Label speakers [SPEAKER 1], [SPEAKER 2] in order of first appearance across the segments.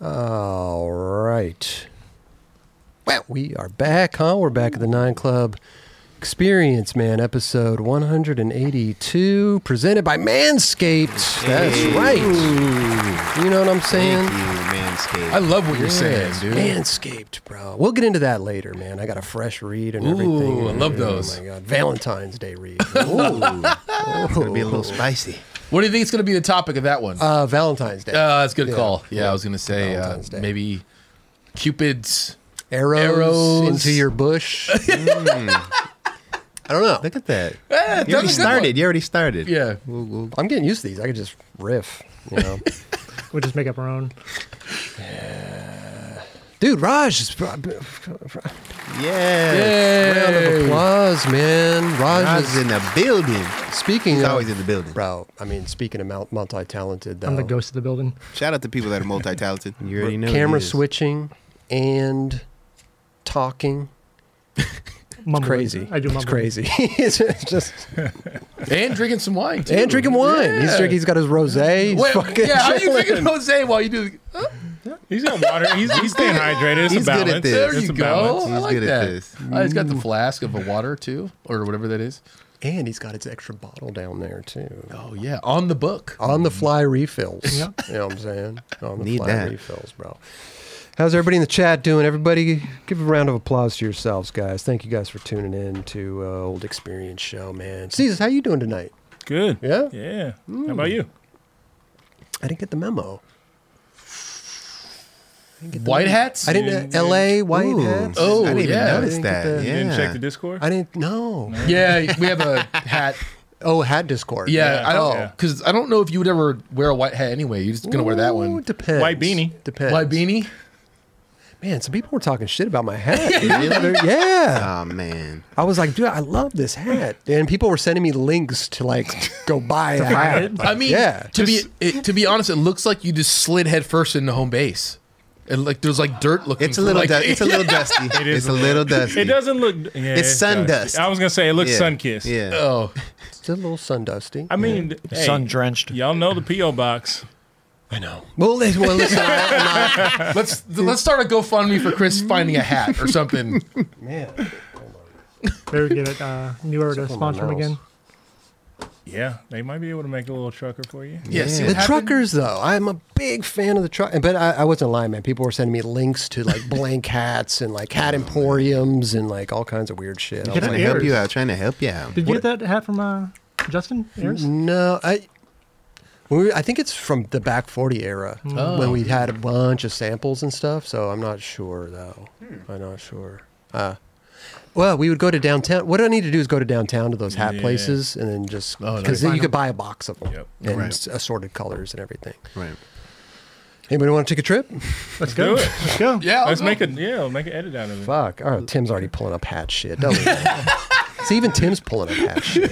[SPEAKER 1] All right. Well, we are back, huh? We're back at the Nine Club Experience, man. Episode 182, presented by Manscaped. That's
[SPEAKER 2] Hey.
[SPEAKER 1] right. You know what I'm saying?
[SPEAKER 2] Thank you, Manscaped.
[SPEAKER 3] I love what you're saying,
[SPEAKER 1] Yes,
[SPEAKER 3] dude.
[SPEAKER 1] Manscaped, bro. We'll get into that later, man. I got a fresh read and
[SPEAKER 3] Ooh,
[SPEAKER 1] everything.
[SPEAKER 3] I love those.
[SPEAKER 1] Oh my god, Valentine's Day read.
[SPEAKER 2] it's gonna be a little spicy.
[SPEAKER 3] What do you think is going to be the topic of that one? Uh,
[SPEAKER 1] uh, Valentine's Day.
[SPEAKER 3] that's a good
[SPEAKER 1] yeah,
[SPEAKER 3] call. Yeah,
[SPEAKER 1] yeah.
[SPEAKER 3] I was going to say uh,
[SPEAKER 1] Valentine's Day.
[SPEAKER 3] maybe Cupid's.
[SPEAKER 1] arrows,
[SPEAKER 3] arrows. Mm.
[SPEAKER 1] into your bush. I don't know.
[SPEAKER 2] Look at that.
[SPEAKER 3] that's
[SPEAKER 2] you already
[SPEAKER 3] a good
[SPEAKER 2] started.
[SPEAKER 3] one.
[SPEAKER 2] You already started.
[SPEAKER 3] Yeah.
[SPEAKER 2] We'll, we'll,
[SPEAKER 1] I'm getting used to these. I could just riff, you know.
[SPEAKER 4] We'll just make up our own.
[SPEAKER 1] Dude, Raj, is- round
[SPEAKER 2] yeah.
[SPEAKER 1] of
[SPEAKER 3] Yay.
[SPEAKER 1] applause, man. Raj,
[SPEAKER 2] Rod's
[SPEAKER 1] is
[SPEAKER 2] in the building.
[SPEAKER 1] speaking.
[SPEAKER 2] He's
[SPEAKER 1] of-
[SPEAKER 2] always in the building.
[SPEAKER 1] Bro, I mean, speaking of mul- multi-talented, though,
[SPEAKER 4] I'm the ghost of the building.
[SPEAKER 2] Shout out to people that are multi-talented. You already know.
[SPEAKER 1] camera
[SPEAKER 2] he is.
[SPEAKER 1] switching and talking.
[SPEAKER 4] Mumbling.
[SPEAKER 1] Crazy.
[SPEAKER 4] I do mumbling.
[SPEAKER 1] It's crazy. it's just
[SPEAKER 3] And drinking some wine. Too.
[SPEAKER 1] and drinking wine. He's
[SPEAKER 3] Yeah.
[SPEAKER 1] drinking. He's got his rosé. He's
[SPEAKER 3] Wait,
[SPEAKER 1] fucking
[SPEAKER 3] yeah, how are you
[SPEAKER 1] chilling.
[SPEAKER 3] drinking Jose while you do? Huh?
[SPEAKER 5] He's got water. He's, he's staying hydrated. It's
[SPEAKER 2] He's
[SPEAKER 5] a
[SPEAKER 2] good at
[SPEAKER 5] balance.
[SPEAKER 2] this.
[SPEAKER 3] There
[SPEAKER 5] It's
[SPEAKER 3] you
[SPEAKER 5] a
[SPEAKER 3] go.
[SPEAKER 5] balance.
[SPEAKER 3] I
[SPEAKER 2] He's
[SPEAKER 3] like
[SPEAKER 2] good at
[SPEAKER 3] that.
[SPEAKER 2] this.
[SPEAKER 3] Oh, he's got the flask of the water too, or whatever that is.
[SPEAKER 1] And he's got his extra bottle down there too.
[SPEAKER 3] Oh yeah, on the book.
[SPEAKER 1] On the fly refills. You know what I'm saying? On the
[SPEAKER 2] Um, Need
[SPEAKER 1] fly
[SPEAKER 2] that.
[SPEAKER 1] refills, bro. How's everybody in the chat doing? Everybody, give a round of applause to yourselves, guys. Thank you guys for tuning in to uh, Old Experience Show, man. Jesus, how you doing tonight?
[SPEAKER 5] Good.
[SPEAKER 1] Yeah?
[SPEAKER 5] Yeah.
[SPEAKER 2] Hmm.
[SPEAKER 5] How about you?
[SPEAKER 1] I didn't get the memo.
[SPEAKER 3] White hats.
[SPEAKER 1] I didn't. Uh, L.A. White
[SPEAKER 2] Ooh.
[SPEAKER 1] hats.
[SPEAKER 3] Oh,
[SPEAKER 2] I didn't even
[SPEAKER 3] yeah.
[SPEAKER 2] notice
[SPEAKER 1] Didn't get
[SPEAKER 2] that.
[SPEAKER 1] the-
[SPEAKER 2] yeah.
[SPEAKER 5] You didn't check the Discord?
[SPEAKER 1] I didn't. No.
[SPEAKER 3] Yeah, we have a hat.
[SPEAKER 1] Oh, hat Discord.
[SPEAKER 3] Yeah,
[SPEAKER 5] Yeah. Oh,
[SPEAKER 3] I
[SPEAKER 5] Yeah.
[SPEAKER 3] don't because I don't know if you would ever wear a white hat anyway. You're just gonna wear that
[SPEAKER 1] Ooh,
[SPEAKER 3] one.
[SPEAKER 1] Depends.
[SPEAKER 5] White beanie.
[SPEAKER 1] Depends.
[SPEAKER 3] White beanie.
[SPEAKER 1] Man, some people were talking shit about my hat. dude.
[SPEAKER 2] Really?
[SPEAKER 1] yeah.
[SPEAKER 2] Oh man.
[SPEAKER 1] I was like, dude, I love this hat. And people were sending me links to like go buy a hat.
[SPEAKER 3] I mean,
[SPEAKER 1] yeah.
[SPEAKER 3] to
[SPEAKER 5] Just-
[SPEAKER 3] be it, to be honest, it looks like you just slid headfirst into home base, and like there's like dirt looking.
[SPEAKER 2] It's a little.
[SPEAKER 3] like,
[SPEAKER 2] du- it's a little dusty. It is. It's a little dusty.
[SPEAKER 5] It doesn't look. Yeah,
[SPEAKER 2] It's sun dust.
[SPEAKER 5] I was gonna say it looks
[SPEAKER 2] Yeah.
[SPEAKER 5] sun kissed.
[SPEAKER 2] Yeah.
[SPEAKER 3] Oh,
[SPEAKER 1] It's a little sun dusty.
[SPEAKER 5] I mean, hey,
[SPEAKER 6] sun drenched.
[SPEAKER 5] Y'all know the PO box.
[SPEAKER 1] I know. Well, listen, well, listen I-
[SPEAKER 3] let's let's start a GoFundMe for Chris finding a hat or something.
[SPEAKER 1] I'm not- man,
[SPEAKER 4] Better get it. Uh, newer to
[SPEAKER 1] Something on
[SPEAKER 4] sponsor him
[SPEAKER 1] my
[SPEAKER 4] again.
[SPEAKER 1] nose.
[SPEAKER 5] Yeah, they might be able to make a little trucker for you.
[SPEAKER 3] Yeah, see
[SPEAKER 2] The
[SPEAKER 3] what
[SPEAKER 1] the
[SPEAKER 3] happened?
[SPEAKER 1] truckers though. I'm a big fan of the truck, but I, I wasn't lying, man. People were sending me links to like blank hats and like hat emporiums and like all kinds of weird shit. I was
[SPEAKER 4] Get
[SPEAKER 2] Trying
[SPEAKER 1] like,
[SPEAKER 2] to help
[SPEAKER 4] Airs.
[SPEAKER 2] you out. Trying to help you out.
[SPEAKER 4] Did you get that hat from uh, Justin? Ayers?
[SPEAKER 1] No, I. We were, I think it's from the back 40 era when we had a bunch of samples and stuff. So I'm not sure though.
[SPEAKER 5] Hmm.
[SPEAKER 1] I'm not sure. Uh, well, we would go to downtown. What I need to do is go to downtown to those hat
[SPEAKER 5] Yeah.
[SPEAKER 1] places and then just
[SPEAKER 3] Oh,
[SPEAKER 1] because
[SPEAKER 3] nice.
[SPEAKER 1] then you could buy a box of them
[SPEAKER 5] Yep.
[SPEAKER 1] and
[SPEAKER 2] Right.
[SPEAKER 1] s- assorted colors and everything.
[SPEAKER 2] Right.
[SPEAKER 1] Anybody want to take a trip?
[SPEAKER 4] Let's go.
[SPEAKER 5] do it.
[SPEAKER 4] Let's go.
[SPEAKER 3] Yeah, I'll
[SPEAKER 5] Let's
[SPEAKER 3] go.
[SPEAKER 5] make a yeah, we'll make an edit out of it.
[SPEAKER 1] Fuck. Oh, Tim's already pulling up hat shit. Doesn't he? See, even Tim's pulling up hat shit.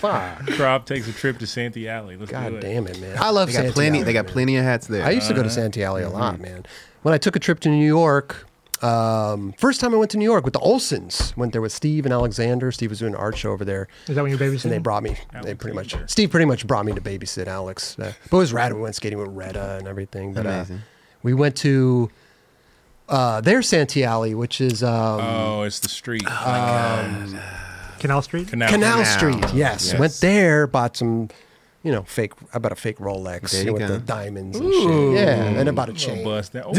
[SPEAKER 1] Fuck.
[SPEAKER 5] Crop takes a trip to Santee Alley. Let's do
[SPEAKER 1] God
[SPEAKER 5] it.
[SPEAKER 1] damn it, man. I love
[SPEAKER 2] They got plenty.
[SPEAKER 1] Santiago,
[SPEAKER 2] They got
[SPEAKER 1] man.
[SPEAKER 2] plenty of hats there.
[SPEAKER 1] I used to go to Santee Alley a
[SPEAKER 2] Mm-hmm.
[SPEAKER 1] lot, man. When I took a trip to New York, um, first time I went to New York with the Olsons, went there with Steve and Alexander. Steve was doing an art show over there,
[SPEAKER 4] Is that when your baby's
[SPEAKER 1] and they brought me. They pretty much
[SPEAKER 5] Alexander.
[SPEAKER 1] Steve pretty much brought me to babysit Alex. Uh, but it was rad. We went skating with Retta and everything. But uh,
[SPEAKER 2] Amazing.
[SPEAKER 1] we went to uh, their Santee Alley, which is um,
[SPEAKER 5] Oh, it's the street.
[SPEAKER 4] Canal Street?
[SPEAKER 1] Canal,
[SPEAKER 5] Canal.
[SPEAKER 2] Canal.
[SPEAKER 1] Street. Yes.
[SPEAKER 5] Yes.
[SPEAKER 1] went there, bought some. You know, fake. I bought a fake Rolex
[SPEAKER 2] There you
[SPEAKER 1] with
[SPEAKER 2] go.
[SPEAKER 1] the diamonds and shit. Yeah, and I bought a
[SPEAKER 5] Oh,
[SPEAKER 1] chain.
[SPEAKER 5] bust that. Oh,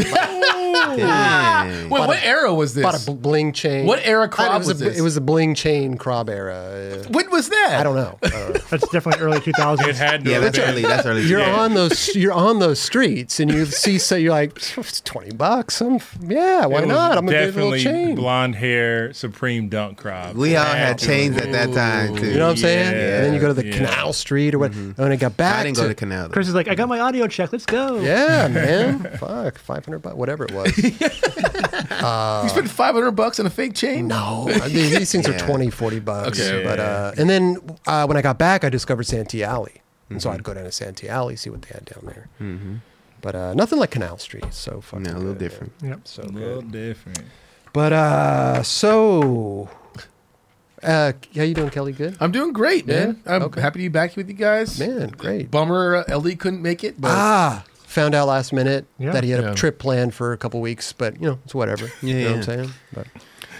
[SPEAKER 2] Dang.
[SPEAKER 3] Wait, what era was this?
[SPEAKER 1] Bought a bl- bling chain.
[SPEAKER 3] What era crop
[SPEAKER 1] I- it was,
[SPEAKER 3] was
[SPEAKER 1] a,
[SPEAKER 3] this?
[SPEAKER 1] It was a bling chain crop era. Uh,
[SPEAKER 3] when was that?
[SPEAKER 1] I don't know. I don't know.
[SPEAKER 4] That's definitely early 2000s.
[SPEAKER 5] it had to
[SPEAKER 2] Yeah,
[SPEAKER 5] have
[SPEAKER 2] that's
[SPEAKER 5] been.
[SPEAKER 2] early. That's early.
[SPEAKER 1] You're
[SPEAKER 2] Yeah.
[SPEAKER 1] on those. You're on those streets, and you see. So you're like, it's twenty bucks. I'm, yeah, why
[SPEAKER 5] It was
[SPEAKER 1] not? I'm gonna do a little
[SPEAKER 5] definitely
[SPEAKER 1] chain.
[SPEAKER 5] blonde hair, supreme dunk crop.
[SPEAKER 2] We all had
[SPEAKER 5] Absolutely.
[SPEAKER 2] chains at that time too.
[SPEAKER 1] You know what I'm saying?
[SPEAKER 5] Yeah,
[SPEAKER 1] and then you go to the
[SPEAKER 5] yeah. Mm-hmm.
[SPEAKER 1] Canal Street or what? And when I got back,
[SPEAKER 2] I didn't
[SPEAKER 1] to,
[SPEAKER 2] go to Canal. though.
[SPEAKER 4] Chris is like, I got my audio check. Let's go.
[SPEAKER 1] Yeah, man. Fuck, five hundred bucks, whatever it was.
[SPEAKER 3] you spent 500 bucks on a fake chain?
[SPEAKER 1] No, I mean, these things are
[SPEAKER 2] Yeah.
[SPEAKER 1] 20, 40 bucks.
[SPEAKER 3] Okay.
[SPEAKER 1] but uh, and then uh, when I got back, I discovered Santee Alley, and so I'd go down to Santee Alley, see what they had down there. Mm-hmm. But uh, nothing like Canal Street. It's So fucking
[SPEAKER 2] No, a little
[SPEAKER 1] good, man.
[SPEAKER 2] different.
[SPEAKER 4] Yep.
[SPEAKER 1] So
[SPEAKER 5] A
[SPEAKER 1] good.
[SPEAKER 5] little different.
[SPEAKER 1] But uh, so uh, how you doing, Kelly? Good,
[SPEAKER 3] I'm doing great, man.
[SPEAKER 1] Yeah?
[SPEAKER 3] I'm
[SPEAKER 1] Okay.
[SPEAKER 3] happy to be back with you guys.
[SPEAKER 1] man. Great.
[SPEAKER 3] Bummer, uh, LD couldn't E make it, but
[SPEAKER 1] Ah, found out last minute
[SPEAKER 4] Yeah.
[SPEAKER 1] that he had
[SPEAKER 3] Yeah.
[SPEAKER 1] a trip planned for a couple weeks, but you know, it's whatever. you
[SPEAKER 2] Yeah,
[SPEAKER 1] know
[SPEAKER 2] yeah.
[SPEAKER 1] what I'm saying? But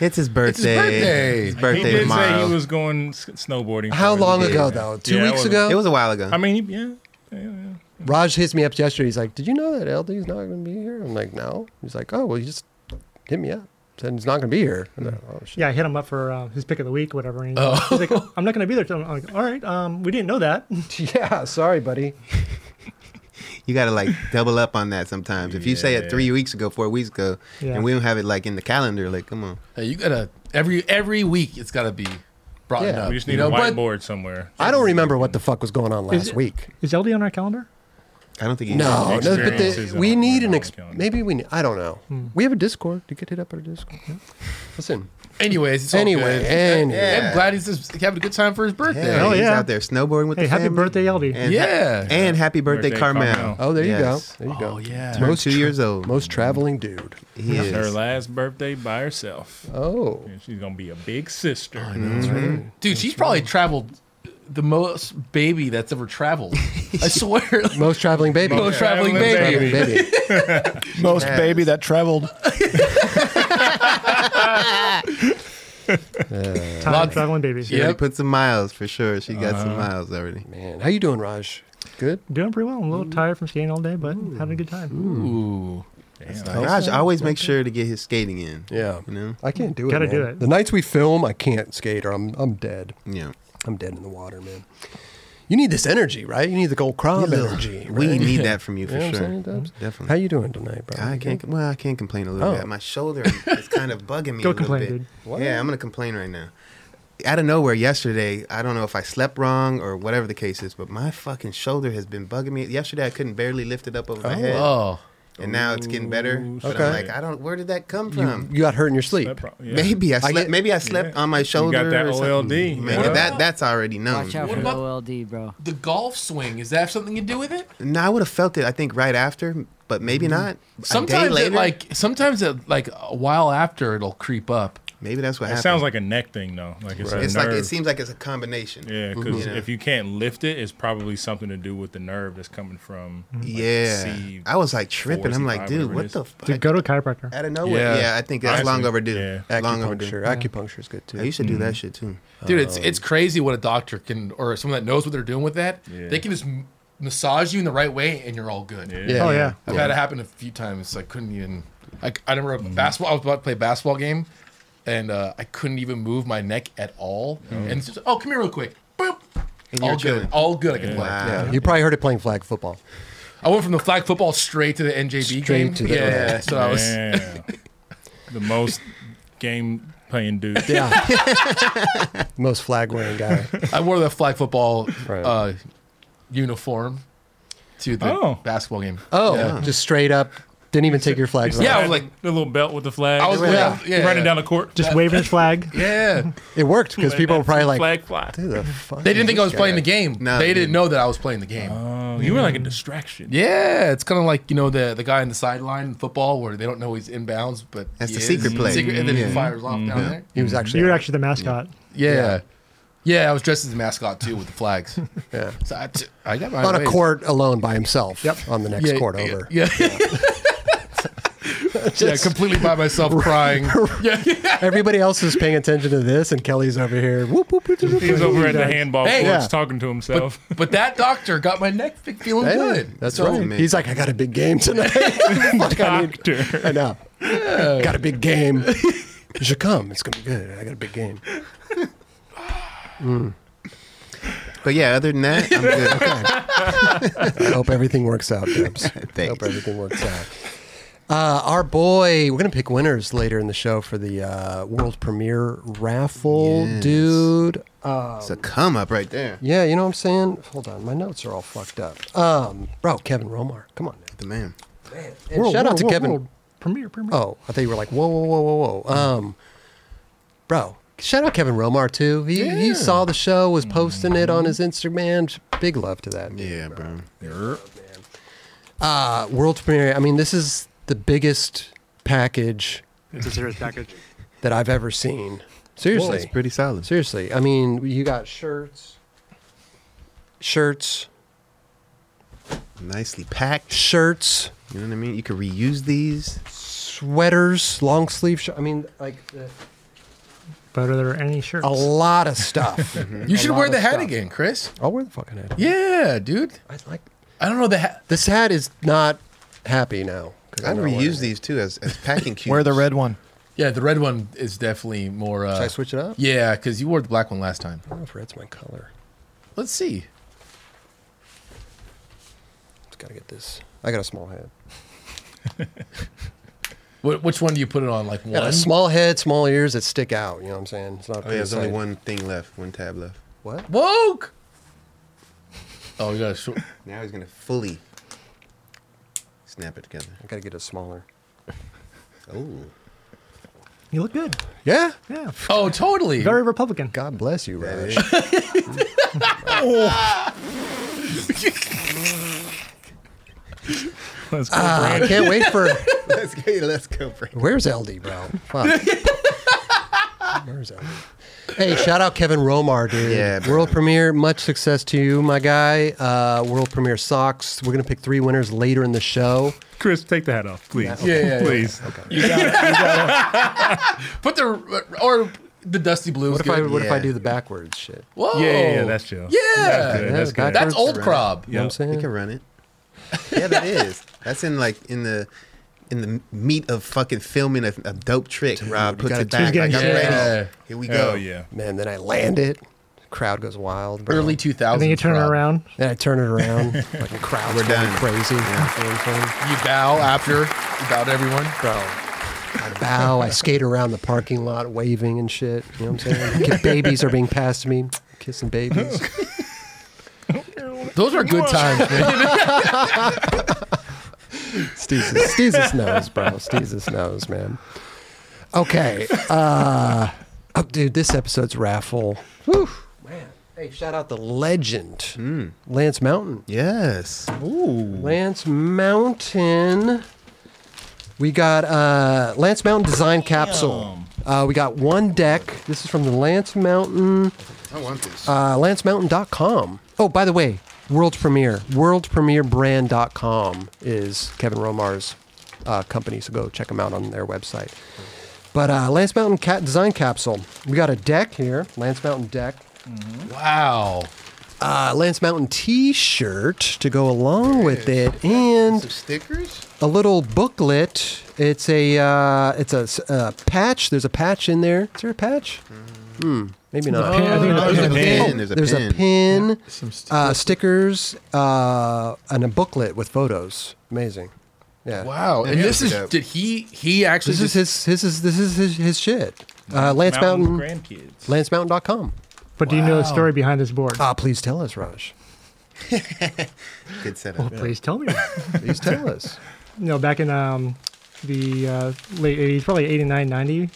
[SPEAKER 2] It's his birthday.
[SPEAKER 3] birthday.
[SPEAKER 2] His
[SPEAKER 3] He
[SPEAKER 2] birthday
[SPEAKER 5] he did say
[SPEAKER 2] tomorrow.
[SPEAKER 5] he was going s- snowboarding.
[SPEAKER 1] how
[SPEAKER 5] for it.
[SPEAKER 1] long
[SPEAKER 5] Yeah.
[SPEAKER 1] ago though? Two
[SPEAKER 5] Yeah, it
[SPEAKER 1] weeks
[SPEAKER 5] wasn't-
[SPEAKER 1] ago?
[SPEAKER 2] it was a while ago.
[SPEAKER 5] I mean, he, yeah, yeah, yeah.
[SPEAKER 1] Raj hits me up yesterday. He's like, "Did you know that LD's not going to be here?" I'm like, "No." He's like, "Oh, well, you just hit me up. Said he's not going to be here." I'm like, oh shit.
[SPEAKER 4] Yeah, I hit him up for uh, his pick of the week, whatever. And he's like, "Oh, I'm not going to be there. till-" I'm like, all right, um, we didn't know that.
[SPEAKER 1] yeah. Sorry, buddy.
[SPEAKER 2] you gotta like double up on that sometimes. If you say it
[SPEAKER 5] Yeah.
[SPEAKER 2] three weeks ago, four weeks ago,
[SPEAKER 4] Yeah.
[SPEAKER 2] and we don't have it like in the calendar, like come on.
[SPEAKER 3] Hey, you gotta every every week it's gotta be brought
[SPEAKER 1] Yeah.
[SPEAKER 3] up.
[SPEAKER 5] We just
[SPEAKER 3] you
[SPEAKER 5] need
[SPEAKER 3] know,
[SPEAKER 5] a
[SPEAKER 3] but-
[SPEAKER 5] whiteboard somewhere.
[SPEAKER 1] I don't remember what the fuck was going on last
[SPEAKER 4] it-
[SPEAKER 1] week.
[SPEAKER 4] Is LD on our calendar?
[SPEAKER 2] I don't think you
[SPEAKER 1] No, no, but
[SPEAKER 5] experiences
[SPEAKER 1] the, we
[SPEAKER 5] on-
[SPEAKER 1] need an
[SPEAKER 5] on
[SPEAKER 1] ex-
[SPEAKER 5] calendar.
[SPEAKER 1] maybe we ne- I don't know. We have a Discord. You could hit up our Discord. Listen,
[SPEAKER 3] Anyways, it's all
[SPEAKER 1] Anyway,
[SPEAKER 3] good.
[SPEAKER 1] anyway.
[SPEAKER 3] I'm glad he's just having a good time for his birthday.
[SPEAKER 2] Yeah,
[SPEAKER 4] Oh,
[SPEAKER 2] he's
[SPEAKER 4] yeah.
[SPEAKER 2] out there snowboarding with
[SPEAKER 4] Hey,
[SPEAKER 2] the
[SPEAKER 4] happy
[SPEAKER 2] family.
[SPEAKER 4] birthday, LD.
[SPEAKER 2] And
[SPEAKER 3] Yeah.
[SPEAKER 2] and happy birthday,
[SPEAKER 5] Birthday,
[SPEAKER 2] Carmel.
[SPEAKER 5] Carmel.
[SPEAKER 1] oh there
[SPEAKER 2] Yes.
[SPEAKER 1] you go. There you go.
[SPEAKER 3] oh yeah.
[SPEAKER 2] Turned
[SPEAKER 1] Most
[SPEAKER 2] two
[SPEAKER 1] tra-
[SPEAKER 2] years old.
[SPEAKER 1] Most traveling dude.
[SPEAKER 2] he is.
[SPEAKER 5] Her last birthday by herself.
[SPEAKER 1] Oh,
[SPEAKER 5] And she's gonna be a big sister.
[SPEAKER 3] Dude, she's probably traveled the most baby that's ever traveled. I swear. like,
[SPEAKER 1] most traveling baby.
[SPEAKER 3] Most traveling
[SPEAKER 5] Traveling
[SPEAKER 3] baby.
[SPEAKER 1] traveling baby.
[SPEAKER 6] Most baby that traveled.
[SPEAKER 4] Time traveling baby.
[SPEAKER 2] She already
[SPEAKER 3] Yep.
[SPEAKER 2] put some miles for sure. She got
[SPEAKER 1] Uh-huh.
[SPEAKER 2] some miles already.
[SPEAKER 1] Man, how you doing, Raj? Good.
[SPEAKER 4] Doing pretty well. I'm a little tired from skiing all day, but having a good time.
[SPEAKER 3] Ooh.
[SPEAKER 5] Damn.
[SPEAKER 2] Raj always makes sure to get his skating in.
[SPEAKER 1] Yeah.
[SPEAKER 2] You know?
[SPEAKER 1] I can't do it.
[SPEAKER 4] Gotta
[SPEAKER 1] man.
[SPEAKER 4] do it.
[SPEAKER 1] The nights we film, I can't skate or I'm I'm dead.
[SPEAKER 2] Yeah.
[SPEAKER 1] I'm dead in the water, man. You need this energy, right? You need the gold crumb energy.
[SPEAKER 2] We
[SPEAKER 1] right?
[SPEAKER 2] need that from you for
[SPEAKER 1] You know what I'm
[SPEAKER 2] sure.
[SPEAKER 1] saying, Dubs?
[SPEAKER 2] Definitely.
[SPEAKER 1] How you doing tonight, bro?
[SPEAKER 2] I
[SPEAKER 1] You
[SPEAKER 2] can't.
[SPEAKER 1] good?
[SPEAKER 2] Well, I can't complain a little
[SPEAKER 1] Oh.
[SPEAKER 2] bit. My shoulder is kind of bugging me. a
[SPEAKER 4] Go
[SPEAKER 2] little
[SPEAKER 4] complain,
[SPEAKER 2] bit.
[SPEAKER 4] dude.
[SPEAKER 2] Yeah, I'm gonna complain right now. Out of nowhere yesterday, I don't know if I slept wrong or whatever the case is, but my fucking shoulder has been bugging me. Yesterday I couldn't barely lift it up over my head,
[SPEAKER 3] Oh.
[SPEAKER 2] and now it's getting better. But
[SPEAKER 1] Okay.
[SPEAKER 2] I'm like, I don't. Where did that come from?
[SPEAKER 1] You got hurt in your sleep.
[SPEAKER 5] That pro- yeah.
[SPEAKER 2] Maybe I slept.
[SPEAKER 1] get-
[SPEAKER 2] maybe I slept
[SPEAKER 5] Yeah.
[SPEAKER 2] on my
[SPEAKER 5] You
[SPEAKER 2] shoulder.
[SPEAKER 5] got that
[SPEAKER 2] or something.
[SPEAKER 5] OLD.
[SPEAKER 2] Man,
[SPEAKER 5] yeah.
[SPEAKER 2] that that's already known.
[SPEAKER 7] Watch out
[SPEAKER 3] What
[SPEAKER 7] for
[SPEAKER 3] about-
[SPEAKER 7] the OLD, bro.
[SPEAKER 3] The golf swing, is that have something to do with it?
[SPEAKER 2] No, I would have felt it. I think right after, but maybe not. A day
[SPEAKER 3] Sometimes it
[SPEAKER 2] later?
[SPEAKER 3] like sometimes it like a while after it'll creep up.
[SPEAKER 2] maybe that's what
[SPEAKER 5] It
[SPEAKER 2] happened.
[SPEAKER 5] sounds like a neck thing though. Like it's a
[SPEAKER 2] it's
[SPEAKER 5] nerve.
[SPEAKER 2] like it seems like it's a combination.
[SPEAKER 5] yeah, because
[SPEAKER 2] Yeah.
[SPEAKER 5] if you can't lift it, it's probably something to do with the nerve that's coming from.
[SPEAKER 2] Mm-hmm. Yeah,
[SPEAKER 5] C
[SPEAKER 2] I was like tripping. I'm like,
[SPEAKER 5] C5,
[SPEAKER 2] dude,
[SPEAKER 5] whatever it
[SPEAKER 2] what
[SPEAKER 5] is.
[SPEAKER 2] the
[SPEAKER 4] Dude,
[SPEAKER 2] fuck?
[SPEAKER 4] go to a chiropractor.
[SPEAKER 2] Out of nowhere. Yeah,
[SPEAKER 1] Yeah.
[SPEAKER 2] I think that's
[SPEAKER 5] Honestly,
[SPEAKER 2] long overdue.
[SPEAKER 5] yeah.
[SPEAKER 2] Long overdue.
[SPEAKER 1] Acupuncture. Acupuncture is good too.
[SPEAKER 2] Yeah, you should do that shit too.
[SPEAKER 3] Dude, it's it's crazy what a doctor can or someone that knows what they're doing with that.
[SPEAKER 5] Yeah.
[SPEAKER 3] They can just m- massage you in the right way and you're all good.
[SPEAKER 4] Oh, yeah.
[SPEAKER 3] I've had it happen a few times. I couldn't even. I, I remember a basketball. I was about to play a basketball game, and uh, I couldn't even move my neck at all. And it's just, oh, come here real quick. Boop.
[SPEAKER 2] And
[SPEAKER 3] all
[SPEAKER 2] you're
[SPEAKER 3] good.
[SPEAKER 2] chilling.
[SPEAKER 3] All good. I can play.
[SPEAKER 2] Wow.
[SPEAKER 1] Yeah, you probably heard it playing flag football.
[SPEAKER 3] I went from the flag football straight to the NJB
[SPEAKER 1] Straight
[SPEAKER 3] game.
[SPEAKER 1] to the-
[SPEAKER 3] yeah. So I was.
[SPEAKER 5] Yeah. the most game playing dude.
[SPEAKER 1] Yeah, most flag wearing guy.
[SPEAKER 3] I wore the flag football
[SPEAKER 1] Right.
[SPEAKER 3] uh, uniform to the
[SPEAKER 5] Oh.
[SPEAKER 3] basketball game.
[SPEAKER 1] Oh, just straight up. Didn't even take your flags off.
[SPEAKER 3] Yeah, I
[SPEAKER 5] I
[SPEAKER 3] was like,
[SPEAKER 5] the little belt with the flag.
[SPEAKER 3] I was
[SPEAKER 1] Yeah.
[SPEAKER 3] yeah, yeah.
[SPEAKER 5] running down the court.
[SPEAKER 4] Just waving his flag.
[SPEAKER 3] yeah.
[SPEAKER 1] It worked because
[SPEAKER 5] Let
[SPEAKER 1] people
[SPEAKER 5] that
[SPEAKER 1] were probably like,
[SPEAKER 5] flag fly.
[SPEAKER 1] "Who the fuck?"
[SPEAKER 3] They
[SPEAKER 1] is
[SPEAKER 3] didn't think I
[SPEAKER 1] this
[SPEAKER 3] was playing
[SPEAKER 1] guy?"
[SPEAKER 3] the game.
[SPEAKER 2] No, they
[SPEAKER 3] they didn't
[SPEAKER 2] didn't.
[SPEAKER 3] know that I was playing the game.
[SPEAKER 5] Oh, you were like a distraction.
[SPEAKER 3] Yeah, it's kind of like you know the the guy in the sideline in football where they don't know he's inbounds, but
[SPEAKER 2] That's
[SPEAKER 3] he
[SPEAKER 2] the
[SPEAKER 3] is.
[SPEAKER 2] secret play.
[SPEAKER 3] Secret, and then he
[SPEAKER 2] Yeah.
[SPEAKER 3] fires off down there.
[SPEAKER 1] He was actually.
[SPEAKER 4] You're actually the mascot.
[SPEAKER 3] Yeah. yeah, I was dressed as a mascot too with the flags.
[SPEAKER 1] Yeah.
[SPEAKER 3] so I, t- I got my
[SPEAKER 1] on a
[SPEAKER 3] ways.
[SPEAKER 1] court alone by himself. Yep. On the next
[SPEAKER 3] Yeah,
[SPEAKER 1] court
[SPEAKER 3] yeah,
[SPEAKER 1] over.
[SPEAKER 3] Yeah, yeah. completely by myself crying. Yeah, yeah.
[SPEAKER 1] Everybody else is paying attention to this, and Kelly's over here. Whoop, whoop, whoop, whoop,
[SPEAKER 5] He's
[SPEAKER 1] whoop.
[SPEAKER 5] over at the handball
[SPEAKER 3] Hey,
[SPEAKER 5] court
[SPEAKER 1] yeah.
[SPEAKER 5] courts talking to himself.
[SPEAKER 3] But that doctor got my neck fe- feeling
[SPEAKER 1] Hey,
[SPEAKER 3] good.
[SPEAKER 1] That's
[SPEAKER 3] So-
[SPEAKER 1] right.
[SPEAKER 2] man.
[SPEAKER 1] He's like, I got a big game tonight. Fuck, I need-
[SPEAKER 5] Doctor.
[SPEAKER 1] I know. Got a big game. You should come. It's gonna be good. I got a big game.
[SPEAKER 2] But yeah, other than that, I'm good.
[SPEAKER 1] I hope everything works out, Debs. I hope everything works out. Uh, our boy, we're gonna pick winners later in the show for the uh, world premiere raffle,
[SPEAKER 2] Yes.
[SPEAKER 1] dude. Uh,
[SPEAKER 2] it's a come up right there.
[SPEAKER 1] yeah, you know what I'm saying. Hold on, my notes are all fucked up. Um, bro, Kevin Romar, come on.
[SPEAKER 2] The man.
[SPEAKER 1] And shout out to Kevin.
[SPEAKER 4] Premier, premier.
[SPEAKER 1] Oh, I thought you were like, whoa, whoa, whoa, whoa, whoa. Um, bro, shout out Kevin Romar too. He he saw the show, was posting it on his Instagram. Big love to that. dude.
[SPEAKER 2] Yeah, bro.
[SPEAKER 1] Uh, world premiere. I mean, this is the biggest package
[SPEAKER 4] It's a serious package.
[SPEAKER 1] that I've ever seen. Seriously,
[SPEAKER 2] It's pretty solid.
[SPEAKER 1] seriously. I mean, you got shirts, shirts,
[SPEAKER 2] Nicely packed.
[SPEAKER 1] shirts,
[SPEAKER 2] You know what I mean? You could reuse these.
[SPEAKER 1] sweaters, long sleeve shirts. I mean, like uh,
[SPEAKER 4] But are there any shirts?
[SPEAKER 1] a
[SPEAKER 5] Oh.
[SPEAKER 1] lot of stuff.
[SPEAKER 3] You should
[SPEAKER 1] Mm-hmm. lot
[SPEAKER 3] wear
[SPEAKER 1] of
[SPEAKER 3] the hat
[SPEAKER 1] stuff.
[SPEAKER 3] again, Chris.
[SPEAKER 1] I'll wear the fucking hat.
[SPEAKER 3] Yeah, dude.
[SPEAKER 1] I like
[SPEAKER 3] I don't know the hat.
[SPEAKER 1] this hat is not happy now. 'cause
[SPEAKER 2] I'd
[SPEAKER 1] I'm not wearing
[SPEAKER 2] reuse
[SPEAKER 1] it.
[SPEAKER 2] these too as, as packing cubes.
[SPEAKER 6] Wear the red one.
[SPEAKER 3] Yeah, the red one is definitely more. Uh,
[SPEAKER 1] Should I switch it up?
[SPEAKER 3] Yeah, because you wore the black one last time.
[SPEAKER 1] I don't know if red's my color.
[SPEAKER 3] Let's see.
[SPEAKER 1] Just gotta get this. I got a small head.
[SPEAKER 3] Wh- which one do you put it on? Like
[SPEAKER 1] I Got
[SPEAKER 3] one?
[SPEAKER 1] a small head, small ears that stick out. You know what I'm saying? It's not.
[SPEAKER 2] Oh yeah, there's only
[SPEAKER 1] pretty
[SPEAKER 2] one thing left, one tab left.
[SPEAKER 1] What?
[SPEAKER 3] Woke. Oh, you got a short.
[SPEAKER 2] Now he's gonna fully snap it together.
[SPEAKER 1] I gotta get a smaller.
[SPEAKER 2] Oh,
[SPEAKER 4] You look good.
[SPEAKER 1] Yeah.
[SPEAKER 4] Yeah.
[SPEAKER 3] Oh, totally.
[SPEAKER 4] Very Republican.
[SPEAKER 1] God bless you,
[SPEAKER 2] that
[SPEAKER 1] Raj.
[SPEAKER 2] is.
[SPEAKER 5] Let's go.
[SPEAKER 3] uh,
[SPEAKER 1] Ah, I can't wait for.
[SPEAKER 2] let's go. Let's go. Frank.
[SPEAKER 1] Where's LD, bro? Fuck. Where's LD? Hey, shout out Kevin Romar, dude.
[SPEAKER 2] Yeah, bro.
[SPEAKER 1] World premiere. Much success to you, my guy. Uh, world premiere socks. We're gonna pick three winners later in the show.
[SPEAKER 5] Chris, take the hat off, please.
[SPEAKER 3] Yeah, yeah, yeah.
[SPEAKER 5] please.
[SPEAKER 3] Put the or the dusty blue.
[SPEAKER 1] What
[SPEAKER 3] is
[SPEAKER 1] if I
[SPEAKER 3] good.
[SPEAKER 1] What if I
[SPEAKER 2] Yeah.
[SPEAKER 1] do the backwards shit?
[SPEAKER 3] Whoa.
[SPEAKER 5] Yeah, yeah, yeah, that's chill.
[SPEAKER 3] Yeah.
[SPEAKER 5] That's good.
[SPEAKER 1] Yeah,
[SPEAKER 5] That's good.
[SPEAKER 1] back-
[SPEAKER 3] That's old
[SPEAKER 2] Right.
[SPEAKER 3] crop.
[SPEAKER 1] You know what I'm
[SPEAKER 2] You
[SPEAKER 1] saying?
[SPEAKER 2] can run it. Yeah, that is. That's in like in the in the meat of fucking filming a, a dope trick. Rob puts
[SPEAKER 1] gotta
[SPEAKER 2] it back.
[SPEAKER 4] choose
[SPEAKER 2] Like, I'm
[SPEAKER 3] games.
[SPEAKER 2] ready.
[SPEAKER 3] Yeah.
[SPEAKER 2] Here we go.
[SPEAKER 5] Hell yeah.
[SPEAKER 1] Man, then I land it. Crowd goes wild. Bro.
[SPEAKER 3] Early 2000s.
[SPEAKER 4] And then you turn it
[SPEAKER 3] crop.
[SPEAKER 4] around.
[SPEAKER 1] Then I turn it around. like the crowd's
[SPEAKER 2] We're
[SPEAKER 1] going
[SPEAKER 2] done.
[SPEAKER 1] crazy. You know what I'm saying?
[SPEAKER 3] You bow after. You bow to everyone.
[SPEAKER 1] bro. I bow, I skate around the parking lot waving and shit. You know what I'm saying? Kid- babies are being passed to me, kissing babies.
[SPEAKER 3] Those are good times, man.
[SPEAKER 1] Steezus, Steezus knows, bro. Steezus knows, man. Okay. Uh, oh, dude, this episode's raffle. Whew, man. Hey, shout out the legend, Lance Mountain.
[SPEAKER 2] Yes.
[SPEAKER 1] Lance Mountain. We got uh, Lance Mountain Design Capsule. Uh, we got one deck. This is from the Lance Mountain
[SPEAKER 2] I want this.
[SPEAKER 1] uh, lancemountain.com. Oh, by the way, world premiere, worldpremierebrand.com is Kevin Romar's uh, company, so go check them out on their website. But uh, Lance Mountain Cat Design Capsule. We got a deck here, Lance Mountain deck.
[SPEAKER 3] wow.
[SPEAKER 1] Uh, Lance Mountain T-shirt to go along with it, and
[SPEAKER 2] Some stickers.
[SPEAKER 1] a little booklet. It's a uh, it's a, s- uh patch. There's a patch in there. Is there a patch? Hmm, maybe not.
[SPEAKER 4] Oh,
[SPEAKER 1] Oh.
[SPEAKER 4] Pin- I think
[SPEAKER 2] There's a pin. There's
[SPEAKER 4] it's
[SPEAKER 2] a
[SPEAKER 1] There's
[SPEAKER 2] pin.
[SPEAKER 1] a pin,
[SPEAKER 3] Some stickers.
[SPEAKER 1] uh, stickers, uh, and a booklet with photos. Amazing. Yeah.
[SPEAKER 3] Wow. And
[SPEAKER 2] Yeah,
[SPEAKER 3] this
[SPEAKER 2] that's
[SPEAKER 3] is
[SPEAKER 2] dope.
[SPEAKER 3] did he he actually
[SPEAKER 1] This is his.
[SPEAKER 3] just-
[SPEAKER 1] This is this is his, his shit. Uh, Lance Mountain.
[SPEAKER 5] grandkids.
[SPEAKER 1] LanceMountain.com.
[SPEAKER 4] But do you know the
[SPEAKER 3] Wow.
[SPEAKER 4] story behind this board?
[SPEAKER 1] Ah, please tell us, Raj.
[SPEAKER 2] Good setup.
[SPEAKER 4] well, please tell me.
[SPEAKER 1] Please tell us.
[SPEAKER 4] you know, back in um, the uh, late 80s, probably 89, 90,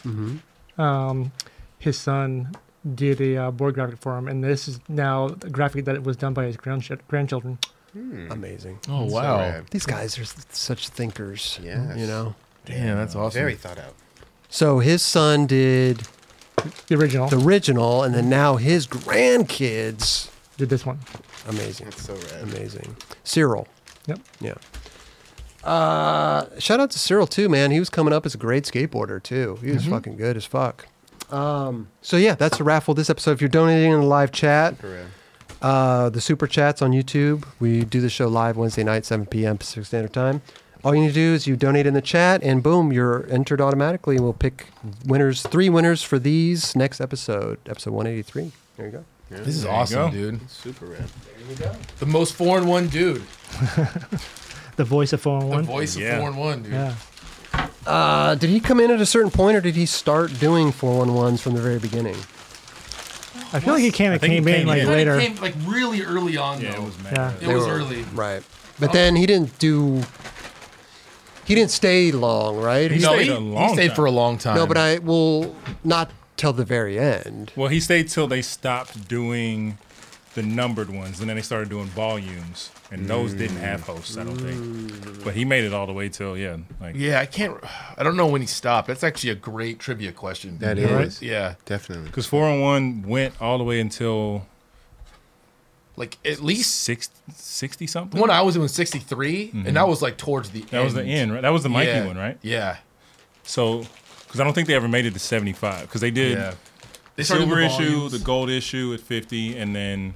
[SPEAKER 4] um, his son did a uh, board graphic for him. And this is now a graphic that was done by his grandchi- grandchildren.
[SPEAKER 2] Hmm.
[SPEAKER 1] Amazing.
[SPEAKER 3] Oh
[SPEAKER 2] So
[SPEAKER 3] wow.
[SPEAKER 2] rad.
[SPEAKER 1] These guys are s- such thinkers.
[SPEAKER 2] Yes.
[SPEAKER 1] You know.
[SPEAKER 3] Damn, that's awesome.
[SPEAKER 2] Very thought out.
[SPEAKER 1] So his son did
[SPEAKER 4] The original
[SPEAKER 1] the original, and then now his grandkids.
[SPEAKER 4] did this one.
[SPEAKER 1] Amazing.
[SPEAKER 2] That's so rad.
[SPEAKER 1] Amazing. Cyril.
[SPEAKER 4] Yep.
[SPEAKER 1] Yeah. Uh, shout out to Cyril too, man. He was coming up as a great skateboarder too. He was fucking good as fuck. Um, so yeah, that's the raffle this episode. If you're donating in the live chat,
[SPEAKER 2] For real.
[SPEAKER 1] uh, the super chats on YouTube. We do the show live Wednesday night, 7 p.m. Pacific Standard Time. All you need to do is you donate in the chat, and boom, you're entered automatically. And we'll pick winners, three winners for these next episode, episode 183. There you go.
[SPEAKER 3] This is
[SPEAKER 5] There you
[SPEAKER 3] awesome,
[SPEAKER 5] go.
[SPEAKER 3] dude.
[SPEAKER 2] Super rad.
[SPEAKER 3] The most foreign one, dude.
[SPEAKER 4] The voice of 401.
[SPEAKER 3] The voice
[SPEAKER 5] Yeah.
[SPEAKER 3] of foreign one, dude.
[SPEAKER 4] Yeah.
[SPEAKER 1] Uh, did he come in at a certain point, or did he start doing 411s from the very beginning?
[SPEAKER 4] I feel like he kind
[SPEAKER 5] I
[SPEAKER 4] of
[SPEAKER 5] think he
[SPEAKER 4] came, in
[SPEAKER 5] came
[SPEAKER 4] like
[SPEAKER 5] in.
[SPEAKER 3] It
[SPEAKER 4] later.
[SPEAKER 3] came like really early on
[SPEAKER 5] Yeah,
[SPEAKER 3] though.
[SPEAKER 5] it was mad.
[SPEAKER 4] Yeah.
[SPEAKER 5] Yeah.
[SPEAKER 3] It was early.
[SPEAKER 1] Right. But then he didn't do. He didn't stay long, right?
[SPEAKER 5] He
[SPEAKER 1] He-
[SPEAKER 3] no,
[SPEAKER 5] stayed
[SPEAKER 3] he, he
[SPEAKER 5] a long
[SPEAKER 3] stayed
[SPEAKER 5] time.
[SPEAKER 3] for a long time.
[SPEAKER 1] no, but I will not till the very end.
[SPEAKER 5] Well, he stayed till they stopped doing the numbered ones, and then they started doing volumes, and those didn't
[SPEAKER 3] Mm.
[SPEAKER 5] have hosts, I don't think. But he made it all the way till yeah, like
[SPEAKER 3] Yeah, I can't. I don't know when he stopped. That's actually a great trivia question.
[SPEAKER 2] That
[SPEAKER 4] You're right.
[SPEAKER 2] is
[SPEAKER 3] Yeah.
[SPEAKER 2] definitely.
[SPEAKER 5] because four on one went all the way until
[SPEAKER 3] like at least
[SPEAKER 5] Six- 60
[SPEAKER 3] the
[SPEAKER 5] something.
[SPEAKER 3] one I was in was 63, and that was like towards the
[SPEAKER 5] Mm-hmm. that was the end, right? That was the Mikey
[SPEAKER 3] yeah.
[SPEAKER 5] one, right?
[SPEAKER 3] Yeah.
[SPEAKER 5] So, because I don't think they ever made it to 75 because they did
[SPEAKER 3] Yeah. They
[SPEAKER 5] the
[SPEAKER 3] started
[SPEAKER 5] silver issue,
[SPEAKER 3] volumes.
[SPEAKER 5] the gold issue at 50, and then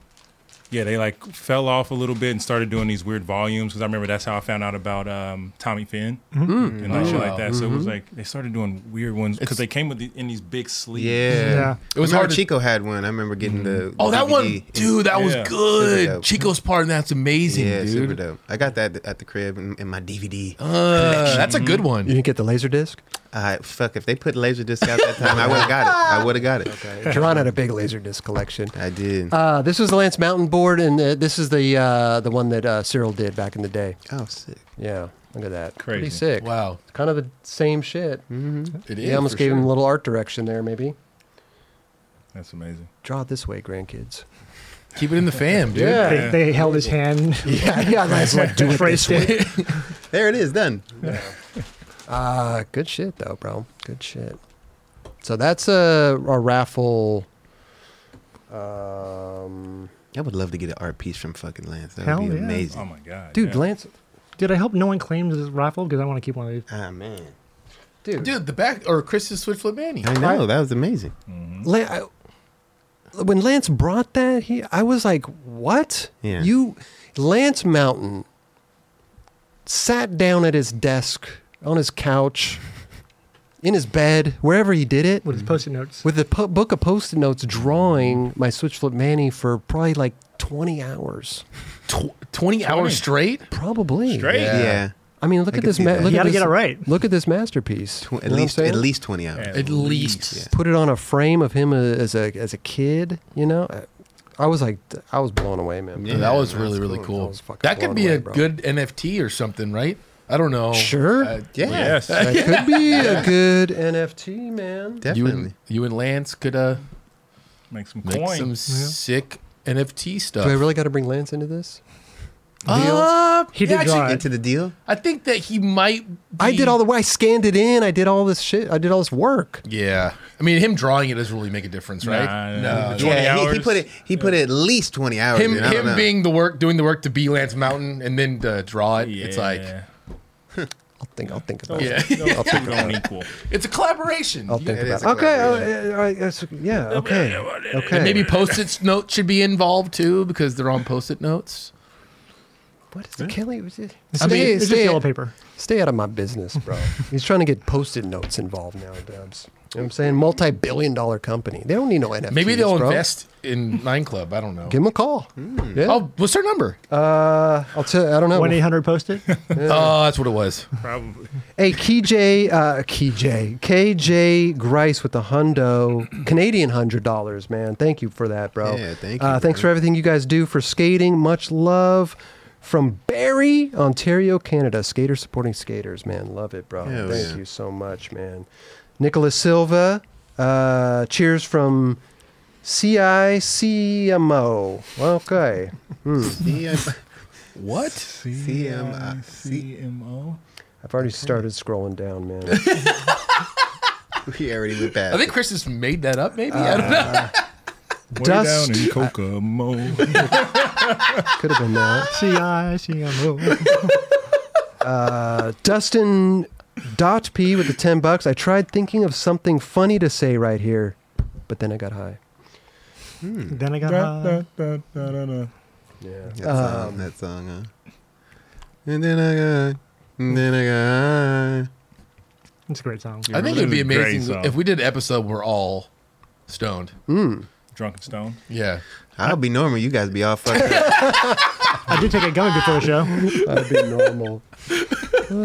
[SPEAKER 5] yeah, they like fell off a little bit and started doing these weird volumes because I remember that's how I found out about um, Tommy Finn
[SPEAKER 2] Mm-hmm.
[SPEAKER 3] Mm-hmm.
[SPEAKER 5] and like shit
[SPEAKER 3] Oh,
[SPEAKER 5] like that. So it was like they started doing weird ones because they came with the, in these big sleeves.
[SPEAKER 2] Yeah.
[SPEAKER 4] Yeah.
[SPEAKER 3] It was
[SPEAKER 2] Remember
[SPEAKER 3] hard to-
[SPEAKER 2] Chico had one. I remember getting the.
[SPEAKER 3] Oh, that
[SPEAKER 2] DVD
[SPEAKER 3] one, dude, that was
[SPEAKER 5] Yeah.
[SPEAKER 2] Super
[SPEAKER 3] good.
[SPEAKER 2] dope.
[SPEAKER 3] Chico's part in that's amazing,
[SPEAKER 2] Yeah, super
[SPEAKER 3] dude.
[SPEAKER 2] dope. I got that at the crib in, in my DVD.
[SPEAKER 3] Uh, that's a good one.
[SPEAKER 1] You didn't get the laser disc?
[SPEAKER 2] I fuck if they put Laserdisc out that time, I would have got it. I would have got it.
[SPEAKER 1] Toronto had a big laser disc collection.
[SPEAKER 2] I did.
[SPEAKER 1] Uh, this was the Lance Mountain board, and uh, this is the uh, the one that uh, Cyril did back in the day.
[SPEAKER 2] oh, sick.
[SPEAKER 1] Yeah, look at that. Pretty
[SPEAKER 5] Crazy.
[SPEAKER 1] sick.
[SPEAKER 3] Wow,
[SPEAKER 1] Kind of the same shit.
[SPEAKER 3] it is.
[SPEAKER 1] Mm-hmm. Yeah, almost
[SPEAKER 3] for
[SPEAKER 1] gave
[SPEAKER 3] sure.
[SPEAKER 1] him a little art direction there, maybe.
[SPEAKER 5] That's amazing.
[SPEAKER 1] Draw it this way, grandkids.
[SPEAKER 3] Keep it in the fam, dude.
[SPEAKER 1] Yeah.
[SPEAKER 4] They, they held his hand.
[SPEAKER 1] Yeah, yeah, that's what do it
[SPEAKER 4] Phrased
[SPEAKER 1] this way.
[SPEAKER 4] it.
[SPEAKER 2] There it is, done.
[SPEAKER 1] Uh, good shit though, bro. Good shit. So that's a, a raffle. Um,
[SPEAKER 2] I would love to get an art piece from fucking Lance. That
[SPEAKER 4] Hell
[SPEAKER 2] would be
[SPEAKER 4] yeah.
[SPEAKER 5] Oh
[SPEAKER 3] Um,
[SPEAKER 2] amazing.
[SPEAKER 5] my god,
[SPEAKER 1] dude,
[SPEAKER 5] yeah.
[SPEAKER 1] Lance,
[SPEAKER 4] Dude, I hope no one claims this raffle because I want to keep one of these.
[SPEAKER 2] Ah man,
[SPEAKER 1] dude,
[SPEAKER 3] Dude, the back or Chris's Switch Flip Manny.
[SPEAKER 2] I know that was amazing.
[SPEAKER 1] La- I, when Lance brought that, he I was like, "What?
[SPEAKER 2] Yeah.
[SPEAKER 1] You, Lance Mountain, sat down at his desk, on his couch, in his bed, wherever he did it,
[SPEAKER 4] With his post-it notes.
[SPEAKER 1] with a po- book of post-it notes, drawing my switch flip Manny for probably like twenty hours,
[SPEAKER 3] Tw- 20 hours straight?
[SPEAKER 1] probably.
[SPEAKER 5] Straight?
[SPEAKER 2] Yeah,
[SPEAKER 1] I mean, look at
[SPEAKER 2] could
[SPEAKER 1] this.
[SPEAKER 2] see
[SPEAKER 1] Ma-
[SPEAKER 2] that.
[SPEAKER 1] look
[SPEAKER 4] You
[SPEAKER 1] at
[SPEAKER 4] gotta
[SPEAKER 1] this,
[SPEAKER 4] get it right.
[SPEAKER 1] Look at this masterpiece.
[SPEAKER 2] Tw-
[SPEAKER 1] You
[SPEAKER 2] at
[SPEAKER 1] know what I'm
[SPEAKER 2] least
[SPEAKER 1] saying?
[SPEAKER 2] at least twenty hours.
[SPEAKER 5] Yeah.
[SPEAKER 3] At least.
[SPEAKER 1] put it on a frame of him uh, as a as a kid. You know, I, I was like, I was blown away, man.
[SPEAKER 2] Yeah.
[SPEAKER 3] that was
[SPEAKER 2] man,
[SPEAKER 3] really, really
[SPEAKER 1] cool. I
[SPEAKER 3] cool.
[SPEAKER 1] was fucking
[SPEAKER 3] That
[SPEAKER 1] blown
[SPEAKER 3] could be
[SPEAKER 1] away,
[SPEAKER 3] a
[SPEAKER 1] bro.
[SPEAKER 3] good NFT or something, right? I don't know.
[SPEAKER 1] Sure.
[SPEAKER 3] Uh,
[SPEAKER 2] Yeah,
[SPEAKER 5] Yes.
[SPEAKER 1] Oh, That could be a good NFT, man.
[SPEAKER 3] you
[SPEAKER 2] definitely.
[SPEAKER 3] and, you and Lance could uh,
[SPEAKER 5] Make some
[SPEAKER 3] make
[SPEAKER 5] coin.
[SPEAKER 3] some sick NFT stuff.
[SPEAKER 1] Do I really got to bring Lance into this?
[SPEAKER 3] Uh,
[SPEAKER 4] He
[SPEAKER 3] yeah,
[SPEAKER 4] did
[SPEAKER 3] actually,
[SPEAKER 4] draw it.
[SPEAKER 2] Into the deal.
[SPEAKER 3] I think that he might.
[SPEAKER 1] I
[SPEAKER 3] be-
[SPEAKER 1] did all the way. I scanned it in. I did all this shit. I did all this work.
[SPEAKER 3] Yeah, I mean, him drawing it doesn't really make a difference, right?
[SPEAKER 5] Nah,
[SPEAKER 3] no.
[SPEAKER 5] nah. 20
[SPEAKER 2] yeah, He, he
[SPEAKER 5] hours?
[SPEAKER 2] put it. He put at least twenty hours.
[SPEAKER 3] Him,
[SPEAKER 2] in. I don't
[SPEAKER 3] him
[SPEAKER 2] know.
[SPEAKER 3] being the work, doing the work to be Lance Mountain, and then uh, draw it. It's like
[SPEAKER 5] Yeah.
[SPEAKER 1] I'll think. I'll think about
[SPEAKER 5] Those,
[SPEAKER 1] it.
[SPEAKER 3] Oh, Yeah.
[SPEAKER 5] those two don't equal.
[SPEAKER 3] it's a collaboration.
[SPEAKER 1] I'll
[SPEAKER 3] You-
[SPEAKER 1] think
[SPEAKER 2] it
[SPEAKER 1] about
[SPEAKER 2] is
[SPEAKER 1] it.
[SPEAKER 2] a
[SPEAKER 1] Okay. oh, uh, all right, that's- yeah. Okay. Okay.
[SPEAKER 3] And maybe post-it notes should be involved too because they're on post-it notes.
[SPEAKER 1] What is it, Kelly? Was it-
[SPEAKER 4] I mean,
[SPEAKER 1] Stay,
[SPEAKER 4] it's just
[SPEAKER 1] stay,
[SPEAKER 4] yellow paper.
[SPEAKER 1] Stay out of my business, bro. He's trying to get post-it notes involved now, Dubs. You know what I'm saying? Multi-billion dollar company. They don't need no NFTs,
[SPEAKER 3] Maybe they'll
[SPEAKER 1] bro.
[SPEAKER 3] invest in Nine Club. I don't know.
[SPEAKER 1] Give them a call. Yeah.
[SPEAKER 3] Oh, what's their number?
[SPEAKER 1] Uh, I'll tell I don't know.
[SPEAKER 4] One eight hundred post-it.
[SPEAKER 3] Oh, that's what it was.
[SPEAKER 5] Probably.
[SPEAKER 1] Hey, KJ, uh, KJ, KJ Grice with the hundo, Canadian hundred dollars, man. Thank you for that, bro.
[SPEAKER 2] Yeah, thank
[SPEAKER 1] Uh,
[SPEAKER 2] you,
[SPEAKER 1] thanks for
[SPEAKER 2] bro.
[SPEAKER 1] everything you guys do for skating. Much love from Barrie, Ontario, Canada. Skaters supporting skaters, man. Love it, bro.
[SPEAKER 2] Hell
[SPEAKER 1] thank
[SPEAKER 2] yeah.
[SPEAKER 1] you so much, man. Nicholas Silva. Uh, cheers from CICMO. Okay.
[SPEAKER 2] CM,
[SPEAKER 3] What?
[SPEAKER 2] CM,
[SPEAKER 5] CMO.
[SPEAKER 1] I've already started scrolling down, man.
[SPEAKER 2] we already went past.
[SPEAKER 3] I think Chris just made that up. Maybe I don't know.
[SPEAKER 5] Way
[SPEAKER 1] Dust.
[SPEAKER 5] down in Kokomo.
[SPEAKER 1] Could have been that.
[SPEAKER 4] C I C M O.
[SPEAKER 1] Hmm. Uh, Dustin dot P with the ten bucks. I tried thinking of something funny to say right here, but then I got high.
[SPEAKER 4] Then I got.
[SPEAKER 5] Da,
[SPEAKER 4] Uh,
[SPEAKER 5] da, da, da, da, da.
[SPEAKER 1] Yeah.
[SPEAKER 2] That song,
[SPEAKER 3] Um,
[SPEAKER 2] that song, huh? And then I got, and then I got.
[SPEAKER 4] it's a great song.
[SPEAKER 3] I think it'd be
[SPEAKER 5] This is a great
[SPEAKER 3] amazing
[SPEAKER 5] song.
[SPEAKER 3] if we did an episode where we're all stoned.
[SPEAKER 5] Drunken Stone.
[SPEAKER 3] Yeah.
[SPEAKER 2] I'll be normal. You guys be all fucked up.
[SPEAKER 4] I did take a gummy before the show.
[SPEAKER 1] That'd be normal,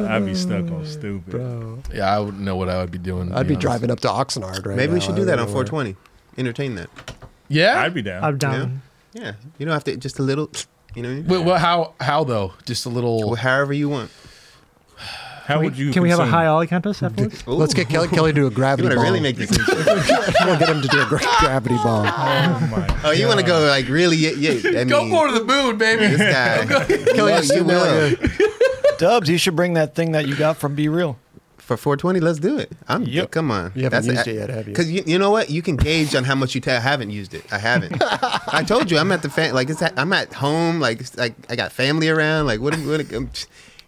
[SPEAKER 5] I'd be stuck on stupid.
[SPEAKER 1] bro.
[SPEAKER 3] Yeah, I wouldn't know what I would be doing. to
[SPEAKER 1] I'd be
[SPEAKER 3] honest.
[SPEAKER 1] driving up to Oxnard right
[SPEAKER 2] Maybe
[SPEAKER 1] now.
[SPEAKER 2] we should
[SPEAKER 1] I
[SPEAKER 2] do that
[SPEAKER 1] don't
[SPEAKER 2] on
[SPEAKER 1] know
[SPEAKER 2] 420. Entertain that.
[SPEAKER 3] Yeah.
[SPEAKER 5] I'd be down.
[SPEAKER 4] I'm
[SPEAKER 2] Yeah.
[SPEAKER 4] down.
[SPEAKER 2] Yeah. You don't have to. Just a little. You know. What I mean?
[SPEAKER 3] Wait, well, how? How though? Just a little.
[SPEAKER 2] Well, however you want.
[SPEAKER 5] How would you?
[SPEAKER 4] Can we have a
[SPEAKER 5] consume-
[SPEAKER 4] high ollie contest afterwards?
[SPEAKER 1] where. Let's get Kelly, Kelly to do a
[SPEAKER 2] You
[SPEAKER 1] gravity
[SPEAKER 2] want to
[SPEAKER 1] bomb.
[SPEAKER 2] really make this.
[SPEAKER 1] we'll get him to do a gra- gravity bomb.
[SPEAKER 5] Oh my!
[SPEAKER 2] Oh, you want to go like really? Yeah. yeah I
[SPEAKER 3] Go
[SPEAKER 2] mean,
[SPEAKER 3] for the moon,
[SPEAKER 2] This
[SPEAKER 3] baby.
[SPEAKER 2] guy.
[SPEAKER 1] Kelly,
[SPEAKER 2] Well,
[SPEAKER 1] just
[SPEAKER 2] you
[SPEAKER 1] do that,
[SPEAKER 2] will.
[SPEAKER 1] yeah.
[SPEAKER 6] Dubs, you should bring that thing that you got from Be Real.
[SPEAKER 2] for 420, let's do it. I'm
[SPEAKER 6] Yep.
[SPEAKER 2] come on.
[SPEAKER 1] You haven't used it yet, have you?
[SPEAKER 2] Because you, you know what, you can gauge on how much you tell. I haven't used it. I haven't. I told you I'm at the fan. Like it's. At, I'm at home. Like it's, like I got family around. Like what? am- what am-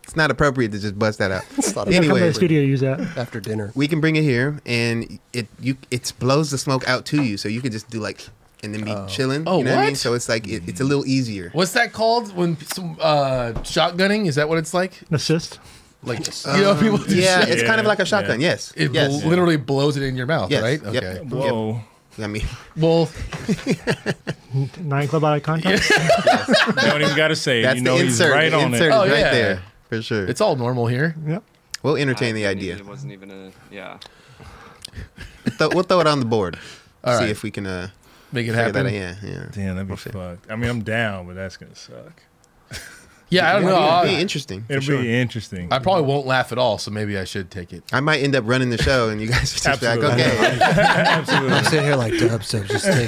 [SPEAKER 2] it's not appropriate to just bust that out.
[SPEAKER 1] It's not
[SPEAKER 4] You gotta come to
[SPEAKER 2] anyway,
[SPEAKER 4] the studio to use that.
[SPEAKER 1] after dinner.
[SPEAKER 2] we can bring it here, and it you it blows the smoke out to you, so you can just do like, and then be chilling.
[SPEAKER 3] Oh,
[SPEAKER 2] you know What I mean?
[SPEAKER 3] what?
[SPEAKER 2] So it's like it, it's a little easier.
[SPEAKER 3] What's that called when p- some uh, shotgunning? Is that what it's like?
[SPEAKER 4] An assist.
[SPEAKER 3] Like you know, people do
[SPEAKER 2] Yeah,
[SPEAKER 3] shit.
[SPEAKER 2] it's kind of
[SPEAKER 5] Yeah,
[SPEAKER 2] like a shotgun.
[SPEAKER 5] yeah.
[SPEAKER 2] Yes.
[SPEAKER 3] It
[SPEAKER 2] yes.
[SPEAKER 3] bl- literally blows it in your mouth,
[SPEAKER 2] Yes.
[SPEAKER 3] right?
[SPEAKER 2] Yep.
[SPEAKER 3] Okay.
[SPEAKER 5] Whoa.
[SPEAKER 2] I mean,
[SPEAKER 3] Well,
[SPEAKER 4] Nine club eye contact.
[SPEAKER 5] Don't even gotta say it.
[SPEAKER 2] that's
[SPEAKER 5] You know
[SPEAKER 2] the
[SPEAKER 5] he's
[SPEAKER 2] insert.
[SPEAKER 5] right
[SPEAKER 2] the
[SPEAKER 5] on
[SPEAKER 2] insert
[SPEAKER 5] it.
[SPEAKER 2] is
[SPEAKER 3] Oh,
[SPEAKER 2] right
[SPEAKER 3] yeah.
[SPEAKER 2] there for sure.
[SPEAKER 3] it's all normal here.
[SPEAKER 4] Yep.
[SPEAKER 2] we'll entertain the
[SPEAKER 7] I didn't
[SPEAKER 2] idea.
[SPEAKER 7] even- It wasn't even a yeah.
[SPEAKER 2] Th- we'll throw it on the board.
[SPEAKER 3] All
[SPEAKER 2] See
[SPEAKER 3] right.
[SPEAKER 2] if we can uh,
[SPEAKER 3] Make it
[SPEAKER 2] figure that out.
[SPEAKER 3] happen.
[SPEAKER 2] Yeah, yeah.
[SPEAKER 5] Damn, that'd be
[SPEAKER 2] Okay.
[SPEAKER 5] fucked. I mean, I'm down, but that's gonna suck.
[SPEAKER 3] Yeah, I don't know. Uh,
[SPEAKER 2] It'll be
[SPEAKER 3] I,
[SPEAKER 2] interesting. for
[SPEAKER 5] It'll
[SPEAKER 2] sure.
[SPEAKER 5] be interesting.
[SPEAKER 3] I probably won't laugh at all, so maybe I should take it.
[SPEAKER 2] I might end up running the show, and you guys are just like,
[SPEAKER 5] Absolutely.
[SPEAKER 2] okay.
[SPEAKER 1] I'm
[SPEAKER 5] Absolutely.
[SPEAKER 1] sitting here like dub, so just take. take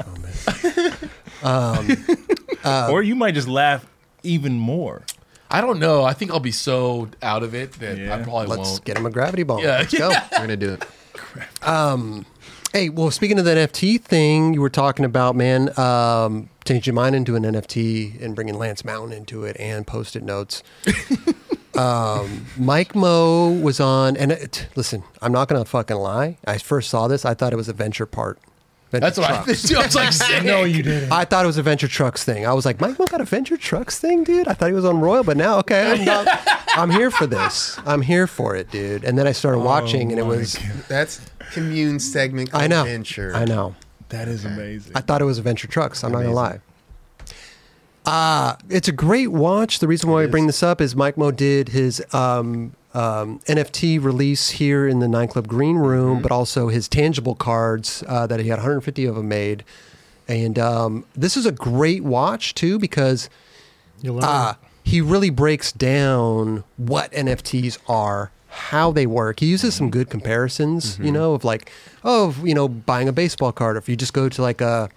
[SPEAKER 1] the microphone, man.
[SPEAKER 5] or you might just laugh even more.
[SPEAKER 3] I don't know. I think I'll be so out of it that I
[SPEAKER 5] Yeah.
[SPEAKER 3] probably
[SPEAKER 1] Let's
[SPEAKER 3] won't.
[SPEAKER 1] get him a gravity ball.
[SPEAKER 3] Yeah.
[SPEAKER 1] Let's go.
[SPEAKER 2] We're gonna do it.
[SPEAKER 1] Hey, well, speaking of the NFT thing you were talking about, man, um, changing mine into an NFT and bringing Lance Mountain into it and post-it notes. um, Mike Moe was on, and it, listen, I'm not gonna fucking lie. I first saw this, I thought it was a venture part. Venture
[SPEAKER 3] That's what I,
[SPEAKER 1] trucks.
[SPEAKER 3] I was like, sick.
[SPEAKER 5] No, you didn't.
[SPEAKER 1] I thought it was a Venture Trucks thing. I was like, Mike Moe got a Venture Trucks thing, dude. I thought he was on Royal, but now, okay, I'm, not, I'm here for this. I'm here for it, dude. And then I started watching,
[SPEAKER 3] Oh
[SPEAKER 1] and it
[SPEAKER 5] my
[SPEAKER 1] was,
[SPEAKER 2] That's commune segment.
[SPEAKER 1] I know,
[SPEAKER 2] Adventure.
[SPEAKER 1] I know.
[SPEAKER 5] That is amazing.
[SPEAKER 1] I thought it was Adventure Trucks. I'm not gonna lie. Uh, it's a great watch. The reason why I bring this up is Mike Mo did his um, um, NFT release here in the Nine Club Green Room, but also his tangible cards uh, that he had 150 of them made. And um, this is a great watch too because
[SPEAKER 4] You'll learn.
[SPEAKER 1] uh, he really breaks down what NFTs are, how they work. He uses some good comparisons,
[SPEAKER 2] Mm-hmm.
[SPEAKER 1] you know, of like, oh, of, you know, buying a baseball card. If you just go to like a,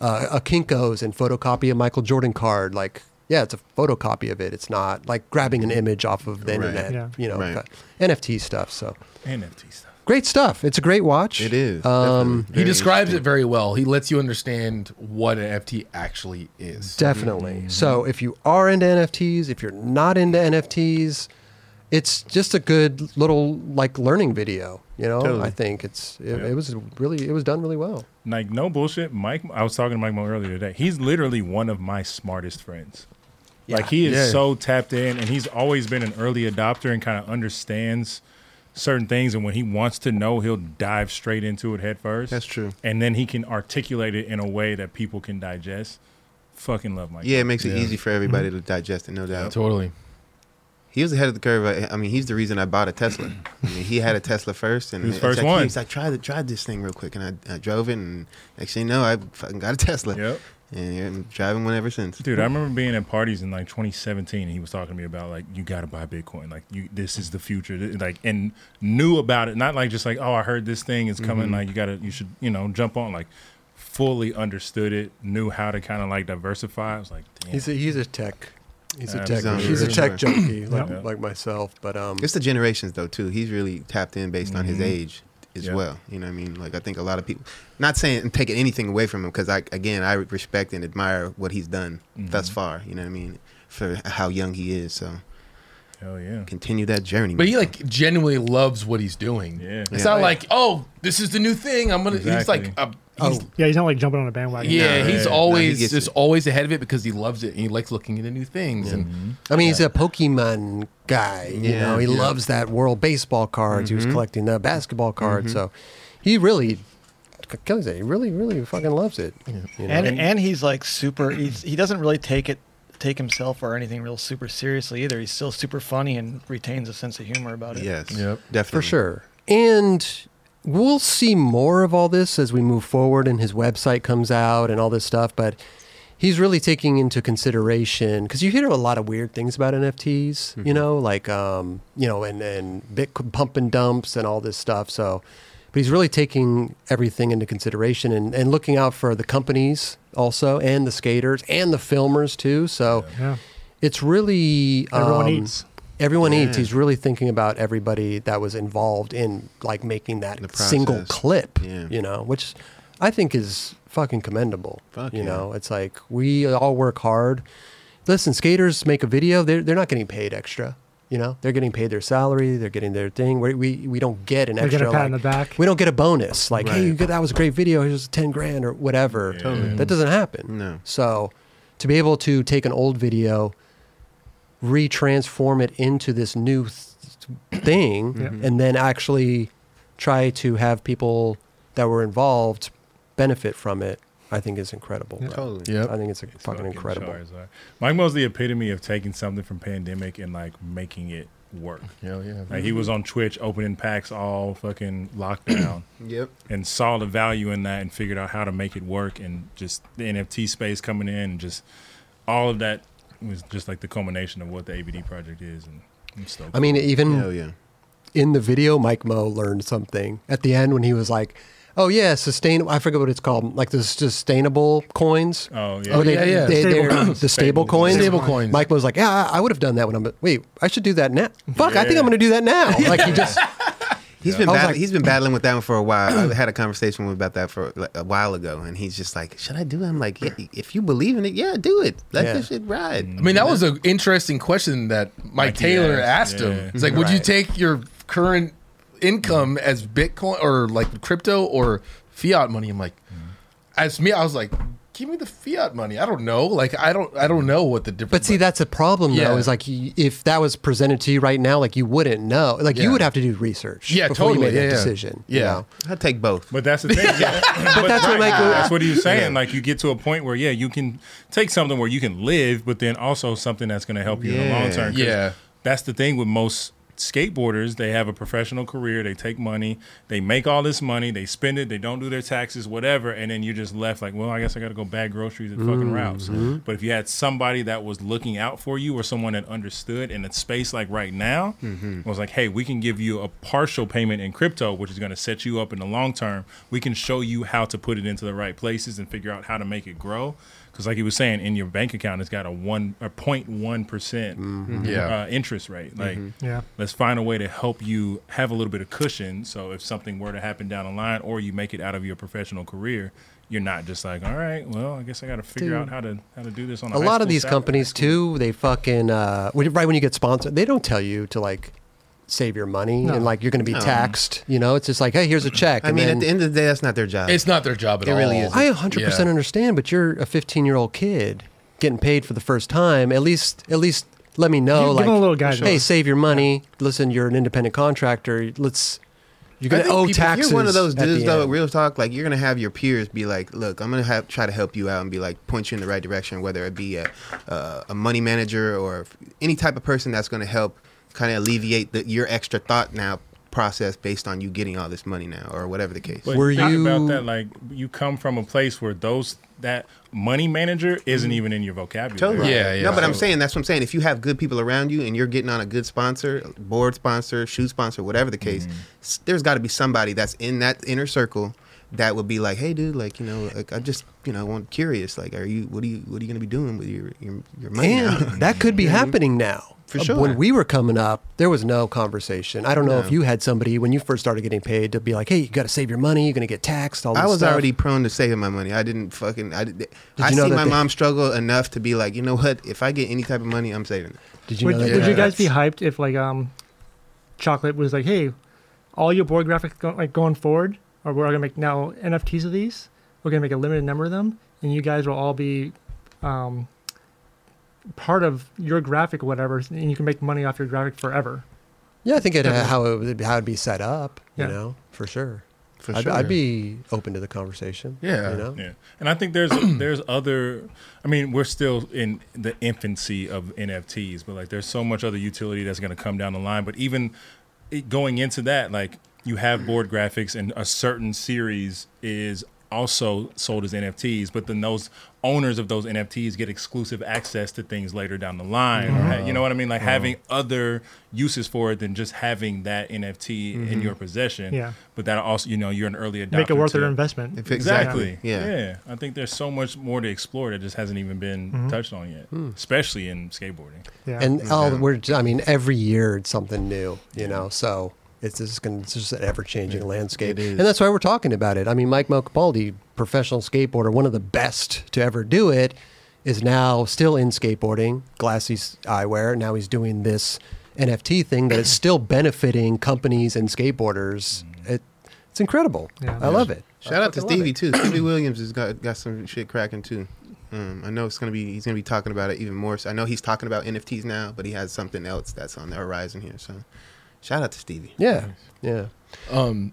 [SPEAKER 1] a, a Kinko's and photocopy a Michael Jordan card, like, yeah, it's a photocopy of it. It's not like grabbing an image off of the
[SPEAKER 2] Right.
[SPEAKER 1] internet,
[SPEAKER 4] Yeah.
[SPEAKER 1] you know,
[SPEAKER 2] Right.
[SPEAKER 1] NFT stuff. So
[SPEAKER 5] NFT stuff.
[SPEAKER 1] great stuff. It's a great watch.
[SPEAKER 2] It is.
[SPEAKER 1] Um,
[SPEAKER 2] definitely.
[SPEAKER 3] He
[SPEAKER 2] Very
[SPEAKER 3] describes it very well. He lets you understand what an FT actually is.
[SPEAKER 1] Definitely. So if you are into NFTs, if you're not into NFTs, it's just a good little like learning video. You know,
[SPEAKER 2] Totally.
[SPEAKER 1] I think it's it, it was really it was done really well.
[SPEAKER 5] Like no bullshit, Mike. I was talking to Mike Mo earlier today. He's literally one of my smartest friends. Like he is
[SPEAKER 3] Yeah.
[SPEAKER 5] so tapped in, and he's always been an early adopter and kind of understands certain things. And when he wants to know, he'll dive straight into it head first.
[SPEAKER 2] That's true.
[SPEAKER 5] And then he can articulate it in a way that people can digest. Fucking love Mike.
[SPEAKER 2] Yeah, it makes it
[SPEAKER 3] Yeah.
[SPEAKER 2] easy for everybody
[SPEAKER 5] Mm-hmm.
[SPEAKER 2] to digest it, no doubt.
[SPEAKER 3] Totally.
[SPEAKER 2] He was ahead of the curve. I, I mean, he's the reason I bought a Tesla. I mean, he had a Tesla first, and
[SPEAKER 5] He was
[SPEAKER 2] it's
[SPEAKER 5] first
[SPEAKER 2] like,
[SPEAKER 5] one.
[SPEAKER 2] He was like, try the try this thing real quick, and I, I drove it, and next thing you know, I fucking got a Tesla,
[SPEAKER 5] Yep.
[SPEAKER 2] and I'm driving one ever since.
[SPEAKER 5] Dude, I remember being at parties in like 2017, and he was talking to me about like you got to buy Bitcoin, like you this is the future, Th- like and knew about it, not like just like oh I heard this thing is coming,
[SPEAKER 1] Mm-hmm.
[SPEAKER 5] like you gotta you should you know jump on, like fully understood it, knew how to kind of like diversify. I was like, damn,
[SPEAKER 1] He's a, he's a tech. He's a tech.
[SPEAKER 5] Absolutely.
[SPEAKER 1] He's a tech junkie like,
[SPEAKER 5] Yeah.
[SPEAKER 1] like myself. But um,
[SPEAKER 2] It's the generations though too. He's really tapped in based on his
[SPEAKER 5] Mm-hmm.
[SPEAKER 2] age as
[SPEAKER 5] Yeah.
[SPEAKER 2] well. You know what I mean? Like I think a lot of people not saying and taking anything away from him because I again I respect and admire what he's done thus
[SPEAKER 5] Mm-hmm.
[SPEAKER 2] far. You know what I mean? For how young he is, so
[SPEAKER 5] hell yeah,
[SPEAKER 2] continue that journey.
[SPEAKER 3] But he
[SPEAKER 2] man.
[SPEAKER 3] like genuinely loves what he's doing.
[SPEAKER 5] Yeah.
[SPEAKER 3] It's
[SPEAKER 2] Yeah.
[SPEAKER 3] not like, oh, this is the new thing. I'm gonna. He's
[SPEAKER 5] Exactly.
[SPEAKER 3] like, uh,
[SPEAKER 1] oh,
[SPEAKER 3] he's,
[SPEAKER 4] yeah, he's not like jumping on a bandwagon.
[SPEAKER 3] yeah,
[SPEAKER 2] No,
[SPEAKER 3] he's
[SPEAKER 5] yeah.
[SPEAKER 2] No,
[SPEAKER 3] always
[SPEAKER 2] he gets
[SPEAKER 3] just
[SPEAKER 2] it.
[SPEAKER 3] always ahead of it because he loves it and he likes looking into new things.
[SPEAKER 5] Mm-hmm.
[SPEAKER 3] And
[SPEAKER 1] I mean, he's a Pokemon guy. You
[SPEAKER 2] Yeah,
[SPEAKER 1] know, he
[SPEAKER 2] yeah.
[SPEAKER 1] loves that World Baseball cards. He was collecting the basketball cards, so he really kills it. He really, really fucking loves it. you know?
[SPEAKER 6] And and he's like super. He's, he doesn't really take it take himself or anything real super seriously either. He's still super funny and retains a sense of humor about it.
[SPEAKER 2] yes,
[SPEAKER 3] Yep.
[SPEAKER 2] definitely
[SPEAKER 1] for sure. And we'll see more of all this as we move forward and his website comes out and all this stuff. But he's really taking into consideration because you hear a lot of weird things about NFTs, you know, like, um, you know, and, and bit pump and dumps and all this stuff. So, but he's really taking everything into consideration and, and looking out for the companies also and the skaters and the filmers too. So
[SPEAKER 4] Yeah.
[SPEAKER 1] it's really.
[SPEAKER 4] Everyone
[SPEAKER 1] um,
[SPEAKER 4] eats.
[SPEAKER 1] Everyone
[SPEAKER 2] Yeah.
[SPEAKER 1] Eats, he's really thinking about everybody that was involved in like making that
[SPEAKER 2] The
[SPEAKER 1] single
[SPEAKER 2] process.
[SPEAKER 1] clip,
[SPEAKER 2] Yeah.
[SPEAKER 1] you know, which I think is fucking commendable.
[SPEAKER 2] Fuck
[SPEAKER 1] you
[SPEAKER 2] yeah.
[SPEAKER 1] know, it's like we all work hard. Listen, skaters make a video, they're, they're not getting paid extra. You know, they're getting paid their salary, they're getting their thing. We, we, we don't get an
[SPEAKER 4] They're
[SPEAKER 1] extra.
[SPEAKER 4] getting a pat on
[SPEAKER 1] like-
[SPEAKER 4] the back.
[SPEAKER 1] We don't get a bonus. Like, hey,
[SPEAKER 2] Right.
[SPEAKER 1] you got, that was a great video. Here's 10 grand or whatever. That doesn't happen.
[SPEAKER 2] No.
[SPEAKER 1] So to be able to take an old video, retransform it into this new th- thing,
[SPEAKER 4] Yeah.
[SPEAKER 1] and then actually try to have people that were involved benefit from it, I think is incredible.
[SPEAKER 4] Yeah.
[SPEAKER 1] bro.
[SPEAKER 2] Totally.
[SPEAKER 1] I
[SPEAKER 6] Yep.
[SPEAKER 1] think it's, a fucking, incredible.
[SPEAKER 5] Charizard. Mike Mo's the epitome of taking something from pandemic and like making it work.
[SPEAKER 3] Hell yeah.
[SPEAKER 5] Like he was on Twitch opening packs all fucking lockdown
[SPEAKER 2] Yep.
[SPEAKER 5] and saw the value in that and figured out how to make it work and just the NFT space coming in and just all of that was just like the culmination of what the ABD project is and I'm stoked.
[SPEAKER 1] I mean, even
[SPEAKER 2] Hell yeah.
[SPEAKER 1] in the video, Mike Mo learned something at the end when he was like, "Oh yeah, sustainable." I forget what it's called, like the sustainable coins.
[SPEAKER 5] oh yeah.
[SPEAKER 1] Oh, they,
[SPEAKER 3] yeah, yeah.
[SPEAKER 1] They,
[SPEAKER 4] Stable
[SPEAKER 1] they're-
[SPEAKER 4] coins.
[SPEAKER 1] the stable
[SPEAKER 5] Stable
[SPEAKER 1] coins.
[SPEAKER 5] coins.
[SPEAKER 3] Stable coins.
[SPEAKER 1] Mike was like, "Yeah, I, I would have done that when I'm." Wait, I should do that now. Fuck, I think
[SPEAKER 5] Yeah.
[SPEAKER 1] I'm going to do that now. Like he just
[SPEAKER 2] He's been
[SPEAKER 1] I was
[SPEAKER 2] battling,
[SPEAKER 1] like-
[SPEAKER 2] he's been battling with that one for a while. I had a conversation with him about that for like, a while ago, and he's just like, "Should I do it?" I'm like, yeah, "If you believe in it, yeah, do it. Let
[SPEAKER 1] Yeah. Mm.
[SPEAKER 2] this shit ride."
[SPEAKER 3] I mean, that was an interesting question that Mike,
[SPEAKER 5] Mike
[SPEAKER 3] Taylor
[SPEAKER 5] asked,
[SPEAKER 3] asked
[SPEAKER 5] yeah.
[SPEAKER 3] him. It's like, would you
[SPEAKER 2] Right.
[SPEAKER 3] take your current income as Bitcoin or like crypto or fiat money? I'm like,
[SPEAKER 5] Mm.
[SPEAKER 3] as me, I was like, give me the fiat money. I don't know. Like, I don't, I don't know what the difference.
[SPEAKER 1] But see, that's a problem though.
[SPEAKER 3] Yeah.
[SPEAKER 1] Is like y- if that was presented to you right now, like you wouldn't know. Like you
[SPEAKER 3] Yeah.
[SPEAKER 1] would have to do research.
[SPEAKER 3] Yeah,
[SPEAKER 1] before
[SPEAKER 3] totally.
[SPEAKER 1] You made
[SPEAKER 3] Yeah,
[SPEAKER 1] that
[SPEAKER 3] yeah.
[SPEAKER 1] decision. you
[SPEAKER 3] Yeah.
[SPEAKER 1] know?
[SPEAKER 2] I'd take both.
[SPEAKER 5] But that's the thing. Yeah. but,
[SPEAKER 1] that's what
[SPEAKER 5] right,
[SPEAKER 1] Mike-
[SPEAKER 5] That's what he was saying. Like you get to a point where yeah, you can take something where you can live, but then also something that's going to help you in the long
[SPEAKER 2] Yeah.
[SPEAKER 5] term. 'Cause
[SPEAKER 3] Yeah.
[SPEAKER 5] That's the thing with most skateboarders. They have a professional career. They take money. They make all this money. They spend it. They don't do their taxes, whatever. And then you're just left like, well, I guess I got to go bag groceries at fucking routes. But if you had somebody that was looking out for you or someone that understood in a space like right now, was like, hey, we can give you a partial payment in crypto, which is going to set you up in the long term. We can show you how to put it into the right places and figure out how to make it grow. Because like he was saying, in your bank account, it's got a one or 0.1 percent
[SPEAKER 3] Yeah.
[SPEAKER 5] uh, interest rate. Like,
[SPEAKER 1] Mm-hmm.
[SPEAKER 4] Yeah.
[SPEAKER 5] let's find a way to help you have a little bit of cushion. So if something were to happen down the line, or you make it out of your professional career, you're not just like, all right, well, I guess I got to figure
[SPEAKER 1] Dude.
[SPEAKER 5] out how to how to do this on a,
[SPEAKER 1] A
[SPEAKER 5] high
[SPEAKER 1] lot of
[SPEAKER 5] school
[SPEAKER 1] these
[SPEAKER 5] salary."
[SPEAKER 1] companies too, they fucking uh, when- right when you get sponsored, they don't tell you to like save your money
[SPEAKER 4] No.
[SPEAKER 1] and like you're going to be taxed. You know, it's just like, hey, here's a check.
[SPEAKER 2] I
[SPEAKER 1] and
[SPEAKER 2] mean,
[SPEAKER 1] then-
[SPEAKER 2] at the end of the day, that's not their job.
[SPEAKER 3] It's not their job at
[SPEAKER 2] It
[SPEAKER 3] all.
[SPEAKER 2] really isn't.
[SPEAKER 1] I 100%
[SPEAKER 3] Yeah.
[SPEAKER 1] understand, but you're a 15 year old kid getting paid for the first time. At least, at least let me know.
[SPEAKER 4] Give- give
[SPEAKER 1] like,
[SPEAKER 4] them a little guidance.
[SPEAKER 1] Hey, save your money. Listen, you're an independent contractor. Let's. You're gonna
[SPEAKER 3] think
[SPEAKER 1] owe
[SPEAKER 3] people- you're
[SPEAKER 1] taxes.
[SPEAKER 2] You're one of those
[SPEAKER 1] at
[SPEAKER 2] dudes
[SPEAKER 1] the
[SPEAKER 2] though.
[SPEAKER 1] end.
[SPEAKER 2] Real talk, like you're gonna have your peers be like, "Look, I'm gonna have, try to help you out and be like, point you in the right direction, whether it be a uh, a money manager or any type of person that's gonna help kind of alleviate the, your extra thought now process based on you getting all this money now or whatever the case."
[SPEAKER 5] But
[SPEAKER 1] Were
[SPEAKER 5] think
[SPEAKER 1] you-
[SPEAKER 5] about that? Like you come from a place where those that money manager isn't
[SPEAKER 1] Mm-hmm.
[SPEAKER 5] even in your vocabulary.
[SPEAKER 2] Totally.
[SPEAKER 3] Yeah, yeah.
[SPEAKER 2] No, but I'm
[SPEAKER 5] So-
[SPEAKER 2] saying that's what I'm saying. If you have good people around you and you're getting on a good sponsor, board sponsor, shoe sponsor, whatever the case,
[SPEAKER 1] Mm-hmm.
[SPEAKER 2] s there's got to be somebody that's in that inner circle that would be like, "Hey, dude, like you know, like I just you know, I'm curious. Like, are you what are you what are you gonna be doing with your your, your money?" now?"
[SPEAKER 1] And that could be happening now.
[SPEAKER 2] For
[SPEAKER 1] Uh,
[SPEAKER 2] sure.
[SPEAKER 1] When we were coming up, there was no conversation. I don't know
[SPEAKER 2] No.
[SPEAKER 1] if you had somebody when you first started getting paid to be like, "Hey, you got to save your money. You're gonna get taxed." All this
[SPEAKER 2] I was
[SPEAKER 1] stuff.
[SPEAKER 2] already prone to saving my money. I didn't fucking. I did. I
[SPEAKER 1] you know
[SPEAKER 2] see
[SPEAKER 1] that
[SPEAKER 2] my
[SPEAKER 1] they-
[SPEAKER 2] mom struggle enough to be like, you know what? If I get any type of money, I'm saving it.
[SPEAKER 1] Did you
[SPEAKER 4] Would,
[SPEAKER 1] know that?
[SPEAKER 4] would
[SPEAKER 1] they-
[SPEAKER 4] you guys be hyped if like um, chocolate was like, hey, all your board graphics go- like going forward, or we're gonna make now NFTs of these. We're gonna make a limited number of them, and you guys will all be, um, part of your graphic or whatever, and you can make money off your graphic forever.
[SPEAKER 1] Yeah, I think it, uh, how it would, how it'd be set up.
[SPEAKER 4] Yeah.
[SPEAKER 1] You know, for sure.
[SPEAKER 2] For
[SPEAKER 1] I'd,
[SPEAKER 2] sure.
[SPEAKER 1] I'd be open to the conversation.
[SPEAKER 3] Yeah.
[SPEAKER 1] You know?
[SPEAKER 5] Yeah, and I think there's there's other. I mean, we're still in the infancy of NFTs, but like there's so much other utility that's going to come down the line. But even
[SPEAKER 4] Mm.
[SPEAKER 5] it, going into that, like you have board graphics, and a certain series is also sold as NFTs, but then those owners of those NFTs get exclusive access to things later down the line. Or
[SPEAKER 4] Mm-hmm.
[SPEAKER 5] ha- you know what I mean? Like having other uses for it than just having that NFT in your possession.
[SPEAKER 4] Mm-hmm. Yeah.
[SPEAKER 5] But that also, you know, you're an early adopter.
[SPEAKER 4] Make it worth
[SPEAKER 5] to
[SPEAKER 4] their
[SPEAKER 5] that.
[SPEAKER 4] investment.
[SPEAKER 2] If
[SPEAKER 5] Exactly.
[SPEAKER 2] Yeah.
[SPEAKER 5] Yeah. I think there's so much more to explore that just hasn't even been
[SPEAKER 3] Mm-hmm.
[SPEAKER 5] touched on yet,
[SPEAKER 3] Hmm.
[SPEAKER 5] especially in skateboarding.
[SPEAKER 4] Yeah.
[SPEAKER 1] And oh, we're I mean, every year it's something new, you know. So it's just going it's just an ever changing landscape,
[SPEAKER 2] It is.
[SPEAKER 1] and that's why we're talking about it. I mean, Mike Malcapaldi, professional skateboarder, one of the best to ever do it, is now still in skateboarding, glassy s- eyewear. Now he's doing this NFT thing that is still benefiting companies and skateboarders. It, it's incredible.
[SPEAKER 4] Mm-hmm. Yeah.
[SPEAKER 1] I love it.
[SPEAKER 2] Shout out to
[SPEAKER 1] fucking love
[SPEAKER 2] Stevie too. Stevie Williams has got got some shit cracking too. Um, I know it's gonna be he's gonna be talking about it even more. So I know he's talking about NFTs now, but he has something else that's on the horizon here. So shout out to Stevie.
[SPEAKER 1] Yeah, yeah.
[SPEAKER 3] um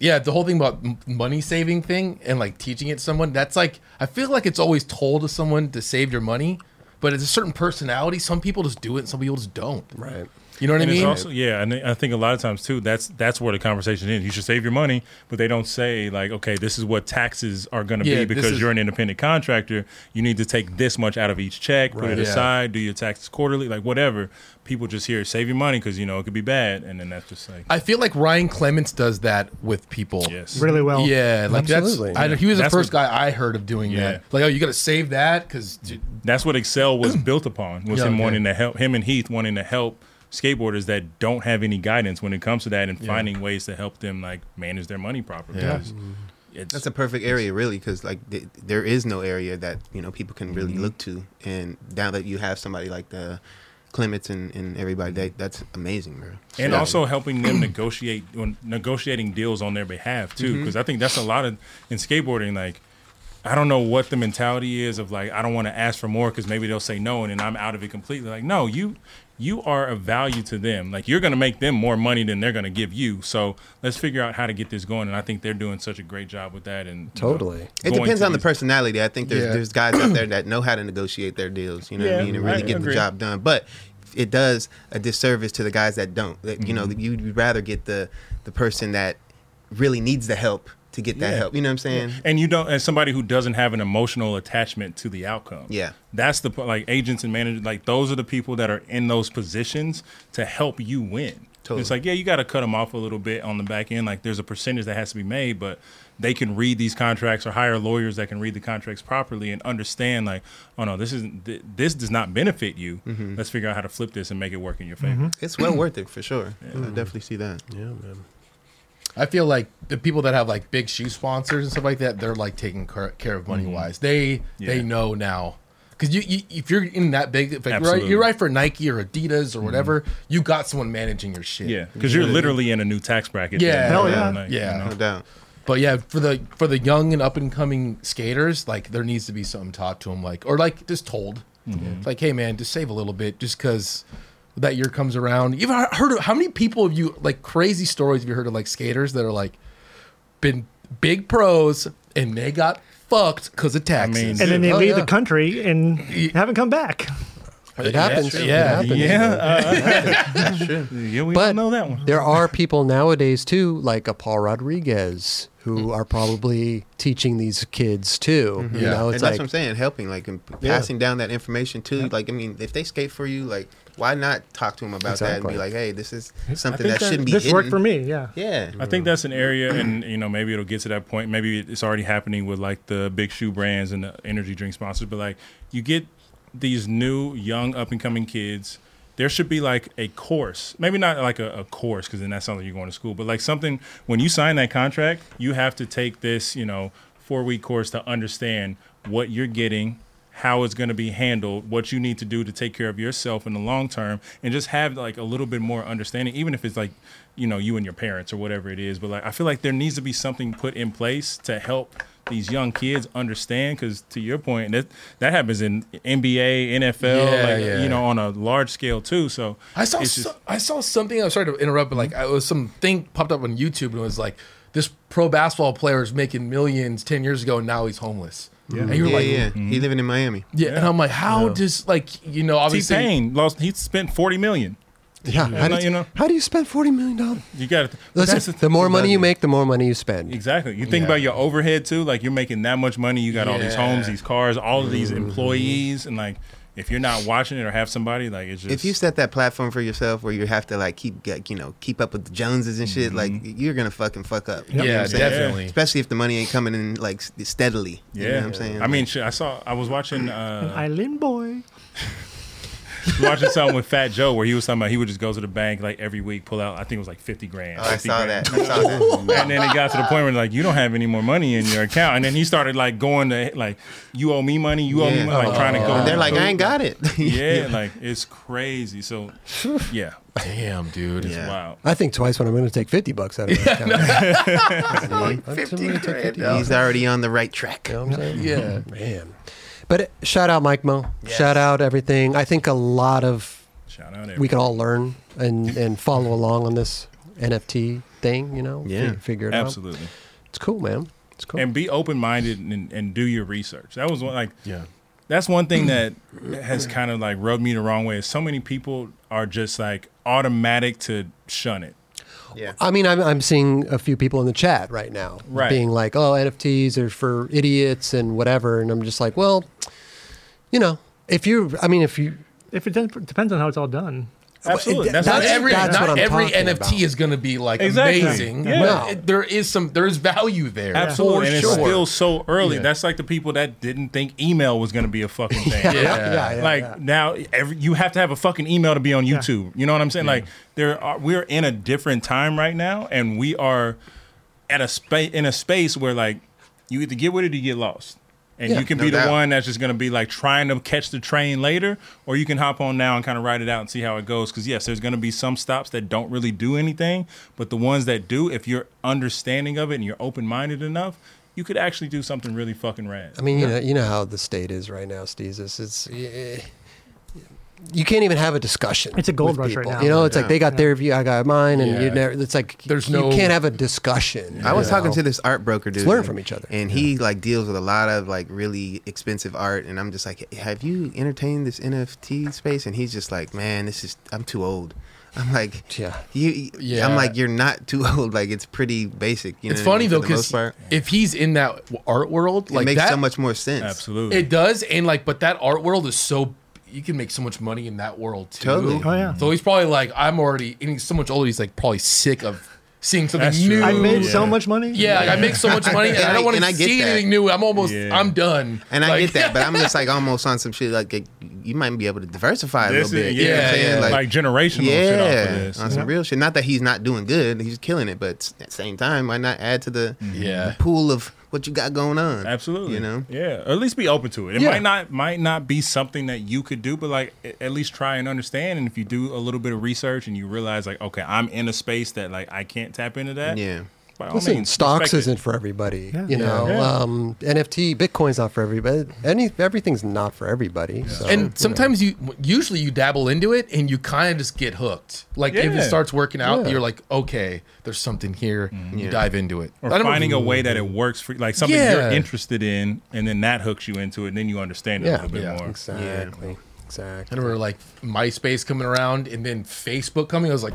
[SPEAKER 3] yeah the whole thing about m- money saving thing and like teaching it to someone that's like i feel like it's always told to someone to save your money but it's a certain personality some people just do it and some people just don't
[SPEAKER 1] Right.
[SPEAKER 3] you know what
[SPEAKER 5] And
[SPEAKER 3] i
[SPEAKER 5] it's
[SPEAKER 3] mean
[SPEAKER 5] also yeah, and I think a lot of times too, that's that's where the conversation is. You should save your money, but they don't say like, okay, this is what taxes are going to
[SPEAKER 3] Yeah,
[SPEAKER 5] be
[SPEAKER 3] this
[SPEAKER 5] because
[SPEAKER 3] is-
[SPEAKER 5] you're an independent contractor. You need to take this much out of each check, put
[SPEAKER 1] Right.
[SPEAKER 5] it
[SPEAKER 3] Yeah.
[SPEAKER 5] aside, do your taxes quarterly, like whatever. People just hear save your money because you know it could be bad, and then that's just like
[SPEAKER 3] i feel like ryan clements does that with people
[SPEAKER 5] yes,
[SPEAKER 4] really well.
[SPEAKER 3] yeah like
[SPEAKER 1] Absolutely.
[SPEAKER 3] that's I, he was the
[SPEAKER 5] That's
[SPEAKER 3] first
[SPEAKER 5] what-
[SPEAKER 3] guy i heard of doing
[SPEAKER 5] Yeah.
[SPEAKER 3] that like oh you gotta save that because
[SPEAKER 5] that's what Excel was built upon. Was
[SPEAKER 3] Yeah,
[SPEAKER 5] him
[SPEAKER 3] okay.
[SPEAKER 5] wanting to help him and Heath wanting to help skateboarders that don't have any guidance when it comes to that and finding ways to help them like manage their money properly.
[SPEAKER 3] Yeah.
[SPEAKER 5] It's- It's,
[SPEAKER 2] That's a perfect area, really, because like th- there is no area that you know people can really look to, and now that you have somebody like the Clements and, and everybody, that that's amazing, bro.
[SPEAKER 5] and
[SPEAKER 2] Yeah.
[SPEAKER 5] also helping them negotiate when negotiating deals on their behalf too because i think that's a lot of in skateboarding like i don't know what the mentality is of like i don't want to ask for more because maybe they'll say no and then i'm out of it completely like no you you are of value to them like you're going to make them more money than they're going to give you so let's figure out how to get this going and i think they're doing such a great job with that and you know,
[SPEAKER 1] Totally.
[SPEAKER 2] It
[SPEAKER 5] going
[SPEAKER 2] depends
[SPEAKER 5] to
[SPEAKER 2] on the
[SPEAKER 5] these-
[SPEAKER 2] personality. I think there's
[SPEAKER 3] Yeah.
[SPEAKER 2] there's guys out there that know how to negotiate their deals, you know what I
[SPEAKER 5] Yeah,
[SPEAKER 2] mean, and really
[SPEAKER 5] I
[SPEAKER 2] get the
[SPEAKER 5] agree.
[SPEAKER 2] job done. But it does a disservice to the guys that don't. That, You know,
[SPEAKER 5] Mm-hmm.
[SPEAKER 2] you'd rather get the the person that really needs the help to get that
[SPEAKER 5] Yeah.
[SPEAKER 2] help. You know what I'm saying?
[SPEAKER 5] and you don't as somebody who doesn't have an emotional attachment to the outcome
[SPEAKER 2] Yeah.
[SPEAKER 5] that's the p- like agents and managers like those are the people that are in those positions to help you win
[SPEAKER 2] Totally.
[SPEAKER 5] it's like yeah you got to cut them off a little bit on the back end like there's a percentage that has to be made but they can read these contracts or hire lawyers that can read the contracts properly and understand like oh no this isn't th- this does not benefit you let's figure out how to flip this and make it work in your favor
[SPEAKER 3] Mm-hmm.
[SPEAKER 2] It's well worth it for sure. I definitely see that.
[SPEAKER 1] Yeah, man.
[SPEAKER 3] I feel like the people that have like big shoe sponsors and stuff like that, they're like taking car- care of money wise. They
[SPEAKER 5] Mm-hmm. Yeah.
[SPEAKER 3] they know now because you, you if you're in that big, if you're right,
[SPEAKER 5] Absolutely. Mm-hmm.
[SPEAKER 3] you're right for Nike or Adidas or whatever, you got someone managing your shit.
[SPEAKER 5] yeah because you're literally in a new tax bracket
[SPEAKER 3] Yeah. Hell
[SPEAKER 4] yeah.
[SPEAKER 5] like, you
[SPEAKER 3] Yeah.
[SPEAKER 5] know?
[SPEAKER 2] No doubt.
[SPEAKER 3] But yeah, for the for the young and up and coming skaters, like there needs to be something taught to them, like or like just told,
[SPEAKER 5] Mm-hmm.
[SPEAKER 3] like hey man, just save a little bit, just because that year comes around. You've he- heard of how many people have you like crazy stories have you heard of like skaters that are like been big pros and they got fucked because of taxes.
[SPEAKER 5] mean,
[SPEAKER 4] And then they
[SPEAKER 1] Oh,
[SPEAKER 4] leave
[SPEAKER 1] yeah.
[SPEAKER 4] the country and haven't come back.
[SPEAKER 1] It happens.
[SPEAKER 3] true.
[SPEAKER 1] It
[SPEAKER 3] Yeah.
[SPEAKER 1] happens.
[SPEAKER 5] yeah we
[SPEAKER 1] But-
[SPEAKER 5] all know that one
[SPEAKER 1] there are people nowadays too, like a Paul Rodriguez,
[SPEAKER 2] Mm.
[SPEAKER 1] who are probably teaching these kids too. You know, it's
[SPEAKER 2] and
[SPEAKER 3] Yeah.
[SPEAKER 2] Mm-hmm. that's
[SPEAKER 1] like
[SPEAKER 2] what I'm saying, helping, like and p-
[SPEAKER 1] Yeah.
[SPEAKER 2] passing down that information too. Like, I mean, if they skate for you, like, why not talk to them about that and
[SPEAKER 1] Exactly.
[SPEAKER 2] be like, hey, this is something
[SPEAKER 5] think
[SPEAKER 2] that,
[SPEAKER 5] that-
[SPEAKER 2] shouldn't be
[SPEAKER 4] This
[SPEAKER 2] hidden.
[SPEAKER 4] worked for me. Yeah.
[SPEAKER 2] Yeah,
[SPEAKER 5] I think that's an area, and you know, maybe it'll get to that point. Maybe it's already happening with like the big shoe brands and the energy drink sponsors. But like, you get these new, young, up and coming kids. There should be like a course, maybe not like a, a course, because then that sounds like you're going to school. But like something when you sign that contract, you have to take this, you know, four week course to understand what you're getting, how it's going to be handled, what you need to do to take care of yourself in the long term, and just have like a little bit more understanding, even if it's like, you know, you and your parents or whatever it is. But like, I feel like there needs to be something put in place to help these young kids understand. Because to your point, that that happens in NBA, NFL,
[SPEAKER 3] Yeah,
[SPEAKER 5] like,
[SPEAKER 3] yeah.
[SPEAKER 5] you know, on a large scale too. So
[SPEAKER 3] I saw
[SPEAKER 5] it's just-
[SPEAKER 3] so, I saw something. I'm sorry to interrupt, but like I was some thing popped up on YouTube and it was like this pro basketball player is making millions ten years ago and now he's homeless. Yeah, and you were
[SPEAKER 2] yeah,
[SPEAKER 3] like,
[SPEAKER 2] yeah.
[SPEAKER 1] mm-hmm.
[SPEAKER 2] He living in Miami.
[SPEAKER 3] Yeah, and I'm like, how does like you know obviously
[SPEAKER 5] T-Pain lost. He spent forty million.
[SPEAKER 1] Yeah,
[SPEAKER 5] Yeah,
[SPEAKER 1] how,
[SPEAKER 5] no,
[SPEAKER 1] did-
[SPEAKER 5] you know.
[SPEAKER 1] how do you spend forty million dollars?
[SPEAKER 5] You got to.
[SPEAKER 1] Listen, the more money you make, the more money you spend.
[SPEAKER 5] Exactly. You think
[SPEAKER 3] Yeah.
[SPEAKER 5] about your overhead too. Like you're making that much money. You got all these
[SPEAKER 3] Yeah.
[SPEAKER 5] homes, these cars, all of
[SPEAKER 2] Mm-hmm.
[SPEAKER 5] these employees, and like if you're not watching it or have somebody, like it's just.
[SPEAKER 2] if you set that platform for yourself where you have to like keep get, you know keep up with the Joneses and shit, like
[SPEAKER 5] Mm-hmm.
[SPEAKER 2] you're gonna fucking fuck up. You know what
[SPEAKER 3] Yeah,
[SPEAKER 2] I'm saying?
[SPEAKER 3] definitely.
[SPEAKER 2] Especially if the money ain't coming in like s- steadily.
[SPEAKER 5] yeah,
[SPEAKER 2] you know what I'm saying.
[SPEAKER 5] I mean, shit, I saw. I was watching. Uh,
[SPEAKER 4] Island boy.
[SPEAKER 5] watching something with Fat Joe where he was talking about he would just go to the bank like every week, pull out I think it was like fifty grand.
[SPEAKER 2] Oh, I
[SPEAKER 5] 50
[SPEAKER 2] saw
[SPEAKER 5] grand.
[SPEAKER 2] that. I saw that.
[SPEAKER 5] And then it got to the point where like you don't have any more money in your account, and then he started like going to like you owe me money, you owe me
[SPEAKER 2] Yeah.
[SPEAKER 5] money, like trying to go.
[SPEAKER 2] And they're like, I ain't got it.
[SPEAKER 5] yeah, like it's crazy. So yeah,
[SPEAKER 3] Damn, dude.
[SPEAKER 2] Yeah.
[SPEAKER 5] wow.
[SPEAKER 1] I think twice when I'm going to take fifty bucks out of my account. I'm
[SPEAKER 2] Fifty
[SPEAKER 1] gonna take
[SPEAKER 2] grand,
[SPEAKER 1] 50
[SPEAKER 2] dog. He's already on the right track.
[SPEAKER 1] You know what I'm saying? Oh,
[SPEAKER 3] Yeah.
[SPEAKER 1] man. But it- shout out Mike Mo. Shout out everything. I think a lot of
[SPEAKER 5] Shout out.
[SPEAKER 1] we can all learn and and follow along on this NFT thing. You know,
[SPEAKER 2] Yeah.
[SPEAKER 1] Fi- figure it out.
[SPEAKER 5] absolutely.
[SPEAKER 1] It's cool, man. It's cool.
[SPEAKER 5] And be open minded and, and do your research. That was one like
[SPEAKER 3] Yeah.
[SPEAKER 5] that's one thing that has kind of like rubbed me the wrong way. Is so many people are just like automatic to shun it.
[SPEAKER 2] Yeah.
[SPEAKER 1] I mean, I'm, I'm seeing a few people in the chat right now
[SPEAKER 5] Right.
[SPEAKER 1] being like, oh, NFTs are for idiots and whatever. And I'm just like, well, you know, if you, I mean, if you,
[SPEAKER 4] If it dep- depends on how it's all done.
[SPEAKER 5] Absolutely.
[SPEAKER 1] it-
[SPEAKER 5] That's,
[SPEAKER 3] Not
[SPEAKER 5] that's
[SPEAKER 3] every
[SPEAKER 1] that's
[SPEAKER 3] not
[SPEAKER 1] what I'm
[SPEAKER 3] every
[SPEAKER 1] talking
[SPEAKER 3] NFT
[SPEAKER 1] about.
[SPEAKER 3] is going to be like
[SPEAKER 5] Exactly.
[SPEAKER 3] amazing.
[SPEAKER 5] Yeah.
[SPEAKER 3] but
[SPEAKER 1] No.
[SPEAKER 3] it- there is some there is value there.
[SPEAKER 5] Absolutely,
[SPEAKER 3] for
[SPEAKER 5] and
[SPEAKER 3] sure.
[SPEAKER 5] it's still so early.
[SPEAKER 3] Yeah.
[SPEAKER 5] That's like the people that didn't think email was going to be a fucking thing.
[SPEAKER 3] Yeah.
[SPEAKER 5] like
[SPEAKER 1] yeah.
[SPEAKER 5] now, every, you have to have a fucking email to be on YouTube. You know what I'm saying? Like there, are, we're in a different time right now, and we are at a space in a space where like you either get with it or you get lost, and
[SPEAKER 1] Yeah,
[SPEAKER 5] you can
[SPEAKER 2] no
[SPEAKER 5] be
[SPEAKER 2] doubt.
[SPEAKER 5] the one that's just going to be like trying to catch the train later, or you can hop on now and kind of ride it out and see how it goes. Because yes, there's going to be some stops that don't really do anything, but the ones that do, if you're understanding of it and you're open minded enough, you could actually do something really fucking rad.
[SPEAKER 1] I mean, you know, you know how the state is right now, Steezus. It's eh, you can't even have a discussion.
[SPEAKER 4] It's a gold
[SPEAKER 1] with
[SPEAKER 4] rush right
[SPEAKER 1] people.
[SPEAKER 4] now.
[SPEAKER 1] You know, it's
[SPEAKER 2] Yeah.
[SPEAKER 1] like they got their view, I got mine, and you
[SPEAKER 3] Yeah.
[SPEAKER 1] never. It's like
[SPEAKER 3] There's
[SPEAKER 1] you
[SPEAKER 3] no-
[SPEAKER 1] can't have a discussion.
[SPEAKER 2] I was
[SPEAKER 1] you know?
[SPEAKER 2] talking to this art broker dude.
[SPEAKER 1] Let's learn
[SPEAKER 2] and-
[SPEAKER 1] from each other.
[SPEAKER 2] And he like deals with a lot of like really expensive art, and I'm just like, have you entertained this NFT space? And he's just like, man, this is I'm too old. I'm like,
[SPEAKER 1] Yeah.
[SPEAKER 2] you.
[SPEAKER 3] Yeah.
[SPEAKER 2] I'm like, you're not too old. Like it's pretty basic. You know
[SPEAKER 3] It's
[SPEAKER 2] what I
[SPEAKER 3] funny
[SPEAKER 2] mean,
[SPEAKER 3] though
[SPEAKER 2] for the most
[SPEAKER 3] because
[SPEAKER 2] part.
[SPEAKER 3] if he's in that w- art world, like
[SPEAKER 2] it makes
[SPEAKER 3] that,
[SPEAKER 2] so much more sense.
[SPEAKER 5] Absolutely.
[SPEAKER 3] it does, and like, but that art world is so you can make so much money in that world too.
[SPEAKER 2] Totally.
[SPEAKER 4] Oh yeah.
[SPEAKER 3] So he's probably like, I'm already, and he's so much older. He's like probably sick of seeing something
[SPEAKER 5] That's true.
[SPEAKER 3] new.
[SPEAKER 4] I made
[SPEAKER 5] Yeah.
[SPEAKER 4] so much money.
[SPEAKER 3] yeah, like, I make so much money, and,
[SPEAKER 2] And
[SPEAKER 3] I
[SPEAKER 2] I-
[SPEAKER 3] don't want
[SPEAKER 2] and I
[SPEAKER 3] to
[SPEAKER 2] get
[SPEAKER 3] see
[SPEAKER 2] that.
[SPEAKER 3] anything new. I'm almost,
[SPEAKER 5] Yeah.
[SPEAKER 3] I'm done.
[SPEAKER 2] And I
[SPEAKER 3] Like,
[SPEAKER 2] get that, but I'm just like almost on some shit. Like you might be able to diversify a
[SPEAKER 5] This
[SPEAKER 2] little bit.
[SPEAKER 5] is-
[SPEAKER 2] you know what I'm
[SPEAKER 3] yeah,
[SPEAKER 2] saying?
[SPEAKER 3] yeah.
[SPEAKER 5] like, generational shit off of this.
[SPEAKER 2] on some real shit. Not that he's not doing good; he's killing it. But s- at the same time, why not add to the,
[SPEAKER 3] Yeah.
[SPEAKER 2] the pool of what you got going on?
[SPEAKER 5] Mm-hmm. Absolutely.
[SPEAKER 2] You know,
[SPEAKER 5] Yeah. Or at least be open to it. It
[SPEAKER 1] Yeah.
[SPEAKER 5] might not might not be something that you could do, but like a- at least try and understand. And if you do a little bit of research and you realize like, okay, I'm in a space that like I can't tap into that.
[SPEAKER 2] yeah.
[SPEAKER 5] by all
[SPEAKER 1] Listen,
[SPEAKER 5] means,
[SPEAKER 1] stocks
[SPEAKER 5] respect it.
[SPEAKER 1] isn't for everybody.
[SPEAKER 4] Yeah.
[SPEAKER 1] You know,
[SPEAKER 5] Yeah.
[SPEAKER 1] Um, NFT, Bitcoin's not for everybody. Any everything's not for everybody. So,
[SPEAKER 5] Uh-huh.
[SPEAKER 1] you know.
[SPEAKER 3] and sometimes you, usually you dabble into it, and you kind of just get hooked. Like if
[SPEAKER 5] Yeah. Mm-hmm.
[SPEAKER 3] it starts working out,
[SPEAKER 1] Yeah.
[SPEAKER 3] you're like, okay, there's something here. You
[SPEAKER 2] Yeah.
[SPEAKER 3] dive into it. I
[SPEAKER 5] Or
[SPEAKER 3] don't know-
[SPEAKER 5] finding a way that it works for like something you're
[SPEAKER 3] Yeah.
[SPEAKER 5] interested in, and then that hooks you into it, and then you understand it
[SPEAKER 1] Yeah.
[SPEAKER 5] a little bit
[SPEAKER 3] Yeah.
[SPEAKER 5] more.
[SPEAKER 1] exactly,
[SPEAKER 3] I
[SPEAKER 1] exactly.
[SPEAKER 3] remember like MySpace coming around and then Facebook coming. I was like,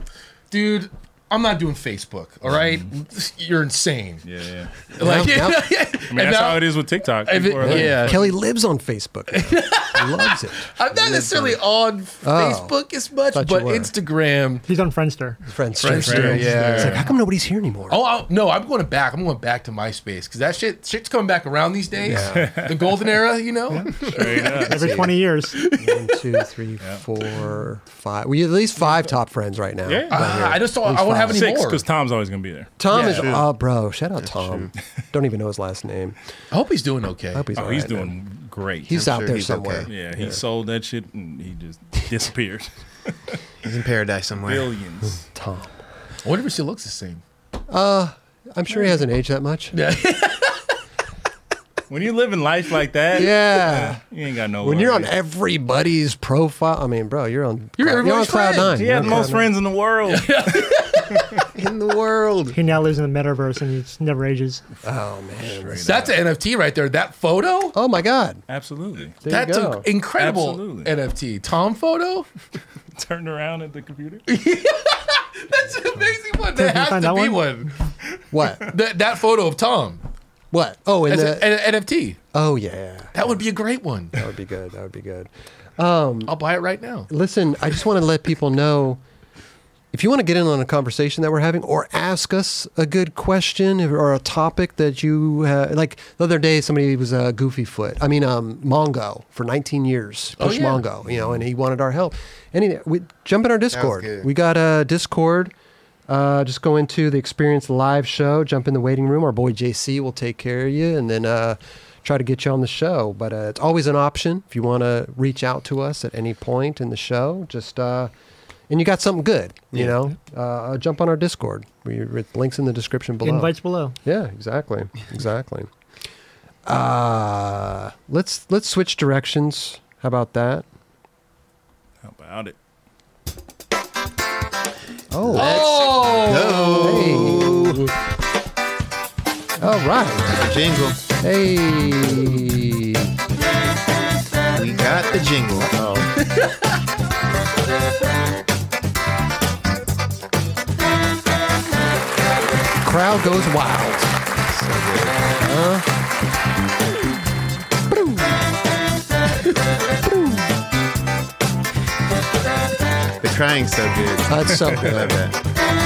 [SPEAKER 3] dude, I'm not doing Facebook. All right? You're insane.
[SPEAKER 5] Mm-hmm. Yeah, yeah.
[SPEAKER 3] Like,
[SPEAKER 1] Yeah,
[SPEAKER 5] I mean, that's how it is with TikTok.
[SPEAKER 3] If it-
[SPEAKER 5] People are like,
[SPEAKER 3] yeah.
[SPEAKER 1] Kelly lives on Facebook. now. Loves it.
[SPEAKER 3] I'm not necessarily on
[SPEAKER 5] Oh.
[SPEAKER 3] Facebook as much,
[SPEAKER 1] Thought
[SPEAKER 3] but
[SPEAKER 1] you were.
[SPEAKER 3] Instagram.
[SPEAKER 4] He's on Friendster.
[SPEAKER 1] Friends,
[SPEAKER 3] Friendster, yeah.
[SPEAKER 1] It's like, how come nobody's here anymore?
[SPEAKER 3] Oh I'll, no, I'm going back. I'm going back to MySpace because that shit shit's coming back around these days. the golden era, you know.
[SPEAKER 5] straight up.
[SPEAKER 4] Every 20 years.
[SPEAKER 1] One, two, three, four, five. We have at least five top friends right now.
[SPEAKER 5] Yeah.
[SPEAKER 1] Right
[SPEAKER 3] Ah,
[SPEAKER 1] here.
[SPEAKER 3] I just don't.
[SPEAKER 1] At least
[SPEAKER 3] I won't have
[SPEAKER 1] five.
[SPEAKER 3] any
[SPEAKER 5] Six,
[SPEAKER 3] more.
[SPEAKER 5] because Tom's always gonna be there.
[SPEAKER 1] Tom
[SPEAKER 3] Yeah.
[SPEAKER 1] is
[SPEAKER 3] True.
[SPEAKER 1] oh, bro, shout out Tom. Don't even know his last name.
[SPEAKER 3] I hope he's doing okay.
[SPEAKER 1] I hope he's.
[SPEAKER 5] Oh,
[SPEAKER 1] all
[SPEAKER 5] he's
[SPEAKER 1] right,
[SPEAKER 5] doing
[SPEAKER 1] man.
[SPEAKER 5] great.
[SPEAKER 1] He's
[SPEAKER 2] I'm
[SPEAKER 1] out
[SPEAKER 2] sure
[SPEAKER 1] there
[SPEAKER 2] he's
[SPEAKER 1] somewhere.
[SPEAKER 2] okay.
[SPEAKER 5] yeah, he sold that shit and he just disappeared.
[SPEAKER 2] He's in paradise somewhere.
[SPEAKER 5] Billions.
[SPEAKER 1] Tom.
[SPEAKER 3] I wonder if she looks the same.
[SPEAKER 1] I'm sure he hasn't aged that much.
[SPEAKER 3] Yeah.
[SPEAKER 5] When you're living life like that,
[SPEAKER 1] Yeah.
[SPEAKER 5] you ain't got no.
[SPEAKER 1] When you're on
[SPEAKER 5] worries.
[SPEAKER 1] everybody's profile, I mean, bro, you're on.
[SPEAKER 3] You're
[SPEAKER 1] cloud- on
[SPEAKER 3] everybody's
[SPEAKER 1] cloud
[SPEAKER 3] friend.
[SPEAKER 1] nine.
[SPEAKER 5] He
[SPEAKER 1] You're
[SPEAKER 5] had
[SPEAKER 1] on
[SPEAKER 5] the most
[SPEAKER 1] cloud nine.
[SPEAKER 5] friends in the world.
[SPEAKER 2] in the world.
[SPEAKER 4] He now lives in the metaverse and he just never ages.
[SPEAKER 1] Oh man.
[SPEAKER 3] That's an NFT right there. That photo.
[SPEAKER 1] Oh my God.
[SPEAKER 5] Absolutely.
[SPEAKER 1] There
[SPEAKER 3] That's
[SPEAKER 1] you
[SPEAKER 3] an
[SPEAKER 1] go.
[SPEAKER 3] incredible
[SPEAKER 5] Absolutely.
[SPEAKER 3] NFT. Tom photo.
[SPEAKER 5] turned around at the computer.
[SPEAKER 3] That's an amazing one. That
[SPEAKER 4] Can you
[SPEAKER 3] has to
[SPEAKER 4] find that
[SPEAKER 3] be
[SPEAKER 4] one?
[SPEAKER 3] one.
[SPEAKER 1] What?
[SPEAKER 3] That that photo of Tom
[SPEAKER 1] What? Oh, and
[SPEAKER 3] as a-
[SPEAKER 1] the,
[SPEAKER 3] an NFT.
[SPEAKER 1] oh yeah,
[SPEAKER 3] That would be a great one.
[SPEAKER 1] that would be good. That would be good.
[SPEAKER 3] I'll buy it right now.
[SPEAKER 1] Listen, I just want to let people know if you want to get in on a conversation that we're having or ask us a good question or a topic that you uh, like the other day somebody was a uh, goofy foot i mean um, mongo for 19 years
[SPEAKER 3] Oh,
[SPEAKER 1] push
[SPEAKER 3] yeah.
[SPEAKER 1] mongo you know and he wanted our help and we jump in our discord
[SPEAKER 2] good.
[SPEAKER 1] we got a discord uh, just go into the experience live show jump in the waiting room our boy jc will take care of you and then uh, try to get you on the show but uh, it's always an option if you want to reach out to us at any point in the show just uh, and you got something good, you
[SPEAKER 2] Yeah.
[SPEAKER 1] know, uh, jump on our Discord. We with links in the description below.
[SPEAKER 4] Invites below.
[SPEAKER 1] Yeah, exactly, exactly. Uh, let's let's switch directions. How about that?
[SPEAKER 5] How about it?
[SPEAKER 1] Oh,
[SPEAKER 3] Oh,
[SPEAKER 1] hey. all right.
[SPEAKER 2] The jingle.
[SPEAKER 1] Hey,
[SPEAKER 2] We got the jingle.
[SPEAKER 1] crowd goes wild.
[SPEAKER 2] The crying's so good.
[SPEAKER 1] That's so
[SPEAKER 2] I love
[SPEAKER 1] good.
[SPEAKER 2] that.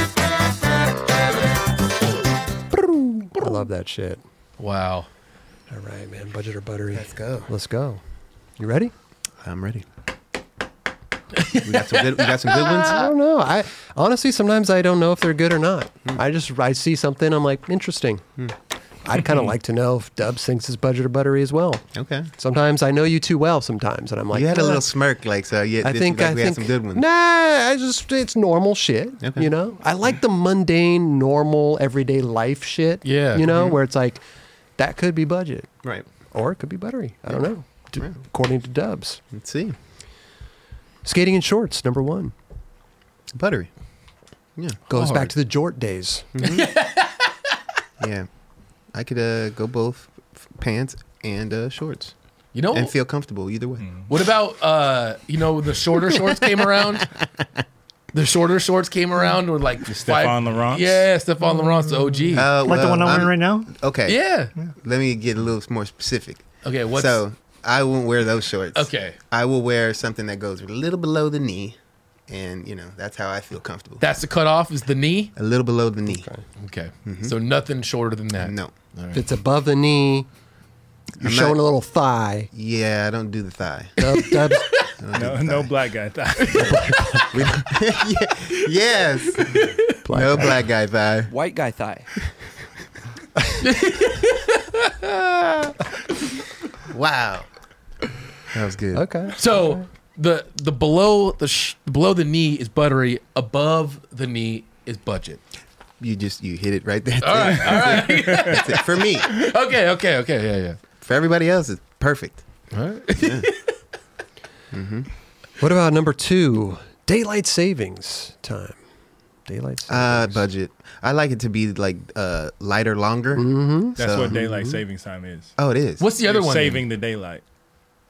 [SPEAKER 1] I love that shit.
[SPEAKER 3] wow.
[SPEAKER 1] All right, man. Budget or buttery. Let's
[SPEAKER 2] go.
[SPEAKER 1] Let's go. You ready?
[SPEAKER 2] I'm ready. We got some good. We got some good
[SPEAKER 1] I
[SPEAKER 2] ones.
[SPEAKER 1] don't know. I honestly sometimes I don't know if they're good or not.
[SPEAKER 2] Hmm.
[SPEAKER 1] I just I see something I'm like interesting. I'd
[SPEAKER 2] Hmm.
[SPEAKER 1] kind of like to know if Dubs thinks his budget or buttery as well.
[SPEAKER 2] Okay.
[SPEAKER 1] Sometimes I know you too well. Sometimes and I'm like
[SPEAKER 2] you had a
[SPEAKER 1] "Ah,
[SPEAKER 2] little smirk, like so. Yeah,
[SPEAKER 1] I think
[SPEAKER 2] like
[SPEAKER 1] I
[SPEAKER 2] we
[SPEAKER 1] think
[SPEAKER 2] had some good ones.
[SPEAKER 1] Nah, I just it's normal shit.
[SPEAKER 2] Okay.
[SPEAKER 1] You know, I like the mundane, normal, everyday life shit.
[SPEAKER 3] Yeah.
[SPEAKER 1] You
[SPEAKER 2] mm-hmm.
[SPEAKER 1] know, where it's like that could be budget
[SPEAKER 2] Right.
[SPEAKER 1] or it could be buttery. I don't know. D-
[SPEAKER 2] Yeah.
[SPEAKER 1] According to Dubs,
[SPEAKER 2] Let's see.
[SPEAKER 1] skating in shorts number one
[SPEAKER 2] It's buttery. Yeah.
[SPEAKER 1] goes back
[SPEAKER 3] Hard.
[SPEAKER 1] to the Jort days.
[SPEAKER 2] Yeah. I could uh, go both f- pants and uh, shorts
[SPEAKER 3] You know,
[SPEAKER 4] Oh.
[SPEAKER 2] and feel comfortable either way.
[SPEAKER 5] Mm-hmm.
[SPEAKER 3] What about uh, you know the shorter shorts came around? The shorter shorts came around with like
[SPEAKER 5] Stephon Laurent?
[SPEAKER 3] Yeah, Stephon Laurent's the OG.
[SPEAKER 2] Uh,
[SPEAKER 4] Like the
[SPEAKER 2] well,
[SPEAKER 4] one I'm
[SPEAKER 2] I'm-
[SPEAKER 4] wearing right now.
[SPEAKER 2] Okay.
[SPEAKER 3] yeah.
[SPEAKER 2] Let me get a little more specific.
[SPEAKER 3] Okay, what's
[SPEAKER 2] so I won't wear those shorts.
[SPEAKER 3] Okay.
[SPEAKER 2] I will wear something that goes a little below the knee, and you know that's how I feel comfortable.
[SPEAKER 3] that's the cutoff is the knee?
[SPEAKER 2] a little below the knee.
[SPEAKER 3] Okay. So nothing shorter than that.
[SPEAKER 2] No.
[SPEAKER 3] All
[SPEAKER 1] If
[SPEAKER 3] right.
[SPEAKER 1] it's above the knee, you're
[SPEAKER 2] I'm
[SPEAKER 1] showing
[SPEAKER 2] not-
[SPEAKER 1] a little thigh.
[SPEAKER 2] Yeah, I don't do the thigh.
[SPEAKER 1] Dub, dub,
[SPEAKER 5] No, no black guy thought.
[SPEAKER 2] yes. no black guy thigh.
[SPEAKER 7] White guy thigh.
[SPEAKER 2] Wow. That was good.
[SPEAKER 1] okay.
[SPEAKER 3] So the the below the sh- below the knee is buttery, above the knee is budget.
[SPEAKER 2] You just you hit it right there.
[SPEAKER 3] All right. All right.
[SPEAKER 2] That's it. For me.
[SPEAKER 3] okay, okay, okay. Yeah,
[SPEAKER 2] For everybody else, it's perfect.
[SPEAKER 3] yeah. All right.
[SPEAKER 1] What about number two? Daylight savings time. Daylight savings.
[SPEAKER 2] Uh, budget. I like it to be like uh lighter, longer. Mm-hmm.
[SPEAKER 5] That's what daylight savings time is.
[SPEAKER 2] Oh, it is.
[SPEAKER 3] What's the other
[SPEAKER 5] You're
[SPEAKER 3] one?
[SPEAKER 5] Saving the daylight.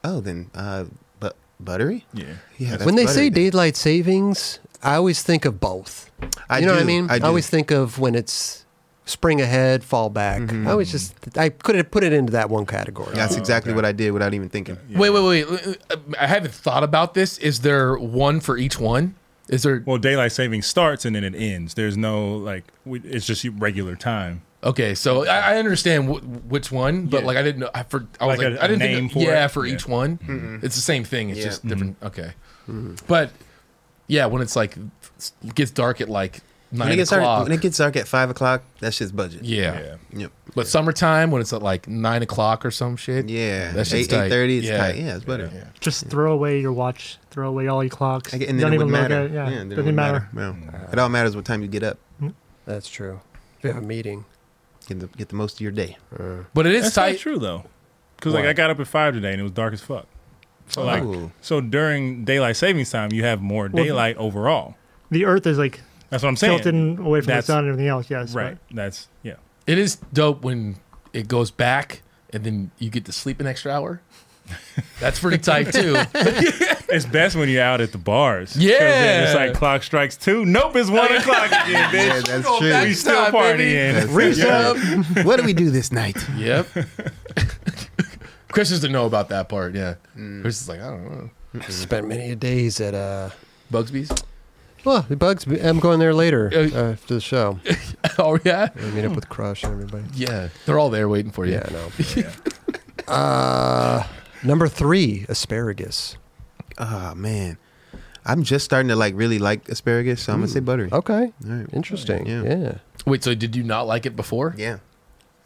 [SPEAKER 2] Oh, then uh, but buttery.
[SPEAKER 5] Yeah.
[SPEAKER 2] Yeah. that's
[SPEAKER 1] when they
[SPEAKER 2] buttery
[SPEAKER 1] say
[SPEAKER 2] then.
[SPEAKER 1] daylight savings, I always think of both.
[SPEAKER 2] I
[SPEAKER 1] you know what I
[SPEAKER 2] do,
[SPEAKER 1] mean?
[SPEAKER 2] I do.
[SPEAKER 1] always think of when it's spring ahead, fall back.
[SPEAKER 2] Mm-hmm.
[SPEAKER 1] I always just I couldn't put it into that one category.
[SPEAKER 2] that's
[SPEAKER 5] Oh,
[SPEAKER 2] exactly
[SPEAKER 5] okay.
[SPEAKER 2] what I did without even thinking.
[SPEAKER 3] Wait, wait, wait. I haven't thought about this. Is there one for each one? Is there
[SPEAKER 5] Well, daylight savings starts and then it ends. There's no like, we, it's just regular time.
[SPEAKER 3] Okay, so I, I understand w- which one, but
[SPEAKER 5] Yeah.
[SPEAKER 3] like I didn't know. I, for, I was
[SPEAKER 5] Like
[SPEAKER 3] like,
[SPEAKER 5] a-
[SPEAKER 3] I didn't
[SPEAKER 5] a
[SPEAKER 3] think.
[SPEAKER 5] name
[SPEAKER 3] of-
[SPEAKER 5] for
[SPEAKER 3] yeah,
[SPEAKER 5] it?
[SPEAKER 3] for each
[SPEAKER 5] Yeah.
[SPEAKER 3] one, it's the same thing. It's
[SPEAKER 2] Yeah.
[SPEAKER 3] just different. Okay, but yeah, when it's like s- gets dark at like
[SPEAKER 2] When it,
[SPEAKER 3] nine
[SPEAKER 2] gets dark,
[SPEAKER 3] o'clock.
[SPEAKER 2] when it gets dark at five o'clock, that's just budget.
[SPEAKER 3] yeah.
[SPEAKER 2] Yep.
[SPEAKER 3] but summertime when it's at like nine o'clock or some shit.
[SPEAKER 2] Yeah.
[SPEAKER 3] that shit's
[SPEAKER 2] Eight
[SPEAKER 3] tight.
[SPEAKER 2] eight thirty. It's
[SPEAKER 3] yeah.
[SPEAKER 2] tight. Yeah, it's better. Yeah.
[SPEAKER 4] Just throw away your watch. Throw away all your clocks.
[SPEAKER 2] And then
[SPEAKER 4] Don't
[SPEAKER 2] it
[SPEAKER 4] even
[SPEAKER 2] wouldn't
[SPEAKER 4] look
[SPEAKER 2] matter.
[SPEAKER 4] at it. Yeah,
[SPEAKER 2] then it wouldn't
[SPEAKER 4] doesn't matter.
[SPEAKER 2] No. It all matters what time you get up.
[SPEAKER 1] That's true. If you have a meeting.
[SPEAKER 2] Get the, get the most of your day.
[SPEAKER 3] But it is
[SPEAKER 5] That's
[SPEAKER 3] tight.
[SPEAKER 5] not true though, because like
[SPEAKER 3] Why?
[SPEAKER 5] I got up at five today and it was dark as fuck. So like,
[SPEAKER 2] Ooh.
[SPEAKER 5] so during daylight savings time, you have more daylight overall.
[SPEAKER 4] The Earth is like
[SPEAKER 5] That's what I'm saying.
[SPEAKER 4] tilted away from the
[SPEAKER 5] That's-
[SPEAKER 4] sun and everything else. Yes,
[SPEAKER 5] right. That's yeah.
[SPEAKER 3] It is dope when it goes back and then you get to sleep an extra hour. That's pretty tight too.
[SPEAKER 5] It's best when you're out at the bars. 'Cause
[SPEAKER 3] Yeah.
[SPEAKER 5] then it's like clock strikes two. Nope, it's one o'clock again, bitch.
[SPEAKER 2] Yeah, that's true.
[SPEAKER 5] we still
[SPEAKER 3] time, baby.
[SPEAKER 5] partying.
[SPEAKER 2] That's true. what do we do this night?
[SPEAKER 3] Yep. Chris doesn't know about that part. Yeah. Chris is like, I don't know.
[SPEAKER 1] Spent many days at uh.
[SPEAKER 3] Bugsby's?
[SPEAKER 1] Well, the bugs. I'm going there later
[SPEAKER 3] Uh,
[SPEAKER 1] uh, after the show.
[SPEAKER 3] oh yeah.
[SPEAKER 1] I meet up with Crush and everybody.
[SPEAKER 3] Yeah. They're all there waiting for you.
[SPEAKER 1] Yeah, I know. uh, number three, asparagus.
[SPEAKER 2] Oh man, I'm just starting to like really like asparagus, so I'm gonna say buttery.
[SPEAKER 1] Mm, Okay,
[SPEAKER 2] All right.
[SPEAKER 1] interesting.
[SPEAKER 2] Yeah.
[SPEAKER 1] Yeah.
[SPEAKER 3] Wait, so did you not like it before?
[SPEAKER 2] Yeah,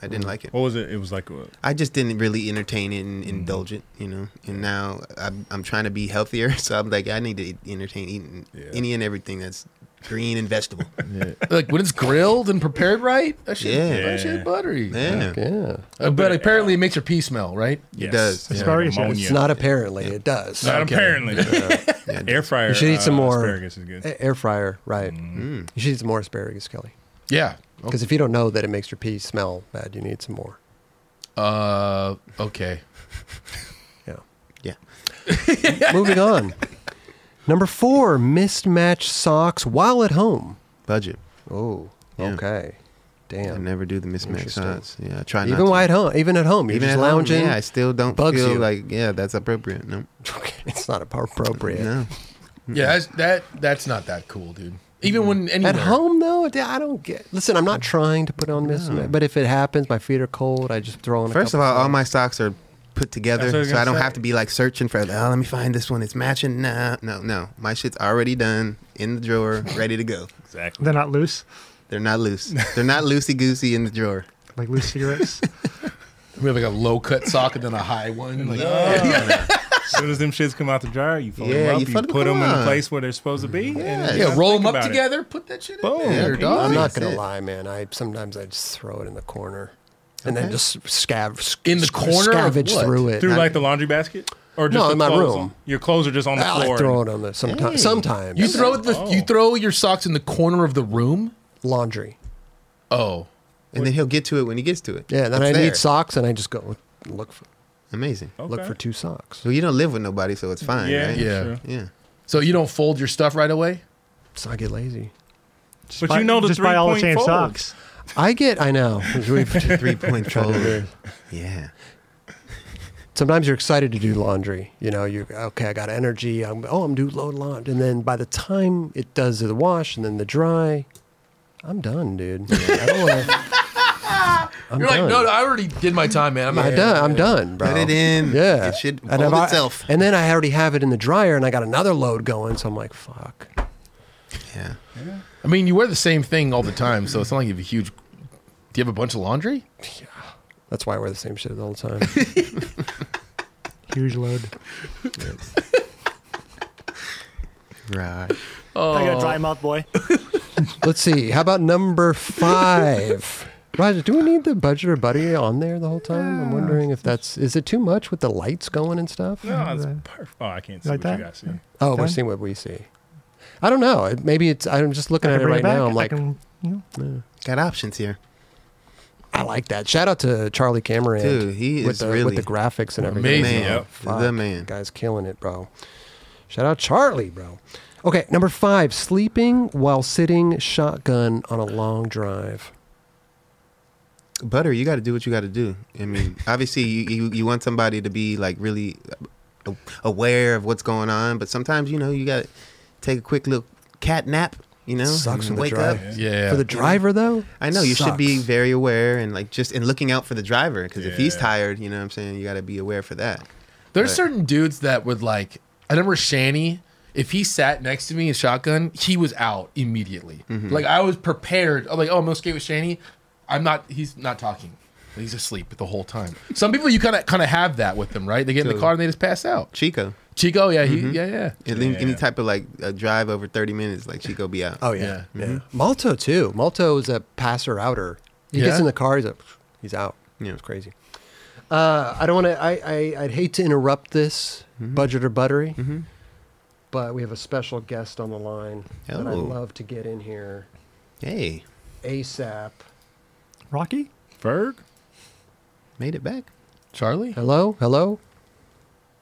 [SPEAKER 2] I didn't like
[SPEAKER 1] Mm.
[SPEAKER 2] it.
[SPEAKER 5] What was it? It was like uh,
[SPEAKER 2] I just didn't really entertain it and indulge it, you know. And now I'm, I'm trying to be healthier, so I'm like I need to entertain eating
[SPEAKER 5] Yeah.
[SPEAKER 2] any and everything that's green and vegetable.
[SPEAKER 3] Like when it's grilled and prepared right, that shit,
[SPEAKER 2] Yeah.
[SPEAKER 3] that shit buttery.
[SPEAKER 2] Yeah.
[SPEAKER 1] Yeah.
[SPEAKER 3] Uh, but apparently it makes your pee smell, right?
[SPEAKER 5] yes,
[SPEAKER 2] does.
[SPEAKER 5] yeah,
[SPEAKER 4] Asparagus, yes.
[SPEAKER 5] ammonia.
[SPEAKER 1] It's not apparently. It does.
[SPEAKER 5] Not
[SPEAKER 3] Okay.
[SPEAKER 5] apparently.
[SPEAKER 2] Yeah.
[SPEAKER 5] Air fryer.
[SPEAKER 1] You should eat some
[SPEAKER 5] uh,
[SPEAKER 1] more. Eh,
[SPEAKER 5] Asparagus is good.
[SPEAKER 1] A- Air fryer, right?
[SPEAKER 2] Mm. Oh.
[SPEAKER 1] You should eat some more asparagus, Kelly.
[SPEAKER 3] Yeah.
[SPEAKER 1] Because if you don't know that it makes your pee smell bad, you need some more.
[SPEAKER 3] Uh, okay.
[SPEAKER 1] Yeah.
[SPEAKER 2] Yeah.
[SPEAKER 1] Moving on. Number four, mismatched socks while at home.
[SPEAKER 2] Budget.
[SPEAKER 1] Oh,
[SPEAKER 2] Yeah.
[SPEAKER 1] okay.
[SPEAKER 2] I
[SPEAKER 1] Damn.
[SPEAKER 2] never do the mismatched
[SPEAKER 1] Interesting.
[SPEAKER 2] socks. Yeah, I try not
[SPEAKER 1] Even
[SPEAKER 2] to.
[SPEAKER 1] while at home, even at home, you're
[SPEAKER 2] Even
[SPEAKER 1] just
[SPEAKER 2] at home,
[SPEAKER 1] lounging.
[SPEAKER 2] yeah, I still don't
[SPEAKER 1] bugs
[SPEAKER 2] feel
[SPEAKER 1] you.
[SPEAKER 2] like yeah, that's appropriate. No,
[SPEAKER 1] it's not appropriate.
[SPEAKER 2] no.
[SPEAKER 3] Yeah, that's, that that's not that cool, dude. Even when anywhere.
[SPEAKER 1] At home though, I don't get. Listen, I'm not trying to put on this,
[SPEAKER 2] No.
[SPEAKER 1] but if it happens, my feet are cold. I just throw on. A
[SPEAKER 2] First of
[SPEAKER 1] couple
[SPEAKER 2] all, all
[SPEAKER 1] socks.
[SPEAKER 2] my socks are put together,
[SPEAKER 5] That's what I was
[SPEAKER 2] so I don't
[SPEAKER 5] gonna
[SPEAKER 2] have
[SPEAKER 5] say.
[SPEAKER 2] to be like searching for. Like, oh, let me find this one. It's matching. Nah, no, no. My shit's already done in the drawer, ready to go.
[SPEAKER 5] Exactly.
[SPEAKER 4] They're not loose,
[SPEAKER 2] They're not loose. They're not loosey goosey in the drawer.
[SPEAKER 4] like loose cigarettes.
[SPEAKER 3] We have like a low cut sock and then a high one. Like,
[SPEAKER 5] As soon as them shits come out the dryer, you fold
[SPEAKER 2] Yeah,
[SPEAKER 5] them up,
[SPEAKER 2] you
[SPEAKER 5] you,
[SPEAKER 2] fold them
[SPEAKER 5] put them in
[SPEAKER 2] up.
[SPEAKER 5] the place where they're supposed to be. and then
[SPEAKER 2] Yeah.
[SPEAKER 5] you
[SPEAKER 3] yeah,
[SPEAKER 5] just
[SPEAKER 3] roll
[SPEAKER 5] think
[SPEAKER 3] them up
[SPEAKER 5] about it.
[SPEAKER 3] together, put that shit in
[SPEAKER 5] Boom.
[SPEAKER 3] there,
[SPEAKER 2] Yeah,
[SPEAKER 3] dog.
[SPEAKER 1] I'm not
[SPEAKER 2] That's
[SPEAKER 1] gonna
[SPEAKER 2] it.
[SPEAKER 1] lie, man. I sometimes I just throw it in the corner, and then just scav sc-
[SPEAKER 3] In the
[SPEAKER 1] sc-
[SPEAKER 3] corner of
[SPEAKER 1] scavenge
[SPEAKER 3] what?
[SPEAKER 1] through it.
[SPEAKER 5] Through
[SPEAKER 1] I-
[SPEAKER 5] like the laundry basket, or just
[SPEAKER 1] No,
[SPEAKER 5] the
[SPEAKER 1] in my
[SPEAKER 5] clothes?
[SPEAKER 1] room.
[SPEAKER 5] Your clothes are just on the
[SPEAKER 1] I
[SPEAKER 5] floor.
[SPEAKER 1] like throw it on the sometimes. Sometimes
[SPEAKER 3] You throw the
[SPEAKER 5] Oh.
[SPEAKER 3] you throw your socks in the corner of the room.
[SPEAKER 1] laundry.
[SPEAKER 3] Oh,
[SPEAKER 2] And then he'll get to it when he gets to it.
[SPEAKER 1] Yeah, then
[SPEAKER 2] It's
[SPEAKER 1] I
[SPEAKER 2] there.
[SPEAKER 1] need socks, and I just go look for
[SPEAKER 2] Amazing.
[SPEAKER 5] Okay.
[SPEAKER 1] look for two socks.
[SPEAKER 2] So you don't live with nobody, so it's fine,
[SPEAKER 5] Yeah,
[SPEAKER 2] right?
[SPEAKER 3] Yeah.
[SPEAKER 5] True.
[SPEAKER 2] Yeah.
[SPEAKER 3] so you don't fold your stuff right away?
[SPEAKER 1] So I get lazy.
[SPEAKER 5] But
[SPEAKER 4] Buy-
[SPEAKER 5] you know the
[SPEAKER 4] just
[SPEAKER 5] three
[SPEAKER 4] buy all the
[SPEAKER 5] point
[SPEAKER 4] same
[SPEAKER 5] fold.
[SPEAKER 4] socks.
[SPEAKER 1] I get. I know. We've-
[SPEAKER 2] Three point
[SPEAKER 1] Trying to
[SPEAKER 2] fold.
[SPEAKER 1] do-
[SPEAKER 2] Yeah.
[SPEAKER 1] sometimes you're excited to do laundry. You know, you okay, I got energy. I'm oh, I'm due load laundry, and then by the time it does the wash and then the dry, I'm done, dude. I don't wanna, I'm
[SPEAKER 3] You're
[SPEAKER 1] done.
[SPEAKER 3] like, no, no, I already did my time, man. I'm
[SPEAKER 1] I'm
[SPEAKER 3] not
[SPEAKER 1] done. I'm done, bro.
[SPEAKER 2] Put it in.
[SPEAKER 1] Yeah,
[SPEAKER 2] It should
[SPEAKER 1] And
[SPEAKER 2] fold
[SPEAKER 1] I've-
[SPEAKER 2] itself.
[SPEAKER 1] And then I already have it in the dryer, and I got another load going. So I'm like, fuck.
[SPEAKER 2] Yeah.
[SPEAKER 3] I mean, you wear the same thing all the time, so it's not like you have a huge. Do you have a bunch of laundry?
[SPEAKER 1] That's why I wear the same shit all the time.
[SPEAKER 4] Huge load.
[SPEAKER 2] Right.
[SPEAKER 4] Oh.
[SPEAKER 7] I got a dry mouth, boy.
[SPEAKER 1] Let's see. How about number five? Roger, do we need the budget or buddy on there the whole time? I'm wondering if that's is it too much with the lights going and stuff?
[SPEAKER 5] No, it's perfect. Oh, I can't see
[SPEAKER 4] Like
[SPEAKER 5] what you
[SPEAKER 4] that?
[SPEAKER 5] guys see.
[SPEAKER 1] Oh, we're
[SPEAKER 4] Okay.
[SPEAKER 1] seeing what we see. I don't know. It- Maybe it's. I'm just looking
[SPEAKER 4] I
[SPEAKER 1] at
[SPEAKER 4] can
[SPEAKER 1] it
[SPEAKER 4] bring
[SPEAKER 1] right
[SPEAKER 4] it back.
[SPEAKER 1] now. I'm
[SPEAKER 4] I
[SPEAKER 1] like, I,
[SPEAKER 4] can- you know,
[SPEAKER 2] Got options here.
[SPEAKER 1] like that. Shout out to Charlie Cameron.
[SPEAKER 2] Dude, he
[SPEAKER 1] with
[SPEAKER 2] is
[SPEAKER 1] the,
[SPEAKER 2] really-
[SPEAKER 1] with the graphics and everything.
[SPEAKER 3] Amazing.
[SPEAKER 2] Man.
[SPEAKER 1] bro.
[SPEAKER 5] Yep.
[SPEAKER 1] Fuck,
[SPEAKER 2] The man.
[SPEAKER 1] Guy's killing it, bro. Shout out Charlie, bro. Okay, number five: sleeping while sitting shotgun on a long drive.
[SPEAKER 2] butter you got to do what you got to do i mean obviously you, you you want somebody to be like really a- aware of what's going on but sometimes you know you got to take a quick little cat nap you know
[SPEAKER 1] Sucks
[SPEAKER 2] and
[SPEAKER 1] for the
[SPEAKER 2] wake up
[SPEAKER 1] drive.
[SPEAKER 3] Yeah.
[SPEAKER 1] For the driver, though,
[SPEAKER 2] i know you should be
[SPEAKER 1] sucks.
[SPEAKER 2] very aware and like just and looking out for the driver because if he's
[SPEAKER 5] Yeah.
[SPEAKER 2] tired you know what i'm saying you got to be aware for that
[SPEAKER 3] There's
[SPEAKER 2] Right.
[SPEAKER 3] certain dudes that would like. I remember Shanny. If he sat next to me in shotgun, he was out immediately.
[SPEAKER 1] Mm-hmm.
[SPEAKER 3] Like I was prepared. I'm like, oh, I'm gonna skate with Shanny. I'm not. He's not talking. He's asleep the whole time. Some people you kind of kind of have that with them, right? They get in the
[SPEAKER 2] Totally.
[SPEAKER 3] car and they just pass out.
[SPEAKER 2] chico
[SPEAKER 3] Chico, yeah,
[SPEAKER 1] Mm-hmm.
[SPEAKER 3] he, yeah, yeah.
[SPEAKER 2] any, any
[SPEAKER 5] Yeah.
[SPEAKER 2] type of like a drive over 30 minutes like chico be out
[SPEAKER 1] Oh yeah, yeah.
[SPEAKER 2] Mm-hmm.
[SPEAKER 1] Malto too. Malto is a passer outer. He
[SPEAKER 3] Yeah?
[SPEAKER 1] gets in the car. He's a, he's out.
[SPEAKER 2] Yeah.
[SPEAKER 1] It's crazy. Uh, I don't want to. I, I I'd hate to interrupt this budget or buttery, but we have a special guest on the line that I'd
[SPEAKER 2] Oh.
[SPEAKER 1] love to get in here
[SPEAKER 2] hey
[SPEAKER 1] asap.
[SPEAKER 4] Rocky?
[SPEAKER 5] Ferg.
[SPEAKER 2] made it back
[SPEAKER 3] Charlie,
[SPEAKER 1] Hello, hello.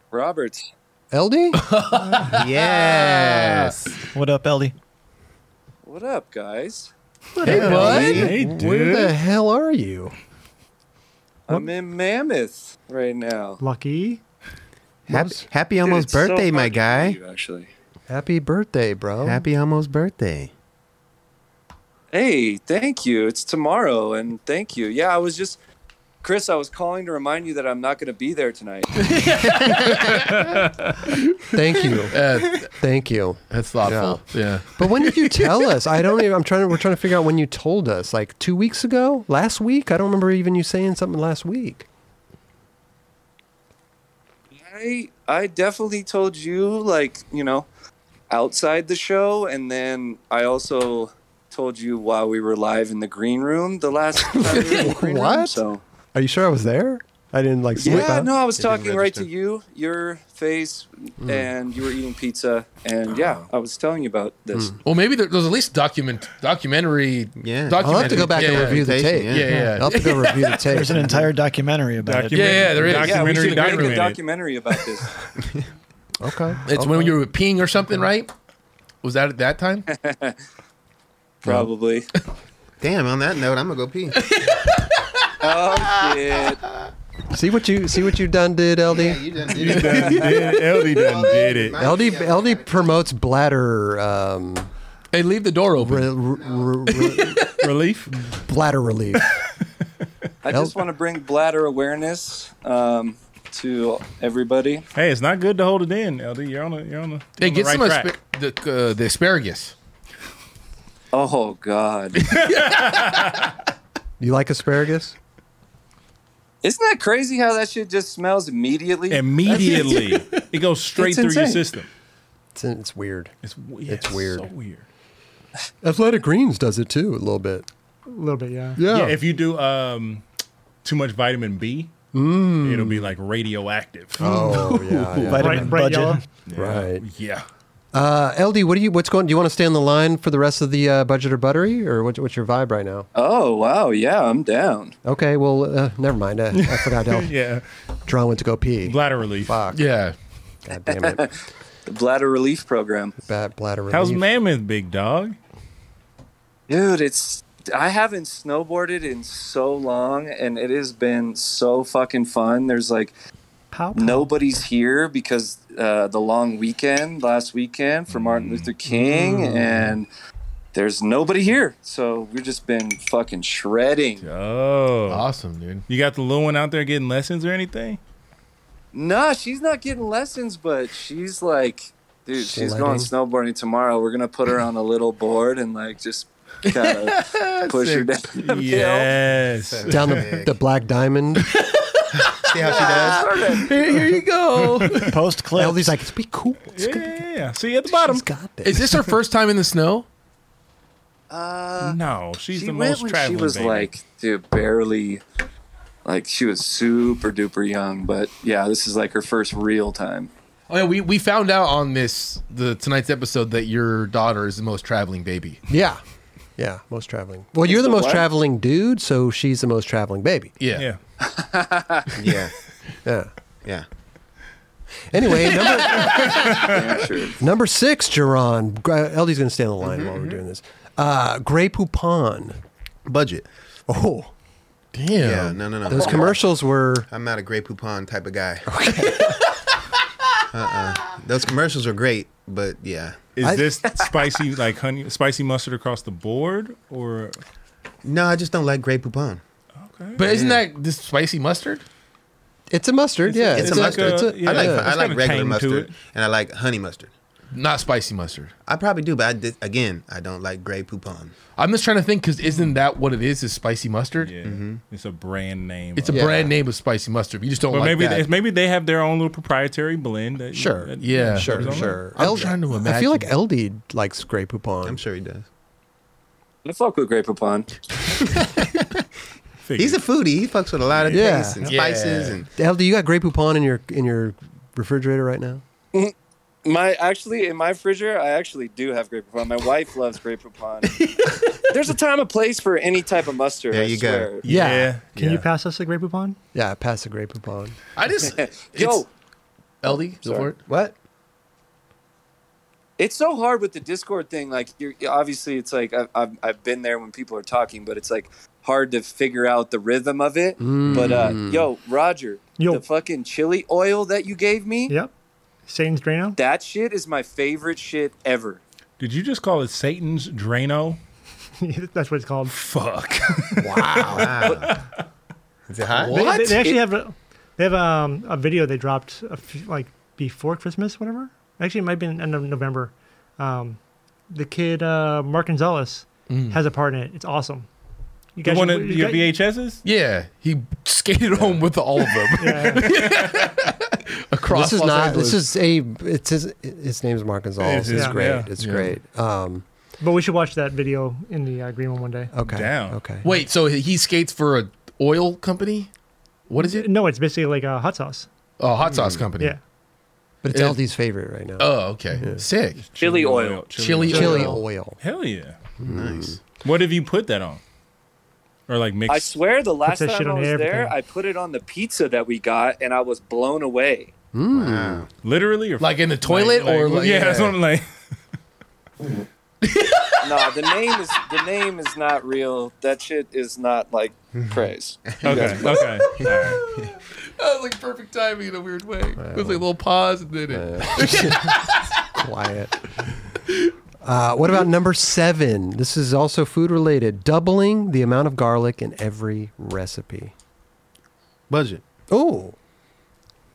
[SPEAKER 8] Roberts.
[SPEAKER 1] LD?
[SPEAKER 2] Yes.
[SPEAKER 6] What up, LD?
[SPEAKER 8] What up, guys?
[SPEAKER 1] hey, bud.
[SPEAKER 5] Hey,
[SPEAKER 1] Where the
[SPEAKER 5] dude.
[SPEAKER 1] hell are you?
[SPEAKER 8] I'm in Mammoth right now.
[SPEAKER 4] Lucky.
[SPEAKER 2] Happy, happy almost
[SPEAKER 8] Dude, it's so
[SPEAKER 2] birthday,
[SPEAKER 8] hard
[SPEAKER 2] my
[SPEAKER 8] to
[SPEAKER 2] guy.
[SPEAKER 8] believe, actually.
[SPEAKER 1] Happy birthday, bro.
[SPEAKER 2] Happy almost birthday.
[SPEAKER 8] Hey, thank you. It's tomorrow, and thank you. Yeah, I was just, Chris. I was calling to remind you that I'm not going to be there tonight.
[SPEAKER 1] Thank you.
[SPEAKER 3] Uh,
[SPEAKER 1] Thank you.
[SPEAKER 3] that's thoughtful. Yeah.
[SPEAKER 1] But when did you tell us? I don't even. I'm trying to. We're trying to figure out when you told us. Like two weeks ago, last week. I don't remember even you saying something last week.
[SPEAKER 8] I I definitely told you, like you know, outside the show, and then I also told you while we were live in the green room the last time. we were in the green room,
[SPEAKER 1] What?
[SPEAKER 8] so
[SPEAKER 1] Are you sure I was there? I didn't like slip
[SPEAKER 8] yeah,
[SPEAKER 1] out.
[SPEAKER 8] no, I was
[SPEAKER 2] It didn't
[SPEAKER 8] talking right to
[SPEAKER 2] register.
[SPEAKER 8] you, your face, and you were eating pizza, and yeah, I was telling you about this.
[SPEAKER 3] Well, maybe there, there's at least document documentary.
[SPEAKER 2] Yeah.
[SPEAKER 1] I'll have to go back
[SPEAKER 3] yeah,
[SPEAKER 1] and
[SPEAKER 3] yeah.
[SPEAKER 1] review the tape.
[SPEAKER 2] Presentation,
[SPEAKER 3] Yeah, yeah.
[SPEAKER 1] I'll have to go review the tape.
[SPEAKER 6] There's an entire documentary about it.
[SPEAKER 3] Yeah, yeah, there is.
[SPEAKER 8] Yeah, we
[SPEAKER 5] Documentary,
[SPEAKER 8] should make a
[SPEAKER 5] documented.
[SPEAKER 8] documentary about this.
[SPEAKER 1] okay.
[SPEAKER 3] It's when you were peeing or something, right? Was that at that time?
[SPEAKER 8] Probably.
[SPEAKER 2] Damn, on that note, I'm going to go pee.
[SPEAKER 8] oh shit.
[SPEAKER 1] See what you see what you done did, LD.
[SPEAKER 2] you
[SPEAKER 5] You done did it. LD done did it.
[SPEAKER 1] LD LD promotes bladder um,
[SPEAKER 3] Hey, leave the door
[SPEAKER 1] re,
[SPEAKER 3] open.
[SPEAKER 1] re- re-
[SPEAKER 5] Relief.
[SPEAKER 1] bladder relief.
[SPEAKER 8] I just want to bring bladder awareness um, to everybody.
[SPEAKER 5] Hey, it's not good to hold it in, LD. You're on the you're on the.
[SPEAKER 3] Hey,
[SPEAKER 5] you're
[SPEAKER 3] get
[SPEAKER 5] on
[SPEAKER 3] some
[SPEAKER 5] the right track.
[SPEAKER 3] aspa- the, uh, the asparagus.
[SPEAKER 8] Oh God,
[SPEAKER 1] You like asparagus?
[SPEAKER 8] isn't that crazy how that shit just smells immediately?
[SPEAKER 5] immediately. it goes straight
[SPEAKER 8] It's
[SPEAKER 5] through your
[SPEAKER 8] insane.
[SPEAKER 5] system.
[SPEAKER 1] It's, it's weird.
[SPEAKER 5] It's,
[SPEAKER 1] It's weird.
[SPEAKER 5] So weird.
[SPEAKER 1] Athletic Greens does it too a little bit.
[SPEAKER 4] A little bit, yeah.
[SPEAKER 1] Yeah.
[SPEAKER 5] Yeah, if you do um, too much vitamin B, it'll be like radioactive.
[SPEAKER 1] oh yeah, yeah.
[SPEAKER 6] Vitamin
[SPEAKER 4] Bright, bright
[SPEAKER 6] budget.
[SPEAKER 4] yellow.
[SPEAKER 1] Right.
[SPEAKER 5] Yeah.
[SPEAKER 1] Uh, LD, what do you? What's going? Do you want to stay on the line for the rest of the uh, budget or buttery, or what, what's your vibe right now?
[SPEAKER 8] Oh wow, yeah, I'm down.
[SPEAKER 1] Okay, well, uh, never mind. Uh, I forgot. Del-
[SPEAKER 5] Yeah.
[SPEAKER 1] Dron went to go pee.
[SPEAKER 5] Bladder relief.
[SPEAKER 1] Fuck.
[SPEAKER 3] Yeah.
[SPEAKER 1] God damn it.
[SPEAKER 8] The bladder relief program,
[SPEAKER 1] Bad bladder relief.
[SPEAKER 5] How's Mammoth, big dog?
[SPEAKER 8] dude. It's I haven't snowboarded in so long, and it has been so fucking fun. There's like
[SPEAKER 4] Pow, pow.
[SPEAKER 8] nobody's here because uh, the long weekend last weekend for Martin Luther King, and there's nobody here. So we've just been fucking shredding.
[SPEAKER 5] Oh.
[SPEAKER 3] Awesome, dude.
[SPEAKER 5] You got the little one out there getting lessons or anything?
[SPEAKER 8] Nah, she's not getting lessons, but she's like, dude, she's going snowboarding tomorrow. We're gonna put her on a little board and like just kind of push her down. the hill.
[SPEAKER 5] Yes.
[SPEAKER 1] down the, the black diamond?
[SPEAKER 2] See how she does?
[SPEAKER 8] Sort of.
[SPEAKER 3] Here you go.
[SPEAKER 6] Post clip.
[SPEAKER 1] LD's like, it's be cool. It's good.
[SPEAKER 5] Yeah. See you at the bottom.
[SPEAKER 1] She's got this.
[SPEAKER 3] Is this her first time in the snow?
[SPEAKER 8] Uh,
[SPEAKER 5] no, she's
[SPEAKER 8] she
[SPEAKER 5] the
[SPEAKER 8] went
[SPEAKER 5] most
[SPEAKER 8] when
[SPEAKER 5] traveling.
[SPEAKER 8] She was
[SPEAKER 5] baby.
[SPEAKER 8] like, dude, barely. Like she was super duper young, but yeah, this is like her first real time.
[SPEAKER 3] Oh yeah, we, we found out on this the tonight's episode that your daughter is the most traveling baby.
[SPEAKER 1] Yeah. Yeah, most traveling. Well, you're the
[SPEAKER 8] the
[SPEAKER 1] most
[SPEAKER 8] what?
[SPEAKER 1] traveling dude, so she's the most traveling baby.
[SPEAKER 3] Yeah.
[SPEAKER 5] yeah.
[SPEAKER 2] Yeah.
[SPEAKER 1] Yeah.
[SPEAKER 2] Yeah.
[SPEAKER 1] Anyway, number
[SPEAKER 8] Damn sure.
[SPEAKER 1] number six, Jerron. Gra- LD's going to stay on the line while we're doing this. Uh, Grey Poupon.
[SPEAKER 2] Budget. Oh.
[SPEAKER 1] Oh,
[SPEAKER 3] Damn.
[SPEAKER 2] Yeah, no, no, no.
[SPEAKER 1] those commercials were.
[SPEAKER 2] I'm not a Grey Poupon type of guy. Okay. uh-uh. Those commercials are great, but yeah.
[SPEAKER 5] Is
[SPEAKER 1] I-
[SPEAKER 5] this spicy like honey spicy mustard across the board or
[SPEAKER 2] No, I just don't like Grey Poupon.
[SPEAKER 5] okay.
[SPEAKER 3] But isn't that this spicy mustard?
[SPEAKER 1] It's a mustard, yeah.
[SPEAKER 2] It's,
[SPEAKER 5] It's
[SPEAKER 2] a
[SPEAKER 5] like
[SPEAKER 2] mustard.
[SPEAKER 5] a- yeah,
[SPEAKER 2] I like,
[SPEAKER 5] it's
[SPEAKER 2] I
[SPEAKER 5] got
[SPEAKER 2] like
[SPEAKER 5] a
[SPEAKER 2] regular
[SPEAKER 5] tang to
[SPEAKER 2] mustard,
[SPEAKER 5] it.
[SPEAKER 2] and I like honey mustard.
[SPEAKER 3] Not spicy mustard.
[SPEAKER 2] I probably do, but I did, again, I don't like Grey Poupon.
[SPEAKER 3] I'm just trying to think because isn't that what it is? Is spicy mustard?
[SPEAKER 5] Yeah. It's a brand name.
[SPEAKER 3] It's a
[SPEAKER 1] Yeah.
[SPEAKER 3] brand name of spicy mustard. You just don't
[SPEAKER 5] But
[SPEAKER 3] like
[SPEAKER 5] maybe
[SPEAKER 3] that.
[SPEAKER 5] they, maybe they have their own little proprietary blend. That
[SPEAKER 1] Sure.
[SPEAKER 5] that-
[SPEAKER 3] Yeah.
[SPEAKER 5] that goes
[SPEAKER 1] Sure,
[SPEAKER 5] on
[SPEAKER 1] sure.
[SPEAKER 3] I'm trying to
[SPEAKER 1] I feel
[SPEAKER 3] imagine.
[SPEAKER 1] like LD likes Grey Poupon.
[SPEAKER 2] I'm sure he does.
[SPEAKER 8] I fuck with Grape Upon.
[SPEAKER 5] there.
[SPEAKER 2] He's a
[SPEAKER 5] Figure.
[SPEAKER 2] foodie. He fucks with a lot of
[SPEAKER 1] Yeah.
[SPEAKER 2] tastes and
[SPEAKER 3] Yeah.
[SPEAKER 2] spices and
[SPEAKER 1] LD, you got Grey Poupon in your in your refrigerator right now?
[SPEAKER 8] My actually in my freezer, I actually do have grape poupon. My wife loves grape poupon. There's a time and place for any type of mustard.
[SPEAKER 2] There
[SPEAKER 8] I
[SPEAKER 2] you go.
[SPEAKER 8] swear.
[SPEAKER 1] Yeah.
[SPEAKER 4] Can you
[SPEAKER 5] yeah.
[SPEAKER 4] pass us the Grey Poupon?
[SPEAKER 1] Yeah, pass the Grey Poupon.
[SPEAKER 3] I just it's-
[SPEAKER 8] Yo,
[SPEAKER 3] LD go for it.
[SPEAKER 1] What?
[SPEAKER 8] it's so hard with the Discord thing. Like, you're obviously, it's like I've, I've I've been there when people are talking, but it's like hard to figure out the rhythm of it. But uh, yo, Roger,
[SPEAKER 4] Yo.
[SPEAKER 8] the fucking chili oil that you gave me,
[SPEAKER 4] Yep. Satan's Drano.
[SPEAKER 8] that shit is my favorite shit ever.
[SPEAKER 5] Did you just call it Satan's Drano?
[SPEAKER 4] That's what it's called.
[SPEAKER 5] Fuck.
[SPEAKER 2] Wow. Is it hot?
[SPEAKER 4] They- They, they actually have a, they have um, a video they dropped a few, like before Christmas, whatever. Actually, it might be in the end of November. Um, the kid uh, Mark Gonzalez has a part in it. It's awesome. You
[SPEAKER 5] You
[SPEAKER 4] guys
[SPEAKER 5] want
[SPEAKER 4] should- you
[SPEAKER 5] your
[SPEAKER 4] guys-
[SPEAKER 5] VHSs?
[SPEAKER 3] Yeah, he skated home with all of them
[SPEAKER 4] Yeah.
[SPEAKER 3] across.
[SPEAKER 1] this is
[SPEAKER 3] Los
[SPEAKER 1] not.
[SPEAKER 3] Angeles.
[SPEAKER 1] This is a. It's his. His name's Mark Gonzalez.
[SPEAKER 5] It is,
[SPEAKER 1] It's
[SPEAKER 4] yeah.
[SPEAKER 1] great.
[SPEAKER 5] Yeah.
[SPEAKER 1] It's
[SPEAKER 3] Yeah.
[SPEAKER 1] great. Um.
[SPEAKER 4] but we should watch that video in the uh, green one one day.
[SPEAKER 1] Oh, Okay.
[SPEAKER 5] Down.
[SPEAKER 1] Okay.
[SPEAKER 3] Wait, so he he skates for a oil company? What is it?
[SPEAKER 4] No, it's basically like a hot sauce.
[SPEAKER 3] Oh, hot
[SPEAKER 5] Mm,
[SPEAKER 3] sauce company.
[SPEAKER 4] Yeah.
[SPEAKER 1] But it's
[SPEAKER 3] it-
[SPEAKER 1] LD's favorite right now.
[SPEAKER 3] Oh, okay. Sick.
[SPEAKER 8] Chili oil.
[SPEAKER 3] Chili
[SPEAKER 1] Chili
[SPEAKER 3] oil.
[SPEAKER 1] oil.
[SPEAKER 5] Hell yeah.
[SPEAKER 2] Nice.
[SPEAKER 5] What have you put that on? Or like mixed?
[SPEAKER 8] I swear the last
[SPEAKER 4] that
[SPEAKER 8] time
[SPEAKER 4] shit
[SPEAKER 8] I
[SPEAKER 4] on
[SPEAKER 8] was there,
[SPEAKER 4] everything.
[SPEAKER 8] I put it on the pizza that we got and I was blown away.
[SPEAKER 2] Wow.
[SPEAKER 5] literally or
[SPEAKER 3] Like in the toilet or like,
[SPEAKER 5] yeah, that's what I'm like.
[SPEAKER 8] no, the name is the name is not real. That shit is not like praise.
[SPEAKER 5] Okay, okay. All right.
[SPEAKER 3] That was like perfect timing in a weird way. It was like a little pause and then it.
[SPEAKER 1] Quiet. Uh, what about number seven? This is also food related. Doubling the amount of garlic in every recipe.
[SPEAKER 2] Budget.
[SPEAKER 1] Oh.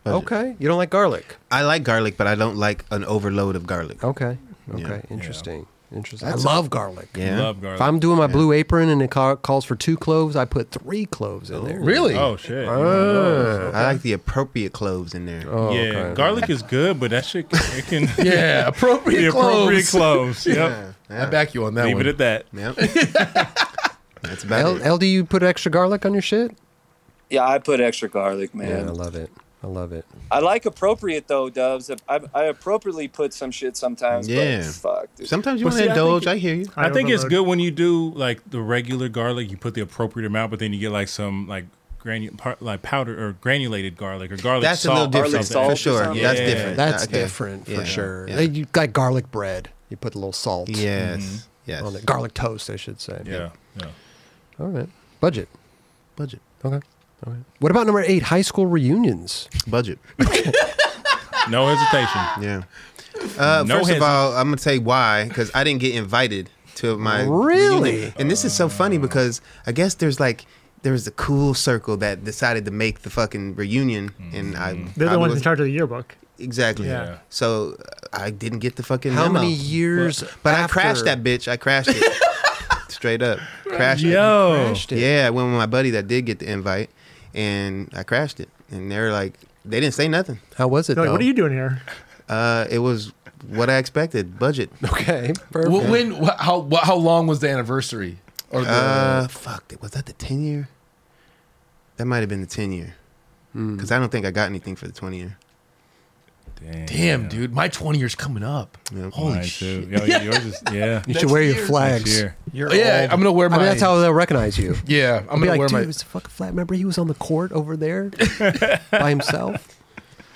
[SPEAKER 2] Budget.
[SPEAKER 1] Okay. You don't like garlic.
[SPEAKER 2] I like garlic, but I don't like an overload of garlic.
[SPEAKER 1] Okay. Okay.
[SPEAKER 2] Yeah.
[SPEAKER 1] Interesting. Interesting. I love garlic.
[SPEAKER 2] Yeah.
[SPEAKER 5] Love garlic.
[SPEAKER 1] If I'm doing my blue apron and it ca- calls for two cloves, I put three cloves in there.
[SPEAKER 3] Really?
[SPEAKER 5] oh shit.
[SPEAKER 1] Uh.
[SPEAKER 2] I like the appropriate cloves in there.
[SPEAKER 1] Oh,
[SPEAKER 5] yeah,
[SPEAKER 1] okay.
[SPEAKER 5] garlic is good, but that shit can- it can
[SPEAKER 3] Yeah, appropriate
[SPEAKER 5] be appropriate
[SPEAKER 3] clothes.
[SPEAKER 5] cloves. Yep.
[SPEAKER 2] Yeah.
[SPEAKER 3] I back you on that
[SPEAKER 5] Leave
[SPEAKER 3] one.
[SPEAKER 5] it at that.
[SPEAKER 2] Yep. That's
[SPEAKER 1] L,
[SPEAKER 2] about it.
[SPEAKER 1] L, do you put extra garlic on your shit?
[SPEAKER 8] Yeah, I put extra garlic,
[SPEAKER 1] Yeah,
[SPEAKER 8] man.
[SPEAKER 1] I love it. I love it.
[SPEAKER 8] I like appropriate though, Doves. I, I appropriately put some shit sometimes.
[SPEAKER 2] Yeah.
[SPEAKER 8] But fuck. Dude.
[SPEAKER 2] Sometimes you
[SPEAKER 5] But
[SPEAKER 2] want to
[SPEAKER 5] see, I think
[SPEAKER 2] indulge.
[SPEAKER 5] it-
[SPEAKER 2] I hear you.
[SPEAKER 5] I think it's
[SPEAKER 4] overload.
[SPEAKER 5] good when you do like the regular garlic. You put the appropriate amount, but then you get like some like granu- par- like powder or granulated garlic or garlic
[SPEAKER 2] That's a
[SPEAKER 5] salt.
[SPEAKER 2] little
[SPEAKER 5] or
[SPEAKER 2] different
[SPEAKER 5] something.
[SPEAKER 8] salt
[SPEAKER 2] for
[SPEAKER 8] or
[SPEAKER 2] sure.
[SPEAKER 8] something.
[SPEAKER 2] That's
[SPEAKER 5] Yeah.
[SPEAKER 2] different.
[SPEAKER 1] That's
[SPEAKER 2] Okay.
[SPEAKER 1] different for
[SPEAKER 2] Yeah.
[SPEAKER 1] sure.
[SPEAKER 2] Yeah.
[SPEAKER 1] They, you got garlic bread. You put a little salt
[SPEAKER 2] Yes.
[SPEAKER 5] Mm-hmm.
[SPEAKER 1] on
[SPEAKER 2] Yes.
[SPEAKER 1] it. Garlic toast, I should say.
[SPEAKER 5] Yeah, yeah.
[SPEAKER 1] All right. Budget.
[SPEAKER 2] Budget.
[SPEAKER 1] Okay. All right. What about number eight? High school reunions.
[SPEAKER 2] Budget.
[SPEAKER 5] No hesitation.
[SPEAKER 2] Yeah. Uh,
[SPEAKER 5] No
[SPEAKER 2] first
[SPEAKER 5] hesitation.
[SPEAKER 2] of all, I'm gonna say why because I didn't get invited to my
[SPEAKER 1] Really?
[SPEAKER 2] reunion. And this is so
[SPEAKER 5] Oh.
[SPEAKER 2] funny because I guess there's like there's a cool circle that decided to make the fucking reunion, and I
[SPEAKER 5] Mm-hmm.
[SPEAKER 4] They're
[SPEAKER 2] I
[SPEAKER 4] the ones
[SPEAKER 2] was-
[SPEAKER 4] in charge of the yearbook.
[SPEAKER 2] Exactly.
[SPEAKER 4] Yeah. Yeah.
[SPEAKER 2] So uh, I didn't get the fucking
[SPEAKER 1] How
[SPEAKER 2] memo.
[SPEAKER 1] many years?
[SPEAKER 2] But I
[SPEAKER 1] after-
[SPEAKER 2] crashed that bitch. I crashed it straight up. Crashed it.
[SPEAKER 5] Yo,
[SPEAKER 1] Crashed it?
[SPEAKER 2] Yeah, I went with my buddy that did get the invite, and I crashed it. And they were like, they didn't say nothing.
[SPEAKER 1] How was it?
[SPEAKER 4] They're like, what
[SPEAKER 1] though?
[SPEAKER 4] are you doing here?
[SPEAKER 2] Uh, it was what I expected. Budget.
[SPEAKER 1] Okay. Perfect.
[SPEAKER 3] Wh- When? wh- How? wh- How long was the anniversary? Or the,
[SPEAKER 2] Uh, fuck. Was that the ten year? That might have been the ten year, because I don't think I got anything for the twenty year.
[SPEAKER 3] damn, dude, my twenty years coming up.
[SPEAKER 2] Yep.
[SPEAKER 3] Holy
[SPEAKER 5] Mine
[SPEAKER 3] shit!
[SPEAKER 5] too. Yo, yours is yeah.
[SPEAKER 1] you should wear your
[SPEAKER 3] year.
[SPEAKER 5] Next
[SPEAKER 1] flags.
[SPEAKER 5] year.
[SPEAKER 6] You're
[SPEAKER 3] Oh, yeah,
[SPEAKER 6] old.
[SPEAKER 3] I'm gonna wear
[SPEAKER 1] I
[SPEAKER 3] my.
[SPEAKER 1] mean, that's how they'll recognize you.
[SPEAKER 3] Yeah, I'm
[SPEAKER 1] be
[SPEAKER 3] gonna
[SPEAKER 1] like,
[SPEAKER 3] wear
[SPEAKER 1] dude,
[SPEAKER 3] my.
[SPEAKER 1] it's a fucking flat. Remember, he was on the court over there by himself.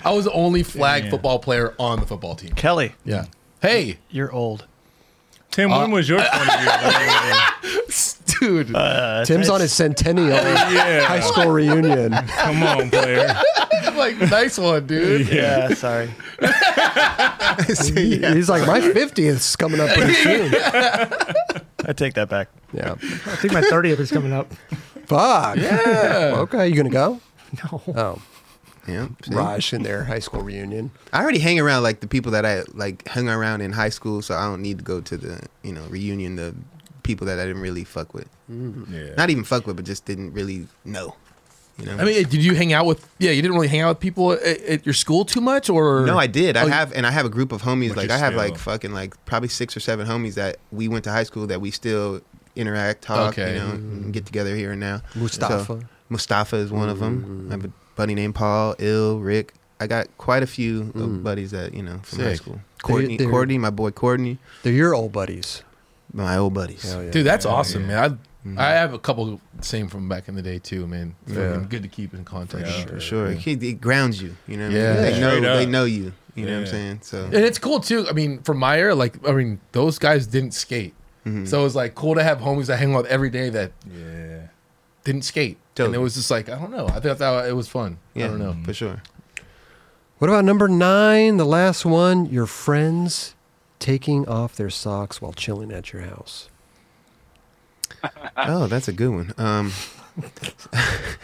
[SPEAKER 3] I was the only flag
[SPEAKER 5] Yeah.
[SPEAKER 3] football player on the football team.
[SPEAKER 6] Kelly,
[SPEAKER 3] Yeah. Hey,
[SPEAKER 6] you're old.
[SPEAKER 5] Tim, when was your 20 year?
[SPEAKER 3] dude.
[SPEAKER 6] Uh,
[SPEAKER 1] Tim's on his centennial high
[SPEAKER 5] yeah,
[SPEAKER 1] school reunion.
[SPEAKER 5] come on, player.
[SPEAKER 3] I'm like, nice one, dude.
[SPEAKER 6] Yeah, sorry.
[SPEAKER 1] He- He's like, my fiftieth's coming up pretty soon.
[SPEAKER 6] I take that back.
[SPEAKER 1] Yeah.
[SPEAKER 4] I think my 30th is coming up.
[SPEAKER 1] Fuck. Yeah. Okay. You gonna go?
[SPEAKER 4] No.
[SPEAKER 1] Oh,
[SPEAKER 2] Yeah. see?
[SPEAKER 1] Raj in their high school reunion.
[SPEAKER 2] I already hang around like the people that I like hung around in high school, so I don't need to go to the you know reunion. The people that I didn't really fuck with,
[SPEAKER 5] Yeah.
[SPEAKER 2] not even fuck with, but just didn't really know. You know.
[SPEAKER 3] I mean, did you hang out with? Yeah, you didn't really hang out with people at, at your school too much, or
[SPEAKER 2] No, I did.
[SPEAKER 3] Oh,
[SPEAKER 2] I
[SPEAKER 3] you-
[SPEAKER 2] have, and I have a group of homies.
[SPEAKER 5] But
[SPEAKER 2] Like
[SPEAKER 5] you
[SPEAKER 2] I have
[SPEAKER 5] still-
[SPEAKER 2] like fucking like probably six or seven homies that we went to high school that we still interact, talk,
[SPEAKER 3] Okay.
[SPEAKER 2] you know, and get together here and now.
[SPEAKER 1] Mustafa.
[SPEAKER 2] So, Mustafa is one of them. I have a buddy named Paul, Ill, Rick. I got quite a few of buddies that you know from high
[SPEAKER 3] Sick.
[SPEAKER 2] school. Courtney,
[SPEAKER 1] they're-
[SPEAKER 2] Courtney, my boy Courtney,
[SPEAKER 1] They're your old buddies.
[SPEAKER 2] my old buddies.
[SPEAKER 1] Hell yeah.
[SPEAKER 3] Dude, that's awesome, man. I,
[SPEAKER 1] Mm-hmm.
[SPEAKER 3] I have a couple same from back in the day too, man. Fucking Good to keep in contact.
[SPEAKER 5] Yeah.
[SPEAKER 2] For sure, It, it grounds you. You know, what I mean?
[SPEAKER 3] Yeah.
[SPEAKER 2] they know
[SPEAKER 5] Straight up.
[SPEAKER 2] they know you. You know what I'm
[SPEAKER 5] Yeah.
[SPEAKER 2] saying? So
[SPEAKER 3] And it's cool too. I mean, from my era, like I mean, those guys didn't skate,
[SPEAKER 1] Mm-hmm.
[SPEAKER 3] so it was like cool to have homies I hang out with every day that
[SPEAKER 5] Yeah.
[SPEAKER 3] didn't skate.
[SPEAKER 2] Totally.
[SPEAKER 3] And it was just like I don't know. I thought that it was fun.
[SPEAKER 2] yeah, Mm-hmm.
[SPEAKER 3] I don't know.
[SPEAKER 2] for sure.
[SPEAKER 1] What about number nine, the last one? Your friends taking off their socks while chilling at your house.
[SPEAKER 2] Oh, that's a good one. Um,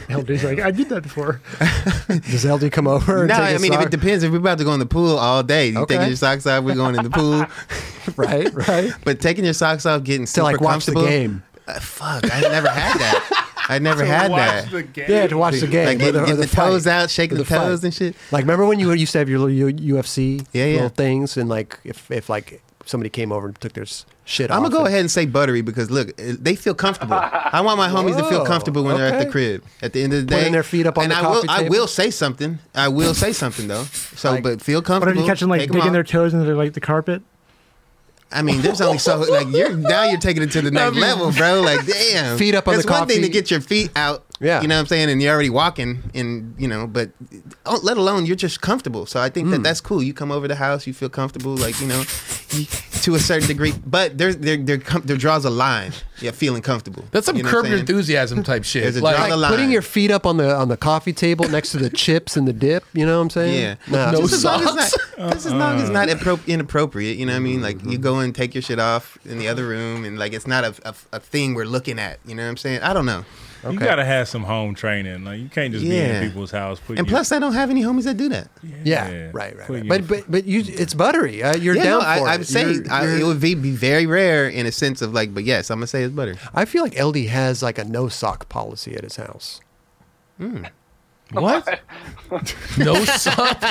[SPEAKER 4] LD's like, I did that before.
[SPEAKER 1] Does LD come over? And
[SPEAKER 2] no,
[SPEAKER 1] take
[SPEAKER 2] I
[SPEAKER 1] his
[SPEAKER 2] mean, if
[SPEAKER 1] sock?
[SPEAKER 2] it depends, if we're about to go in the pool all day, you
[SPEAKER 1] Okay.
[SPEAKER 2] taking your socks off, we're going in the pool.
[SPEAKER 1] right, right.
[SPEAKER 2] But taking your socks off, getting
[SPEAKER 1] To
[SPEAKER 2] super
[SPEAKER 1] like watch the
[SPEAKER 2] comfortable.
[SPEAKER 1] game.
[SPEAKER 2] Uh, fuck, I never had that. I never had that.
[SPEAKER 1] Yeah, to watch the game.
[SPEAKER 2] Like
[SPEAKER 1] or
[SPEAKER 2] getting,
[SPEAKER 1] or
[SPEAKER 2] getting the,
[SPEAKER 1] fight.
[SPEAKER 2] toes out, shaking
[SPEAKER 1] Or
[SPEAKER 2] the,
[SPEAKER 1] the
[SPEAKER 2] toes
[SPEAKER 1] fight.
[SPEAKER 2] and shit.
[SPEAKER 1] Like, remember when you used to have your little U- UFC
[SPEAKER 2] Yeah, yeah.
[SPEAKER 1] little things, and like if if like somebody came over and took their s- shit
[SPEAKER 2] I'm
[SPEAKER 1] off.
[SPEAKER 2] gonna go
[SPEAKER 1] and-
[SPEAKER 2] ahead and say buttery because look, uh, they feel comfortable. I want my homies to feel
[SPEAKER 1] Whoa,
[SPEAKER 2] comfortable when they're at
[SPEAKER 1] okay.
[SPEAKER 2] the crib. At the end of the day,
[SPEAKER 1] Putting their feet up on
[SPEAKER 2] and
[SPEAKER 1] the
[SPEAKER 2] I will,
[SPEAKER 1] coffee
[SPEAKER 2] I
[SPEAKER 1] table.
[SPEAKER 2] will say something. I will say something though. So,
[SPEAKER 1] Like,
[SPEAKER 2] but feel
[SPEAKER 4] What if
[SPEAKER 2] comfortable.
[SPEAKER 4] you catch them like
[SPEAKER 2] take 'em
[SPEAKER 4] digging their
[SPEAKER 2] off.
[SPEAKER 4] toes into like the carpet?
[SPEAKER 2] I mean, there's only so like you're now you're taking it to the next level, bro. Like damn,
[SPEAKER 1] Feet up on
[SPEAKER 2] That's
[SPEAKER 1] the
[SPEAKER 2] one thing to
[SPEAKER 1] coffee.
[SPEAKER 2] get your feet out.
[SPEAKER 1] Yeah.
[SPEAKER 2] you know what I'm saying, and you're already walking, and you know, but oh, let alone you're just comfortable. So I
[SPEAKER 1] Hmm.
[SPEAKER 2] think that that's cool. You come over the house, you feel comfortable, like you know, you- to a certain degree. But there there there, com- there draws a line. Yeah, feeling comfortable.
[SPEAKER 3] That's some
[SPEAKER 2] You know what
[SPEAKER 3] curb
[SPEAKER 2] I'm
[SPEAKER 3] your
[SPEAKER 2] saying?
[SPEAKER 3] enthusiasm type shit.
[SPEAKER 2] There's a
[SPEAKER 3] Like,
[SPEAKER 2] draw the
[SPEAKER 1] Like putting
[SPEAKER 2] line.
[SPEAKER 1] your feet up on the on the coffee table next to the chips and the dip. You know what I'm saying?
[SPEAKER 2] Yeah.
[SPEAKER 1] Nah, Uh-uh.
[SPEAKER 3] No
[SPEAKER 2] just as long as
[SPEAKER 3] socks.
[SPEAKER 2] not, just as long as not appro- inappropriate, you know what I mean? Like
[SPEAKER 1] Mm-hmm.
[SPEAKER 2] you go and take your shit off in the other room, and like it's not a, a, a thing we're looking at. You know what I'm saying? I don't know.
[SPEAKER 5] You gotta have some home training. Like you can't just be
[SPEAKER 2] Yeah.
[SPEAKER 5] in people's house. putting
[SPEAKER 2] And
[SPEAKER 5] your-
[SPEAKER 2] plus, I don't have any homies that do that.
[SPEAKER 1] Yeah,
[SPEAKER 5] Yeah.
[SPEAKER 1] right, right.
[SPEAKER 5] Putting
[SPEAKER 1] right. But
[SPEAKER 5] your-
[SPEAKER 1] but but you, it's buttery. Uh, you're
[SPEAKER 2] yeah,
[SPEAKER 1] down
[SPEAKER 2] no, I,
[SPEAKER 1] for it.
[SPEAKER 2] I would say
[SPEAKER 1] You're-
[SPEAKER 2] I,
[SPEAKER 1] you're-
[SPEAKER 2] it would be, be very rare in a sense of like, but yes, I'm gonna say it's butter.
[SPEAKER 1] I feel like LD has like a no sock policy at his house.
[SPEAKER 2] Hmm.
[SPEAKER 3] what? no sock.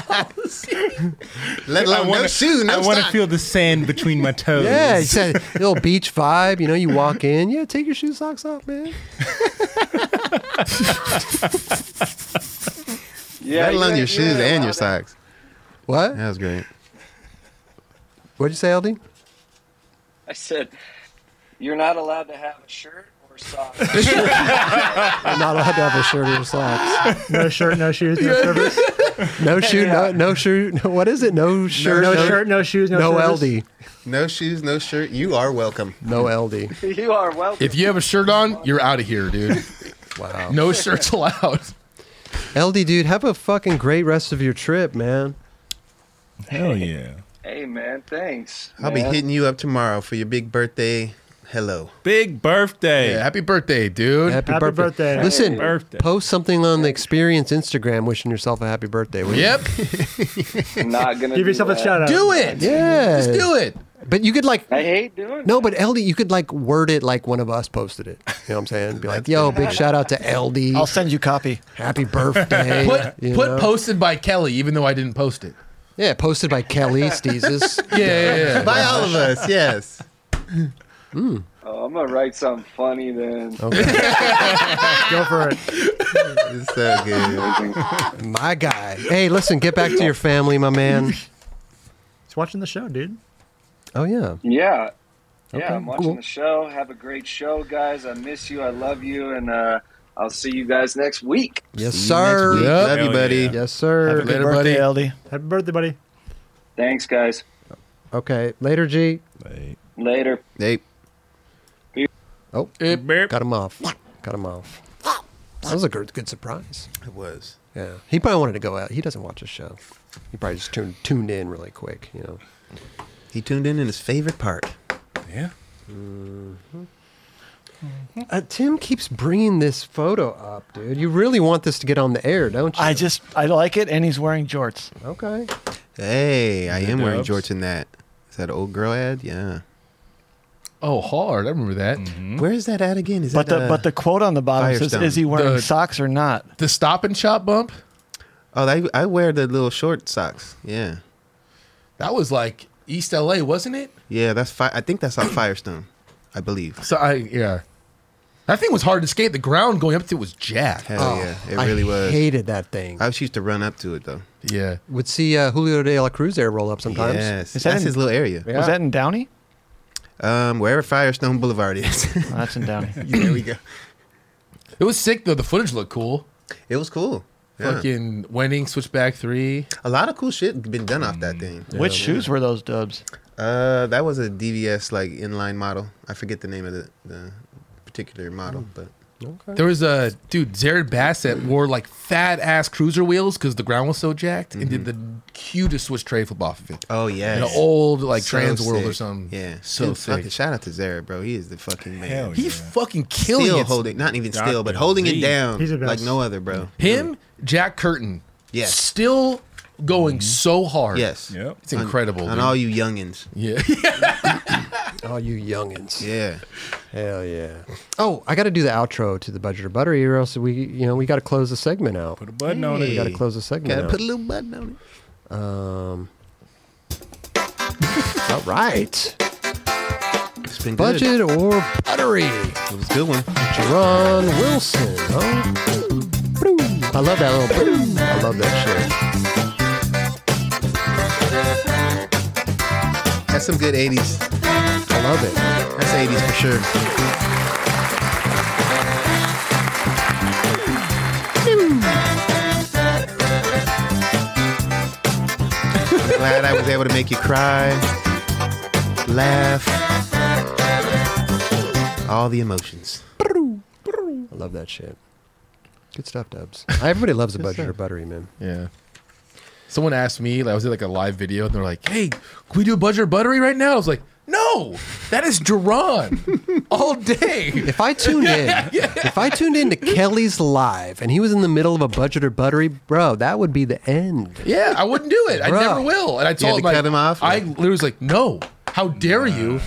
[SPEAKER 2] Let alone no shoe, no
[SPEAKER 5] I want to
[SPEAKER 2] sock.
[SPEAKER 5] feel the sand between my toes.
[SPEAKER 1] Yeah, he said little beach vibe. You know, you walk in, yeah, take your shoe socks off, man.
[SPEAKER 8] Yeah,
[SPEAKER 2] Let
[SPEAKER 8] you
[SPEAKER 2] alone
[SPEAKER 8] guys-
[SPEAKER 2] your
[SPEAKER 8] you
[SPEAKER 2] shoes
[SPEAKER 8] guys
[SPEAKER 2] and
[SPEAKER 8] allow
[SPEAKER 2] your
[SPEAKER 8] that.
[SPEAKER 2] socks.
[SPEAKER 1] What?
[SPEAKER 2] That was great.
[SPEAKER 1] What'd you say, LD?
[SPEAKER 8] I said, you're not allowed to have a shirt or socks.
[SPEAKER 1] I'm not allowed to have a shirt or socks.
[SPEAKER 4] No shirt, no shoes, no service.
[SPEAKER 1] No shoe, no no shoe. No, what is it? No shirt.
[SPEAKER 4] no, shirt, no shoes, no,
[SPEAKER 1] No,
[SPEAKER 4] service.
[SPEAKER 1] LD.
[SPEAKER 2] No shoes, no shirt. You are welcome.
[SPEAKER 1] No LD.
[SPEAKER 8] you are welcome.
[SPEAKER 3] If you have a shirt on, you're out of here, dude.
[SPEAKER 1] Wow.
[SPEAKER 3] No shirts allowed.
[SPEAKER 1] LD, dude, have a fucking great rest of your trip, man.
[SPEAKER 5] Hell yeah.
[SPEAKER 8] hey, man, thanks.
[SPEAKER 2] I'll be
[SPEAKER 8] man.
[SPEAKER 2] hitting you up tomorrow for your big birthday. Hello.
[SPEAKER 5] Big birthday.
[SPEAKER 3] Yeah, happy birthday, dude.
[SPEAKER 1] Happy,
[SPEAKER 4] Happy birthday.
[SPEAKER 1] Listen,
[SPEAKER 5] Birthday.
[SPEAKER 1] post something on the Experience Instagram wishing yourself a happy birthday. will you?
[SPEAKER 3] Yep,
[SPEAKER 8] I'm not gonna
[SPEAKER 4] Give
[SPEAKER 8] do
[SPEAKER 4] yourself a
[SPEAKER 8] that.
[SPEAKER 4] shout out.
[SPEAKER 3] do it.
[SPEAKER 1] Yeah.
[SPEAKER 3] Just do it.
[SPEAKER 1] But you could like
[SPEAKER 8] I hate doing.
[SPEAKER 1] no, but LD, you could like word it like one of us posted it. You know what I'm saying? Be like, yo, big shout out to LD.
[SPEAKER 6] I'll send you copy.
[SPEAKER 1] Happy birthday.
[SPEAKER 3] Put
[SPEAKER 1] you
[SPEAKER 3] put
[SPEAKER 1] know?
[SPEAKER 3] posted by Kelly, even though I didn't post it.
[SPEAKER 1] yeah, posted by Kelly Steezes.
[SPEAKER 3] Yeah, yeah, yeah.
[SPEAKER 2] By all of us, yes.
[SPEAKER 8] That. Oh, I'm gonna write something funny then.
[SPEAKER 4] Go for it.
[SPEAKER 2] It's so good.
[SPEAKER 1] My guy. Hey, listen, get back to your family, my man.
[SPEAKER 4] It's watching the show, dude.
[SPEAKER 1] Oh yeah.
[SPEAKER 8] Yeah. Yeah, I'm watching
[SPEAKER 1] cool.
[SPEAKER 8] the show. Have a great show, guys. I miss you. I love you, and uh, I'll see you guys next week.
[SPEAKER 1] Yes,
[SPEAKER 2] See you
[SPEAKER 1] sir.
[SPEAKER 2] next week.
[SPEAKER 3] Yep.
[SPEAKER 2] Love you,
[SPEAKER 5] Hell
[SPEAKER 2] buddy.
[SPEAKER 1] Yes,
[SPEAKER 5] yeah.
[SPEAKER 6] Happy
[SPEAKER 1] sir.
[SPEAKER 3] Later,
[SPEAKER 6] birthday,
[SPEAKER 3] buddy.
[SPEAKER 6] LD.
[SPEAKER 4] Happy birthday, buddy.
[SPEAKER 8] Thanks, guys.
[SPEAKER 1] Okay. Later, G.
[SPEAKER 8] Later.
[SPEAKER 2] Hey,
[SPEAKER 1] Oh,
[SPEAKER 3] Eh, burp.
[SPEAKER 1] got him off. Got him off. That was a good, good surprise.
[SPEAKER 2] it was.
[SPEAKER 1] Yeah, he probably wanted to go out. He doesn't watch the show. He probably just tuned tuned in really quick. You know.
[SPEAKER 2] He tuned in in his favorite part.
[SPEAKER 5] Yeah.
[SPEAKER 1] Uh, Tim keeps bringing this photo up, dude. You really want this to get on the air, don't you?
[SPEAKER 6] I just I like it, and he's wearing jorts.
[SPEAKER 1] okay.
[SPEAKER 2] Hey, I am wearing
[SPEAKER 5] dubs.
[SPEAKER 2] jorts in that. Is that an old girl ad? Yeah.
[SPEAKER 3] Oh, hard. I remember that.
[SPEAKER 2] Where is that ad again? Is
[SPEAKER 6] Hmm? But
[SPEAKER 2] that
[SPEAKER 6] the but the quote on the bottom says,
[SPEAKER 2] Firestone.
[SPEAKER 6] "Is he wearing
[SPEAKER 3] The-
[SPEAKER 6] socks or not?"
[SPEAKER 3] The stop and shop bump.
[SPEAKER 2] oh, I, I wear the little short socks. Yeah,
[SPEAKER 3] That was like East LA, wasn't it?
[SPEAKER 2] yeah. That's fi- I think that's on Firestone, I believe.
[SPEAKER 3] So I yeah. That thing was hard to skate. The ground going up to it was jacked.
[SPEAKER 2] Hell
[SPEAKER 6] Oh,
[SPEAKER 2] yeah, it
[SPEAKER 1] I
[SPEAKER 2] really was.
[SPEAKER 1] Hated that thing.
[SPEAKER 2] I
[SPEAKER 1] I
[SPEAKER 2] was used to run up to it though.
[SPEAKER 3] Yeah.
[SPEAKER 1] would see uh, Julio de la Cruz there roll up sometimes.
[SPEAKER 2] Yes,
[SPEAKER 6] Is that
[SPEAKER 2] that's
[SPEAKER 6] in-
[SPEAKER 2] his little area.
[SPEAKER 1] Yeah.
[SPEAKER 6] Was that in Downey?
[SPEAKER 2] Um, wherever Firestone Boulevard is.
[SPEAKER 6] Oh, that's in Downey.
[SPEAKER 2] there we go.
[SPEAKER 3] It was sick though. The footage looked cool.
[SPEAKER 2] It was cool. Yeah.
[SPEAKER 3] Fucking winning switchback three.
[SPEAKER 2] A lot of cool shit been done off that thing.
[SPEAKER 6] Mm. Which shoes were those dubs?
[SPEAKER 2] Uh, that was a DVS like inline model. I forget the name of the, the particular model,
[SPEAKER 6] Mm.
[SPEAKER 2] but
[SPEAKER 1] Okay.
[SPEAKER 3] There was a dude, Jared Bassett wore like fat ass cruiser wheels because the ground was so jacked and did
[SPEAKER 2] Mm-hmm.
[SPEAKER 3] the cutest switch tray flip off of it.
[SPEAKER 2] oh
[SPEAKER 3] An
[SPEAKER 2] yeah,
[SPEAKER 3] old like trans world or something.
[SPEAKER 2] Yeah,
[SPEAKER 3] So
[SPEAKER 2] Dude, fucking
[SPEAKER 3] sick.
[SPEAKER 2] shout out to Zara, bro. He is the fucking man.
[SPEAKER 5] Hell
[SPEAKER 3] He
[SPEAKER 5] yeah.
[SPEAKER 3] fucking
[SPEAKER 2] still
[SPEAKER 3] killing it.
[SPEAKER 2] holding, not even still, but
[SPEAKER 5] Dr.
[SPEAKER 2] holding it
[SPEAKER 5] Z.
[SPEAKER 2] down
[SPEAKER 4] He's the best.
[SPEAKER 2] like no other, bro.
[SPEAKER 3] Him, Jack Curtin.
[SPEAKER 2] Yes. Mm-hmm.
[SPEAKER 3] Still going so hard.
[SPEAKER 2] Yes,
[SPEAKER 5] Yep.
[SPEAKER 3] It's incredible.
[SPEAKER 2] On
[SPEAKER 3] dude.
[SPEAKER 2] all you youngins,
[SPEAKER 3] yeah.
[SPEAKER 1] All Oh, you youngins.
[SPEAKER 2] yeah.
[SPEAKER 1] Hell yeah. Oh, I got to do the outro to the budget or buttery, or else we, you know, we got to close the segment out.
[SPEAKER 5] Put a button on it.
[SPEAKER 1] We got to close the segment
[SPEAKER 2] Gotta
[SPEAKER 1] out.
[SPEAKER 2] put a little button on it.
[SPEAKER 1] um, all right.
[SPEAKER 2] It's been good.
[SPEAKER 1] Budget or buttery.
[SPEAKER 2] It was a good one.
[SPEAKER 1] Ron Wilson. Huh? Boom. I love that little. boom. I love that
[SPEAKER 2] That's some good '80s.
[SPEAKER 1] shit. I love it.
[SPEAKER 2] That's '80s for sure. I'm glad I was able to make you cry, laugh, all the emotions.
[SPEAKER 1] I love that shit. Good stuff, Dubs. Everybody loves a budget or
[SPEAKER 2] stuff.
[SPEAKER 1] buttery, man.
[SPEAKER 3] Yeah. Someone asked me, like, I was in like a live video, and they're like, "Hey, can we do budget or buttery right now?" I was like, "No, that is Duran all day."
[SPEAKER 1] If I tuned in, if I tuned in to Kelly's live and he was in the middle of a budget or buttery, bro, that would be the end.
[SPEAKER 3] Yeah, I wouldn't do it. I
[SPEAKER 1] Bruh.
[SPEAKER 3] never will. And I told
[SPEAKER 2] to
[SPEAKER 3] like,
[SPEAKER 2] cut him off?
[SPEAKER 3] I literally was like, "No, how dare you?"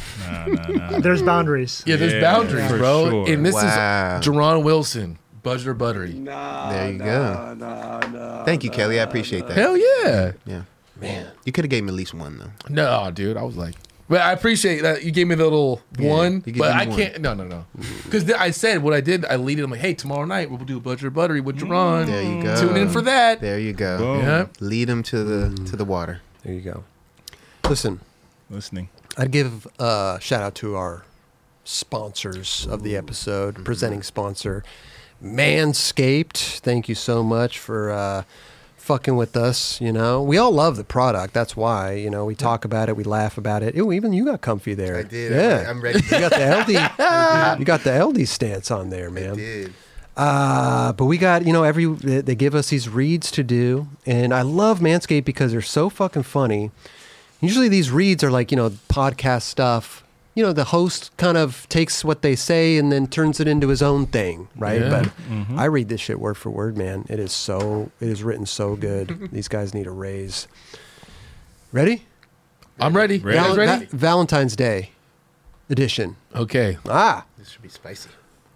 [SPEAKER 4] There's boundaries.
[SPEAKER 3] Yeah, there's
[SPEAKER 5] Yeah,
[SPEAKER 3] boundaries,
[SPEAKER 5] for
[SPEAKER 3] bro.
[SPEAKER 5] sure.
[SPEAKER 3] And this
[SPEAKER 2] Wow.
[SPEAKER 3] is Duran Wilson, budget or buttery.
[SPEAKER 8] Nah,
[SPEAKER 2] There you
[SPEAKER 8] nah, Nah, nah,
[SPEAKER 2] Thank you, Kelly. I appreciate that.
[SPEAKER 3] Hell yeah.
[SPEAKER 2] Yeah. Man. You could have gave me at least one though.
[SPEAKER 3] No, dude, I was like, but I appreciate that you gave me the little one,
[SPEAKER 2] you gave
[SPEAKER 3] but
[SPEAKER 2] me
[SPEAKER 3] I
[SPEAKER 2] one.
[SPEAKER 3] can't. No, no, no, because I said what I did. I leaded. I'm like, hey, tomorrow night we'll do a budget or buttery with Duran.
[SPEAKER 2] There you go.
[SPEAKER 3] Tune in for that.
[SPEAKER 2] There you go.
[SPEAKER 5] Boom.
[SPEAKER 3] Yeah.
[SPEAKER 2] Lead them to the to the water.
[SPEAKER 1] There you go. Listen,
[SPEAKER 5] Listening.
[SPEAKER 1] I'd give a shout out to our sponsors of the episode, presenting sponsor, Manscaped. Thank you so much for uh, fucking with us. You know, we all love the product. That's why, you know, we talk about it, we laugh about it. Ew, even you got comfy there. Yeah.
[SPEAKER 2] ready.
[SPEAKER 1] you got the LD. you got the LD stance on there, man.
[SPEAKER 2] Dude.
[SPEAKER 1] Uh, but we got you know every they they give us these reads to do, and I love Manscaped because they're so fucking funny. Usually these reads are like you know podcast stuff. You know the host kind of takes what they say and then turns it into his own thing, right?
[SPEAKER 3] Yeah. Mm-hmm.
[SPEAKER 1] But I read this shit word for word, man. It is so it is written so good. these guys need a raise. Ready?
[SPEAKER 3] I'm ready. You
[SPEAKER 5] Ready.
[SPEAKER 3] guys
[SPEAKER 1] Val-
[SPEAKER 3] ready?
[SPEAKER 1] Va- Valentine's Day edition.
[SPEAKER 3] Okay.
[SPEAKER 1] Ah.
[SPEAKER 2] This should be spicy.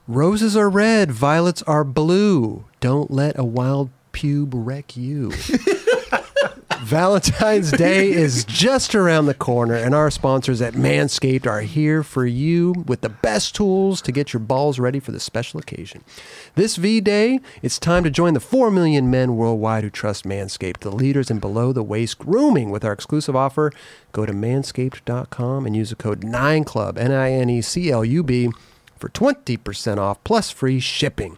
[SPEAKER 1] Roses are red, violets are blue. Don't let a wild pube wreck you. Valentine's Day is just around the corner, and our sponsors at Manscaped are here for you with the best tools to get your balls ready for the special occasion. This V Day, it's time to join the 4 million men worldwide who trust Manscaped, the leaders in below the waist grooming. With our exclusive offer, go to manscaped.com and use the code 9CLUB, N I N E C L U B, for 20% off plus free shipping.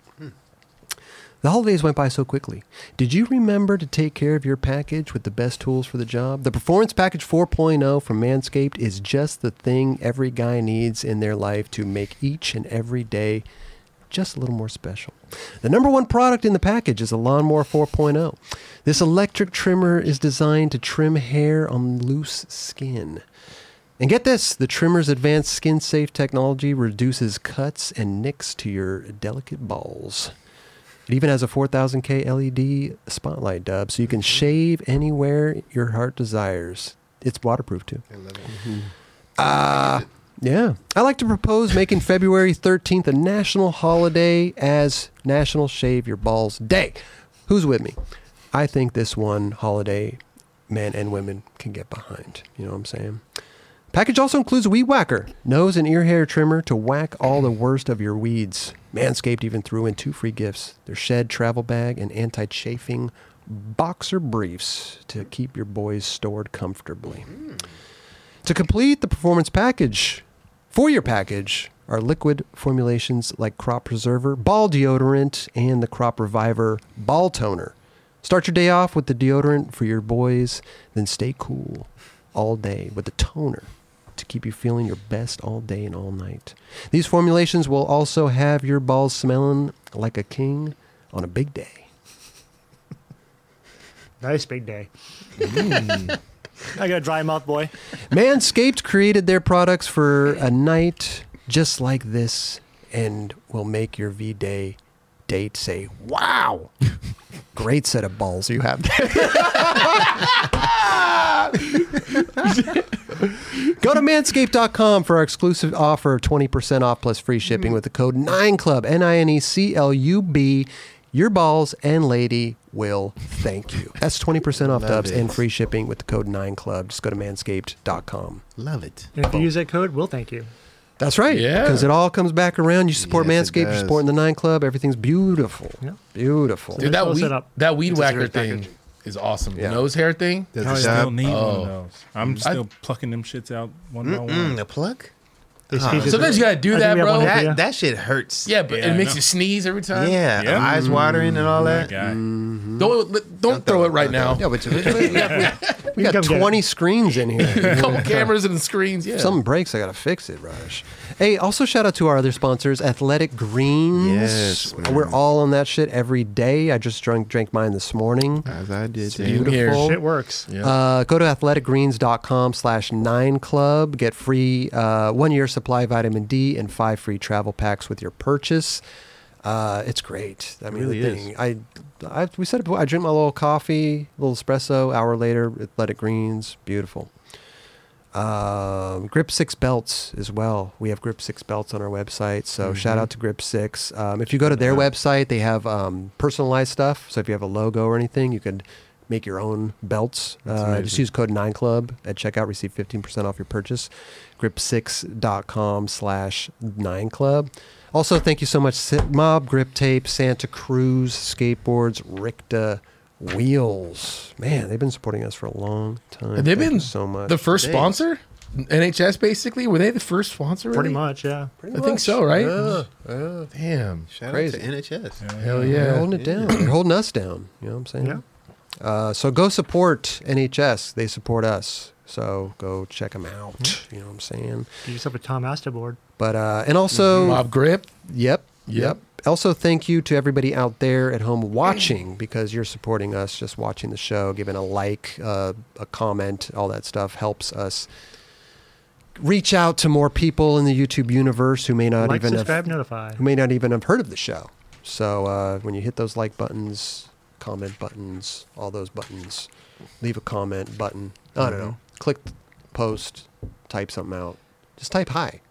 [SPEAKER 1] The holidays went by so quickly. Did you remember to take care of your package with the best tools for the job? The Performance Package 4.0 from Manscaped is just the thing every guy needs in their life to make each and every day just a little more special. The number one product in the package is a Lawnmower 4.0. This electric trimmer is designed to trim hair on loose skin. And get this the trimmer's advanced skin safe technology reduces cuts and nicks to your delicate balls. It even has a 4000K LED E spotlight dub, so you
[SPEAKER 2] Mm-hmm.
[SPEAKER 1] can shave anywhere your heart desires. It's waterproof too. Mm-hmm. Uh,
[SPEAKER 2] I love it.
[SPEAKER 1] Yeah. I like to propose making February 13th a national holiday as National Shave Your Balls Day. Who's with me? I think this one holiday men and women can get behind. You know what I'm saying? Package also includes a weed whacker, nose and ear hair trimmer to whack all the worst of your weeds. Manscaped even threw in two free gifts their shed travel bag and anti chafing boxer briefs to keep your boys stored comfortably. To complete the performance package, for your package are liquid formulations like Crop Preserver, Ball Deodorant, and the Crop Reviver Ball Toner. Start your day off with the deodorant for your boys, then stay cool all day with the toner to keep you feeling your best all day and all night. These formulations will also have your balls smelling like a king on a big day.
[SPEAKER 7] Nice big day. I got a dry mouth, boy.
[SPEAKER 1] Manscaped created their products for a night just like this and will make your V Day date say, Wow! Great set of balls you have there. Go to manscaped.com for our exclusive offer of 20% off plus free shipping with the code 9CLUB, N I N E C L U B. Your balls and lady will thank you. That's 20% off
[SPEAKER 2] Love
[SPEAKER 1] dubs
[SPEAKER 2] it.
[SPEAKER 1] and free shipping with the code 9CLUB. Just go to manscaped.com.
[SPEAKER 2] Love it.
[SPEAKER 4] And if you use that code, we'll thank you.
[SPEAKER 1] That's right.
[SPEAKER 3] Yeah.
[SPEAKER 1] Because it all comes back around. You support
[SPEAKER 2] Yes, it
[SPEAKER 1] Manscaped, you're
[SPEAKER 2] does.
[SPEAKER 1] supporting the Nine Club. Everything's beautiful.
[SPEAKER 4] Yeah.
[SPEAKER 1] Beautiful.
[SPEAKER 3] Dude, that
[SPEAKER 4] Well
[SPEAKER 3] weed,
[SPEAKER 4] set up.
[SPEAKER 3] that weed
[SPEAKER 2] It's a
[SPEAKER 3] whacker
[SPEAKER 2] serious package.
[SPEAKER 3] thing is awesome.
[SPEAKER 1] Yeah.
[SPEAKER 3] The nose hair thing.
[SPEAKER 2] Does
[SPEAKER 5] I
[SPEAKER 2] the
[SPEAKER 5] still
[SPEAKER 2] job.
[SPEAKER 5] need one
[SPEAKER 3] Oh.
[SPEAKER 5] of those. I'm still plucking them shits out one by
[SPEAKER 2] Mm,
[SPEAKER 5] one.
[SPEAKER 2] the pluck?
[SPEAKER 7] These
[SPEAKER 2] Ah.
[SPEAKER 7] pieces
[SPEAKER 3] Sometimes
[SPEAKER 7] are-
[SPEAKER 3] you gotta do
[SPEAKER 7] I think
[SPEAKER 3] that,
[SPEAKER 7] we have
[SPEAKER 3] bro.
[SPEAKER 7] one here.
[SPEAKER 2] That
[SPEAKER 7] Yeah.
[SPEAKER 2] that shit hurts.
[SPEAKER 3] Yeah, but
[SPEAKER 5] Yeah,
[SPEAKER 3] it makes
[SPEAKER 5] no.
[SPEAKER 3] you sneeze every time.
[SPEAKER 2] Yeah.
[SPEAKER 5] Yeah.
[SPEAKER 2] Eyes watering and all that.
[SPEAKER 5] Guy.
[SPEAKER 3] Don't don't, throw it right now.
[SPEAKER 1] Yeah, but we got
[SPEAKER 4] come get
[SPEAKER 1] 20 screens in
[SPEAKER 3] A
[SPEAKER 1] here.
[SPEAKER 3] couple cameras and screens. Yeah.
[SPEAKER 1] If something breaks, I got to fix it, Raj. Hey, also shout out to our other sponsors, Athletic Greens.
[SPEAKER 2] Yes, man.
[SPEAKER 1] We're all on that shit every day. I just drank, drank mine this morning.
[SPEAKER 2] As I did too.
[SPEAKER 3] beautiful. Here.
[SPEAKER 4] Shit works.
[SPEAKER 3] Yeah.
[SPEAKER 1] Uh, go to athleticgreens.com slash nine club. Get free uh, one year supply of vitamin D and five free travel packs with your purchase. Uh, it's great. I mean,
[SPEAKER 2] really
[SPEAKER 1] the
[SPEAKER 2] is.
[SPEAKER 1] thing, I, I, we said it before, I drink my little coffee, little espresso, hour later, Athletic Greens. Beautiful. Um, Grip Six belts as well. We have Grip Six belts on our website, so
[SPEAKER 3] Mm-hmm.
[SPEAKER 1] shout out to Grip Six. Um, if you go to their website, they have um, personalized stuff. So if you have a logo or anything, you could make your own belts. Uh, just use code Nine Club at checkout, receive fifteen percent off your purchase. Grip6.com/slash Nine Club. Also, thank you so much, Sit Mob, Grip Tape, Santa Cruz Skateboards, Ricta. Wheels, man, they've been supporting us for a long time.
[SPEAKER 3] They've
[SPEAKER 1] Thank you
[SPEAKER 3] been
[SPEAKER 1] so much.
[SPEAKER 3] the first
[SPEAKER 2] Thanks.
[SPEAKER 3] sponsor. NHS basically were they the first sponsor?
[SPEAKER 4] Pretty
[SPEAKER 3] really?
[SPEAKER 4] much, yeah.
[SPEAKER 3] I think so, right?
[SPEAKER 1] Yeah,
[SPEAKER 3] Damn.
[SPEAKER 2] Shout
[SPEAKER 1] Crazy.
[SPEAKER 2] out to NHS.
[SPEAKER 3] Hell
[SPEAKER 1] They're
[SPEAKER 3] yeah.
[SPEAKER 1] holding it down. They're holding us down. You know what I'm saying?
[SPEAKER 4] Yeah.
[SPEAKER 1] Uh, so go support NHS. They support us. So go check them out. You know what I'm saying?
[SPEAKER 4] Get yourself a Tom Asta board.
[SPEAKER 1] But uh, and also,
[SPEAKER 3] Mm-hmm. Mob grip.
[SPEAKER 1] yep,
[SPEAKER 3] Yep.
[SPEAKER 1] yep. Also, thank you to everybody out there at home watching because you're supporting us. Just watching the show, giving a like, uh, a comment, all that stuff helps us reach out to more people in the YouTube universe who may not
[SPEAKER 4] like,
[SPEAKER 1] even have-
[SPEAKER 4] subscribe, notify.
[SPEAKER 1] who may not even have heard of the show. So uh, when you hit those like buttons, comment buttons, all those buttons, leave a comment button. I
[SPEAKER 2] Mm-hmm.
[SPEAKER 1] don't know. Click post, type something out. Just type hi.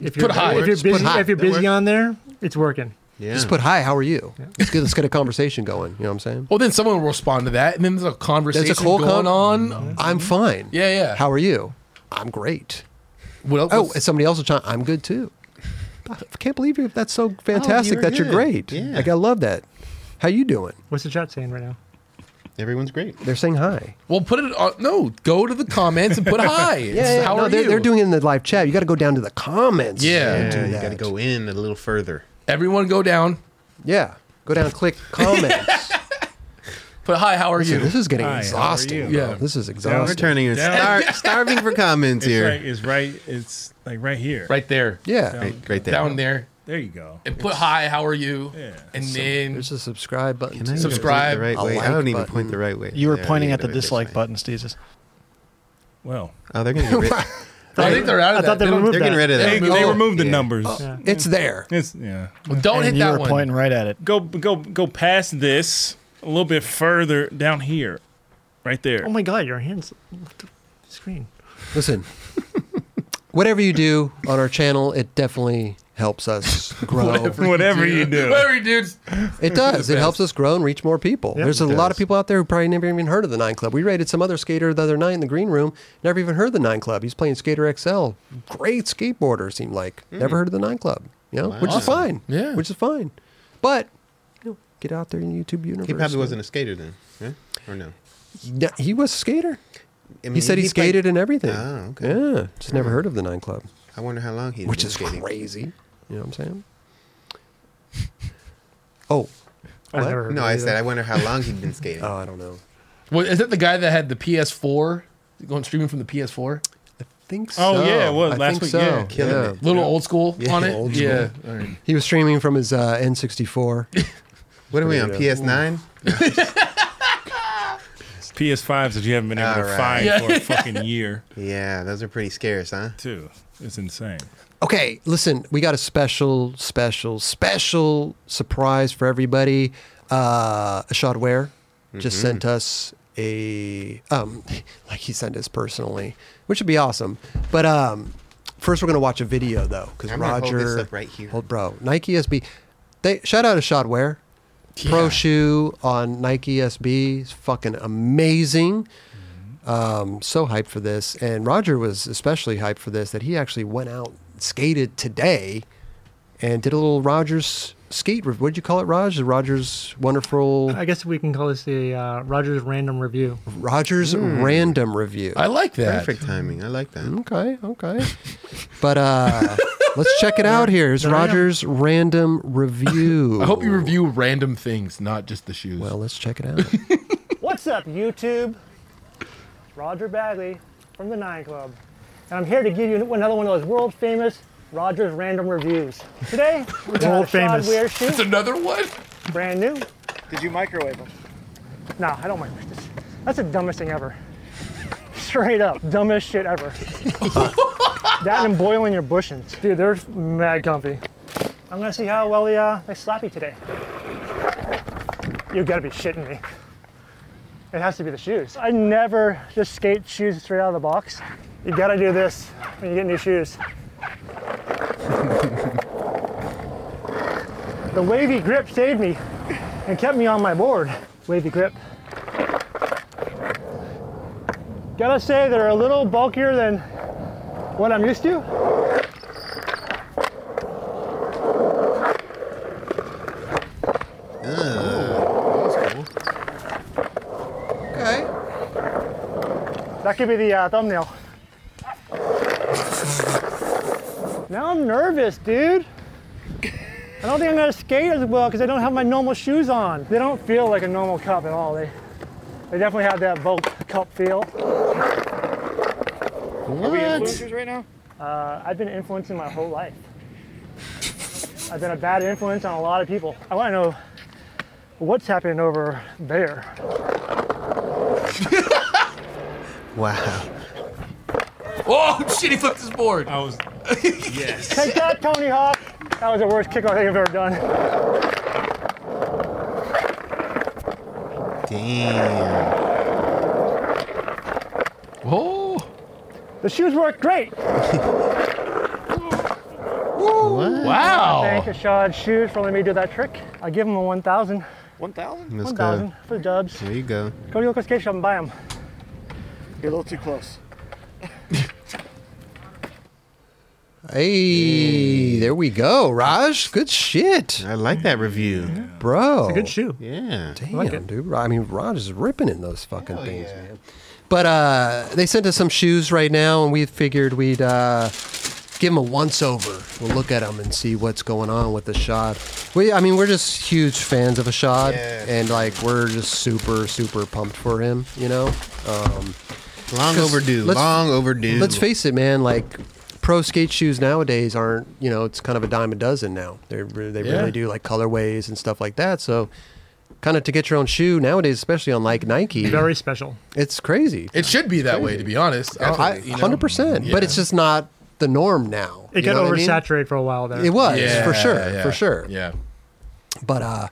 [SPEAKER 4] If you're,
[SPEAKER 3] Put high.
[SPEAKER 4] If you're
[SPEAKER 1] Just put
[SPEAKER 4] busy,
[SPEAKER 1] high.
[SPEAKER 4] if you're
[SPEAKER 2] That works.
[SPEAKER 4] busy on there, it's working.
[SPEAKER 2] Yeah.
[SPEAKER 1] Just put hi. How are you? Let's get let's get a conversation going. You know what I'm saying?
[SPEAKER 3] Well, Oh, then someone will respond to that, and then there's a conversation
[SPEAKER 1] whole
[SPEAKER 3] going
[SPEAKER 1] con-
[SPEAKER 3] on.
[SPEAKER 2] Mm-hmm.
[SPEAKER 3] Mm-hmm.
[SPEAKER 1] I'm fine.
[SPEAKER 3] Yeah, yeah.
[SPEAKER 1] How are you? I'm great.
[SPEAKER 3] What else?
[SPEAKER 1] Oh, and somebody else will chime. I'm good too. I can't believe you. That's so fantastic.
[SPEAKER 2] Oh, you're
[SPEAKER 1] that you're
[SPEAKER 2] good.
[SPEAKER 1] great.
[SPEAKER 2] Yeah.
[SPEAKER 1] Like I love that. How you doing?
[SPEAKER 4] What's the chat saying right now?
[SPEAKER 2] Everyone's great.
[SPEAKER 1] They're saying hi.
[SPEAKER 3] well, put it on. No, go to the comments and put hi.
[SPEAKER 1] Yeah, yeah,
[SPEAKER 3] How
[SPEAKER 1] no,
[SPEAKER 3] are
[SPEAKER 1] they're,
[SPEAKER 3] you?
[SPEAKER 1] they're doing it in the live chat. You got to go down to the comments.
[SPEAKER 3] Yeah.
[SPEAKER 1] and do
[SPEAKER 2] Yeah, you
[SPEAKER 1] that.
[SPEAKER 2] got to go in a little further.
[SPEAKER 3] Everyone go down.
[SPEAKER 1] Yeah, go down, click comments.
[SPEAKER 3] Put hi. How are
[SPEAKER 1] Dude,
[SPEAKER 3] you?
[SPEAKER 1] this is getting
[SPEAKER 5] Hi, how are
[SPEAKER 1] exhausting.
[SPEAKER 5] you?
[SPEAKER 1] bro.
[SPEAKER 3] Yeah.
[SPEAKER 1] this is
[SPEAKER 5] we're
[SPEAKER 2] We're
[SPEAKER 1] exhausting.
[SPEAKER 2] turning and
[SPEAKER 5] Down.
[SPEAKER 2] star- starving for comments
[SPEAKER 5] It's like
[SPEAKER 2] here.
[SPEAKER 5] it's right. It's like right here.
[SPEAKER 3] Right there.
[SPEAKER 1] yeah,
[SPEAKER 5] Down.
[SPEAKER 2] Great, great there.
[SPEAKER 3] Down there.
[SPEAKER 5] There you go.
[SPEAKER 3] And put hi. How are you?
[SPEAKER 5] Yeah.
[SPEAKER 3] And then
[SPEAKER 1] there's a subscribe button.
[SPEAKER 2] Can
[SPEAKER 1] too.
[SPEAKER 2] I even point
[SPEAKER 3] Subscribe,
[SPEAKER 2] the right
[SPEAKER 1] a
[SPEAKER 2] way?
[SPEAKER 1] like
[SPEAKER 2] I don't even
[SPEAKER 1] button.
[SPEAKER 2] point the right way.
[SPEAKER 6] You were
[SPEAKER 2] There,
[SPEAKER 6] pointing
[SPEAKER 2] you
[SPEAKER 6] at the
[SPEAKER 2] go. That's
[SPEAKER 6] dislike
[SPEAKER 2] fine.
[SPEAKER 6] button, Jesus.
[SPEAKER 5] Well,
[SPEAKER 2] Oh, they're gonna get rid-
[SPEAKER 3] I think they're out
[SPEAKER 4] I
[SPEAKER 3] of
[SPEAKER 4] thought
[SPEAKER 3] that.
[SPEAKER 4] they
[SPEAKER 3] They
[SPEAKER 4] removed
[SPEAKER 2] they're getting
[SPEAKER 4] that.
[SPEAKER 2] rid of
[SPEAKER 5] they,
[SPEAKER 2] that.
[SPEAKER 5] they removed the
[SPEAKER 2] Yeah.
[SPEAKER 5] numbers.
[SPEAKER 4] Yeah.
[SPEAKER 1] It's there.
[SPEAKER 5] It's yeah.
[SPEAKER 3] don't, don't hit
[SPEAKER 6] and you
[SPEAKER 3] that
[SPEAKER 6] were
[SPEAKER 3] one.
[SPEAKER 6] pointing right at it.
[SPEAKER 5] Go go go past this a little bit further down here, right there.
[SPEAKER 4] Oh my god, your hands left the screen.
[SPEAKER 1] Listen, whatever you do on our channel, it definitely helps us grow.
[SPEAKER 5] Whatever you do.
[SPEAKER 3] Whatever you do.
[SPEAKER 1] It does. It helps us grow and reach more people.
[SPEAKER 4] Yeah,
[SPEAKER 1] There's a
[SPEAKER 4] it
[SPEAKER 1] lot
[SPEAKER 2] does.
[SPEAKER 1] of people out there who probably never even heard of the Nine Club. We rated some other skater the other night in the green room, never even heard of the Nine Club. He's playing Skater XL. Great skateboarder, seemed like. Never heard of the Nine Club. You know, which is
[SPEAKER 2] Hmm. Wow.
[SPEAKER 1] fine.
[SPEAKER 3] Yeah.
[SPEAKER 1] Which is fine. But you know, get out there in the YouTube universe.
[SPEAKER 2] He probably wasn't a skater then, huh? or no?
[SPEAKER 1] Yeah, he was a skater.
[SPEAKER 2] I mean,
[SPEAKER 1] he said he,
[SPEAKER 2] played-
[SPEAKER 1] skated and everything.
[SPEAKER 2] Oh, okay.
[SPEAKER 1] Yeah. Just never heard of the Nine Club.
[SPEAKER 2] I wonder how long he.
[SPEAKER 1] Which
[SPEAKER 2] been
[SPEAKER 1] is
[SPEAKER 2] skating.
[SPEAKER 1] crazy. You know what I'm saying? Oh,
[SPEAKER 6] I've never heard
[SPEAKER 2] No,
[SPEAKER 6] of it
[SPEAKER 2] I
[SPEAKER 6] either.
[SPEAKER 2] said I wonder how long he'd been skating.
[SPEAKER 1] Oh, I don't know.
[SPEAKER 3] What, is that the guy that had the PS4 going streaming from the PS4?
[SPEAKER 1] Think
[SPEAKER 5] Oh,
[SPEAKER 1] so.
[SPEAKER 5] yeah, it was
[SPEAKER 1] I
[SPEAKER 5] last
[SPEAKER 1] think
[SPEAKER 5] week,
[SPEAKER 1] So.
[SPEAKER 5] yeah.
[SPEAKER 2] Killing it.
[SPEAKER 3] Little old school
[SPEAKER 2] Yeah,
[SPEAKER 3] on it.
[SPEAKER 2] old
[SPEAKER 3] yeah. All right.
[SPEAKER 1] He was streaming from his uh, N64.
[SPEAKER 2] What are we on?
[SPEAKER 1] Yeah.
[SPEAKER 2] PS9?
[SPEAKER 5] PS5s that you haven't been able to
[SPEAKER 2] All right.
[SPEAKER 5] find
[SPEAKER 3] Yeah.
[SPEAKER 5] for a fucking year,
[SPEAKER 2] Yeah, those are pretty scarce, huh?
[SPEAKER 5] too. It's insane.
[SPEAKER 1] Okay, listen, we got a special, special, special surprise for everybody. Uh, Ashad Ware just
[SPEAKER 2] Mm-hmm.
[SPEAKER 1] sent us a, um, like he sent us personally, which would be awesome. But um, first, we're gonna watch a video though, because
[SPEAKER 2] I'm gonna hold
[SPEAKER 1] Roger,
[SPEAKER 2] this up right here.
[SPEAKER 1] hold, bro, Nike SB. They shout out Ashad Ware, pro shoe on Nike SB, is fucking amazing um, so hyped for this. And Roger was especially hyped for this that he actually went out, skated today, and did a little Rogers skate. rev- What'd you call it, Raj? The Rogers wonderful
[SPEAKER 6] I guess we can call this the uh, Rogers random review.
[SPEAKER 1] Rogers random review.
[SPEAKER 3] I like that.
[SPEAKER 2] Perfect timing. I like that.
[SPEAKER 1] okay, okay. But uh, let's check it out here. Here's
[SPEAKER 6] There I am.
[SPEAKER 1] Rogers random review.
[SPEAKER 3] I hope you review random things, not just the shoes.
[SPEAKER 1] Well, let's check it out.
[SPEAKER 4] What's up, YouTube? Roger Bagley from the Nine Club, and I'm here to give you another one of those world famous Rogers random reviews. Today, we got
[SPEAKER 6] World
[SPEAKER 4] a Shod
[SPEAKER 6] famous.
[SPEAKER 4] Wear shoe,
[SPEAKER 3] That's another one.
[SPEAKER 4] brand new.
[SPEAKER 9] Did you microwave them?
[SPEAKER 4] No, I don't mind this. That's the dumbest thing ever. Straight up, dumbest shit ever. that and boiling your bushings. Dude, they're mad comfy. I'm gonna see how well they, uh, they slap you today. You gotta be shitting me. It has to be the shoes. I never just skate shoes straight out of the box. You gotta do this when you get new shoes. the wavy grip saved me and kept me on my board. Wavy grip. Gotta say they're a little bulkier than what I'm used to.
[SPEAKER 1] okay.
[SPEAKER 4] That could be the uh, thumbnail. now I'm nervous, dude. I don't think I'm gonna skate as well because I don't have my normal shoes on. They don't feel like a normal cup at all. They, they definitely have that bulk cup feel.
[SPEAKER 9] Are we influencers right now?
[SPEAKER 4] Uh, I've been influencing my whole life. I've been a bad influence on a lot of people. I want to know what's happening over there.
[SPEAKER 2] Wow.
[SPEAKER 3] Oh shit! He flipped his board.
[SPEAKER 5] I was
[SPEAKER 4] Take that, Tony Hawk. That was the worst kick I think I've ever done.
[SPEAKER 2] Damn.
[SPEAKER 3] Oh,
[SPEAKER 4] The shoes work great. Thank
[SPEAKER 3] wow!
[SPEAKER 4] Ashad Shoes for letting me do that trick. I give him a 1,000.
[SPEAKER 9] 1,000?
[SPEAKER 2] Let's go.
[SPEAKER 4] 1,000 for the dubs.
[SPEAKER 2] There you go.
[SPEAKER 4] Go to local skate shop and buy them.
[SPEAKER 9] You're a little too close.
[SPEAKER 1] Hey, there we go, Raj. Good shit,
[SPEAKER 2] I like that review.
[SPEAKER 1] bro.
[SPEAKER 6] Good shoe.
[SPEAKER 2] Yeah.
[SPEAKER 1] Damn, dude. Ro- I mean, Rod is ripping in those fucking things, man. But uh, they sent us some shoes right now, and we figured we'd uh, give them a once over. We'll look at them and see what's going on with the shot. We, I mean, we're just huge fans of a shot,
[SPEAKER 2] Yeah.
[SPEAKER 1] and like we're just super, super pumped for him. You know,
[SPEAKER 2] Long
[SPEAKER 1] 'Cause
[SPEAKER 2] overdue.
[SPEAKER 1] let's-
[SPEAKER 2] Long overdue.
[SPEAKER 1] let's face it, man. Like pro skate shoes nowadays aren't, you know, it's kind of a dime a dozen now. They re- they
[SPEAKER 3] Yeah.
[SPEAKER 1] really do like colorways and stuff like that. So. Kind of to get your own shoe nowadays, especially on like Nike.
[SPEAKER 6] Very special.
[SPEAKER 1] It's crazy.
[SPEAKER 3] It should be that way, to be honest. Oh, I-
[SPEAKER 1] I-
[SPEAKER 3] you know?
[SPEAKER 1] 100%. But
[SPEAKER 3] Yeah.
[SPEAKER 1] it's just not the norm now.
[SPEAKER 6] It
[SPEAKER 1] You
[SPEAKER 6] got
[SPEAKER 1] know what I mean?
[SPEAKER 6] oversaturated for a while there.
[SPEAKER 1] It was,
[SPEAKER 3] Yeah,
[SPEAKER 1] for sure,
[SPEAKER 3] yeah,
[SPEAKER 1] for sure.
[SPEAKER 3] Yeah.
[SPEAKER 1] But uh,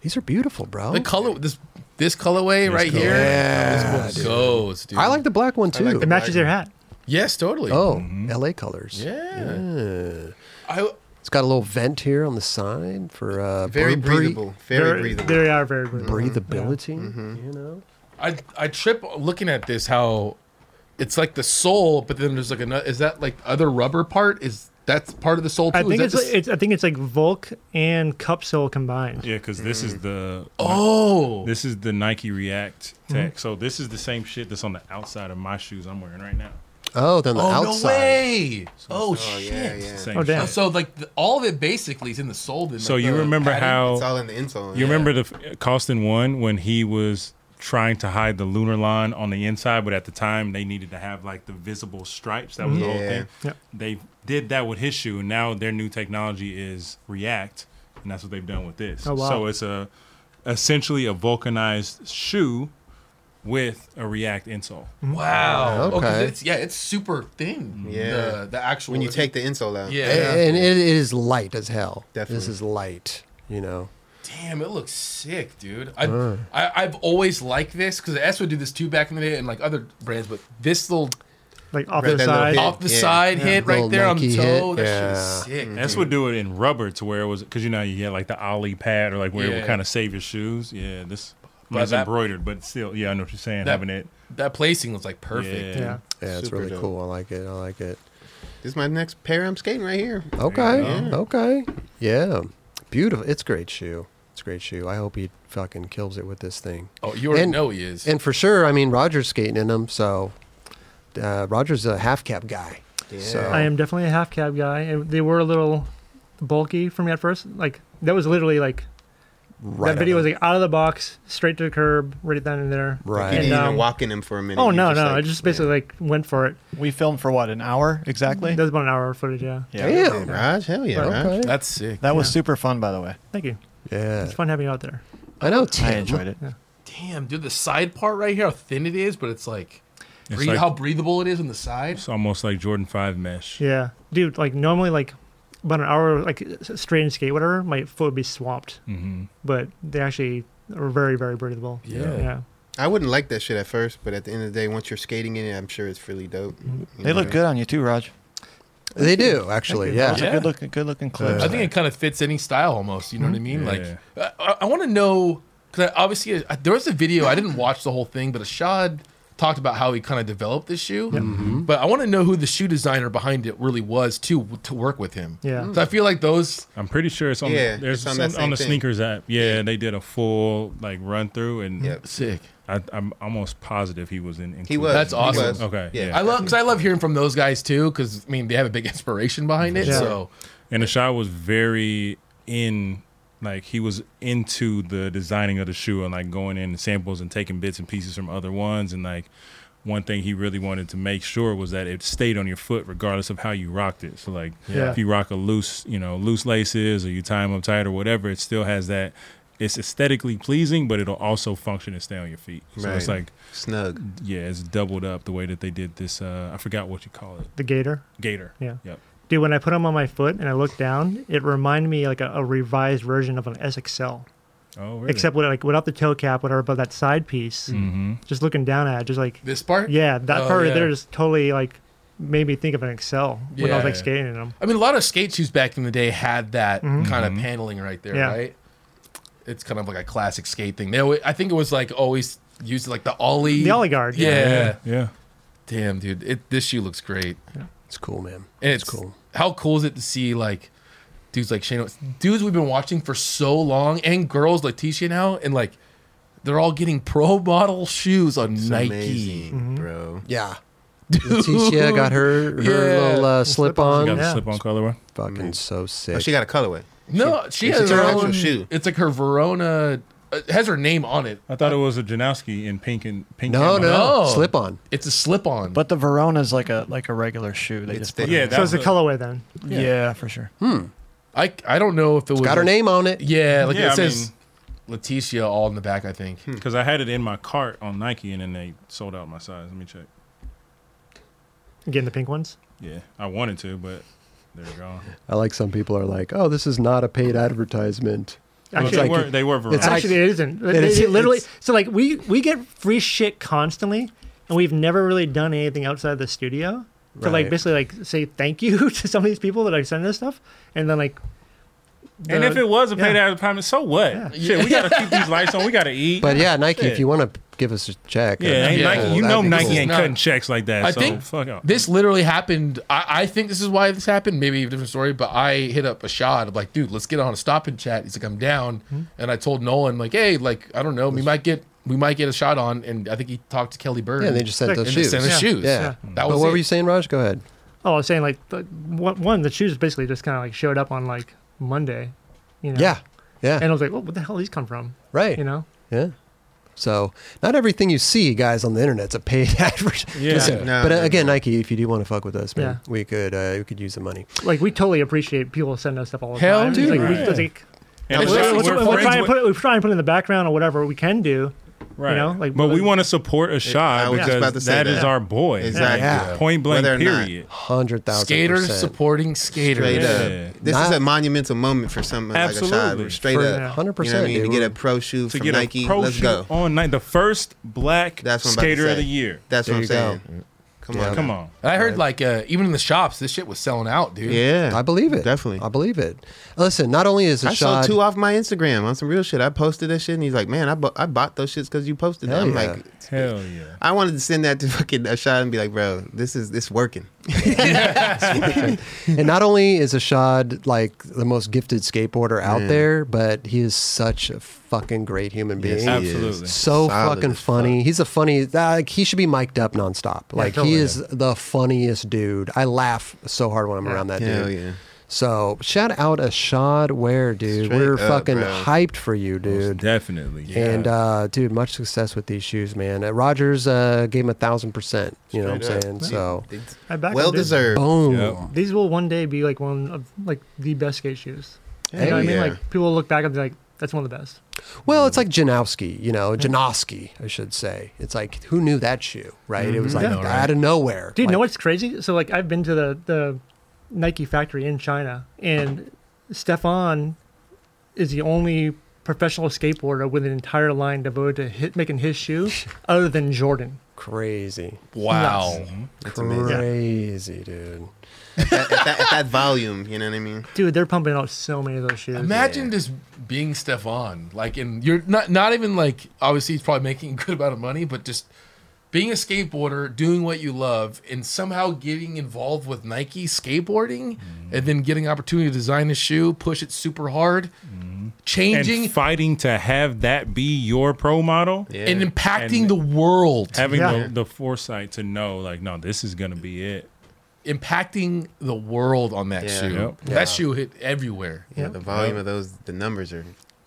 [SPEAKER 1] these are beautiful, bro.
[SPEAKER 3] The color, this this colorway right here,
[SPEAKER 1] Yeah,
[SPEAKER 3] this one goes, dude.
[SPEAKER 1] I like the black one too.
[SPEAKER 6] It matches your hat.
[SPEAKER 3] Yes, totally.
[SPEAKER 1] oh, LA colors.
[SPEAKER 3] yeah. I
[SPEAKER 1] It's got a little vent here on the side for uh,
[SPEAKER 2] Very
[SPEAKER 1] bre- bre-
[SPEAKER 2] breathable. Very breathable.
[SPEAKER 6] They are very breathable.
[SPEAKER 1] Mm-hmm. breathability. You know,
[SPEAKER 3] I I trip looking at this how it's like the sole, but then there's like another. Is that like other rubber part? Is that's part of the sole too?
[SPEAKER 6] I
[SPEAKER 3] Is
[SPEAKER 6] think
[SPEAKER 3] that
[SPEAKER 6] it's,
[SPEAKER 3] the
[SPEAKER 6] like,
[SPEAKER 3] s-
[SPEAKER 6] it's I think it's like Volk and Cupsole combined.
[SPEAKER 5] yeah, because this
[SPEAKER 2] Mm.
[SPEAKER 5] is the
[SPEAKER 3] oh
[SPEAKER 5] this
[SPEAKER 4] Mm-hmm.
[SPEAKER 5] is the Nike React tech. So this is the same shit that's on the outside of my shoes I'm wearing right now.
[SPEAKER 1] Oh, then the
[SPEAKER 3] oh
[SPEAKER 1] outside.
[SPEAKER 3] no way! oh,
[SPEAKER 2] Oh
[SPEAKER 3] shit!
[SPEAKER 2] yeah, yeah.
[SPEAKER 5] Same
[SPEAKER 4] Oh,
[SPEAKER 5] shit.
[SPEAKER 4] damn.
[SPEAKER 3] So like the, all of it basically is in the soul. Then,
[SPEAKER 5] So
[SPEAKER 3] like,
[SPEAKER 5] you
[SPEAKER 3] the
[SPEAKER 5] remember
[SPEAKER 3] pattern?
[SPEAKER 5] how
[SPEAKER 2] It's all in the insole.
[SPEAKER 5] Oh. You remember the f- Costin one when he was trying to hide the lunar line on the inside, but at the time they needed to have like the visible stripes. That was the whole
[SPEAKER 2] Yeah.
[SPEAKER 5] thing.
[SPEAKER 4] Mm-hmm. Yeah.
[SPEAKER 5] They did that with his shoe. Now their new technology is React, and that's what they've done with this.
[SPEAKER 4] Oh, wow.
[SPEAKER 5] So it's a essentially a vulcanized shoe with a React insole.
[SPEAKER 3] Wow. Okay.
[SPEAKER 1] Okay.
[SPEAKER 3] it's, yeah, it's super thin.
[SPEAKER 2] Yeah.
[SPEAKER 3] The, the actual.
[SPEAKER 2] when you take the insole out.
[SPEAKER 3] Yeah.
[SPEAKER 1] A- And it, it is light as hell. This
[SPEAKER 2] Definitely.
[SPEAKER 1] is light. You know.
[SPEAKER 3] Damn, it looks sick, dude. I, I I've always liked this because S would do this too back in the day, and like other brands, but this little
[SPEAKER 4] Like off
[SPEAKER 2] Right,
[SPEAKER 4] the
[SPEAKER 2] that little
[SPEAKER 4] side.
[SPEAKER 2] hit.
[SPEAKER 3] off the
[SPEAKER 2] yeah.
[SPEAKER 3] side hit right
[SPEAKER 1] Little
[SPEAKER 3] there on the
[SPEAKER 1] Nike
[SPEAKER 3] toe.
[SPEAKER 1] hit,
[SPEAKER 3] That
[SPEAKER 1] yeah.
[SPEAKER 3] shit is sick.
[SPEAKER 5] That's what do it in rubber to where it was because you know you get like the ollie pad or like where it
[SPEAKER 3] Yeah.
[SPEAKER 5] would kind of save your shoes. Yeah, this I mean,
[SPEAKER 3] But
[SPEAKER 5] it's
[SPEAKER 3] that-
[SPEAKER 5] embroidered, but still, yeah, I know what you're saying.
[SPEAKER 3] That-
[SPEAKER 5] having it.
[SPEAKER 3] That placing was like perfect.
[SPEAKER 4] Yeah.
[SPEAKER 1] Yeah, it's
[SPEAKER 2] Super
[SPEAKER 1] really
[SPEAKER 2] dope.
[SPEAKER 1] cool. I like it. I like it.
[SPEAKER 2] This is my next pair I'm skating right here.
[SPEAKER 1] Okay.
[SPEAKER 5] you
[SPEAKER 1] Okay. Yeah. Beautiful. It's a great shoe. It's a great shoe. I hope he fucking kills it with this thing.
[SPEAKER 3] Oh, you already
[SPEAKER 1] And-
[SPEAKER 3] know he is.
[SPEAKER 1] And for sure, I mean, Roger's skating in them, so uh, Roger's a half cap guy. So
[SPEAKER 2] Yeah.
[SPEAKER 4] I am definitely a half cab guy, and they were a little bulky for me at first. Like that was literally like
[SPEAKER 1] right
[SPEAKER 4] that video
[SPEAKER 1] on
[SPEAKER 4] was like out of the box, straight to the curb, right then and there.
[SPEAKER 1] Right.
[SPEAKER 2] You
[SPEAKER 1] And,
[SPEAKER 2] didn't
[SPEAKER 4] um,
[SPEAKER 2] even walk in them for a minute.
[SPEAKER 4] Oh
[SPEAKER 2] You
[SPEAKER 4] no, no!
[SPEAKER 2] like-
[SPEAKER 4] I just basically like went for it.
[SPEAKER 6] We filmed for what an hour exactly.
[SPEAKER 4] That was about an hour of footage. Yeah.
[SPEAKER 6] yeah.
[SPEAKER 1] it.
[SPEAKER 2] Yeah,
[SPEAKER 1] Damn.
[SPEAKER 2] Raj, hell yeah, Raj.
[SPEAKER 1] Okay.
[SPEAKER 3] That's sick.
[SPEAKER 6] That was super fun, by the way.
[SPEAKER 4] Thank you.
[SPEAKER 1] Yeah.
[SPEAKER 4] It's fun having you out there.
[SPEAKER 1] I know.
[SPEAKER 6] I
[SPEAKER 1] Tim.
[SPEAKER 6] enjoyed it.
[SPEAKER 3] Damn, dude, the side part right here, how thin it is, but it's like,
[SPEAKER 5] It's
[SPEAKER 3] breathe-
[SPEAKER 5] like-
[SPEAKER 3] how breathable it is on the side.
[SPEAKER 5] It's almost like Jordan Five mesh.
[SPEAKER 4] Yeah, dude. Like normally, like about an hour, like s- straight and skate, whatever, my foot would be swamped.
[SPEAKER 5] Mm-hmm.
[SPEAKER 4] But they actually are very, very breathable.
[SPEAKER 3] Yeah.
[SPEAKER 4] Yeah.
[SPEAKER 2] I wouldn't like that shit at first, but at the end of the day, once you're skating in it, I'm sure it's really dope. You
[SPEAKER 6] They
[SPEAKER 2] know?
[SPEAKER 6] look good on you too, Raj.
[SPEAKER 1] They do actually. Yeah.
[SPEAKER 6] Those are good looking, good looking clips.
[SPEAKER 3] I think it kind of fits any style almost. You know what I mean?
[SPEAKER 5] Mm-hmm. Yeah.
[SPEAKER 3] Like, I, I want to know because obviously I, there was a video. I didn't watch the whole thing, but Ashad talked about how he kind of developed this shoe.
[SPEAKER 5] Mm-hmm.
[SPEAKER 3] But I want to know who the shoe designer behind it really was too to work with him.
[SPEAKER 4] Yeah.
[SPEAKER 3] So I feel like those.
[SPEAKER 5] I'm pretty sure it's on.
[SPEAKER 2] Yeah,
[SPEAKER 5] the, there's
[SPEAKER 2] it's on
[SPEAKER 5] some-
[SPEAKER 2] that
[SPEAKER 5] on,
[SPEAKER 2] same
[SPEAKER 5] the
[SPEAKER 2] thing.
[SPEAKER 5] sneakers app. Yeah, they did a full like run through, and
[SPEAKER 2] Yep.
[SPEAKER 3] Sick.
[SPEAKER 5] I, I'm almost positive he was in.
[SPEAKER 2] He
[SPEAKER 5] included.
[SPEAKER 2] was.
[SPEAKER 3] That's
[SPEAKER 2] He
[SPEAKER 3] awesome.
[SPEAKER 2] was.
[SPEAKER 5] Okay, yeah.
[SPEAKER 3] I love because I love hearing from those guys too because I mean they have a big inspiration behind it.
[SPEAKER 4] Yeah.
[SPEAKER 3] So
[SPEAKER 5] And Ashad was very in, like he was into the designing of the shoe and like going in samples and taking bits and pieces from other ones. And like one thing he really wanted to make sure was that it stayed on your foot regardless of how you rocked it. So like
[SPEAKER 4] Yeah.
[SPEAKER 5] if you rock a loose, you know, loose laces or you tie them up tight or whatever, it still has that. It's aesthetically pleasing, but it'll also function and stay on your feet. So it's
[SPEAKER 2] Right.
[SPEAKER 5] like,
[SPEAKER 2] snug.
[SPEAKER 5] yeah, it's doubled up the way that they did this. Uh, I forgot what you call it.
[SPEAKER 4] The gator.
[SPEAKER 5] Gator.
[SPEAKER 4] Yeah.
[SPEAKER 5] Yep.
[SPEAKER 4] Dude, when I put them on my foot and I looked down, it reminded me like a, a revised version of an SXL,
[SPEAKER 5] Oh, really?
[SPEAKER 4] except with like without the toe cap, whatever, but that side piece.
[SPEAKER 5] hmm
[SPEAKER 4] Just looking down at it, just like
[SPEAKER 3] this part.
[SPEAKER 4] yeah, that
[SPEAKER 3] Oh,
[SPEAKER 4] part
[SPEAKER 3] yeah.
[SPEAKER 4] right there just totally like made me think of an Excel when
[SPEAKER 3] Yeah,
[SPEAKER 4] I was like
[SPEAKER 3] yeah.
[SPEAKER 4] skating in them.
[SPEAKER 3] I mean, a lot of skate shoes back in the day had that kind of
[SPEAKER 5] Mhm.
[SPEAKER 3] paneling right there,
[SPEAKER 4] Mm-hmm. Yeah.
[SPEAKER 3] right? It's kind of like a classic skate thing. They, always, I think it was like always used like the ollie.
[SPEAKER 4] The ollie guard,
[SPEAKER 3] Yeah.
[SPEAKER 4] yeah.
[SPEAKER 5] Yeah.
[SPEAKER 3] Damn, dude, it, this shoe looks great.
[SPEAKER 1] It's cool, man.
[SPEAKER 3] And
[SPEAKER 1] it's
[SPEAKER 3] it's
[SPEAKER 1] cool.
[SPEAKER 3] How cool is it to see like dudes like Shane, dudes we've been watching for so long, and girls like Tisha now, and like they're all getting pro model shoes on
[SPEAKER 2] It's
[SPEAKER 3] Nike.
[SPEAKER 2] amazing, bro.
[SPEAKER 1] Yeah.
[SPEAKER 3] Dude.
[SPEAKER 1] Leticia got her her
[SPEAKER 3] Yeah.
[SPEAKER 1] little uh, Mm. slip on.
[SPEAKER 5] You got the
[SPEAKER 4] Yeah.
[SPEAKER 5] slip on colorway.
[SPEAKER 1] Fucking so sick.
[SPEAKER 2] Oh, she got a colorway.
[SPEAKER 3] No, she,
[SPEAKER 2] it's
[SPEAKER 3] has
[SPEAKER 2] her
[SPEAKER 3] her
[SPEAKER 2] actual
[SPEAKER 3] own
[SPEAKER 2] shoe.
[SPEAKER 3] It's like her Verona. uh, It has her name on it.
[SPEAKER 5] I thought it was a Janowski in pink and pink.
[SPEAKER 1] no,
[SPEAKER 5] and
[SPEAKER 1] no,
[SPEAKER 3] No.
[SPEAKER 1] slip on.
[SPEAKER 3] It's a slip on.
[SPEAKER 6] But the Verona's like a like a regular shoe. They
[SPEAKER 2] It's
[SPEAKER 6] just put
[SPEAKER 5] Yeah,
[SPEAKER 6] it-
[SPEAKER 5] that
[SPEAKER 4] so it's
[SPEAKER 5] was
[SPEAKER 4] a colorway then.
[SPEAKER 6] yeah. for sure.
[SPEAKER 3] I I don't know if it was
[SPEAKER 1] Got her
[SPEAKER 3] like-
[SPEAKER 1] name on it.
[SPEAKER 3] Yeah, like it
[SPEAKER 5] Yeah, I Hmm.
[SPEAKER 3] says Leticia all in the back. I think.
[SPEAKER 5] because I had it in my cart on Nike, and then they sold out my size. Let me check.
[SPEAKER 4] Again, the pink ones.
[SPEAKER 5] Yeah, I wanted to, but they're gone.
[SPEAKER 1] I like some people are like, oh, this is not a paid advertisement.
[SPEAKER 5] Well,
[SPEAKER 4] Actually,
[SPEAKER 5] they
[SPEAKER 1] like-
[SPEAKER 5] were they were Verizon.
[SPEAKER 1] It's like-
[SPEAKER 4] actually, it isn't. It,
[SPEAKER 1] It is-
[SPEAKER 4] it literally,
[SPEAKER 1] it's-
[SPEAKER 4] so like we we get free shit constantly, and we've never really done anything outside the studio to
[SPEAKER 1] Right.
[SPEAKER 4] like basically like say thank you to some of these people that are sending us stuff, and then like.
[SPEAKER 5] and
[SPEAKER 4] the-
[SPEAKER 5] if it was a paid
[SPEAKER 4] yeah.
[SPEAKER 5] advertisement, so what? Shit, we gotta keep these lights on. We gotta eat.
[SPEAKER 1] But yeah, Nike, if
[SPEAKER 5] Shit.
[SPEAKER 1] you want to give us a check, uh,
[SPEAKER 5] yeah, ain't
[SPEAKER 3] Yeah.
[SPEAKER 5] Nike, you
[SPEAKER 1] That'd
[SPEAKER 5] know
[SPEAKER 1] be
[SPEAKER 5] Nike
[SPEAKER 1] cool.
[SPEAKER 5] ain't
[SPEAKER 3] No.
[SPEAKER 5] cutting checks like that.
[SPEAKER 3] I
[SPEAKER 5] so
[SPEAKER 3] think
[SPEAKER 5] fuck out.
[SPEAKER 3] This literally happened. I, I think this is why this happened. Maybe a different story, but I hit up a shot of
[SPEAKER 1] Hmm.
[SPEAKER 3] like, dude, let's get on a stop and chat. He's like, I'm down, and I told Nolan like, hey, like I don't know, we might get we might get a shot on. And I think he talked to Kelly Bird.
[SPEAKER 1] Yeah, they just said
[SPEAKER 4] Sick.
[SPEAKER 1] those
[SPEAKER 3] and they
[SPEAKER 1] shoes.
[SPEAKER 3] sent us
[SPEAKER 4] Yeah.
[SPEAKER 3] shoes.
[SPEAKER 1] Yeah.
[SPEAKER 3] That
[SPEAKER 1] But
[SPEAKER 3] was
[SPEAKER 1] what
[SPEAKER 3] it.
[SPEAKER 1] were you saying, Raj? Go ahead.
[SPEAKER 4] Oh, I was saying like the, one, one the shoes basically just kind of like showed up on like Monday, you know.
[SPEAKER 1] Yeah. Yeah.
[SPEAKER 4] And I was like, well, what the hell these come from?
[SPEAKER 1] right.
[SPEAKER 4] You know.
[SPEAKER 1] Yeah. So not everything you see, guys, on the internet's a paid advert.
[SPEAKER 5] Yeah.
[SPEAKER 1] Listen,
[SPEAKER 2] No,
[SPEAKER 1] but uh,
[SPEAKER 2] no,
[SPEAKER 1] again, Nike, if you do want to fuck with us, man,
[SPEAKER 4] Yeah.
[SPEAKER 1] we could uh, we could use the money.
[SPEAKER 4] Like we totally appreciate people sending us stuff all the
[SPEAKER 3] Hell,
[SPEAKER 4] time. It's
[SPEAKER 3] dude.
[SPEAKER 4] Like, we,
[SPEAKER 5] Right.
[SPEAKER 4] it's like,
[SPEAKER 5] And
[SPEAKER 4] we're, we're,
[SPEAKER 5] we're-
[SPEAKER 4] we're
[SPEAKER 5] we're friends
[SPEAKER 4] trying to
[SPEAKER 5] with-
[SPEAKER 4] put it, we're trying to put it in the background or whatever we can do.
[SPEAKER 5] Right.
[SPEAKER 4] know, like,
[SPEAKER 5] but we
[SPEAKER 4] whether-
[SPEAKER 5] want to support a
[SPEAKER 2] I
[SPEAKER 5] shot
[SPEAKER 2] was just about to
[SPEAKER 5] because
[SPEAKER 2] say
[SPEAKER 5] that is
[SPEAKER 2] that.
[SPEAKER 5] our boy.
[SPEAKER 2] Exactly.
[SPEAKER 1] Yeah.
[SPEAKER 5] Point blank.
[SPEAKER 2] Whether or not.
[SPEAKER 5] period.
[SPEAKER 1] Hundred thousand
[SPEAKER 3] skaters
[SPEAKER 1] percent.
[SPEAKER 3] supporting skaters.
[SPEAKER 2] Straight
[SPEAKER 5] Yeah.
[SPEAKER 2] up. This
[SPEAKER 1] Not-
[SPEAKER 2] is a monumental moment for someone like a
[SPEAKER 5] Absolutely.
[SPEAKER 2] child. Straight
[SPEAKER 1] For-
[SPEAKER 2] up.
[SPEAKER 4] Yeah.
[SPEAKER 1] Hundred
[SPEAKER 2] You know what I
[SPEAKER 1] percent.
[SPEAKER 2] mean? To
[SPEAKER 1] dude.
[SPEAKER 2] get a pro shoe
[SPEAKER 5] To
[SPEAKER 2] from
[SPEAKER 5] get
[SPEAKER 2] Nike.
[SPEAKER 5] a pro
[SPEAKER 2] Let's
[SPEAKER 5] shoot
[SPEAKER 2] go.
[SPEAKER 5] on night, the first black
[SPEAKER 2] That's what I'm about to
[SPEAKER 5] skater of
[SPEAKER 2] say.
[SPEAKER 5] the year.
[SPEAKER 2] That's
[SPEAKER 1] There
[SPEAKER 2] what
[SPEAKER 1] you
[SPEAKER 2] I'm saying. Come on.
[SPEAKER 5] Come on.
[SPEAKER 3] And I heard like uh, even in the shops, this shit was selling out, dude.
[SPEAKER 2] Yeah.
[SPEAKER 1] I believe it.
[SPEAKER 2] Definitely.
[SPEAKER 1] I believe it. Listen, not only is
[SPEAKER 2] I
[SPEAKER 1] Ashad,
[SPEAKER 2] saw two off my Instagram on some real shit. I posted that shit, and he's like, "Man, I, bu- I bought those shits because you posted
[SPEAKER 1] Hell
[SPEAKER 2] them." I'm
[SPEAKER 1] yeah.
[SPEAKER 2] like,
[SPEAKER 5] Hell yeah.
[SPEAKER 2] I wanted to send that to fucking Ashad and be like, "Bro, this is this working."
[SPEAKER 1] and not only is Ashad like the most gifted skateboarder out there, but he is such a fucking great human being.
[SPEAKER 2] Yes, he is.
[SPEAKER 5] Absolutely.
[SPEAKER 1] so
[SPEAKER 2] Solid
[SPEAKER 1] fucking
[SPEAKER 2] as
[SPEAKER 1] funny. He's a funny. Like he should be mic'd up nonstop. Like
[SPEAKER 3] totally.
[SPEAKER 1] he is the funniest dude. I laugh so hard when I'm around that
[SPEAKER 2] Hell
[SPEAKER 1] dude.
[SPEAKER 2] yeah.
[SPEAKER 1] So shout out Ashad Ware, dude.
[SPEAKER 2] Straight
[SPEAKER 1] We're
[SPEAKER 2] up,
[SPEAKER 1] fucking
[SPEAKER 2] bro.
[SPEAKER 1] hyped for you, dude.
[SPEAKER 5] Definitely.
[SPEAKER 1] And uh, dude, much success with these shoes, man. Uh, Rogers uh, gave him a thousand percent. You know what I'm
[SPEAKER 2] Straight
[SPEAKER 1] saying? So
[SPEAKER 4] I back
[SPEAKER 2] Well
[SPEAKER 4] them, dude.
[SPEAKER 2] deserved.
[SPEAKER 1] boom.
[SPEAKER 5] Yep.
[SPEAKER 4] These will one day be like one of like the best skate shoes.
[SPEAKER 2] Hell
[SPEAKER 4] You know what I
[SPEAKER 2] yeah.
[SPEAKER 4] mean? Like people will look back and be like, that's one of the best.
[SPEAKER 1] Well, it's like Janowski, you know, Janowski, I should say. It's like who knew that shoe, right? It was like
[SPEAKER 3] Yeah.
[SPEAKER 1] out of nowhere.
[SPEAKER 4] Mm-hmm. Dude, you know
[SPEAKER 1] Like,
[SPEAKER 4] what's crazy? So like I've been to the the Nike factory in China, and Stefan is the only professional skateboarder with an entire line devoted to hit, making his shoe, other than Jordan.
[SPEAKER 1] Crazy,
[SPEAKER 3] Wow.
[SPEAKER 1] crazy, dude.
[SPEAKER 2] at, at that, at that volume, you know what I mean?
[SPEAKER 4] Dude, they're pumping out so many of those shoes.
[SPEAKER 3] Imagine just being Stefan, like, and you're not not even like obviously he's probably making a good amount of money, but just being a skateboarder, doing what you love, and somehow getting involved with Nike skateboarding, and then getting opportunity to design a shoe, push it super hard, changing
[SPEAKER 5] And fighting to have that be your pro model.
[SPEAKER 2] Yeah.
[SPEAKER 3] and impacting
[SPEAKER 5] And-
[SPEAKER 3] the world,
[SPEAKER 5] Having
[SPEAKER 4] Yeah.
[SPEAKER 5] the, the foresight to know, like, no, this is gonna be it.
[SPEAKER 3] impacting the world on that
[SPEAKER 2] Yeah.
[SPEAKER 3] shoe.
[SPEAKER 5] Yep.
[SPEAKER 3] That shoe hit everywhere.
[SPEAKER 2] Yeah, the volume of those, the numbers are.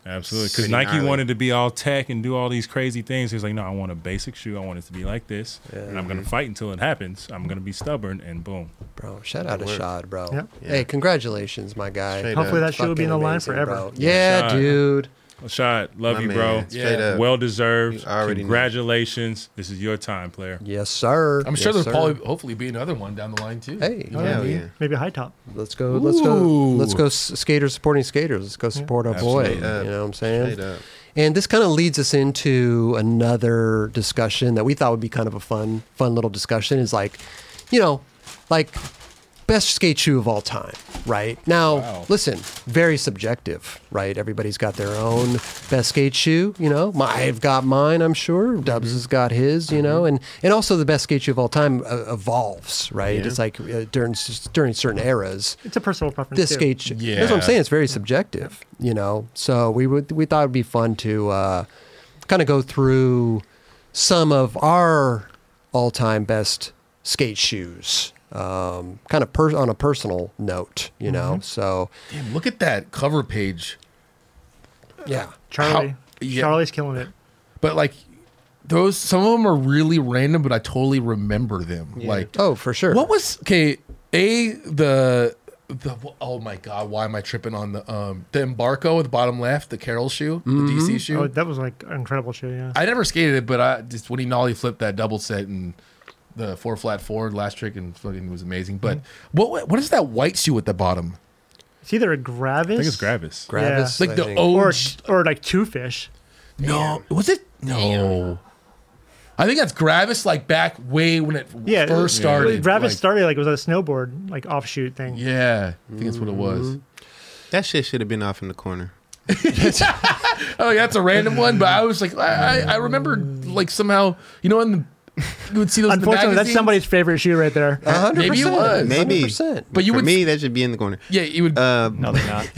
[SPEAKER 5] Absolutely, because
[SPEAKER 2] Pretty
[SPEAKER 5] Nike
[SPEAKER 2] gnarly.
[SPEAKER 5] wanted to be all tech and do all these crazy things. He was like, "No, I want a basic shoe. I want it to be like this, and I'm going
[SPEAKER 2] Mm-hmm.
[SPEAKER 5] to fight until it happens. I'm going to be stubborn." And boom,
[SPEAKER 1] Bro, shout out to Shad, bro.
[SPEAKER 4] Yeah.
[SPEAKER 1] Hey, congratulations, my guy.
[SPEAKER 2] Straight
[SPEAKER 4] Hopefully
[SPEAKER 2] up.
[SPEAKER 4] that shoe will be in the
[SPEAKER 1] Fucking
[SPEAKER 4] line
[SPEAKER 1] amazing,
[SPEAKER 4] forever.
[SPEAKER 1] bro. Yeah,
[SPEAKER 5] Shad.
[SPEAKER 1] dude.
[SPEAKER 5] shot, love
[SPEAKER 2] My
[SPEAKER 5] you,
[SPEAKER 2] man,
[SPEAKER 5] bro.
[SPEAKER 2] straight
[SPEAKER 3] Yeah.
[SPEAKER 2] up.
[SPEAKER 5] Well deserved.
[SPEAKER 2] You already know.
[SPEAKER 5] Congratulations. This is your time, player.
[SPEAKER 1] Yes, sir.
[SPEAKER 3] I'm sure
[SPEAKER 1] yes,
[SPEAKER 3] there'll
[SPEAKER 1] sir.
[SPEAKER 3] probably hopefully be another one down the line too.
[SPEAKER 1] Hey,
[SPEAKER 4] Oh,
[SPEAKER 2] Hell yeah.
[SPEAKER 4] Maybe a high top.
[SPEAKER 1] let's go. Let's go.
[SPEAKER 3] Ooh.
[SPEAKER 1] Let's go. s- Skaters supporting skaters. Let's go support our boy. You
[SPEAKER 2] Absolutely. Yeah.
[SPEAKER 1] know what I'm saying?
[SPEAKER 2] Straight up.
[SPEAKER 1] And this kind of leads us into another discussion that we thought would be kind of a fun, fun little discussion. Is like, you know, like best skate shoe of all time, right? Now,
[SPEAKER 5] Wow.
[SPEAKER 1] listen, very subjective, right? Everybody's got their own best skate shoe, you know. My, I've got mine, I'm
[SPEAKER 2] Mm-hmm.
[SPEAKER 1] sure. Dubs has got his, you know, and and also the best skate shoe of all time uh, evolves, right? It's like uh, during s- during certain eras
[SPEAKER 4] It's a personal preference.
[SPEAKER 1] this
[SPEAKER 4] too.
[SPEAKER 1] skate shoe. That's what I'm
[SPEAKER 5] Yeah.
[SPEAKER 1] saying. It's very subjective, you know. So we would we thought it'd be fun to uh, kind of go through some of our all time best skate shoes, um, kind of per- on a personal note, you
[SPEAKER 3] Mm-hmm.
[SPEAKER 1] know. So
[SPEAKER 3] Damn, look at that cover page.
[SPEAKER 1] yeah,
[SPEAKER 4] Charlie.
[SPEAKER 3] How- yeah.
[SPEAKER 4] Charlie's killing it.
[SPEAKER 3] But like those some of them are really random, but I totally remember them. Like
[SPEAKER 1] oh for sure.
[SPEAKER 3] what was okay, A the the oh my god, why am I tripping on the um the embarco at the bottom left, the Carol shoe, the DC shoe.
[SPEAKER 4] Oh, that was like an incredible shoe. Yeah.
[SPEAKER 3] I never skated it, but I just when he nollie flipped that double set and the four flat forward last trick and fucking was amazing. But
[SPEAKER 4] Mm-hmm.
[SPEAKER 3] what what is that white shoe at the bottom?
[SPEAKER 4] It's either a Gravis.
[SPEAKER 5] I think it's Gravis.
[SPEAKER 1] Gravis,
[SPEAKER 3] Like
[SPEAKER 1] I
[SPEAKER 3] the
[SPEAKER 1] think.
[SPEAKER 4] Or,
[SPEAKER 3] old
[SPEAKER 4] or like two fish.
[SPEAKER 3] No, was it? No. I think that's Gravis, like back way when it
[SPEAKER 4] Yeah,
[SPEAKER 3] first started.
[SPEAKER 4] Well, Gravis
[SPEAKER 3] like-
[SPEAKER 4] started like it was a snowboard like offshoot thing.
[SPEAKER 3] Yeah, I think that's what it was.
[SPEAKER 2] That shit should have been off in the corner.
[SPEAKER 3] Oh, yeah, that's a random one, but I was like, I, I, I remember like somehow, you know, in the, you would see those. in the
[SPEAKER 4] Unfortunately, that's
[SPEAKER 3] magazines?
[SPEAKER 4] somebody's favorite shoe right there.
[SPEAKER 1] A hundred
[SPEAKER 3] Maybe it
[SPEAKER 1] percent,
[SPEAKER 3] was.
[SPEAKER 2] Maybe.
[SPEAKER 1] 100%.
[SPEAKER 3] But you
[SPEAKER 2] For
[SPEAKER 3] would,
[SPEAKER 2] me, that should be in the corner.
[SPEAKER 6] Hmm.
[SPEAKER 3] yeah, you would.
[SPEAKER 2] Uh,
[SPEAKER 10] No, they're not.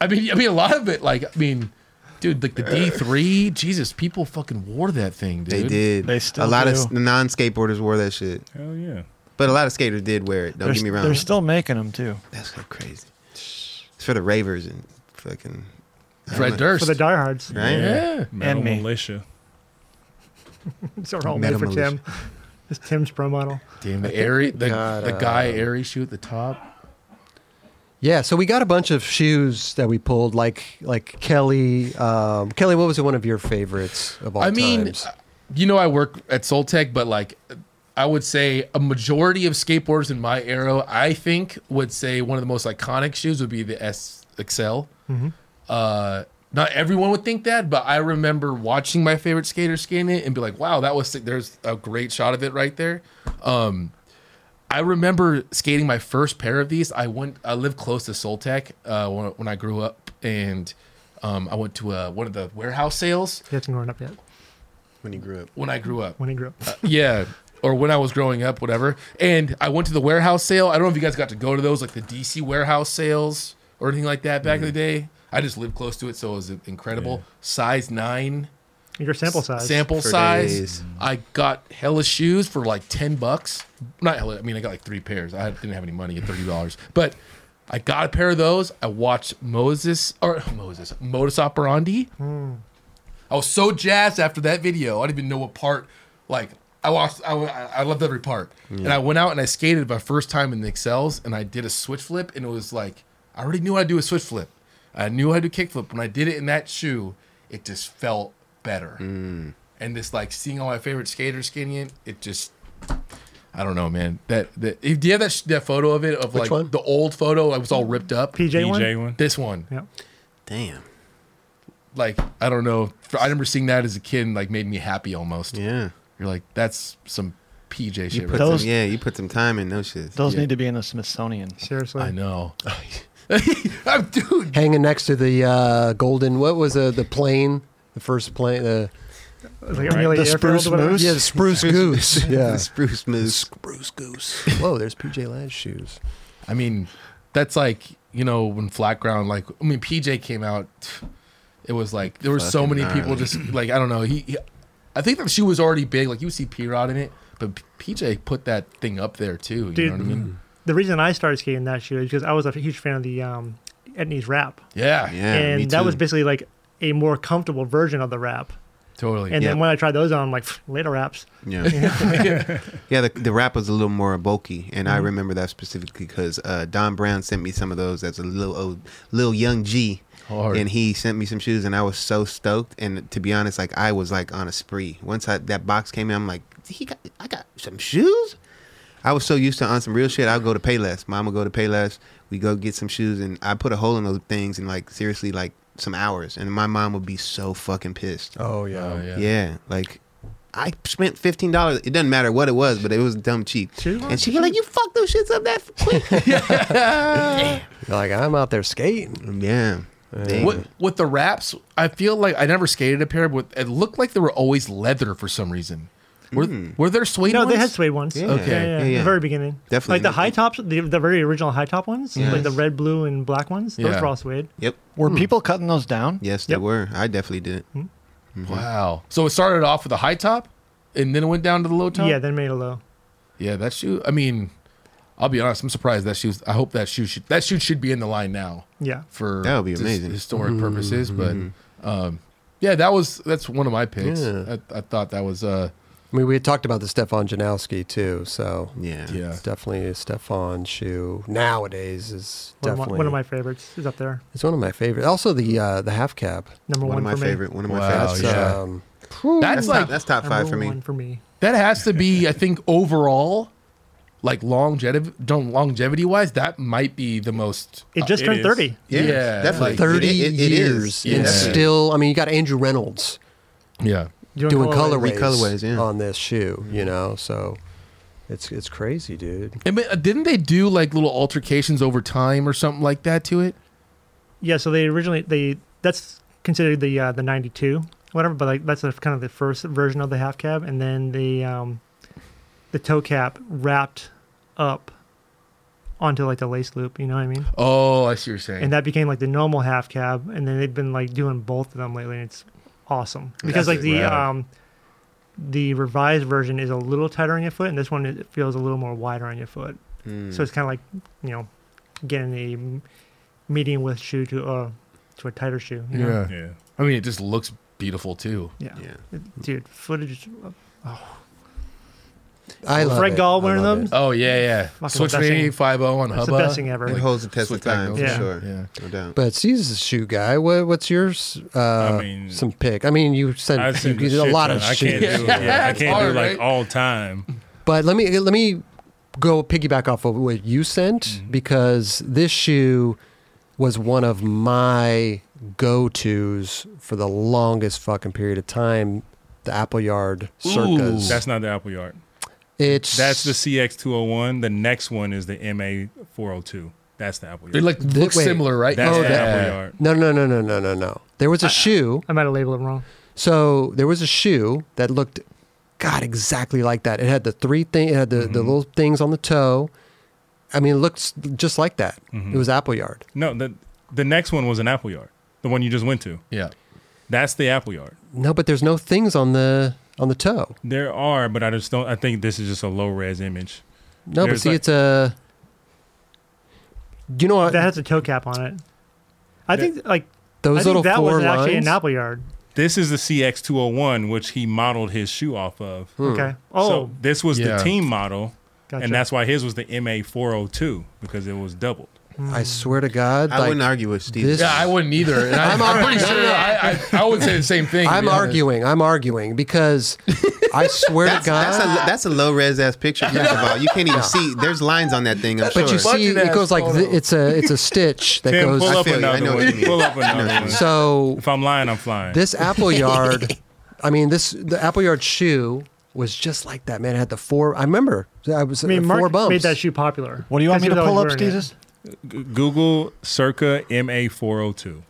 [SPEAKER 3] I mean, I mean, a lot of it. Like, I mean, dude, like the D three, Jesus, people fucking wore that thing, dude.
[SPEAKER 2] They did.
[SPEAKER 6] They still
[SPEAKER 2] a lot of
[SPEAKER 6] do.
[SPEAKER 2] s- non skateboarders wore that shit,
[SPEAKER 5] Hell yeah.
[SPEAKER 2] but a lot of skaters did wear it. Don't
[SPEAKER 6] they're,
[SPEAKER 2] get me wrong.
[SPEAKER 6] they're still making them too.
[SPEAKER 2] That's so crazy. It's for the ravers and fucking
[SPEAKER 3] Fred
[SPEAKER 4] for
[SPEAKER 3] Durst,
[SPEAKER 4] the diehards.
[SPEAKER 2] right?
[SPEAKER 3] yeah.
[SPEAKER 5] Metal
[SPEAKER 6] me.
[SPEAKER 5] militia.
[SPEAKER 4] These are all made
[SPEAKER 2] Metal
[SPEAKER 4] for
[SPEAKER 2] militia.
[SPEAKER 4] Tim. This is Tim's pro model.
[SPEAKER 3] Damn the uh, airy, the,
[SPEAKER 1] got,
[SPEAKER 3] the guy airy shoe at the top.
[SPEAKER 1] Yeah, so we got a bunch of shoes that we pulled, like like Kelly. Um, Kelly, what was one of your favorites of all
[SPEAKER 3] I mean, uh,
[SPEAKER 1] times?
[SPEAKER 3] you know, I work at Soltech, but like, I would say a majority of skateboarders in my era, I think, would say one of the most iconic shoes would be the S Excel. Uh, not everyone would think that, but I remember watching my favorite skater skate it and be like, "Wow, that was sick. there's a great shot of it right there." Um, I remember skating my first pair of these. I went. I lived close to Soltech uh, when, when I grew up, and um, I went to uh, one of the warehouse sales
[SPEAKER 4] He hasn't grown up yet.
[SPEAKER 2] When he grew up.
[SPEAKER 3] when I grew up.
[SPEAKER 4] When he grew up,
[SPEAKER 3] Yeah. Or when I was growing up, whatever. And I went to the warehouse sale. I don't know if you guys got to go to those, like the DC warehouse sales or anything like that back in the day. I just lived close to it, so it was incredible. Size nine.
[SPEAKER 4] your sample size.
[SPEAKER 3] Sample
[SPEAKER 2] For
[SPEAKER 3] size.
[SPEAKER 2] days.
[SPEAKER 3] I got hella shoes for like 10 bucks. Not hella, I mean, I got like three pairs. I didn't have any money at $30. But I got a pair of those. I watched Moses, or Moses, Modus Operandi. I was so jazzed after that video. I didn't even know what part. Like I watched, I, I I loved every part. And I went out and I skated my first time in the Excels, and I did a switch flip, and it was like I already knew how to do a switch flip. I knew how to do kickflip. When I did it in that shoe, it just felt better.
[SPEAKER 2] Hmm.
[SPEAKER 3] And this like seeing all my favorite skaters skating it, it just. I don't know, man. That, that do you have that, sh- that photo of it of like
[SPEAKER 1] one?
[SPEAKER 3] the old photo? I was all ripped up.
[SPEAKER 4] PJ, one.
[SPEAKER 5] DJ E one.
[SPEAKER 3] This one,
[SPEAKER 4] Yeah.
[SPEAKER 2] Damn.
[SPEAKER 3] like I don't know. I remember seeing that as a kid, and like made me happy almost.
[SPEAKER 2] Yeah.
[SPEAKER 3] You're like, that's some PJ
[SPEAKER 2] You
[SPEAKER 3] shit.
[SPEAKER 2] put
[SPEAKER 3] Right?
[SPEAKER 6] Those-
[SPEAKER 2] some, yeah, you put some time in those shits.
[SPEAKER 6] Those
[SPEAKER 3] Yeah.
[SPEAKER 6] need to be in the Smithsonian.
[SPEAKER 4] Seriously.
[SPEAKER 3] I know. I'm dude.
[SPEAKER 1] Hanging next to the uh, golden, what was uh, the plane? The first plane, the
[SPEAKER 4] It was like
[SPEAKER 10] The
[SPEAKER 4] Amelia Earhart or
[SPEAKER 10] spruce
[SPEAKER 4] whatever.
[SPEAKER 10] moose?
[SPEAKER 1] yeah, the spruce goose. Yeah,
[SPEAKER 2] The spruce moose.
[SPEAKER 1] spruce goose. Whoa, there's PJ Land shoes.
[SPEAKER 3] I mean, that's like you know when Flat Ground, like I mean, PJ came out. It was like there were so
[SPEAKER 2] Fucking
[SPEAKER 3] many people
[SPEAKER 2] gnarly.
[SPEAKER 3] just like I don't know. He, he- I think that she was already big. Like you see P Rod in it, but P- PJ put that thing up there too. You
[SPEAKER 4] Dude.
[SPEAKER 3] know what I mean?
[SPEAKER 4] The reason I started skating that shoe is because I was a huge fan of the um, Etnies wrap,
[SPEAKER 3] Yeah,
[SPEAKER 2] Yeah, me
[SPEAKER 4] and that
[SPEAKER 2] too.
[SPEAKER 4] was basically like a more comfortable version of the wrap.
[SPEAKER 3] totally.
[SPEAKER 4] And
[SPEAKER 2] Yeah.
[SPEAKER 4] then when I tried those on, I'm like, "Pff, later wraps.
[SPEAKER 2] Yeah, yeah. The, the rap was a little more bulky, and I remember that specifically because uh, Don Brown sent me some of those as a little old, little young G,
[SPEAKER 3] Hard.
[SPEAKER 2] and he sent me some shoes, and I was so stoked. And to be honest, like I was like on a spree. Once I, that box came in, I'm like, he got, I got some shoes. I was so used to on some real shit. I'll go to Payless. Mom will go to Payless. We go get some shoes, and I put a hole in those things, and like seriously, like some hours. And my mom would be so fucking pissed.
[SPEAKER 1] Oh yeah.
[SPEAKER 3] Oh, yeah.
[SPEAKER 2] Yeah, like I spent fifteen dollars. It doesn't matter what it was, but it was dumb cheap.
[SPEAKER 4] Shoes on?
[SPEAKER 2] And she'd be like, "You fucked those shits up that quick."
[SPEAKER 1] You're like I'm out there skating.
[SPEAKER 2] yeah. Dang.
[SPEAKER 3] With, with the wraps, I feel like I never skated a pair, but it looked like they were always leather for some reason. Were, were there suede
[SPEAKER 4] No,
[SPEAKER 3] ones?
[SPEAKER 4] they had suede ones.
[SPEAKER 2] Yeah.
[SPEAKER 3] Okay.
[SPEAKER 4] Yeah, yeah,
[SPEAKER 2] Yeah, yeah.
[SPEAKER 4] the very beginning.
[SPEAKER 2] Definitely.
[SPEAKER 4] Like the high tops, the, the very original high top ones,
[SPEAKER 2] Yes.
[SPEAKER 4] like the red, blue, and black ones. Those
[SPEAKER 3] Yeah.
[SPEAKER 4] were all suede.
[SPEAKER 2] Yep.
[SPEAKER 6] Were people cutting those down?
[SPEAKER 2] Yes, they
[SPEAKER 4] Yep.
[SPEAKER 2] were. I definitely did.
[SPEAKER 3] Mm-hmm. Wow. So it started off with a high top and then it went down to the low top?
[SPEAKER 4] Yeah, then made a low.
[SPEAKER 3] Yeah, that shoe. I mean, I'll be honest. I'm surprised that shoe's. I hope that shoe should. That shoe should be in the line now
[SPEAKER 4] Yeah.
[SPEAKER 3] for
[SPEAKER 2] That would be
[SPEAKER 3] just
[SPEAKER 2] amazing.
[SPEAKER 4] Mm-hmm,
[SPEAKER 3] historic purposes. But um, yeah, that was that's one of my picks.
[SPEAKER 1] Yeah.
[SPEAKER 3] I, I thought that was uh
[SPEAKER 1] I mean, we had talked about the Stefan Janowski too, so
[SPEAKER 2] Yeah.
[SPEAKER 3] yeah.
[SPEAKER 1] it's definitely a Stefan shoe nowadays is
[SPEAKER 4] One of, my,
[SPEAKER 1] definitely
[SPEAKER 4] one of my favorites is up there.
[SPEAKER 1] It's one of my favorites. Also the uh, the half cap.
[SPEAKER 4] Number
[SPEAKER 2] One
[SPEAKER 4] one,
[SPEAKER 2] of my
[SPEAKER 4] for
[SPEAKER 2] favorite. One of my
[SPEAKER 3] Wow,
[SPEAKER 2] favorites.
[SPEAKER 1] That's,
[SPEAKER 3] yeah.
[SPEAKER 1] um,
[SPEAKER 3] That's
[SPEAKER 2] That's
[SPEAKER 3] like
[SPEAKER 2] top, that's top
[SPEAKER 4] me.
[SPEAKER 2] five
[SPEAKER 4] Number
[SPEAKER 2] for me.
[SPEAKER 4] One for me.
[SPEAKER 3] That has to be, I think, overall, like longevity, don't longevity wise, that might be the most. uh,
[SPEAKER 4] It just
[SPEAKER 5] it
[SPEAKER 4] turned
[SPEAKER 5] is.
[SPEAKER 4] 30.
[SPEAKER 2] Yeah,
[SPEAKER 3] Yeah,
[SPEAKER 2] definitely.
[SPEAKER 3] like-
[SPEAKER 1] thirty
[SPEAKER 2] It- it- it
[SPEAKER 1] years
[SPEAKER 2] is.
[SPEAKER 3] Yeah.
[SPEAKER 1] and still. I mean, you got Andrew Reynolds
[SPEAKER 3] Yeah,
[SPEAKER 1] doing
[SPEAKER 4] colorways.
[SPEAKER 1] colorways, Mm-hmm.
[SPEAKER 2] Recolorways, yeah.
[SPEAKER 1] on this shoe. You know, so it's it's crazy, dude.
[SPEAKER 3] I mean, uh, didn't they do like little altercations over time or something like that to it?
[SPEAKER 4] Yeah, so they originally they that's considered the uh, the 92 whatever, but like that's the kind of the first version of the half cab, and then the um, the toe cap wrapped up onto like the lace loop. You know what I mean?
[SPEAKER 3] Oh, I see what you're saying.
[SPEAKER 4] And that became like the normal half cab, and then they've been like doing both of them lately, and it's awesome because
[SPEAKER 3] That's
[SPEAKER 4] like the
[SPEAKER 3] rad.
[SPEAKER 4] um the revised version is a little tighter on your foot, and this one it feels a little more wider on your foot.
[SPEAKER 2] Hmm.
[SPEAKER 4] So it's kind of like you know getting a m- medium width shoe to a to a tighter shoe. you know?
[SPEAKER 3] yeah.
[SPEAKER 5] Yeah.
[SPEAKER 3] I mean, it just looks beautiful too.
[SPEAKER 4] yeah,
[SPEAKER 2] Yeah.
[SPEAKER 4] Dude, footage.
[SPEAKER 1] I love
[SPEAKER 4] Fred
[SPEAKER 1] it.
[SPEAKER 4] Gall
[SPEAKER 1] I
[SPEAKER 4] wearing
[SPEAKER 1] love
[SPEAKER 4] them?
[SPEAKER 1] it.
[SPEAKER 3] Oh yeah, yeah.
[SPEAKER 4] Fucking
[SPEAKER 3] Switch
[SPEAKER 4] the best
[SPEAKER 3] me
[SPEAKER 4] thing-
[SPEAKER 3] five zero on
[SPEAKER 4] That's
[SPEAKER 3] Hubba.
[SPEAKER 4] the best thing ever.
[SPEAKER 2] It holds the test of time,
[SPEAKER 4] Yeah.
[SPEAKER 2] for sure.
[SPEAKER 3] Yeah.
[SPEAKER 2] No doubt.
[SPEAKER 1] But C's a shoe guy. What, what's your uh,
[SPEAKER 5] mean-
[SPEAKER 1] some pick? I mean, you said
[SPEAKER 5] I've
[SPEAKER 1] you,
[SPEAKER 5] seen
[SPEAKER 1] you
[SPEAKER 5] the
[SPEAKER 1] did a
[SPEAKER 5] shit
[SPEAKER 1] lot
[SPEAKER 5] ton.
[SPEAKER 1] of
[SPEAKER 5] I
[SPEAKER 1] shoes.
[SPEAKER 5] can't do, yeah, I
[SPEAKER 3] It's
[SPEAKER 5] can't do
[SPEAKER 3] hard,
[SPEAKER 5] like
[SPEAKER 3] right?
[SPEAKER 5] all time.
[SPEAKER 1] But let me let me go piggyback off of what you sent
[SPEAKER 5] Mm-hmm.
[SPEAKER 1] because this shoe was one of my go tos for the longest fucking period of time. The Apple Yard circas.
[SPEAKER 5] That's not the Apple Yard.
[SPEAKER 1] it's
[SPEAKER 5] That's the CX201. The next oh one is the MA402. That's the Apple
[SPEAKER 3] They
[SPEAKER 5] Yard.
[SPEAKER 3] like look
[SPEAKER 1] wait.
[SPEAKER 3] similar, right?
[SPEAKER 5] That's
[SPEAKER 1] Oh,
[SPEAKER 5] the
[SPEAKER 1] that-
[SPEAKER 5] Apple Yard.
[SPEAKER 1] no no no no no no no. There
[SPEAKER 4] Uh-uh.
[SPEAKER 1] was a shoe.
[SPEAKER 4] I might have labeled it wrong.
[SPEAKER 1] So there was a shoe that looked, God, exactly like that. It had the three thing, it had the,
[SPEAKER 4] Mm-hmm.
[SPEAKER 1] the little things on the toe. I mean, it looked s- just like that.
[SPEAKER 4] Mm-hmm.
[SPEAKER 1] It was Apple Yard.
[SPEAKER 5] No, the the next one was an Apple Yard. The one you just went to.
[SPEAKER 3] Yeah.
[SPEAKER 5] That's the Apple Yard.
[SPEAKER 1] No, but there's no things on the on the toe.
[SPEAKER 5] There are, but I just don't. I think this is just a low res image.
[SPEAKER 1] No, but
[SPEAKER 5] There's
[SPEAKER 1] see,
[SPEAKER 5] like-
[SPEAKER 1] it's a. You know what?
[SPEAKER 4] That has a toe cap on it. I think like I
[SPEAKER 1] Those
[SPEAKER 4] think
[SPEAKER 1] little
[SPEAKER 4] that
[SPEAKER 1] four
[SPEAKER 4] was actually
[SPEAKER 1] lines.
[SPEAKER 4] an Apple Yard.
[SPEAKER 5] This is the CX201, which he modeled his shoe off of.
[SPEAKER 4] Okay. Oh,
[SPEAKER 5] Hmm. so this was
[SPEAKER 3] Yeah.
[SPEAKER 5] the team model,
[SPEAKER 4] gotcha.
[SPEAKER 5] and that's why his was the MA402 because it was doubled.
[SPEAKER 1] I swear to God,
[SPEAKER 2] I
[SPEAKER 1] like,
[SPEAKER 2] wouldn't argue with Steve.
[SPEAKER 1] this-
[SPEAKER 3] Yeah, I wouldn't either. And I, I'm, pretty sure I, I, I would say the same thing. to
[SPEAKER 1] I'm
[SPEAKER 3] be honest.
[SPEAKER 1] arguing. I'm arguing because I swear to
[SPEAKER 2] That's,
[SPEAKER 1] God,
[SPEAKER 2] that's a that's a low res ass picture. First of all, you can't even see. There's lines on that thing. I'm
[SPEAKER 1] but you
[SPEAKER 2] sure.
[SPEAKER 1] see,
[SPEAKER 3] Budget-ass
[SPEAKER 1] it goes like
[SPEAKER 3] photo.
[SPEAKER 1] thi- it's a it's a stitch that
[SPEAKER 5] Tim,
[SPEAKER 1] goes.
[SPEAKER 5] pull
[SPEAKER 2] I
[SPEAKER 5] up
[SPEAKER 2] feel you. I know
[SPEAKER 5] another
[SPEAKER 2] what you
[SPEAKER 5] one.
[SPEAKER 2] mean.
[SPEAKER 5] Pull up another one.
[SPEAKER 1] So
[SPEAKER 5] If I'm lying, I'm flying.
[SPEAKER 1] this Apple Yard, I mean, this the Apple Yard shoe was just like that. Man, it had the four. I remember I was
[SPEAKER 4] I mean,
[SPEAKER 1] uh,
[SPEAKER 4] Mark
[SPEAKER 1] four bumps.
[SPEAKER 4] made that shoe popular.
[SPEAKER 6] What do you want me to
[SPEAKER 4] Because he
[SPEAKER 6] pull
[SPEAKER 4] was
[SPEAKER 6] up,
[SPEAKER 4] always wearing it.
[SPEAKER 6] Jesus?
[SPEAKER 5] G- Google circa MA402.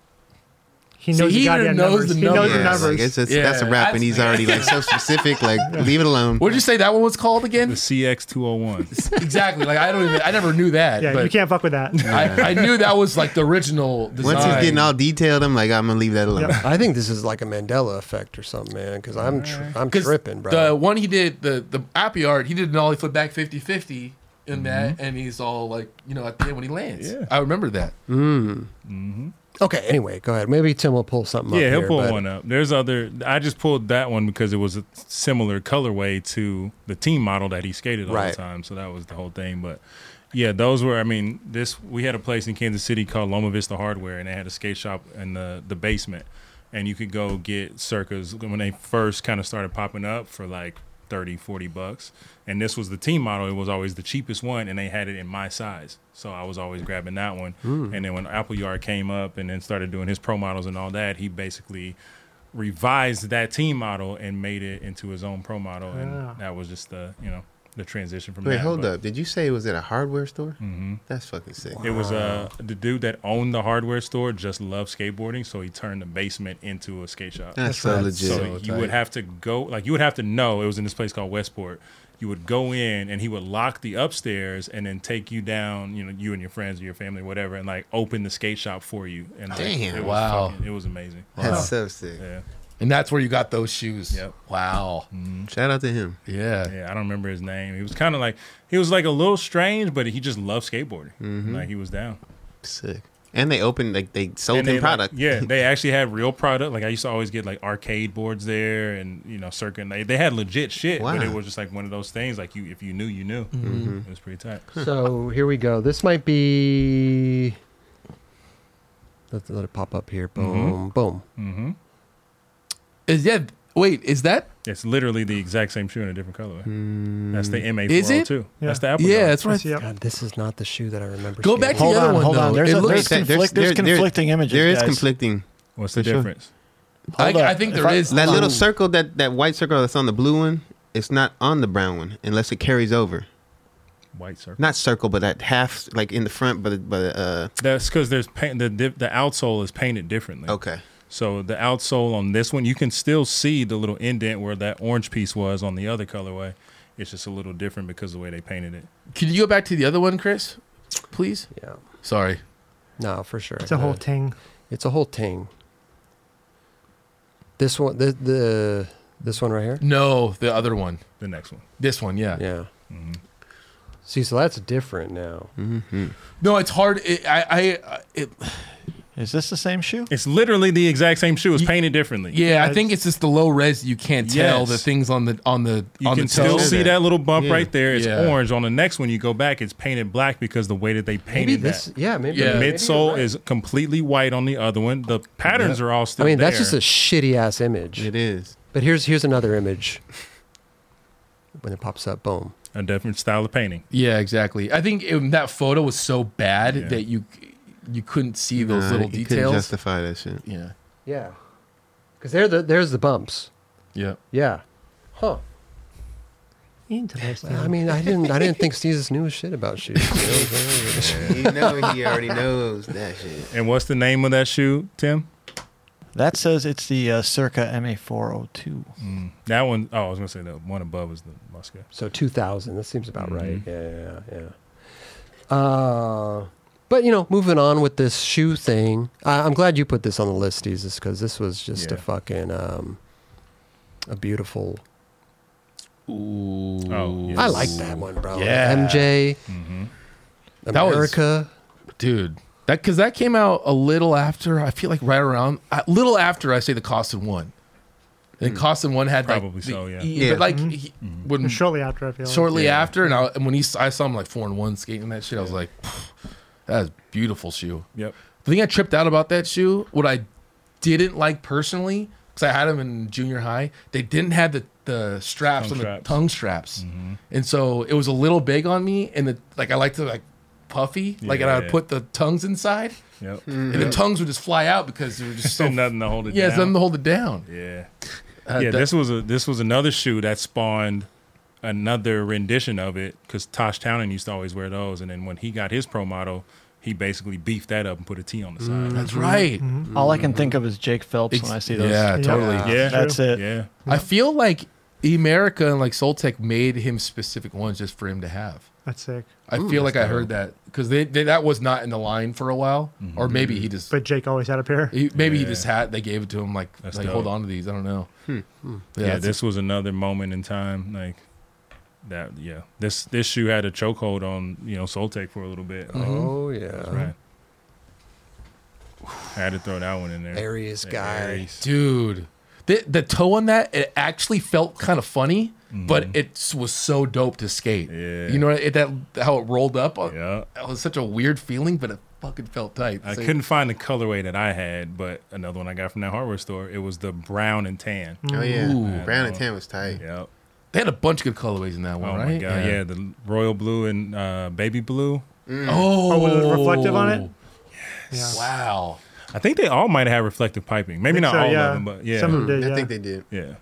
[SPEAKER 4] He
[SPEAKER 3] See,
[SPEAKER 4] knows
[SPEAKER 3] he
[SPEAKER 4] the
[SPEAKER 3] even
[SPEAKER 4] goddamn
[SPEAKER 3] knows
[SPEAKER 4] numbers.
[SPEAKER 3] the
[SPEAKER 4] He knows the
[SPEAKER 3] numbers.
[SPEAKER 2] yeah,
[SPEAKER 4] numbers.
[SPEAKER 2] like it's just,
[SPEAKER 3] Yeah,
[SPEAKER 2] that's a wrap, and he's already like so specific. Like, leave it alone.
[SPEAKER 3] What did you say that one was called
[SPEAKER 5] The
[SPEAKER 3] again?
[SPEAKER 5] CX201.
[SPEAKER 3] exactly. Like I don't even. I never knew that.
[SPEAKER 4] yeah,
[SPEAKER 3] but
[SPEAKER 4] you can't fuck with that.
[SPEAKER 3] I, I knew that was like the original design.
[SPEAKER 2] Once he's getting all detailed, I'm like, I'm gonna leave that alone.
[SPEAKER 1] I think this is like a Mandela effect or something, man. Because I'm tr- I'm
[SPEAKER 3] 'Cause
[SPEAKER 1] tripping, bro.
[SPEAKER 3] The one he did, the the Appy art, he did an ollie flip back 50-50 in that, and he's all like, you know, at the end when he lands.
[SPEAKER 5] Yeah.
[SPEAKER 3] I remember that.
[SPEAKER 1] okay, anyway, go ahead. Maybe Tim will pull something up.
[SPEAKER 5] yeah, he'll
[SPEAKER 1] here,
[SPEAKER 5] pull
[SPEAKER 1] but-
[SPEAKER 5] one up. There's other. I just pulled that one because it was a similar colorway to the team model that he skated all
[SPEAKER 1] Right.
[SPEAKER 5] the time. So that was the whole thing. But yeah, those were. I mean, this we had a place in Kansas City called Loma Vista Hardware, and they had a skate shop in the the basement, and you could go get circas when they first kind of started popping up for like. 30 40 bucks and this was the team model it was always the cheapest one and they had it in my size so i was always grabbing that one and then when apple yard came up and then started doing his pro models and all that he basically revised that team model and made it into his own pro model, and
[SPEAKER 4] Ah.
[SPEAKER 5] that was just the you know the transition from.
[SPEAKER 2] Wait,
[SPEAKER 5] that,
[SPEAKER 2] hold
[SPEAKER 5] but
[SPEAKER 2] up. Did you say it was at a hardware store? Mm-hmm. That's fucking sick.
[SPEAKER 5] It was uh, the dude that owned the hardware store just loved skateboarding, so he turned the basement into a skate shop.
[SPEAKER 2] That's so legit.
[SPEAKER 5] So you would have to go, like you would have to know it was in this place called Westport. You would go in, and he would lock the upstairs, and then take you down, you know, you and your friends or your family, whatever, and like open the skate shop for you. And like,
[SPEAKER 2] Damn.
[SPEAKER 5] it was
[SPEAKER 3] Wow.
[SPEAKER 5] fucking- it was amazing.
[SPEAKER 2] That's so sick.
[SPEAKER 5] Yeah,
[SPEAKER 3] And that's where you got those shoes.
[SPEAKER 5] Yep.
[SPEAKER 3] Wow.
[SPEAKER 2] Shout out to him.
[SPEAKER 3] Yeah.
[SPEAKER 5] Yeah, I don't remember his name. He was kind of like he was like a little strange, but he just loved skateboarding.
[SPEAKER 2] Mm-hmm.
[SPEAKER 5] Like he was down.
[SPEAKER 2] Sick. And they opened like they sold
[SPEAKER 5] And
[SPEAKER 2] him
[SPEAKER 5] they, like-
[SPEAKER 2] product.
[SPEAKER 5] yeah, they actually had real product. Like I used to always get like arcade boards there, and you know, circuit. and They, they had legit shit, but it
[SPEAKER 2] Wow. Mm-hmm.
[SPEAKER 5] was just like one of those things. Like you, if you knew, you knew. It was pretty tight.
[SPEAKER 1] So here we go. This might be. Let, let it pop up here. Boom, boom.
[SPEAKER 3] Is yeah. Wait, is that?
[SPEAKER 5] It's literally the exact same shoe in a different colorway.
[SPEAKER 2] Mm.
[SPEAKER 5] That's the MA402.
[SPEAKER 3] Is it?
[SPEAKER 4] Yeah.
[SPEAKER 5] That's the Apple.
[SPEAKER 3] Yeah,
[SPEAKER 5] Yard.
[SPEAKER 3] that's right.
[SPEAKER 4] Yep.
[SPEAKER 1] God, this is not the shoe that I remember.
[SPEAKER 3] Go back
[SPEAKER 1] skating.
[SPEAKER 6] Hold
[SPEAKER 3] The other
[SPEAKER 6] on,
[SPEAKER 3] one,
[SPEAKER 6] hold on.
[SPEAKER 3] though,
[SPEAKER 6] There's,
[SPEAKER 3] it
[SPEAKER 6] a,
[SPEAKER 3] looks-
[SPEAKER 6] there's,
[SPEAKER 2] That-
[SPEAKER 6] conflict, there's conflicting images.
[SPEAKER 2] There is
[SPEAKER 6] guys.
[SPEAKER 2] conflicting.
[SPEAKER 5] What's the
[SPEAKER 2] For sure.
[SPEAKER 5] difference?
[SPEAKER 3] I,
[SPEAKER 6] Hold up.
[SPEAKER 3] I think
[SPEAKER 6] If
[SPEAKER 3] there
[SPEAKER 6] I-
[SPEAKER 3] is
[SPEAKER 2] That little
[SPEAKER 3] circle.
[SPEAKER 2] circle, that that white circle that's on the blue one, it's not on the brown one unless it carries over.
[SPEAKER 5] White circle.
[SPEAKER 2] Not circle, but that half like in the front, but but uh
[SPEAKER 5] That's because there's paint. The dip- the outsole is painted differently.
[SPEAKER 2] okay.
[SPEAKER 5] So the outsole on this one, you can still see the little indent where that orange piece was on the other colorway. It's just a little different because of the way they painted it.
[SPEAKER 3] Can you go back to the other one, Chris? please?
[SPEAKER 1] Yeah.
[SPEAKER 3] Sorry.
[SPEAKER 1] No, for sure.
[SPEAKER 4] It's a whole thing.
[SPEAKER 1] It's a whole thing. This one, the the this one right here.
[SPEAKER 3] No, the other one.
[SPEAKER 5] The next one.
[SPEAKER 3] This one, yeah.
[SPEAKER 1] Yeah. See, so that's different now.
[SPEAKER 3] No, it's hard. It, I, I, I- it,
[SPEAKER 6] Is this the same shoe?
[SPEAKER 5] It's literally the exact same shoe. It's painted differently.
[SPEAKER 3] yeah, I think it's just the low res. You can't tell
[SPEAKER 5] Yes.
[SPEAKER 3] the things on the on the
[SPEAKER 5] You
[SPEAKER 3] on
[SPEAKER 5] can
[SPEAKER 3] the toe.
[SPEAKER 5] still see that little bump
[SPEAKER 2] Yeah.
[SPEAKER 5] right there. It's
[SPEAKER 3] Yeah.
[SPEAKER 5] orange. On the next one, you go back, it's painted black because the way that they
[SPEAKER 1] Maybe
[SPEAKER 5] painted
[SPEAKER 1] this.
[SPEAKER 5] that.
[SPEAKER 1] Yeah. Maybe.
[SPEAKER 3] Yeah.
[SPEAKER 5] The
[SPEAKER 1] maybe you're
[SPEAKER 5] midsole
[SPEAKER 1] right.
[SPEAKER 5] is completely white on the other one. The patterns are all
[SPEAKER 1] I
[SPEAKER 5] still
[SPEAKER 1] mean, that's
[SPEAKER 5] there.
[SPEAKER 1] just a shitty ass image.
[SPEAKER 2] It is.
[SPEAKER 1] But here's here's another image. When it pops up, boom.
[SPEAKER 5] a different style of painting.
[SPEAKER 3] Yeah, exactly. I think it, that photo was so bad
[SPEAKER 5] Yeah.
[SPEAKER 3] that you you couldn't see those
[SPEAKER 2] Nah,
[SPEAKER 3] little
[SPEAKER 2] you couldn't
[SPEAKER 3] details.
[SPEAKER 2] justify that shit.
[SPEAKER 3] Yeah,
[SPEAKER 1] Yeah. Because there the there's the bumps.
[SPEAKER 3] yeah.
[SPEAKER 1] Yeah. Huh.
[SPEAKER 4] Interesting.
[SPEAKER 1] I mean, I didn't I didn't think Jesus knew shit about shoes. you know what I'm saying?
[SPEAKER 2] you know he already knows that shit.
[SPEAKER 5] And what's the name of that shoe, Tim?
[SPEAKER 6] That says it's the uh, Circa MA402.
[SPEAKER 5] That one oh I was gonna say the one above is the Moscow.
[SPEAKER 1] So 2000. That seems about right. Yeah, yeah, yeah, yeah. Uh, but you know, moving on with this shoe thing, I, I'm glad you put this on the list, Jesus, because this was just a
[SPEAKER 5] Yeah.
[SPEAKER 1] fucking um, a beautiful.
[SPEAKER 3] Ooh.
[SPEAKER 5] Oh, yeah.
[SPEAKER 1] I like that one, bro.
[SPEAKER 3] Yeah.
[SPEAKER 1] MJ,
[SPEAKER 3] That was-
[SPEAKER 1] America.
[SPEAKER 3] dude. That because that came out a little after. I feel like right around a little after I say the cost of one. And cost of one had
[SPEAKER 5] Hmm. Probably
[SPEAKER 3] like, the
[SPEAKER 5] so, yeah. Hmm.
[SPEAKER 3] E-
[SPEAKER 2] Yeah.
[SPEAKER 3] But like he, when
[SPEAKER 4] Shortly after, I feel. like.
[SPEAKER 3] shortly after, and, I, and when he s- I saw him like four and one skating that shit, I was like, "Phew, that is beautiful shoe.
[SPEAKER 5] Yep.
[SPEAKER 3] The thing I tripped out about that shoe, what I didn't like personally, because I had them in junior high, they didn't have the, the straps on
[SPEAKER 5] Tongue straps. Mm-hmm.
[SPEAKER 3] the tongue straps, and so it was a little big on me. And the like, I liked to like puffy, like, and I would
[SPEAKER 5] Yeah.
[SPEAKER 3] put the tongues inside,
[SPEAKER 5] Yep.
[SPEAKER 3] and the tongues would just fly out because they were just Hmm. so.
[SPEAKER 5] So nothing to hold it
[SPEAKER 3] yeah, it's
[SPEAKER 5] down.
[SPEAKER 3] nothing to hold it down.
[SPEAKER 5] yeah.
[SPEAKER 3] Uh,
[SPEAKER 5] yeah,
[SPEAKER 3] that-
[SPEAKER 5] this was a this was another shoe that spawned another rendition of it because Tosh Townend used to always wear those, and then when he got his pro model, he basically beefed that up and put a T on the side.
[SPEAKER 3] that's right.
[SPEAKER 6] All I can think of is Jake Phelps Mm-hmm. when I see those.
[SPEAKER 3] Yeah,
[SPEAKER 4] Yeah.
[SPEAKER 3] totally.
[SPEAKER 5] Yeah,
[SPEAKER 6] That's it.
[SPEAKER 5] Yeah,
[SPEAKER 3] I feel like America and like Soltech made him specific ones just for him to have.
[SPEAKER 4] That's sick.
[SPEAKER 3] I feel like I heard that because they, they that was not in the line for a while, or maybe he just
[SPEAKER 4] But Jake always had a pair.
[SPEAKER 3] he, maybe he
[SPEAKER 5] Mm-hmm. Yeah.
[SPEAKER 3] just had they gave it to him like
[SPEAKER 5] That's
[SPEAKER 3] like
[SPEAKER 5] dope.
[SPEAKER 3] hold on to these. I don't know.
[SPEAKER 4] Hmm,
[SPEAKER 5] yeah.
[SPEAKER 3] that's-
[SPEAKER 5] this was another moment in time, like that. Yeah, this this shoe had a chokehold on you know Soltech for a little bit.
[SPEAKER 1] Oh yeah,
[SPEAKER 5] Right. I had to throw that one in there.
[SPEAKER 1] Aries
[SPEAKER 5] The
[SPEAKER 1] guy.
[SPEAKER 5] Aries.
[SPEAKER 3] dude. The, the toe on that it actually felt kind of funny, but it s- was so dope to skate.
[SPEAKER 5] Mm-hmm. Yeah.
[SPEAKER 3] You know it, that how it rolled up. uh,
[SPEAKER 5] Yeah.
[SPEAKER 3] It was such a weird feeling, but it fucking felt tight.
[SPEAKER 5] I
[SPEAKER 3] So-
[SPEAKER 5] couldn't find the colorway that I had, but another one I got from that hardware store. It was the brown and tan.
[SPEAKER 2] Oh yeah,
[SPEAKER 3] Ooh.
[SPEAKER 2] brown and tan was tight.
[SPEAKER 5] Yep.
[SPEAKER 3] They had a bunch of good colorways in that one,
[SPEAKER 5] Oh
[SPEAKER 3] right?
[SPEAKER 5] my god, yeah. the royal blue and uh, baby blue.
[SPEAKER 3] Oh,
[SPEAKER 4] Oh, with the reflective on it? Yeah.
[SPEAKER 3] Wow.
[SPEAKER 5] I think they all might have reflective piping. Maybe not
[SPEAKER 4] So,
[SPEAKER 5] all
[SPEAKER 4] yeah,
[SPEAKER 5] of them, but yeah,
[SPEAKER 4] Some
[SPEAKER 3] Hmm.
[SPEAKER 4] of them did,
[SPEAKER 2] I
[SPEAKER 4] yeah.
[SPEAKER 2] think they did.
[SPEAKER 5] yeah.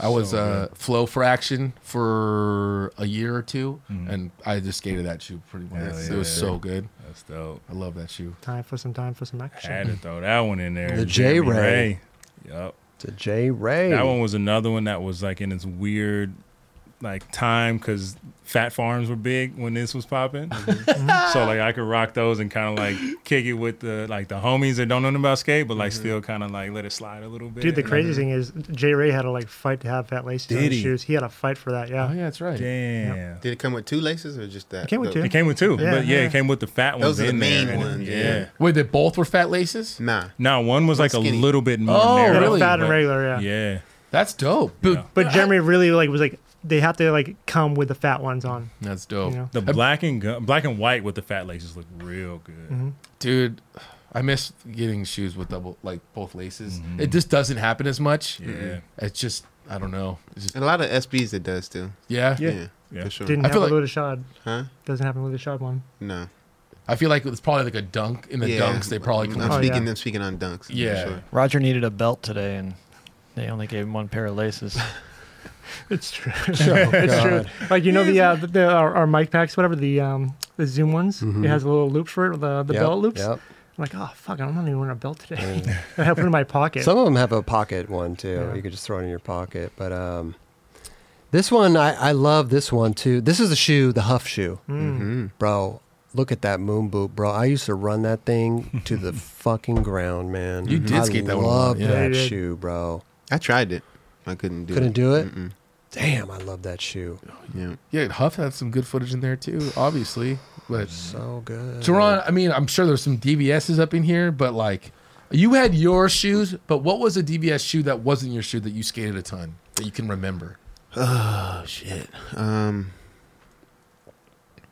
[SPEAKER 3] I was
[SPEAKER 5] So
[SPEAKER 3] uh, flow fraction for a year or 2 and I just skated that shoe pretty much.
[SPEAKER 5] Mm-hmm. Hell
[SPEAKER 3] It was
[SPEAKER 5] yeah.
[SPEAKER 3] so good.
[SPEAKER 5] That's dope.
[SPEAKER 3] I love that shoe.
[SPEAKER 4] Time for some time for some
[SPEAKER 5] Had
[SPEAKER 4] action.
[SPEAKER 5] to throw that one in there.
[SPEAKER 1] The
[SPEAKER 5] Jeremy
[SPEAKER 1] J-Ray.
[SPEAKER 5] Yep.
[SPEAKER 1] It's a J Ray.
[SPEAKER 5] That one was another one that was like in its weird like time because fat farms were big when this was popping. so like I could rock those and kind of like kick it with the like the homies that don't know nothing about skate, but
[SPEAKER 2] Mm-hmm.
[SPEAKER 5] like still kind of like let it slide a little bit.
[SPEAKER 4] Dude, the
[SPEAKER 5] Like,
[SPEAKER 4] crazy thing is, J. Ray had to like fight to have that lace on
[SPEAKER 5] Did
[SPEAKER 4] his
[SPEAKER 5] he?
[SPEAKER 4] shoes. He had a fight for that. Yeah.
[SPEAKER 3] Oh, yeah, that's right.
[SPEAKER 5] Damn.
[SPEAKER 2] Did it come with two laces or just that?
[SPEAKER 4] It came with
[SPEAKER 2] Those-
[SPEAKER 5] It came with two,
[SPEAKER 4] Yeah,
[SPEAKER 5] but yeah,
[SPEAKER 4] yeah.
[SPEAKER 5] it came with the fat ones.
[SPEAKER 2] Those are the
[SPEAKER 5] in
[SPEAKER 2] main
[SPEAKER 5] there. and-
[SPEAKER 2] ones,
[SPEAKER 5] Yeah.
[SPEAKER 2] yeah.
[SPEAKER 3] Wait, they both were fat laces?
[SPEAKER 5] Mm.
[SPEAKER 2] Nah.
[SPEAKER 5] Nah, one was like
[SPEAKER 2] skinny.
[SPEAKER 5] a little bit more.
[SPEAKER 3] Oh,
[SPEAKER 5] narrow,
[SPEAKER 4] Yeah,
[SPEAKER 3] really?
[SPEAKER 4] fat and
[SPEAKER 5] but-
[SPEAKER 4] regular, yeah.
[SPEAKER 5] Yeah.
[SPEAKER 3] That's dope.
[SPEAKER 5] Yeah.
[SPEAKER 4] But Jeremy really like was like they have to like come with the fat ones on.
[SPEAKER 3] That's dope.
[SPEAKER 4] You know?
[SPEAKER 5] The
[SPEAKER 3] I-
[SPEAKER 5] black and gu- black and white with the fat laces look real good.
[SPEAKER 3] Dude, I miss getting shoes with double, like both laces. It just doesn't happen as much.
[SPEAKER 5] Mm-hmm. Yeah.
[SPEAKER 3] It's just, I don't know. It's just,
[SPEAKER 2] And a lot of SBs it does too.
[SPEAKER 3] yeah.
[SPEAKER 2] Yeah.
[SPEAKER 5] Yeah.
[SPEAKER 2] For sure.
[SPEAKER 4] Didn't
[SPEAKER 3] I feel
[SPEAKER 4] happen
[SPEAKER 3] like-
[SPEAKER 4] with a shod.
[SPEAKER 2] Huh?
[SPEAKER 4] Doesn't happen with a shod one.
[SPEAKER 2] No.
[SPEAKER 3] I feel like it's probably like a dunk. In the
[SPEAKER 2] Yeah.
[SPEAKER 3] dunks, they probably
[SPEAKER 2] I'm
[SPEAKER 5] Mm-hmm.
[SPEAKER 3] can.
[SPEAKER 4] Oh,
[SPEAKER 2] speaking
[SPEAKER 4] yeah.
[SPEAKER 2] them speaking on dunks. for
[SPEAKER 3] Yeah.
[SPEAKER 2] sure.
[SPEAKER 6] Roger needed a belt today, and they only gave him one pair of laces.
[SPEAKER 4] It's true. it's true. Like you know the uh, the, the our, our mic packs, whatever the um the Zoom ones. It has a little loop for it, the the
[SPEAKER 1] Yep,
[SPEAKER 4] belt loops.
[SPEAKER 1] yep.
[SPEAKER 4] I'm like, oh fuck, I'm not even wearing a belt today. I have it in my pocket.
[SPEAKER 1] Some of them have a pocket one too.
[SPEAKER 4] Yeah.
[SPEAKER 1] You could just throw it in your pocket. But um,
[SPEAKER 4] Mm.
[SPEAKER 3] Mm-hmm.
[SPEAKER 1] this one, I, I love this one too. This is a shoe, the Huff shoe, bro. look at that moon boot, bro. I used to run that thing to the fucking ground, man.
[SPEAKER 3] You did skate that
[SPEAKER 1] I
[SPEAKER 3] one a lot,
[SPEAKER 1] love
[SPEAKER 3] yeah.
[SPEAKER 4] Yeah, you
[SPEAKER 1] that
[SPEAKER 4] did.
[SPEAKER 1] shoe, bro.
[SPEAKER 2] I tried it. I couldn't do
[SPEAKER 1] Couldn't
[SPEAKER 2] it.
[SPEAKER 1] do it. Damn, I love that shoe.
[SPEAKER 2] Yeah.
[SPEAKER 3] Yeah, Huff had some good footage in there too, obviously. But
[SPEAKER 5] Mm-hmm.
[SPEAKER 1] So good.
[SPEAKER 3] Teron, I mean, I'm sure there's some DBSs up in here, but like, you had your shoes, but what was a DBS shoe that wasn't your shoe that you skated a ton that you can remember?
[SPEAKER 2] Oh shit. Um,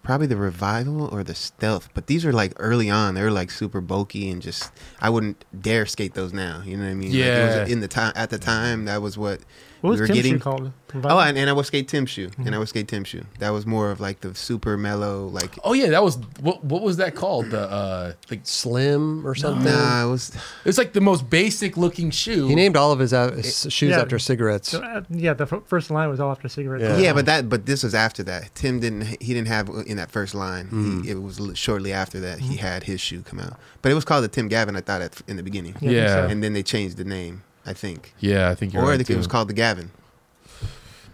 [SPEAKER 2] probably the revival or the stealth, but these are like early on. They were like super bulky and just I wouldn't dare skate those now. You know what I mean? Like, it was
[SPEAKER 3] Yeah.
[SPEAKER 2] in the time at the time that was what
[SPEAKER 4] What was
[SPEAKER 2] we were
[SPEAKER 4] Tim's shoe
[SPEAKER 2] getting.
[SPEAKER 4] called?
[SPEAKER 2] Oh, and, and I would skate Tim shoe, and I would skate Tim shoe. That was more of like the super mellow, like
[SPEAKER 3] Oh yeah, that was what what was that called? The uh, the,
[SPEAKER 1] Slim or something.
[SPEAKER 2] nah, it was
[SPEAKER 3] it's like the most basic looking shoe.
[SPEAKER 1] He named all of his, uh, his shoes
[SPEAKER 4] yeah.
[SPEAKER 1] after cigarettes.
[SPEAKER 4] So, uh, yeah, the f- first line was all after cigarettes.
[SPEAKER 1] Yeah.
[SPEAKER 2] Yeah, but that but this was after that. Tim didn't he didn't have uh, in that first line. He, it was l- shortly after that he had his shoe come out. But it was called the Tim Gavin I thought at, in the beginning.
[SPEAKER 4] I think
[SPEAKER 3] Yeah.
[SPEAKER 4] so.
[SPEAKER 2] And then they changed the name, I think.
[SPEAKER 3] yeah, I think you're
[SPEAKER 2] or I
[SPEAKER 3] right.
[SPEAKER 2] think
[SPEAKER 3] Too.
[SPEAKER 2] it was called the Gavin.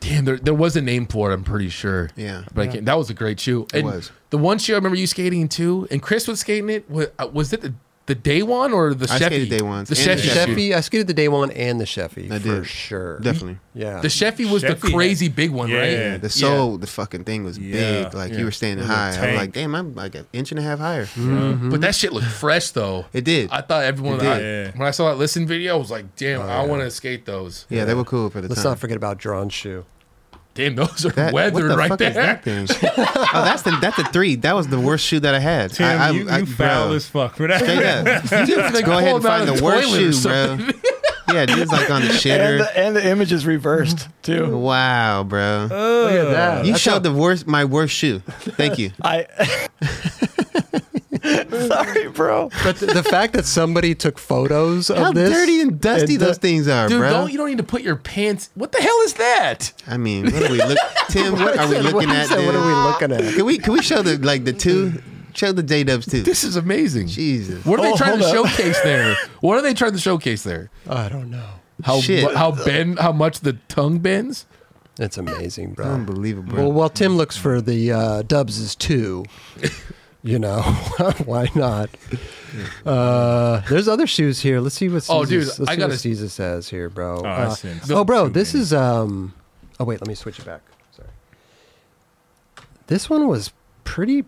[SPEAKER 3] Damn, there, there was a name for it. I'm pretty sure.
[SPEAKER 2] Yeah.
[SPEAKER 3] But I can't, that was a great shoe.
[SPEAKER 2] It
[SPEAKER 3] And
[SPEAKER 2] was.
[SPEAKER 3] The one shoe I remember you skating in too, and Chris was skating it. Was, was it the, the day one or the
[SPEAKER 2] I
[SPEAKER 3] Sheffy?
[SPEAKER 2] skated day ones
[SPEAKER 3] The
[SPEAKER 2] and the
[SPEAKER 3] Sheffy.
[SPEAKER 2] Sheffy.
[SPEAKER 3] shoe.
[SPEAKER 1] Sheffy, I skated the day one and the Sheffy
[SPEAKER 2] I
[SPEAKER 1] for
[SPEAKER 2] did.
[SPEAKER 1] sure.
[SPEAKER 2] Definitely.
[SPEAKER 1] Yeah.
[SPEAKER 3] The Sheffy was
[SPEAKER 5] Sheffy
[SPEAKER 3] the
[SPEAKER 5] had-
[SPEAKER 3] crazy big one, right?
[SPEAKER 5] Yeah.
[SPEAKER 2] The sole, the fucking thing was
[SPEAKER 5] Yeah.
[SPEAKER 2] big. Like
[SPEAKER 3] Yeah.
[SPEAKER 2] you were standing
[SPEAKER 5] It was a
[SPEAKER 2] high. I
[SPEAKER 5] tank.
[SPEAKER 2] was like, damn, I'm like an inch and a half higher.
[SPEAKER 3] But that shit looked fresh though.
[SPEAKER 2] Mm-hmm. It did.
[SPEAKER 3] I thought everyone.
[SPEAKER 2] It did. Oh,
[SPEAKER 3] I,
[SPEAKER 5] Yeah.
[SPEAKER 3] When I saw that listen video, I was like, "Damn, I want to skate those."
[SPEAKER 2] yeah, they were cool for the
[SPEAKER 1] Let's
[SPEAKER 2] time.
[SPEAKER 1] not forget about Drawn Shoe.
[SPEAKER 3] Damn, those are
[SPEAKER 2] That- what
[SPEAKER 3] weathered
[SPEAKER 2] the
[SPEAKER 3] right
[SPEAKER 2] fuck
[SPEAKER 3] there.
[SPEAKER 2] is that thing? oh, that's the that's the three. That was the worst shoe that I had.
[SPEAKER 5] Tim,
[SPEAKER 2] I, I,
[SPEAKER 5] you,
[SPEAKER 2] I-
[SPEAKER 5] you foul
[SPEAKER 2] bro.
[SPEAKER 5] as fuck for that.
[SPEAKER 2] Straight up.
[SPEAKER 3] They
[SPEAKER 2] Go ahead and
[SPEAKER 3] pulled out
[SPEAKER 2] find
[SPEAKER 3] of
[SPEAKER 2] the worst
[SPEAKER 3] toilet or
[SPEAKER 2] shoe, bro. yeah, dude's like on the
[SPEAKER 6] And
[SPEAKER 2] shitter.
[SPEAKER 6] the, and the image is reversed too.
[SPEAKER 2] Wow, bro.
[SPEAKER 1] Look at that.
[SPEAKER 2] you
[SPEAKER 1] That's
[SPEAKER 2] showed
[SPEAKER 1] how-
[SPEAKER 2] the worst, my worst shoe. Thank you.
[SPEAKER 6] I. Sorry, bro.
[SPEAKER 1] But the, the fact that somebody took photos of
[SPEAKER 2] How
[SPEAKER 1] this.
[SPEAKER 2] dirty and dusty
[SPEAKER 1] and
[SPEAKER 2] those
[SPEAKER 1] the-
[SPEAKER 2] things are,
[SPEAKER 3] Dude,
[SPEAKER 2] bro.
[SPEAKER 3] don't you don't need to put your pants. What the hell is that?
[SPEAKER 2] I mean, what are we look? Tim, what are we
[SPEAKER 1] What
[SPEAKER 2] looking
[SPEAKER 1] is that?
[SPEAKER 2] at? Dude?
[SPEAKER 1] What are we looking at?
[SPEAKER 2] Can we can we show the like the two? Show the J Dubs too.
[SPEAKER 3] This is amazing.
[SPEAKER 2] Jesus.
[SPEAKER 3] What are they
[SPEAKER 6] Oh,
[SPEAKER 3] trying to
[SPEAKER 6] hold up.
[SPEAKER 3] showcase there? What are they trying to showcase there?
[SPEAKER 1] I don't know.
[SPEAKER 3] How
[SPEAKER 2] Shit.
[SPEAKER 3] how bend how much the tongue bends?
[SPEAKER 1] It's amazing, bro.
[SPEAKER 2] Unbelievable.
[SPEAKER 1] Well, while Tim looks for the uh, Dubs is two, you know, why not? Uh, there's other shoes here. Let's see what Caesar,
[SPEAKER 3] Oh, dude,
[SPEAKER 1] let's
[SPEAKER 3] I
[SPEAKER 1] see
[SPEAKER 3] gotta-
[SPEAKER 1] what Caesar says here, bro.
[SPEAKER 5] I
[SPEAKER 1] Uh,
[SPEAKER 5] see.
[SPEAKER 1] oh, bro,
[SPEAKER 5] Too
[SPEAKER 1] this
[SPEAKER 5] many.
[SPEAKER 1] is. um. Oh, wait, let me switch it back. Sorry. This one was pretty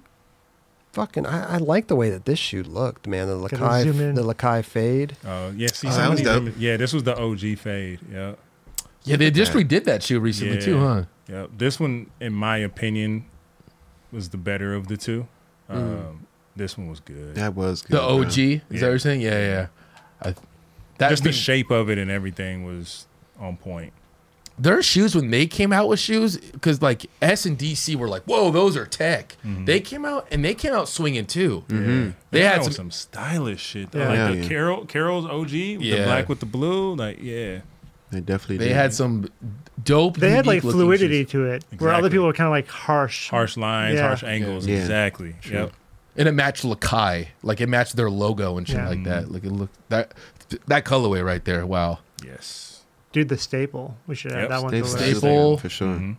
[SPEAKER 1] fucking. I, I like the way that this shoe looked, man. The
[SPEAKER 4] Gotta
[SPEAKER 1] Lakai,
[SPEAKER 4] zoom in.
[SPEAKER 1] the Lakai fade.
[SPEAKER 5] Oh yeah, see,
[SPEAKER 2] Oh, that
[SPEAKER 5] somebody
[SPEAKER 2] was dope.
[SPEAKER 5] remember- Yeah, this was the OG fade. Yeah,
[SPEAKER 3] Yeah, they just redid that shoe recently
[SPEAKER 5] yeah.
[SPEAKER 3] too, huh?
[SPEAKER 5] Yeah, this one, in my opinion, was the better of the two.
[SPEAKER 2] Mm.
[SPEAKER 5] Um, this one was good.
[SPEAKER 2] that was good, uh,
[SPEAKER 3] The
[SPEAKER 2] bro.
[SPEAKER 3] OG. Is that what you're saying? Yeah, yeah. I, that
[SPEAKER 5] Just the
[SPEAKER 3] be-
[SPEAKER 5] shape of it and everything was on point.
[SPEAKER 3] their shoes when they came out with shoes because like S and DC were like, whoa, those are tech.
[SPEAKER 4] Mm-hmm.
[SPEAKER 3] They came out and they came out swinging too.
[SPEAKER 5] Yeah.
[SPEAKER 3] They had
[SPEAKER 5] out
[SPEAKER 3] some-
[SPEAKER 5] with some stylish shit. Though.
[SPEAKER 4] Yeah.
[SPEAKER 5] like
[SPEAKER 2] Yeah,
[SPEAKER 5] the
[SPEAKER 2] yeah.
[SPEAKER 5] Carol, Carol's OG, the
[SPEAKER 3] Yeah.
[SPEAKER 5] black with the blue. Like yeah,
[SPEAKER 2] They definitely
[SPEAKER 3] They
[SPEAKER 2] did.
[SPEAKER 3] had some dope.
[SPEAKER 4] They had
[SPEAKER 3] unique
[SPEAKER 4] like
[SPEAKER 3] looking
[SPEAKER 4] fluidity
[SPEAKER 3] shoes.
[SPEAKER 4] to it, where other
[SPEAKER 5] Exactly.
[SPEAKER 4] people were kind of like harsh.
[SPEAKER 5] harsh lines,
[SPEAKER 4] Yeah.
[SPEAKER 5] harsh angles.
[SPEAKER 2] Yeah.
[SPEAKER 5] Exactly. Yep.
[SPEAKER 3] and it matched Lakai. Like it matched their logo and shit
[SPEAKER 4] Yeah.
[SPEAKER 3] like that. Like it looked that that colorway right there. Wow,
[SPEAKER 5] Yes.
[SPEAKER 4] Dude, the staple. We should add
[SPEAKER 5] Yep,
[SPEAKER 4] that one.
[SPEAKER 2] They
[SPEAKER 4] to the
[SPEAKER 2] stapled
[SPEAKER 4] list.
[SPEAKER 3] Staple.
[SPEAKER 2] them, for sure.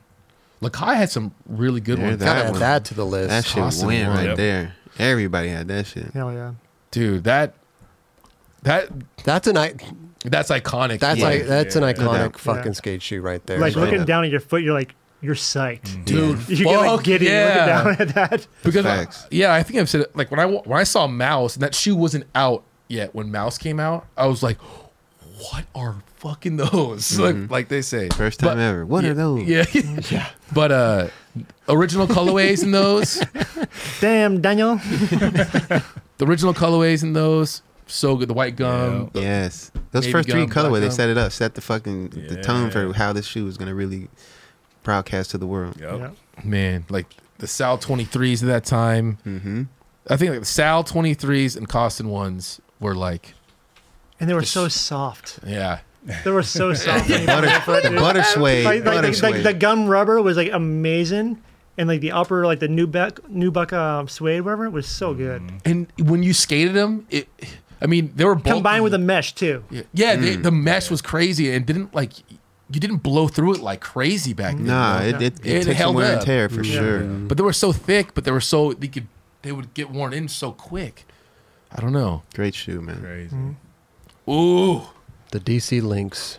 [SPEAKER 3] Lakai had some really good
[SPEAKER 2] Yeah,
[SPEAKER 3] ones,
[SPEAKER 2] That
[SPEAKER 1] Gotta add
[SPEAKER 2] one.
[SPEAKER 1] that to the list.
[SPEAKER 2] That shit
[SPEAKER 3] Austin
[SPEAKER 2] went
[SPEAKER 3] one.
[SPEAKER 2] right
[SPEAKER 5] Yep.
[SPEAKER 2] there. Everybody had that shit.
[SPEAKER 4] Hell yeah.
[SPEAKER 3] dude. That that
[SPEAKER 1] That's an i-
[SPEAKER 3] that's iconic.
[SPEAKER 1] that's
[SPEAKER 2] Yeah.
[SPEAKER 1] like that's an
[SPEAKER 5] Yeah.
[SPEAKER 1] iconic
[SPEAKER 2] Yeah.
[SPEAKER 1] fucking skate shoe right there.
[SPEAKER 4] Like
[SPEAKER 1] bro.
[SPEAKER 4] looking down at your foot, you're like, you're psyched.
[SPEAKER 3] dude.
[SPEAKER 4] You get like
[SPEAKER 3] fuck
[SPEAKER 4] giddy
[SPEAKER 3] yeah.
[SPEAKER 4] looking down at that.
[SPEAKER 3] because I-
[SPEAKER 2] Facts.
[SPEAKER 3] yeah, I think I've said it. Like when I wa- when I saw Mouse and that shoe wasn't out yet when Mouse came out, I was like, "What are fucking those?"
[SPEAKER 2] Mm-hmm.
[SPEAKER 3] Like like they say,
[SPEAKER 2] First time
[SPEAKER 3] But-
[SPEAKER 2] ever. What
[SPEAKER 3] yeah,
[SPEAKER 2] are those?
[SPEAKER 3] Yeah, yeah. But uh, original colorways in those,
[SPEAKER 4] Damn, Daniel.
[SPEAKER 3] the original colorways in those, so good. The white gum, the-
[SPEAKER 2] Yes. Those
[SPEAKER 3] Navy
[SPEAKER 2] first three
[SPEAKER 3] gum, black
[SPEAKER 2] colorway, they
[SPEAKER 3] gum.
[SPEAKER 2] set it up, set the fucking the tone for
[SPEAKER 5] Yeah.
[SPEAKER 2] how this shoe was gonna really broadcast to the world.
[SPEAKER 5] Yep.
[SPEAKER 4] Yeah.
[SPEAKER 3] man, like the Sal twenty threes at that time.
[SPEAKER 2] Mm-hmm.
[SPEAKER 3] I think like the Sal twenty threes and Costin ones were like,
[SPEAKER 4] And they were so soft.
[SPEAKER 3] yeah,
[SPEAKER 4] They were so soft. when you put it on your foot,
[SPEAKER 2] Butter, the
[SPEAKER 4] dude.
[SPEAKER 2] butter suede,
[SPEAKER 4] like, like,
[SPEAKER 2] butter
[SPEAKER 4] like, like,
[SPEAKER 2] suede.
[SPEAKER 4] the gum rubber was like amazing, and like the upper like the new buck new buck uh, suede whatever was so good.
[SPEAKER 2] Mm-hmm.
[SPEAKER 3] and when you skated them, it. I mean, they were both
[SPEAKER 4] Combined with the mesh too.
[SPEAKER 3] Yeah, yeah they, the mesh was crazy and didn't like you didn't blow through it like crazy back then.
[SPEAKER 2] nah,
[SPEAKER 3] you know?
[SPEAKER 2] it it, it,
[SPEAKER 3] It
[SPEAKER 2] took some
[SPEAKER 3] held
[SPEAKER 2] wear and
[SPEAKER 3] up.
[SPEAKER 2] tear for sure.
[SPEAKER 3] But they were so thick, but they were so they could they would get worn in so quick. I don't know.
[SPEAKER 2] Great shoe, man.
[SPEAKER 5] Crazy.
[SPEAKER 3] Ooh,
[SPEAKER 1] The DC Lynx.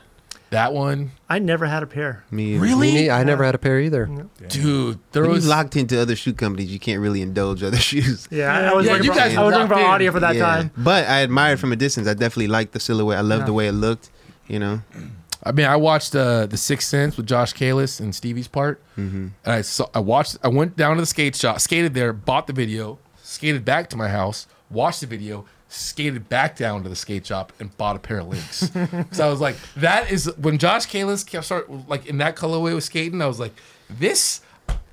[SPEAKER 3] that one,
[SPEAKER 4] I never had a pair.
[SPEAKER 2] Me,
[SPEAKER 3] Really?
[SPEAKER 1] Me, I never had a pair either.
[SPEAKER 3] dude. There
[SPEAKER 2] When
[SPEAKER 3] was
[SPEAKER 2] you locked into other shoe companies, you can't really indulge other shoes.
[SPEAKER 4] Yeah, I was
[SPEAKER 3] Yeah,
[SPEAKER 4] looking
[SPEAKER 3] you
[SPEAKER 4] for,
[SPEAKER 3] guys
[SPEAKER 4] I was looking for
[SPEAKER 3] locked in.
[SPEAKER 4] audio for that
[SPEAKER 2] Yeah.
[SPEAKER 4] time.
[SPEAKER 2] But I admired from a distance. I definitely liked the silhouette. I loved the way it looked. You know,
[SPEAKER 3] I mean, I watched uh, the Sixth Sense with Josh Kalis and Stevie's part.
[SPEAKER 1] Mm-hmm.
[SPEAKER 3] And I saw, I watched, I went down to the skate shop, skated there, bought the video, skated back to my house, watched the video, skated back down to the skate shop, and bought a pair of links. so I was like, that is when Josh Kalis kept start like in that colorway was skating. I was like, this,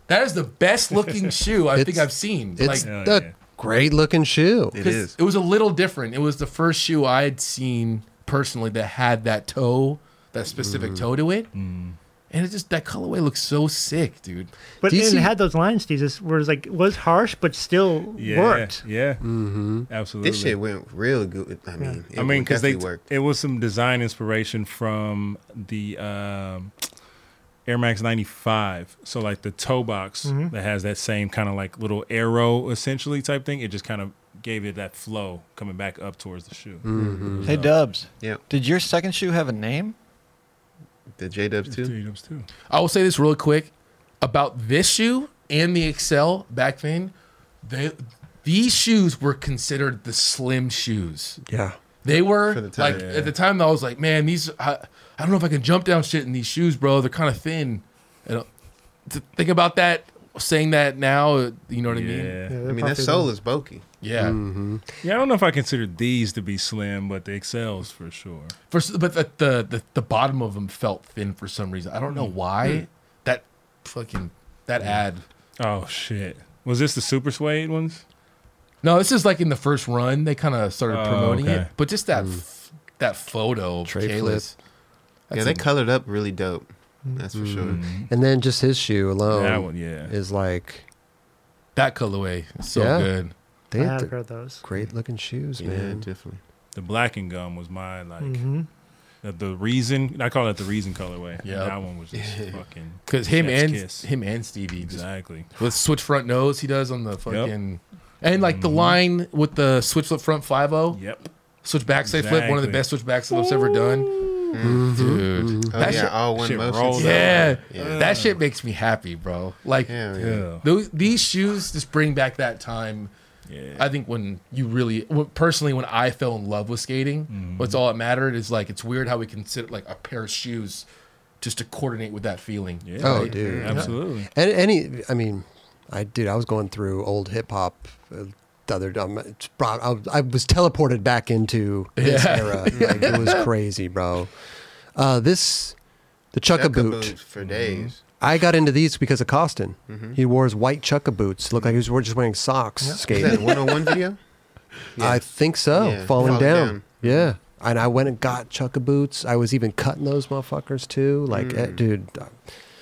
[SPEAKER 3] that is the best looking shoe I think
[SPEAKER 1] It's-
[SPEAKER 3] I've seen.
[SPEAKER 1] It's
[SPEAKER 3] like,
[SPEAKER 5] Hell
[SPEAKER 1] the
[SPEAKER 5] yeah.
[SPEAKER 1] great looking shoe.
[SPEAKER 2] Oh, it
[SPEAKER 3] 'Cause
[SPEAKER 2] is.
[SPEAKER 3] It was a little different. It was the first shoe I had seen personally that had that toe, that specific
[SPEAKER 2] Mm.
[SPEAKER 3] toe to it. And it just that colorway looks so sick, dude.
[SPEAKER 4] But
[SPEAKER 1] DC
[SPEAKER 4] it had those lines, Jesus, where it's like it was harsh but still
[SPEAKER 5] Yeah,
[SPEAKER 4] worked.
[SPEAKER 5] Yeah. Absolutely.
[SPEAKER 2] Mm-hmm. This shit went real good. I mean, it
[SPEAKER 5] I mean, because they
[SPEAKER 2] definitely worked.
[SPEAKER 5] it was some design inspiration from the um, Air Max ninety five. So like the toe box that has that same kind of like little arrow essentially type thing. It just kind of gave it that flow coming back up towards the shoe.
[SPEAKER 6] Hey, Dubs.
[SPEAKER 2] Yeah,
[SPEAKER 6] Did your second shoe have a name?
[SPEAKER 2] the J Dubs too.
[SPEAKER 5] Three items too.
[SPEAKER 3] I will say this real quick about this shoe and the Excel back then. They these shoes were considered the slim shoes.
[SPEAKER 1] Yeah.
[SPEAKER 3] They were
[SPEAKER 2] For the time,
[SPEAKER 3] like
[SPEAKER 5] yeah.
[SPEAKER 3] at the time I was like, man, these I, I don't know if I can jump down shit in these shoes, bro. They're kind of thin. And uh, to think about that, saying that now, uh, you know what I mean?
[SPEAKER 5] Yeah.
[SPEAKER 2] I mean, that sole is bulky.
[SPEAKER 3] Yeah.
[SPEAKER 2] Mm-hmm.
[SPEAKER 5] Yeah, I don't know if I consider these to be slim, but the Excels for sure.
[SPEAKER 3] For s- but the, the the the bottom of them felt thin for some reason. I don't
[SPEAKER 2] Mm.
[SPEAKER 3] know why. That fucking that ad.
[SPEAKER 5] Oh shit. Was this the super suede ones?
[SPEAKER 3] No, this is like in the first run they kind of started
[SPEAKER 5] Oh,
[SPEAKER 3] promoting it,
[SPEAKER 5] okay.
[SPEAKER 3] but just that f- that photo of
[SPEAKER 1] Tray
[SPEAKER 3] Kayla's.
[SPEAKER 2] Mm. yeah,
[SPEAKER 3] That's
[SPEAKER 2] they
[SPEAKER 3] a-
[SPEAKER 2] colored up really dope. That's for sure.
[SPEAKER 1] And then just his shoe alone
[SPEAKER 5] that one, yeah.
[SPEAKER 1] is like
[SPEAKER 3] that colorway is so
[SPEAKER 1] Yeah.
[SPEAKER 3] good.
[SPEAKER 1] they
[SPEAKER 4] I
[SPEAKER 1] had
[SPEAKER 4] had a
[SPEAKER 1] the
[SPEAKER 4] pair of those.
[SPEAKER 1] great looking shoes,
[SPEAKER 2] Yeah,
[SPEAKER 1] man.
[SPEAKER 2] definitely.
[SPEAKER 5] The black and gum was my like
[SPEAKER 4] Mm-hmm.
[SPEAKER 5] the, the reason I call it the reason colorway.
[SPEAKER 3] Yep.
[SPEAKER 5] that one was just fucking
[SPEAKER 3] Because him
[SPEAKER 5] chef's
[SPEAKER 3] and
[SPEAKER 5] kiss.
[SPEAKER 3] him and Stevie just
[SPEAKER 5] exactly.
[SPEAKER 3] with switch front nose he does on the fucking and like
[SPEAKER 5] Mm-hmm.
[SPEAKER 3] the line with the switch flip front 50
[SPEAKER 5] Yep.
[SPEAKER 3] switch backside flip one of the
[SPEAKER 5] Exactly.
[SPEAKER 3] best switch backflips ever done dude
[SPEAKER 2] Oh
[SPEAKER 3] that
[SPEAKER 2] yeah,
[SPEAKER 3] shit,
[SPEAKER 2] all one
[SPEAKER 5] shit
[SPEAKER 2] motion.
[SPEAKER 5] rolls
[SPEAKER 3] yeah,
[SPEAKER 2] Yeah.
[SPEAKER 3] that shit makes me happy bro like
[SPEAKER 2] Yeah, yeah.
[SPEAKER 5] Yeah.
[SPEAKER 3] those, these shoes just bring back that time
[SPEAKER 5] Yeah.
[SPEAKER 3] I think when you really, when- personally, when I fell in love with skating, what's all that mattered is like it's weird how we consider like a pair of shoes just to coordinate with that feeling.
[SPEAKER 5] Yeah.
[SPEAKER 1] Oh, dude.
[SPEAKER 5] Absolutely.
[SPEAKER 1] And any, I mean, I dude, I was going through old hip hop. Uh, the other, um, it's brought, I, was- I was teleported back into this era. Like, it was crazy, bro. Uh, this, the Chukka boot.
[SPEAKER 2] Chuckaboot for days.
[SPEAKER 1] I got into these because of Costin.
[SPEAKER 2] Mm-hmm.
[SPEAKER 1] He wore his white Chukka boots. Looked like he was just wearing socks
[SPEAKER 2] Is that
[SPEAKER 1] skating.
[SPEAKER 2] a one-on-one video?
[SPEAKER 1] I think so.
[SPEAKER 2] Yeah,
[SPEAKER 1] Falling
[SPEAKER 2] falling
[SPEAKER 1] down.
[SPEAKER 2] down.
[SPEAKER 1] Yeah. And I went and got Chukka boots. I was even cutting those motherfuckers too. Like, eh, dude, uh,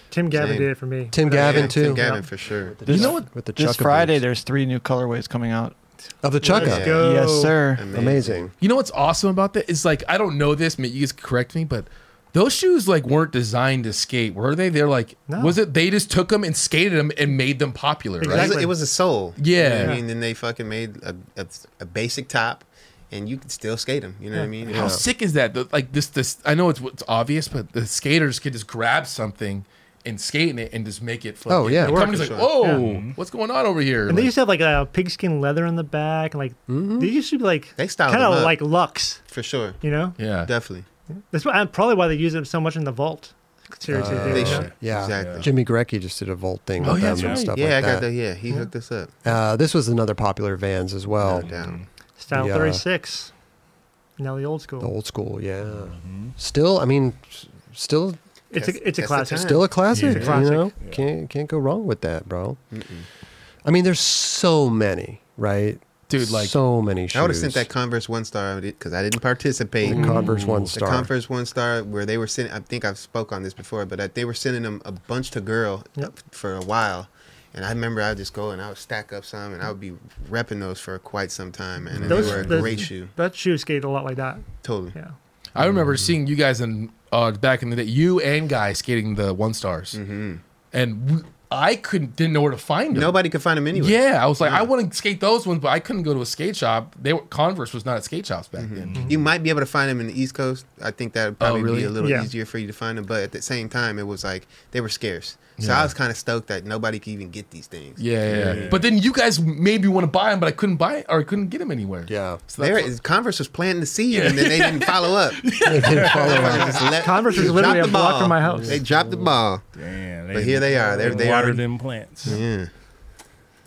[SPEAKER 4] Tim Gavin
[SPEAKER 2] Same.
[SPEAKER 4] did it for me.
[SPEAKER 1] Tim
[SPEAKER 4] Yeah.
[SPEAKER 1] Gavin
[SPEAKER 2] Mm. Yeah,
[SPEAKER 1] too.
[SPEAKER 2] Tim Gavin for sure.
[SPEAKER 1] With the
[SPEAKER 6] This-
[SPEAKER 1] Chukka-
[SPEAKER 6] You know what?
[SPEAKER 1] With the
[SPEAKER 6] This
[SPEAKER 1] Chukka
[SPEAKER 6] Friday,
[SPEAKER 1] boots.
[SPEAKER 6] there's three new colorways coming out.
[SPEAKER 1] of the
[SPEAKER 4] Let's
[SPEAKER 1] Chukka.
[SPEAKER 2] Yeah.
[SPEAKER 4] go.
[SPEAKER 6] Yes, sir.
[SPEAKER 1] Amazing.
[SPEAKER 3] You know what's awesome about that is like I don't know this, but you guys can correct me, but those shoes like weren't designed to skate, were they? They're like,
[SPEAKER 4] No.
[SPEAKER 3] was it? They just took them and skated them and made them popular,
[SPEAKER 2] It was-
[SPEAKER 3] right?
[SPEAKER 4] Exactly.
[SPEAKER 2] It was a soul.
[SPEAKER 3] Yeah.
[SPEAKER 2] I mean, then they fucking made a, a, a basic top, and you could still skate them. You know what I mean?
[SPEAKER 3] How sick is that? The- Like this, this I know it's it's obvious, but the skaters could just grab something and skate in it and just make it.
[SPEAKER 1] Oh,
[SPEAKER 3] fucking-
[SPEAKER 1] yeah. Mm-hmm.
[SPEAKER 3] the company's
[SPEAKER 2] Sure.
[SPEAKER 3] like, whoa, what's going on over here?
[SPEAKER 4] And they
[SPEAKER 3] Like-
[SPEAKER 4] used to have like a pigskin leather on the back, and like they used to be like
[SPEAKER 2] Mm-hmm. They
[SPEAKER 4] kind
[SPEAKER 2] styled them
[SPEAKER 4] of
[SPEAKER 2] up.
[SPEAKER 4] like Lux,
[SPEAKER 2] For sure.
[SPEAKER 4] you know.
[SPEAKER 3] yeah,
[SPEAKER 2] Definitely.
[SPEAKER 4] That's why, probably why they use them so much in the vault. Seriously, dude.
[SPEAKER 2] Uh, They
[SPEAKER 4] you know?
[SPEAKER 2] should.
[SPEAKER 1] Yeah.
[SPEAKER 2] Exactly.
[SPEAKER 1] Jimmy Grecki just did a Volt thing
[SPEAKER 3] Oh,
[SPEAKER 1] with them
[SPEAKER 3] yeah, that's
[SPEAKER 1] and
[SPEAKER 5] right.
[SPEAKER 1] stuff
[SPEAKER 2] yeah, I
[SPEAKER 1] like
[SPEAKER 2] got
[SPEAKER 1] that.
[SPEAKER 2] that. Yeah, he hooked us up.
[SPEAKER 1] Uh, this was another popular Vans as well.
[SPEAKER 2] No doubt.
[SPEAKER 4] Style
[SPEAKER 1] Yeah.
[SPEAKER 4] 36. Now the old school.
[SPEAKER 1] The old school, yeah.
[SPEAKER 2] Mm-hmm.
[SPEAKER 1] Still, I mean, s- still,
[SPEAKER 4] it's a, it's a
[SPEAKER 2] That's the
[SPEAKER 4] classic.
[SPEAKER 2] time.
[SPEAKER 1] still a classic.
[SPEAKER 4] Yeah. Classic.
[SPEAKER 1] You know, can't can't go wrong with that, bro. I mean, there's so many, right?
[SPEAKER 3] dude, like
[SPEAKER 1] so many shoes.
[SPEAKER 2] I would have sent that Converse one star because I didn't participate.
[SPEAKER 4] Mm-hmm.
[SPEAKER 1] The Converse one
[SPEAKER 2] The
[SPEAKER 1] star.
[SPEAKER 2] Converse one star where they were sending. I think I've spoke on this before, but uh, they were sending them a bunch to girl
[SPEAKER 4] Yep.
[SPEAKER 2] for a while. And I remember I would just go and I would stack up some and I would be repping those for quite some time. man. And
[SPEAKER 4] Those-
[SPEAKER 2] they were a
[SPEAKER 4] those-
[SPEAKER 2] great shoe.
[SPEAKER 4] That shoe skated a lot like that.
[SPEAKER 2] Totally.
[SPEAKER 4] Yeah.
[SPEAKER 3] I remember seeing
[SPEAKER 1] Mm-hmm.
[SPEAKER 3] you guys in uh, back in the day, you and Guy skating the one stars, and we, I couldn't didn't know where to find them.
[SPEAKER 2] Nobody could find him anyway.
[SPEAKER 3] Yeah, I was like, I want to skate those ones, but I couldn't go to a skate shop. They were Converse was not at skate shops back then.
[SPEAKER 1] Mm-hmm.
[SPEAKER 2] You might be able to find him in the East Coast. I think that
[SPEAKER 1] Oh,
[SPEAKER 2] would probably
[SPEAKER 3] really?
[SPEAKER 2] be a little
[SPEAKER 4] Yeah.
[SPEAKER 2] easier for you to find him. But at the same time, it was like they were scarce. So I was kind of stoked that nobody could even get these things.
[SPEAKER 3] Yeah, yeah, yeah. But then you guys made me want to buy them, but I couldn't buy or I couldn't get them anywhere.
[SPEAKER 1] Yeah.
[SPEAKER 3] So
[SPEAKER 2] There,
[SPEAKER 3] that's-
[SPEAKER 2] Converse was planting the seed, and then they didn't follow up. Just let-
[SPEAKER 4] Converse is
[SPEAKER 2] they
[SPEAKER 4] literally
[SPEAKER 2] dropped
[SPEAKER 4] a
[SPEAKER 2] the
[SPEAKER 4] block
[SPEAKER 2] ball.
[SPEAKER 4] from my house.
[SPEAKER 2] They dropped the ball.
[SPEAKER 5] Damn.
[SPEAKER 2] But here they are. They're- they
[SPEAKER 5] watered
[SPEAKER 2] already-
[SPEAKER 5] them plants.
[SPEAKER 2] Yeah.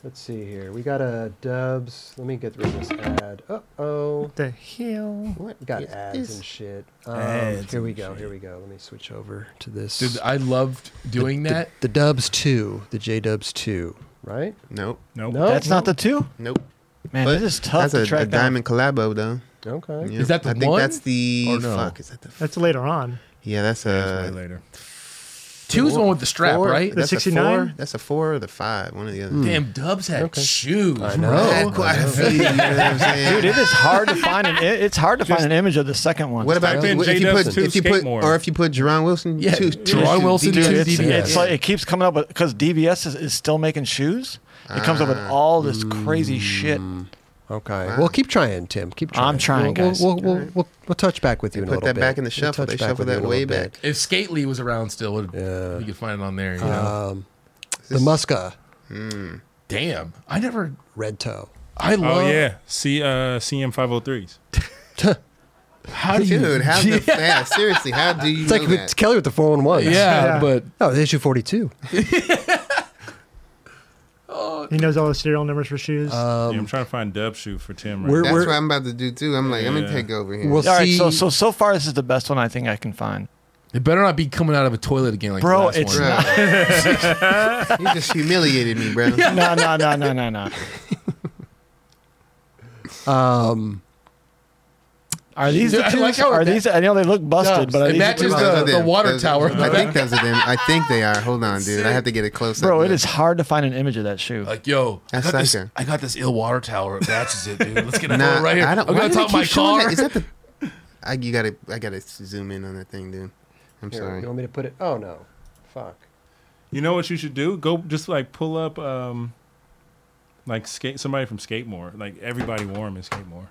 [SPEAKER 1] Let's see here. We got a Dubs. Let me get through this ad. Uh oh.
[SPEAKER 4] The hill.
[SPEAKER 2] What
[SPEAKER 1] Got
[SPEAKER 2] is
[SPEAKER 1] ads
[SPEAKER 2] this?
[SPEAKER 1] and shit. Um,
[SPEAKER 5] Ads
[SPEAKER 1] here we
[SPEAKER 5] and
[SPEAKER 1] go. Here
[SPEAKER 5] shit.
[SPEAKER 1] we go. Let me switch over to this.
[SPEAKER 3] Dude, I loved doing
[SPEAKER 1] the,
[SPEAKER 3] that.
[SPEAKER 1] The, Dubs 2. The J Dubs 2. Right?
[SPEAKER 2] Nope.
[SPEAKER 5] Nope.
[SPEAKER 1] No?
[SPEAKER 6] That's not the two.
[SPEAKER 2] Nope.
[SPEAKER 6] Man,
[SPEAKER 2] But
[SPEAKER 6] this is tough
[SPEAKER 2] That's a,
[SPEAKER 6] to track
[SPEAKER 2] a
[SPEAKER 6] down.
[SPEAKER 2] diamond collabo though.
[SPEAKER 1] Okay.
[SPEAKER 2] Yeah.
[SPEAKER 3] Is that the
[SPEAKER 2] I think
[SPEAKER 3] one?
[SPEAKER 2] that's the.
[SPEAKER 3] Or no?
[SPEAKER 2] Fuck. Is that the?
[SPEAKER 4] That's later on.
[SPEAKER 2] Yeah, that's
[SPEAKER 5] That's
[SPEAKER 2] a.
[SPEAKER 5] way later.
[SPEAKER 3] Two's the one with the strap,
[SPEAKER 2] four.
[SPEAKER 3] right?
[SPEAKER 2] That's a
[SPEAKER 4] 69?
[SPEAKER 2] four. That's a four or the five. One of the other.
[SPEAKER 6] Hmm.
[SPEAKER 3] Damn, Dubs had shoes.
[SPEAKER 1] I
[SPEAKER 2] I had
[SPEAKER 3] Oh.
[SPEAKER 1] know.
[SPEAKER 2] quite a few, you know what I'm saying?
[SPEAKER 6] Dude, it is hard to find an. it- It's hard to find
[SPEAKER 5] Just-
[SPEAKER 6] an image of the second one.
[SPEAKER 2] What about
[SPEAKER 5] Type in
[SPEAKER 2] if you
[SPEAKER 5] J-Dubs
[SPEAKER 2] put
[SPEAKER 5] two
[SPEAKER 2] if you put
[SPEAKER 5] skateboard.
[SPEAKER 2] or if you put Jerron Wilson?
[SPEAKER 3] Yeah,
[SPEAKER 2] two,
[SPEAKER 3] Jerron Wilson,
[SPEAKER 6] Dude,
[SPEAKER 3] two
[SPEAKER 6] it's,
[SPEAKER 3] DVS.
[SPEAKER 6] it's like it keeps coming up with because DVS is, is still making shoes. It comes up with all this crazy shit.
[SPEAKER 1] Okay. Well, keep trying, Tim. Keep trying.
[SPEAKER 6] I'm trying,
[SPEAKER 1] we'll,
[SPEAKER 6] guys.
[SPEAKER 1] We'll, we'll, we'll, we'll, we'll touch back with you in a
[SPEAKER 2] Put
[SPEAKER 1] little
[SPEAKER 2] that
[SPEAKER 1] bit.
[SPEAKER 2] back in the
[SPEAKER 1] We'll
[SPEAKER 2] shuffle.
[SPEAKER 1] touch
[SPEAKER 2] They
[SPEAKER 1] back
[SPEAKER 2] shuffled
[SPEAKER 1] with you
[SPEAKER 2] that
[SPEAKER 1] in a
[SPEAKER 2] way
[SPEAKER 1] little bit.
[SPEAKER 2] back.
[SPEAKER 3] If Skately was around still, it,
[SPEAKER 1] Yeah.
[SPEAKER 3] you could find it on there. You know?
[SPEAKER 1] Um, the Muska.
[SPEAKER 3] Damn, I never.
[SPEAKER 1] Red toe.
[SPEAKER 3] I
[SPEAKER 5] Oh
[SPEAKER 3] love.
[SPEAKER 5] yeah. C uh CM five oh threes.
[SPEAKER 3] How do you?
[SPEAKER 2] Dude, how
[SPEAKER 3] yeah,
[SPEAKER 2] the yeah, seriously? How do you
[SPEAKER 1] It's like
[SPEAKER 2] know
[SPEAKER 1] with
[SPEAKER 2] that?
[SPEAKER 1] Kelly with the 411.
[SPEAKER 3] yeah, but
[SPEAKER 1] Oh, issue 42.
[SPEAKER 4] He knows all the serial numbers for shoes.
[SPEAKER 2] Uh,
[SPEAKER 5] yeah, I'm trying to find dub shoe for Tim.
[SPEAKER 1] we're-
[SPEAKER 5] Right now.
[SPEAKER 2] That's
[SPEAKER 1] we're-
[SPEAKER 2] what I'm about to do too. I'm like, I'm gonna
[SPEAKER 5] Yeah.
[SPEAKER 2] take over here.
[SPEAKER 1] We'll
[SPEAKER 6] All right,
[SPEAKER 1] see.
[SPEAKER 6] so so so far this is the best one I think I can find.
[SPEAKER 3] it better not be coming out of a toilet again, like
[SPEAKER 6] Bro,
[SPEAKER 3] The last
[SPEAKER 6] it's
[SPEAKER 3] one.
[SPEAKER 2] Bro. you just humiliated me, bro.
[SPEAKER 6] No, no, no, no, no, no.
[SPEAKER 1] um,
[SPEAKER 6] Are these the
[SPEAKER 3] I
[SPEAKER 6] two?
[SPEAKER 3] like how
[SPEAKER 6] are
[SPEAKER 3] it-
[SPEAKER 6] these? I know they look busted, but are
[SPEAKER 3] it
[SPEAKER 6] these?
[SPEAKER 3] matches
[SPEAKER 6] the-
[SPEAKER 2] Those are
[SPEAKER 3] the
[SPEAKER 2] them.
[SPEAKER 3] water
[SPEAKER 2] Those-
[SPEAKER 3] tower.
[SPEAKER 2] I think those are them. I think they are. Hold on, dude. I
[SPEAKER 3] Sick.
[SPEAKER 2] have to get a close
[SPEAKER 6] bro,
[SPEAKER 2] up.
[SPEAKER 6] it is hard to find an image of that shoe.
[SPEAKER 3] Like, yo, I
[SPEAKER 2] That's
[SPEAKER 3] got, this,
[SPEAKER 2] second.
[SPEAKER 3] I got this ill water tower. It matches it, dude. Let's get a
[SPEAKER 2] Nah,
[SPEAKER 3] photo right here.
[SPEAKER 2] I don't.
[SPEAKER 3] I'm
[SPEAKER 2] why
[SPEAKER 3] gonna
[SPEAKER 2] do they
[SPEAKER 3] top
[SPEAKER 2] keep
[SPEAKER 3] my
[SPEAKER 2] showing
[SPEAKER 3] car.
[SPEAKER 2] That? Is that the? I you gotta. I gotta zoom in on that thing, dude. I'm
[SPEAKER 1] here,
[SPEAKER 2] sorry.
[SPEAKER 1] you want me to put it? Oh, no. Fuck.
[SPEAKER 5] You know what you should do? Go just like pull up um like skate somebody from Skatemore. Like everybody wore them in Skatemore.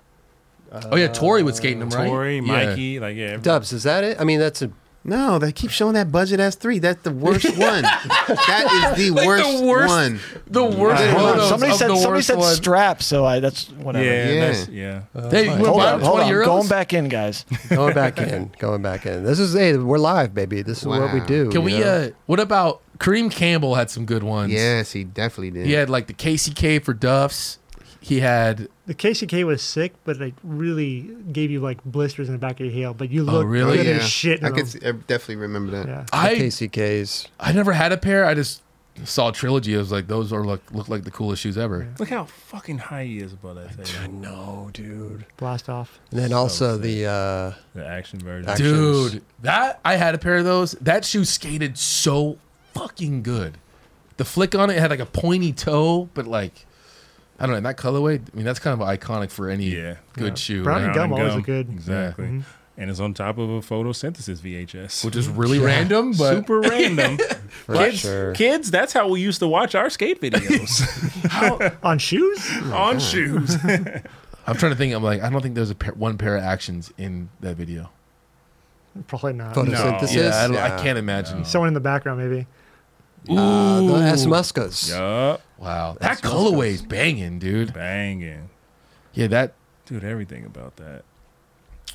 [SPEAKER 3] oh yeah, Tori would skate in them, right?
[SPEAKER 5] Tori,
[SPEAKER 3] Yeah.
[SPEAKER 5] Mikey, like yeah. every-
[SPEAKER 1] Dubs, is that it? I mean, that's a.
[SPEAKER 2] No, they keep showing that budget ass three. That's the worst one. that is the,
[SPEAKER 3] Like the
[SPEAKER 2] worst,
[SPEAKER 3] worst-
[SPEAKER 2] one.
[SPEAKER 3] The worst.
[SPEAKER 2] Dude,
[SPEAKER 6] Hold on,
[SPEAKER 3] photos
[SPEAKER 6] somebody
[SPEAKER 3] of
[SPEAKER 6] said
[SPEAKER 3] the
[SPEAKER 6] somebody
[SPEAKER 3] worst
[SPEAKER 6] said
[SPEAKER 3] one.
[SPEAKER 6] strap, so I that's whatever.
[SPEAKER 5] Yeah,
[SPEAKER 2] Yeah.
[SPEAKER 5] that's yeah.
[SPEAKER 3] Hey, you wanna
[SPEAKER 6] Hold
[SPEAKER 3] buy
[SPEAKER 6] on,
[SPEAKER 3] them
[SPEAKER 6] hold
[SPEAKER 3] 20
[SPEAKER 6] on.
[SPEAKER 3] euros?
[SPEAKER 6] Going back in, guys.
[SPEAKER 1] Going back in. Going back in. This is, hey, we're live, baby. This is what we
[SPEAKER 2] Wow.
[SPEAKER 1] do. you
[SPEAKER 3] Can we?
[SPEAKER 1] know?
[SPEAKER 3] uh What about Kareem Campbell? Had some good ones.
[SPEAKER 2] Yes, he definitely did.
[SPEAKER 3] He had like the KCK for Duffs. He had
[SPEAKER 4] the KCK was sick, but it really gave you like blisters in the back of your heel. But you look
[SPEAKER 3] really?
[SPEAKER 4] good
[SPEAKER 2] Oh, yeah.
[SPEAKER 4] as shit. In
[SPEAKER 2] I
[SPEAKER 4] them.
[SPEAKER 2] could s- I definitely remember that.
[SPEAKER 4] yeah.
[SPEAKER 1] The
[SPEAKER 3] I
[SPEAKER 1] KCKs.
[SPEAKER 3] I never had a pair. I just saw a trilogy. I was like, those are look look like the coolest shoes ever.
[SPEAKER 5] Look how fucking high he is about that thing.
[SPEAKER 1] No, dude.
[SPEAKER 4] Blast off.
[SPEAKER 1] And then also the. uh
[SPEAKER 5] The action version.
[SPEAKER 1] Action. Actions.
[SPEAKER 3] Dude, that I had a pair of those. That shoe skated so fucking good. The flick on it had like a pointy toe, but like I don't know, in that colorway, I mean that's kind of iconic for any
[SPEAKER 5] Yeah.
[SPEAKER 3] good shoe.
[SPEAKER 4] Brown
[SPEAKER 3] right?
[SPEAKER 4] and gum always a good- mm-hmm.
[SPEAKER 5] Exactly. And it's on top of a photosynthesis VHS.
[SPEAKER 3] Which is really random, but
[SPEAKER 5] super random.
[SPEAKER 1] For
[SPEAKER 5] kids,
[SPEAKER 1] sure.
[SPEAKER 5] kids, that's how we used to watch our skate videos
[SPEAKER 4] On shoes?
[SPEAKER 5] on shoes.
[SPEAKER 3] I'm trying to think. I'm like, I don't think there's a pair, one pair of actions in that video.
[SPEAKER 4] Probably not.
[SPEAKER 1] Photosynthesis.
[SPEAKER 3] Yeah, I, don't,
[SPEAKER 1] Yeah.
[SPEAKER 3] I can't imagine.
[SPEAKER 4] Someone in the background, maybe.
[SPEAKER 1] Uh, the S. Muskas.
[SPEAKER 5] yup.
[SPEAKER 3] Wow, that colorway's banging, dude.
[SPEAKER 5] Banging.
[SPEAKER 3] Yeah, that
[SPEAKER 5] Dude, everything about that.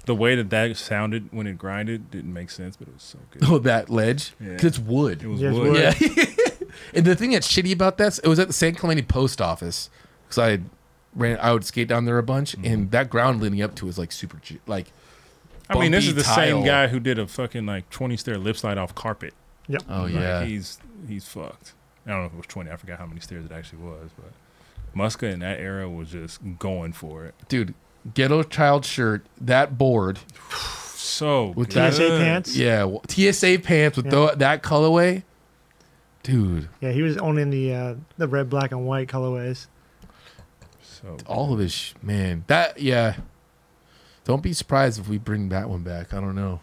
[SPEAKER 5] The way that that sounded when it grinded didn't make sense, but it was so good.
[SPEAKER 3] oh, that ledge. 'Cause it's wood.
[SPEAKER 5] It was
[SPEAKER 4] Yeah, it's
[SPEAKER 5] wood.
[SPEAKER 4] wood.
[SPEAKER 3] Yeah. and the thing that's shitty about that, it was at the San Clemente post office because I had ran, I would skate down there a bunch, and that ground leading up to is like super, ju- like
[SPEAKER 5] I mean, this
[SPEAKER 3] Bumpy
[SPEAKER 5] is the
[SPEAKER 3] tile.
[SPEAKER 5] same guy who did a fucking like 20 stair lip slide off carpet.
[SPEAKER 4] Yep.
[SPEAKER 3] oh
[SPEAKER 5] Like,
[SPEAKER 3] yeah,
[SPEAKER 5] he's he's fucked. I don't know if it was 20. I forgot how many stairs it actually was, but Muska in that era was just going for it.
[SPEAKER 3] dude, ghetto child shirt, that board,
[SPEAKER 5] So
[SPEAKER 3] With
[SPEAKER 5] good.
[SPEAKER 4] TSA pants. Yeah.
[SPEAKER 3] yeah, w- TSA pants with tho- that colorway, dude,
[SPEAKER 4] he was owning the uh, the red, black, and white colorways.
[SPEAKER 5] So
[SPEAKER 3] all of his sh- man, that yeah. Don't be surprised if we bring that one back. I don't know.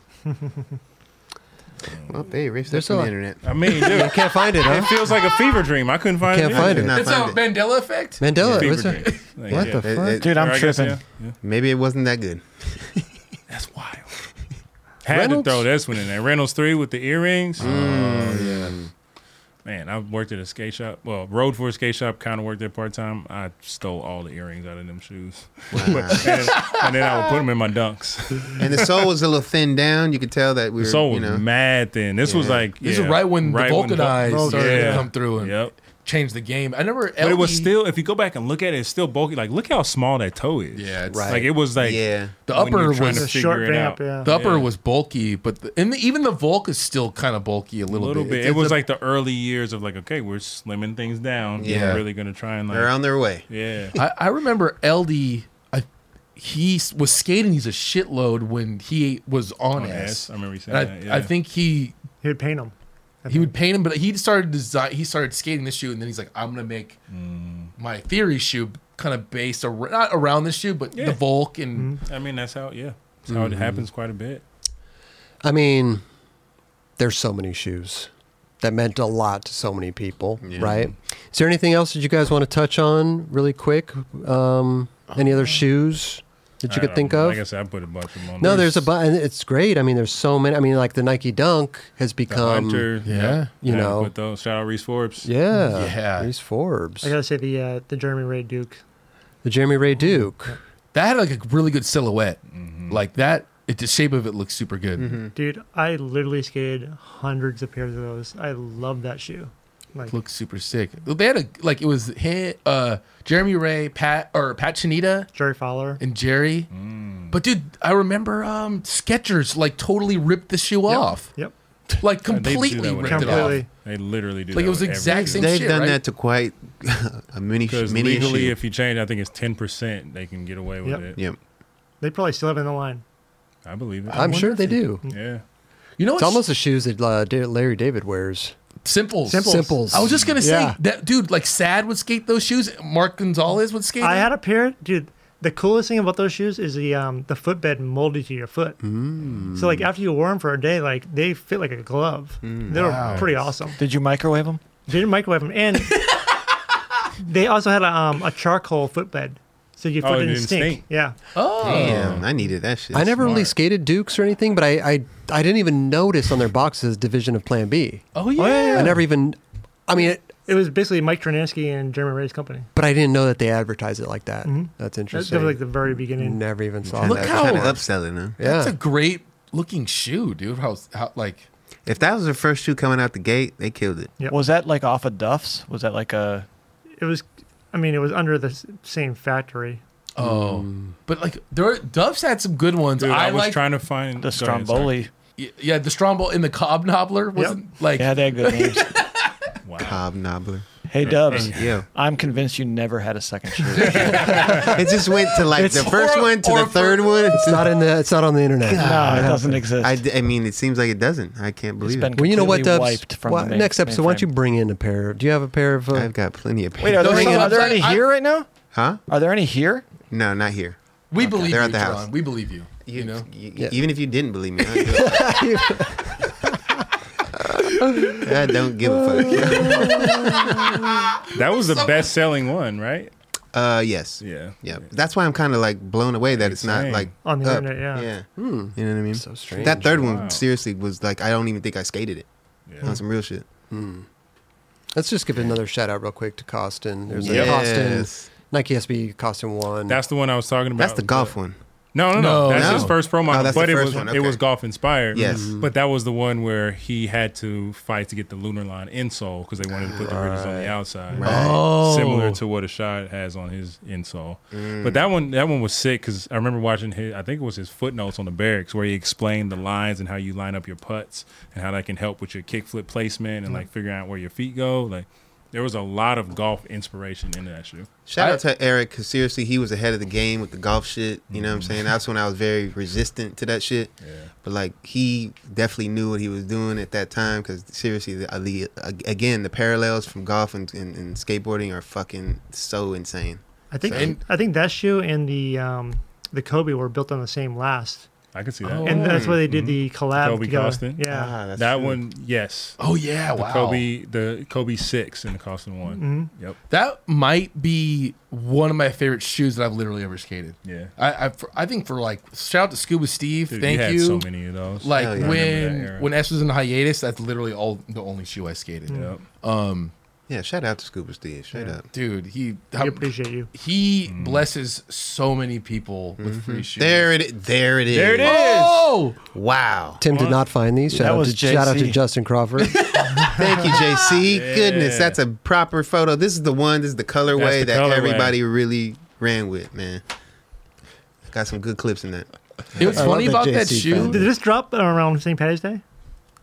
[SPEAKER 2] Well, they erased that
[SPEAKER 1] There's
[SPEAKER 2] from
[SPEAKER 1] a
[SPEAKER 2] the
[SPEAKER 1] lot-
[SPEAKER 2] internet.
[SPEAKER 5] I mean, dude,
[SPEAKER 1] I can't find it,
[SPEAKER 5] it
[SPEAKER 1] huh?
[SPEAKER 5] feels like a fever dream. I couldn't find
[SPEAKER 1] Can't
[SPEAKER 5] it.
[SPEAKER 1] find it.
[SPEAKER 2] Not
[SPEAKER 3] It's a
[SPEAKER 2] find it.
[SPEAKER 3] Mandela effect.
[SPEAKER 1] Mandela.
[SPEAKER 5] Fever
[SPEAKER 1] what's
[SPEAKER 5] dream.
[SPEAKER 1] that?
[SPEAKER 5] Like,
[SPEAKER 1] What
[SPEAKER 5] yeah.
[SPEAKER 1] the fuck?
[SPEAKER 2] It-
[SPEAKER 6] Dude, I'm
[SPEAKER 5] Or I guess,
[SPEAKER 6] tripping.
[SPEAKER 5] yeah, yeah.
[SPEAKER 2] Maybe it wasn't that good.
[SPEAKER 5] That's wild. Had
[SPEAKER 1] Reynolds?
[SPEAKER 5] to throw this one in there. Reynolds three with the
[SPEAKER 2] Mm,
[SPEAKER 5] earrings. Oh yeah. Man, I worked at a skate shop. Well, rode for a skate shop. Kind of worked there part time. I stole all the earrings out of them shoes, and, then, and then I would put them in my dunks.
[SPEAKER 2] And the sole was a little thinned down. You could tell that we were,
[SPEAKER 5] The sole was
[SPEAKER 2] you know.
[SPEAKER 5] mad thin. This was
[SPEAKER 2] Yeah.
[SPEAKER 5] like
[SPEAKER 3] This
[SPEAKER 5] yeah,
[SPEAKER 3] is right when the
[SPEAKER 5] when
[SPEAKER 3] Vulcan eyes
[SPEAKER 5] Vul-
[SPEAKER 3] started
[SPEAKER 5] Yeah.
[SPEAKER 3] to come through and
[SPEAKER 5] Yep.
[SPEAKER 3] change the game. I never. E,
[SPEAKER 5] But it was
[SPEAKER 3] LE
[SPEAKER 5] still, if you go back and look at it, it's still bulky. Like, look how small that toe is.
[SPEAKER 3] Yeah, it's-
[SPEAKER 5] Like it was like
[SPEAKER 2] yeah.
[SPEAKER 3] The
[SPEAKER 5] when
[SPEAKER 3] upper
[SPEAKER 5] you're trying
[SPEAKER 3] was
[SPEAKER 5] to
[SPEAKER 3] the
[SPEAKER 5] figure
[SPEAKER 7] short
[SPEAKER 5] it
[SPEAKER 7] vamp,
[SPEAKER 5] out.
[SPEAKER 7] yeah.
[SPEAKER 3] The upper
[SPEAKER 5] Yeah.
[SPEAKER 3] was bulky, but the, and the, even the Volk is still kind of bulky a
[SPEAKER 5] A
[SPEAKER 3] little,
[SPEAKER 5] little bit.
[SPEAKER 3] It's-
[SPEAKER 5] It
[SPEAKER 3] it's
[SPEAKER 5] was
[SPEAKER 3] a-
[SPEAKER 5] like the early years of like, okay, we're slimming things down.
[SPEAKER 2] Yeah.
[SPEAKER 5] We're really gonna try and like,
[SPEAKER 2] They're on their way.
[SPEAKER 5] yeah.
[SPEAKER 3] I, I remember LD. I, he s- was skating. He's a shitload when he was on,
[SPEAKER 5] On
[SPEAKER 3] S.
[SPEAKER 5] S, I remember you
[SPEAKER 3] And
[SPEAKER 5] saying
[SPEAKER 3] I,
[SPEAKER 5] that. Yeah.
[SPEAKER 3] I think he
[SPEAKER 7] He would paint them.
[SPEAKER 3] he would paint him, but he started design. He started skating this shoe, and then he's like, "I'm gonna make
[SPEAKER 5] Mm.
[SPEAKER 3] my theory shoe kind of based around not around this shoe, but
[SPEAKER 5] Yeah.
[SPEAKER 3] the Volk and
[SPEAKER 5] I mean that's how yeah. That's how it happens quite a bit.
[SPEAKER 1] I mean, there's so many shoes that meant a lot to so many people, right? Is there anything else that you guys want to touch on really quick? Um, any other shoes that you
[SPEAKER 5] I
[SPEAKER 1] could think
[SPEAKER 5] don't-
[SPEAKER 1] of?
[SPEAKER 5] Um, Like I said, I put a bunch of them on.
[SPEAKER 1] no, there's a bunch. It's great. I mean, there's so many. I mean, like the Nike Dunk has
[SPEAKER 5] The
[SPEAKER 1] become,
[SPEAKER 5] Hunter,
[SPEAKER 3] yeah.
[SPEAKER 1] you
[SPEAKER 5] Yeah,
[SPEAKER 1] know,
[SPEAKER 5] With those, shout out Reese Forbes.
[SPEAKER 1] yeah,
[SPEAKER 3] Yeah.
[SPEAKER 1] Reese Forbes,
[SPEAKER 7] I gotta say the uh, the Jeremy Ray Duke.
[SPEAKER 1] the Jeremy Ray Duke.
[SPEAKER 3] that had like a really good silhouette, like that. It, the shape of it looks super good.
[SPEAKER 4] Mm-hmm.
[SPEAKER 7] Dude, I literally skated hundreds of pairs of those. I love that shoe. Like
[SPEAKER 3] Looks super sick. They had a like it was hit, uh Jeremy Ray, Pat or Pat Chinita
[SPEAKER 7] Jerry Fowler.
[SPEAKER 3] and Jerry. But dude, I remember um Skechers like totally ripped the shoe off.
[SPEAKER 7] Yep.
[SPEAKER 3] Like
[SPEAKER 5] do that
[SPEAKER 3] completely
[SPEAKER 5] with
[SPEAKER 3] ripped it
[SPEAKER 7] Completely.
[SPEAKER 5] They literally do.
[SPEAKER 3] Like,
[SPEAKER 5] that
[SPEAKER 3] it was
[SPEAKER 5] with
[SPEAKER 3] the exact
[SPEAKER 5] every
[SPEAKER 3] same
[SPEAKER 5] shoe.
[SPEAKER 2] They've
[SPEAKER 3] shit,
[SPEAKER 2] done
[SPEAKER 3] right?
[SPEAKER 2] that to quite a mini,
[SPEAKER 5] Because
[SPEAKER 2] mini
[SPEAKER 5] legally,
[SPEAKER 2] shoe.
[SPEAKER 5] if you change, I think it's ten percent they can get away with
[SPEAKER 7] Yep.
[SPEAKER 5] it.
[SPEAKER 2] Yep.
[SPEAKER 7] They probably still have it in the line.
[SPEAKER 5] I believe it.
[SPEAKER 1] I'm sure they do.
[SPEAKER 5] Yeah.
[SPEAKER 3] off. You know
[SPEAKER 1] It's
[SPEAKER 3] what's
[SPEAKER 1] almost the shoes that uh, Da- Larry David wears.
[SPEAKER 3] simple.
[SPEAKER 7] Simples.
[SPEAKER 1] Simples.
[SPEAKER 3] I was just gonna say
[SPEAKER 1] Yeah.
[SPEAKER 3] that dude, like Sad would skate those shoes. Mark Gonzalez would skate.
[SPEAKER 7] I
[SPEAKER 3] them.
[SPEAKER 7] had a pair, dude. The coolest thing about those shoes is the um, the footbed molded to your foot.
[SPEAKER 5] Mm.
[SPEAKER 7] So like after you wore them for a day, like they fit like a glove.
[SPEAKER 5] Mm.
[SPEAKER 7] they were pretty awesome.
[SPEAKER 6] Did you microwave them?
[SPEAKER 7] They didn't microwave them, and they also had a, um, a charcoal footbed, so your
[SPEAKER 5] Oh,
[SPEAKER 7] foot
[SPEAKER 5] it
[SPEAKER 7] didn't,
[SPEAKER 5] didn't
[SPEAKER 7] stink.
[SPEAKER 5] stink.
[SPEAKER 7] Yeah,
[SPEAKER 3] Oh.
[SPEAKER 5] Oh.
[SPEAKER 2] Damn, I needed that shit.
[SPEAKER 1] I never really
[SPEAKER 5] smart.
[SPEAKER 1] skated Dukes or anything, but I, I I didn't even notice on their boxes Division of Plan B.
[SPEAKER 3] Oh yeah.
[SPEAKER 1] I never even. I mean, it,
[SPEAKER 7] it was basically Mike Tronansky and Jeremy Ray's company.
[SPEAKER 1] but I didn't know that they advertise it like that. That's
[SPEAKER 7] That,
[SPEAKER 1] interesting.
[SPEAKER 7] that was like the very beginning.
[SPEAKER 1] Never even saw
[SPEAKER 2] Look
[SPEAKER 1] that.
[SPEAKER 2] how kind of
[SPEAKER 3] how-
[SPEAKER 2] upselling them.
[SPEAKER 1] Yeah,
[SPEAKER 3] That's a great looking shoe, dude. How how like
[SPEAKER 2] If that was the first shoe coming out the gate, they killed it.
[SPEAKER 7] Yep.
[SPEAKER 6] Was that like off of Duff's? Was that like a
[SPEAKER 7] It was, I mean, it was under the s- same factory.
[SPEAKER 3] oh. But like there Duff's had some good ones.
[SPEAKER 5] Dude, I,
[SPEAKER 3] I,
[SPEAKER 5] was
[SPEAKER 3] like
[SPEAKER 5] trying to find Go
[SPEAKER 6] the
[SPEAKER 5] ahead, sorry.
[SPEAKER 6] Stromboli?
[SPEAKER 3] Y- Yeah, the Strombo and the Cobb Knobbler wasn't like
[SPEAKER 6] Yeah, they had good names.
[SPEAKER 5] Wow.
[SPEAKER 2] Cobb Knobbler.
[SPEAKER 6] hey Dubs,
[SPEAKER 2] Yeah.
[SPEAKER 6] I'm convinced you never had a second shoe.
[SPEAKER 2] It just went to like the first
[SPEAKER 3] or-
[SPEAKER 2] one to
[SPEAKER 3] or
[SPEAKER 2] the third one. It's
[SPEAKER 1] it's not in the. It's not on the internet.
[SPEAKER 6] no, it doesn't exist.
[SPEAKER 2] I, d- I mean, it seems like it doesn't. I can't
[SPEAKER 6] it's
[SPEAKER 2] believe
[SPEAKER 6] been
[SPEAKER 2] it.
[SPEAKER 1] Well, you know what,
[SPEAKER 6] completely
[SPEAKER 1] Dubs?
[SPEAKER 6] wiped from
[SPEAKER 1] Why-
[SPEAKER 6] the main-
[SPEAKER 1] next episode, why don't you
[SPEAKER 6] mainframe.
[SPEAKER 1] bring in a pair? Do you have a pair of? Uh,
[SPEAKER 2] I've got plenty of
[SPEAKER 6] Wait, are
[SPEAKER 2] pants.
[SPEAKER 6] there,
[SPEAKER 3] Those
[SPEAKER 6] any,
[SPEAKER 3] are-
[SPEAKER 6] are there any
[SPEAKER 3] I-
[SPEAKER 6] here right now?
[SPEAKER 2] Huh?
[SPEAKER 6] Are there any here?
[SPEAKER 2] No, not here.
[SPEAKER 3] we believe
[SPEAKER 2] they're
[SPEAKER 3] you,
[SPEAKER 2] at the
[SPEAKER 3] John.
[SPEAKER 2] house.
[SPEAKER 3] We believe you. You,
[SPEAKER 2] You,
[SPEAKER 3] know.
[SPEAKER 2] you-
[SPEAKER 1] Yeah.
[SPEAKER 2] Even if you didn't believe me, I do. I don't give a fuck.
[SPEAKER 5] That was the best selling one, right?
[SPEAKER 2] Uh, yes.
[SPEAKER 5] Yeah.
[SPEAKER 2] Yeah. That's why I'm kind of like blown away that it's not
[SPEAKER 5] Insane.
[SPEAKER 2] like
[SPEAKER 7] On the
[SPEAKER 2] up. Hmm.
[SPEAKER 7] internet, yeah.
[SPEAKER 2] You know what I mean?
[SPEAKER 1] So strange.
[SPEAKER 2] That third
[SPEAKER 5] Wow.
[SPEAKER 2] one seriously was like I don't even think I skated it.
[SPEAKER 5] Yeah.
[SPEAKER 2] On some real shit.
[SPEAKER 1] let's just give another shout out real quick to Costin. There's
[SPEAKER 2] Yes.
[SPEAKER 1] a Costin Nike SB Costin one.
[SPEAKER 5] That's the one I was talking about.
[SPEAKER 2] That's the golf one.
[SPEAKER 5] No, no,
[SPEAKER 3] No,
[SPEAKER 5] no. That's
[SPEAKER 2] no.
[SPEAKER 5] his first pro model,
[SPEAKER 2] Oh, that's the
[SPEAKER 5] but it
[SPEAKER 2] first
[SPEAKER 5] was
[SPEAKER 2] one,
[SPEAKER 5] it was
[SPEAKER 2] okay.
[SPEAKER 5] golf inspired.
[SPEAKER 2] Yes. Mhm.
[SPEAKER 5] but that was the one where he had to fight to get the lunar line insole because they wanted to put the ridges on the outside.
[SPEAKER 3] Oh.
[SPEAKER 5] similar to what Ashad has on his insole.
[SPEAKER 2] Mm.
[SPEAKER 5] But that one, that one was sick because I remember watching his. I think it was his footnotes on the barracks where he explained the lines and how you line up your putts and how that can help with your kickflip placement and
[SPEAKER 2] Mm.
[SPEAKER 5] like figuring out where your feet go. Like there was a lot of golf inspiration in that shoe.
[SPEAKER 2] Shout
[SPEAKER 3] I-
[SPEAKER 2] out to Eric because seriously, he was ahead of the game with the golf shit. You know
[SPEAKER 5] Mm.
[SPEAKER 2] what I'm saying? That's when I was very resistant to that shit. But like, he definitely knew what he was doing at that time because seriously, the, uh, the again, the parallels from golf and, and, and skateboarding are fucking so insane.
[SPEAKER 7] I think
[SPEAKER 2] So-
[SPEAKER 7] I think that shoe and the um, the Kobe were built on the same last.
[SPEAKER 5] I can see that.
[SPEAKER 4] Oh. and that's why they did the collab
[SPEAKER 5] Kobe
[SPEAKER 4] together.
[SPEAKER 5] Costin?
[SPEAKER 4] Yeah.
[SPEAKER 2] Ah, that's
[SPEAKER 5] that
[SPEAKER 2] true.
[SPEAKER 5] one, yes.
[SPEAKER 3] Oh yeah,
[SPEAKER 5] The
[SPEAKER 3] wow.
[SPEAKER 5] Kobe, the Kobe six and the Costin one. Yep.
[SPEAKER 3] That might be one of my favorite shoes that I've literally ever skated.
[SPEAKER 5] Yeah.
[SPEAKER 3] I I, for- I think for like shout out to Scuba Steve.
[SPEAKER 5] Dude,
[SPEAKER 3] thank
[SPEAKER 5] you
[SPEAKER 3] you.
[SPEAKER 5] had so many of those.
[SPEAKER 3] Like
[SPEAKER 2] Hell yeah.
[SPEAKER 5] Remember that
[SPEAKER 3] when
[SPEAKER 5] era.
[SPEAKER 3] when S was in hiatus, that's literally all the only shoe I skated.
[SPEAKER 5] Yep.
[SPEAKER 2] Yeah, shout out to Scuba Steve. Shout out.
[SPEAKER 3] Dude, he
[SPEAKER 4] We appreciate you.
[SPEAKER 3] he
[SPEAKER 5] Mm.
[SPEAKER 3] blesses so many people with free shoes.
[SPEAKER 2] Mm-hmm. There it, there it is.
[SPEAKER 5] There it is.
[SPEAKER 3] Oh,
[SPEAKER 2] Wow.
[SPEAKER 1] Tim did not find these. Shout,
[SPEAKER 6] That
[SPEAKER 1] out
[SPEAKER 6] was
[SPEAKER 1] to, shout out to
[SPEAKER 6] JC.
[SPEAKER 1] Justin Crawford.
[SPEAKER 2] Thank you, JC. Goodness,
[SPEAKER 5] Yeah.
[SPEAKER 2] that's a proper photo. This is the one. This is the colorway
[SPEAKER 5] the
[SPEAKER 2] that
[SPEAKER 5] colorway.
[SPEAKER 2] everybody really ran with, man. Got some good clips in that.
[SPEAKER 3] it was
[SPEAKER 1] I love
[SPEAKER 3] funny
[SPEAKER 1] that
[SPEAKER 3] about that
[SPEAKER 1] JC
[SPEAKER 3] shoe.
[SPEAKER 1] found
[SPEAKER 4] Did this drop around St. Patty's Day?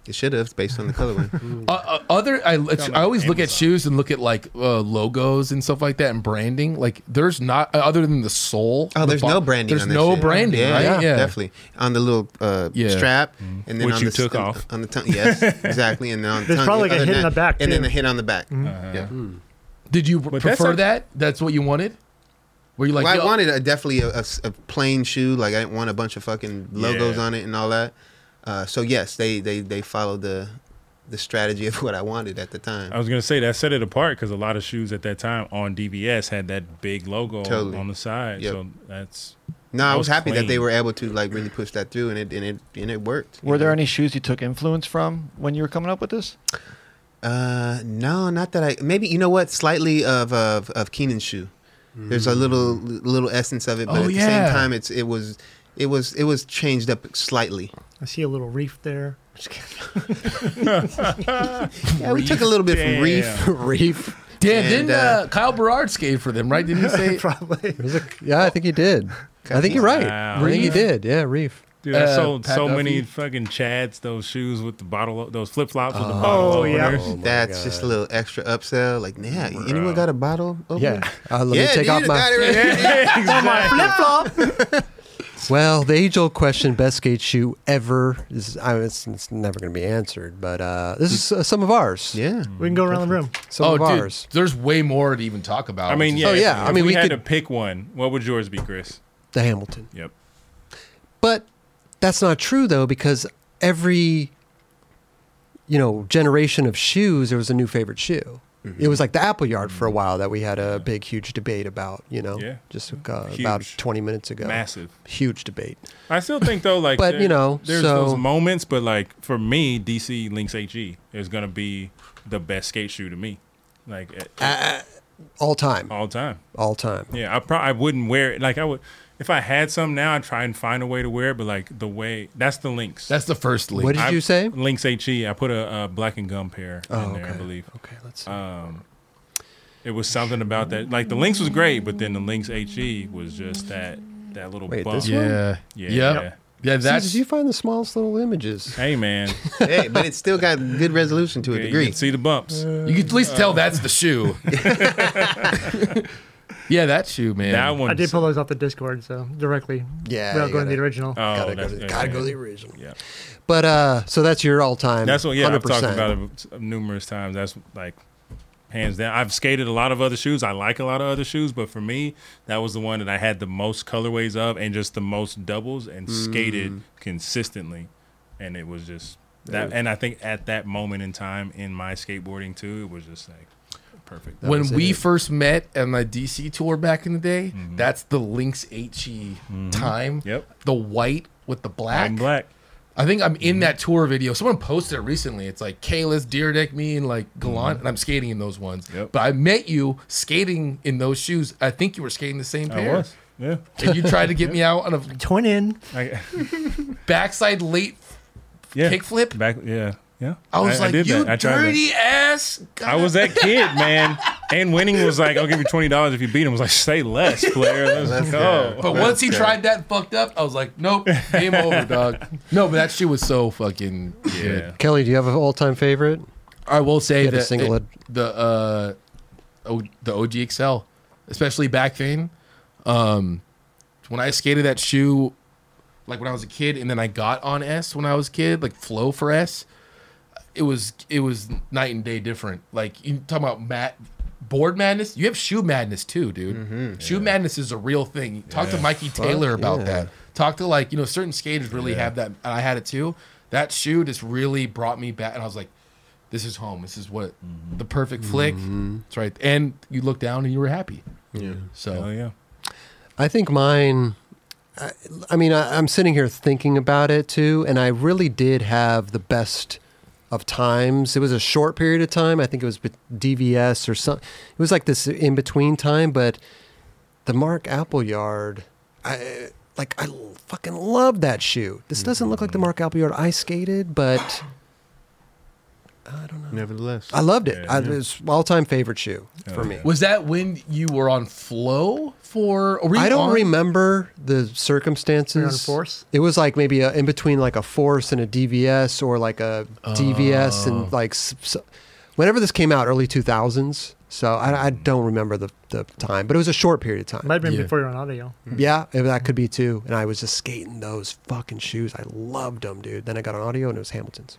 [SPEAKER 2] It should have, it's based on the colorway.
[SPEAKER 3] Uh, uh, other, I, it's, I always look at shoes and look at like uh, logos and stuff like that and branding. Like, there's not uh, other than the sole.
[SPEAKER 2] Oh,
[SPEAKER 3] the
[SPEAKER 2] there's
[SPEAKER 3] bo-
[SPEAKER 2] no branding.
[SPEAKER 3] There's
[SPEAKER 2] on that
[SPEAKER 3] no
[SPEAKER 2] shit.
[SPEAKER 3] branding.
[SPEAKER 2] Yeah,
[SPEAKER 3] right?
[SPEAKER 2] yeah, definitely on the little uh,
[SPEAKER 3] Yeah.
[SPEAKER 2] strap, and then
[SPEAKER 5] Mm-hmm. Which
[SPEAKER 2] on
[SPEAKER 5] you
[SPEAKER 2] the,
[SPEAKER 5] took
[SPEAKER 2] on,
[SPEAKER 5] off.
[SPEAKER 2] on the tongue. Yes, exactly. And then on the
[SPEAKER 4] There's
[SPEAKER 2] tongue,
[SPEAKER 4] probably like a
[SPEAKER 2] other
[SPEAKER 4] hit
[SPEAKER 2] than
[SPEAKER 4] in the
[SPEAKER 2] that-
[SPEAKER 4] back,
[SPEAKER 2] and then
[SPEAKER 4] too.
[SPEAKER 2] a hit on the back.
[SPEAKER 5] Mm-hmm. Uh-huh.
[SPEAKER 2] Yeah.
[SPEAKER 3] Did you
[SPEAKER 5] But that's
[SPEAKER 3] prefer
[SPEAKER 5] like-
[SPEAKER 3] that? That's what you wanted. Were you like?
[SPEAKER 2] well, I
[SPEAKER 3] yo-
[SPEAKER 2] wanted a, definitely a, a s- a plain shoe. Like I didn't want a bunch of fucking logos
[SPEAKER 5] Yeah.
[SPEAKER 2] on it and all that. Uh, so yes, they they they followed the the strategy of what I wanted at the time.
[SPEAKER 5] I was gonna say that set it apart because a lot of shoes at that time on DVS had that big logo
[SPEAKER 2] Totally.
[SPEAKER 5] on the side.
[SPEAKER 2] Yep.
[SPEAKER 5] So that's
[SPEAKER 2] No, I
[SPEAKER 5] That
[SPEAKER 2] was
[SPEAKER 5] was
[SPEAKER 2] happy that
[SPEAKER 5] clean.
[SPEAKER 2] they were able to like really push that through, and it and it and it worked.
[SPEAKER 6] Were there any shoes you took influence from when you were coming up with this?
[SPEAKER 2] Uh, no, not that I. Maybe you know what? Slightly of of, of Keenan's shoe. There's a little little essence of it, but
[SPEAKER 3] Oh,
[SPEAKER 2] at the
[SPEAKER 3] yeah.
[SPEAKER 2] same time, it's it was it was it was changed up slightly.
[SPEAKER 4] I see a little reef there. Just kidding.
[SPEAKER 2] Yeah, we took a little bit from Reef.
[SPEAKER 5] Damn.
[SPEAKER 1] Reef.
[SPEAKER 3] Damn,
[SPEAKER 2] And,
[SPEAKER 3] didn't uh, Kyle Berard skate for them? Right? Didn't he say?
[SPEAKER 4] Probably.
[SPEAKER 1] It was a- yeah, I think he did. I think you're right.
[SPEAKER 5] Wow.
[SPEAKER 1] I think he
[SPEAKER 3] Reef.
[SPEAKER 1] did. Yeah, Reef.
[SPEAKER 5] Dude, I
[SPEAKER 3] Uh,
[SPEAKER 5] sold
[SPEAKER 3] Pat
[SPEAKER 5] so
[SPEAKER 3] Duffy.
[SPEAKER 5] many fucking chads, those shoes with the bottle, those flip flops with the bottles.
[SPEAKER 4] Oh,
[SPEAKER 5] over
[SPEAKER 4] yeah.
[SPEAKER 5] there.
[SPEAKER 4] Oh,
[SPEAKER 2] That's just a little extra upsell. Like, nah, anyone got a bottle? Opener?
[SPEAKER 1] Yeah. Uh, let
[SPEAKER 2] yeah,
[SPEAKER 1] me take
[SPEAKER 2] dude,
[SPEAKER 1] off
[SPEAKER 2] I
[SPEAKER 1] my.
[SPEAKER 2] got it right here.
[SPEAKER 1] Well, the age-old question, best skate shoe ever, is I mean, it's, it's never going to be answered. But uh, this is uh, some of ours.
[SPEAKER 2] Yeah.
[SPEAKER 4] We can go around the room.
[SPEAKER 1] Some
[SPEAKER 3] Oh,
[SPEAKER 1] of
[SPEAKER 3] dude,
[SPEAKER 1] ours.
[SPEAKER 3] there's way more to even talk about.
[SPEAKER 5] I mean,
[SPEAKER 3] which
[SPEAKER 5] yeah.
[SPEAKER 1] Oh,
[SPEAKER 5] if-
[SPEAKER 1] yeah. I
[SPEAKER 5] if
[SPEAKER 1] mean,
[SPEAKER 5] we,
[SPEAKER 1] we
[SPEAKER 5] had
[SPEAKER 1] could-
[SPEAKER 5] to pick one. What would yours be, Chris?
[SPEAKER 1] The Hamilton.
[SPEAKER 5] Yep.
[SPEAKER 1] But that's not true though, because every you know generation of shoes, there was a new favorite shoe.
[SPEAKER 5] Mm-hmm.
[SPEAKER 1] It was like the Apple Yard for a while that we had a big, huge debate about. You know,
[SPEAKER 5] Yeah.
[SPEAKER 1] just uh, about
[SPEAKER 5] Huge.
[SPEAKER 1] twenty minutes ago.
[SPEAKER 5] Massive.
[SPEAKER 1] huge debate.
[SPEAKER 5] I still think though, like,
[SPEAKER 1] But, you know,
[SPEAKER 5] there's
[SPEAKER 1] so-
[SPEAKER 5] those moments. But like for me, DC Lynx HE is gonna be the best skate shoe to me, like at-
[SPEAKER 1] All time,
[SPEAKER 5] all time.
[SPEAKER 1] all time.
[SPEAKER 5] Yeah, I probably I wouldn't wear it. Like I would, if I had some now, I'd try and find a way to wear it. But like the way that's the Lynx.
[SPEAKER 3] that's the first link.
[SPEAKER 1] What did
[SPEAKER 5] I-
[SPEAKER 1] you say? Oh,
[SPEAKER 5] Lynx HE. I put a, uh black and gum pair in there, I
[SPEAKER 1] okay.
[SPEAKER 5] believe.
[SPEAKER 1] Okay, let's
[SPEAKER 5] Uh,
[SPEAKER 1] see.
[SPEAKER 5] It was something about that. Like the Lynx was great, but then the Lynx HE was just that that little
[SPEAKER 1] Wait,
[SPEAKER 5] bump.
[SPEAKER 1] this one?
[SPEAKER 3] yeah,
[SPEAKER 5] Yeah.
[SPEAKER 3] yeah, yeah.
[SPEAKER 1] that's,
[SPEAKER 3] That's
[SPEAKER 1] you find the smallest little images.
[SPEAKER 5] Hey man,
[SPEAKER 2] hey, but it's still got good resolution to a
[SPEAKER 5] Yeah, you
[SPEAKER 2] degree.
[SPEAKER 5] can see the bumps.
[SPEAKER 3] You could at least
[SPEAKER 5] Oh.
[SPEAKER 3] tell that's the shoe. yeah, that shoe, man.
[SPEAKER 5] that one.
[SPEAKER 4] I did pull those off the Discord, so directly.
[SPEAKER 1] Yeah,
[SPEAKER 4] Without
[SPEAKER 1] you
[SPEAKER 4] going to the
[SPEAKER 1] gotta-
[SPEAKER 4] original.
[SPEAKER 5] Oh,
[SPEAKER 1] gotta go
[SPEAKER 5] that's-
[SPEAKER 1] to,
[SPEAKER 5] yeah,
[SPEAKER 1] gotta go
[SPEAKER 5] yeah.
[SPEAKER 1] to the original.
[SPEAKER 5] Yeah.
[SPEAKER 1] But uh, so that's your all time.
[SPEAKER 5] That's what. Yeah, i have
[SPEAKER 1] 100%.
[SPEAKER 5] talked about it numerous times. That's like hands down. I've skated a lot of other shoes. I like a lot of other shoes, but for me, that was the one that I had the most colorways of and just the most doubles and
[SPEAKER 3] Mm.
[SPEAKER 5] skated consistently, and it was just that. And I think at that moment in time in my skateboarding too, it was just like perfect.
[SPEAKER 1] That
[SPEAKER 3] when
[SPEAKER 1] was
[SPEAKER 3] we
[SPEAKER 1] it.
[SPEAKER 3] first met on my DC tour back in the day, that's the Lynx HE time.
[SPEAKER 5] Mm-hmm. Yep.
[SPEAKER 3] The white with the black.
[SPEAKER 5] I'm black. Mm-hmm.
[SPEAKER 3] I think I'm in that tour video. Someone posted it recently. It's like Kayla's Deer Deck me and like Gallant, and I'm skating in those ones.
[SPEAKER 5] Mm-hmm. Yep.
[SPEAKER 3] But I met you skating in those shoes. I think you were skating the same
[SPEAKER 5] I
[SPEAKER 3] pair.
[SPEAKER 5] was. Yeah.
[SPEAKER 3] And you tried to get me out on a
[SPEAKER 4] Twin in.
[SPEAKER 5] I,
[SPEAKER 3] backside late
[SPEAKER 5] yeah.
[SPEAKER 3] kickflip.
[SPEAKER 5] Back. Yeah. Yeah.
[SPEAKER 3] I was like,
[SPEAKER 5] did
[SPEAKER 3] you
[SPEAKER 5] that. I tried that."
[SPEAKER 3] dirty ass.
[SPEAKER 5] I was that kid, man. And winning was like, I'll give you twenty dollars if you beat him. I was like, say less, player. Let's, go.
[SPEAKER 3] But once he tried that fucked up, I was like, nope, game over, dog. No, but that shit was so fucking
[SPEAKER 5] Yeah.
[SPEAKER 3] good.
[SPEAKER 1] Kelly, do you have an all time favorite?
[SPEAKER 3] I will say
[SPEAKER 1] Get a
[SPEAKER 3] that
[SPEAKER 1] single
[SPEAKER 3] it- the uh, o, the OG XL, especially back vein. Um, when I skated that shoe, like when I was a kid, and then I got on S when I was a kid, like flow for S. It was it was night and day different. Like you talking about mat board madness, you have shoe madness too, dude. Shoe madness is a real thing. Talk to Mikey Taylor about
[SPEAKER 1] yeah.
[SPEAKER 3] that. talk to like you know certain skaters really have that, and I had it too. That shoe just really brought me back, and I was like, "This is home. This is what the perfect flick. That's right." And you look down and you were happy. Yeah.
[SPEAKER 5] Oh
[SPEAKER 3] So
[SPEAKER 5] yeah.
[SPEAKER 1] I think mine. I, I mean, I, I'm sitting here thinking about it too, and I really did have the best of times. It was a short period of time. I think it was bet- DVS or something. It was like this in between time, but the Mark Appleyard, I like. I l- fucking love that shoe. This doesn't look like
[SPEAKER 5] Mm-hmm.
[SPEAKER 1] the Mark Appleyard I skated, but
[SPEAKER 2] Nevertheless,
[SPEAKER 1] I loved it.
[SPEAKER 5] Yeah. Oh,
[SPEAKER 1] I, it was all time favorite shoe for me.
[SPEAKER 3] was that when you were on flow for? Or were you
[SPEAKER 1] I don't
[SPEAKER 3] on-
[SPEAKER 1] remember the circumstances.
[SPEAKER 4] You're on a force?
[SPEAKER 1] It was like maybe a, in between like a force and a DVS or like a DVS
[SPEAKER 4] Oh.
[SPEAKER 1] and like s- s- whenever this came out, early 2000s. So I, I don't remember the, the time, but it was a short period of time.
[SPEAKER 4] Might have been
[SPEAKER 3] Yeah.
[SPEAKER 4] before you're on audio.
[SPEAKER 1] yeah, and that could be too. And I was just skating those fucking shoes. I loved them, dude. Then I got on audio and it was Hamilton's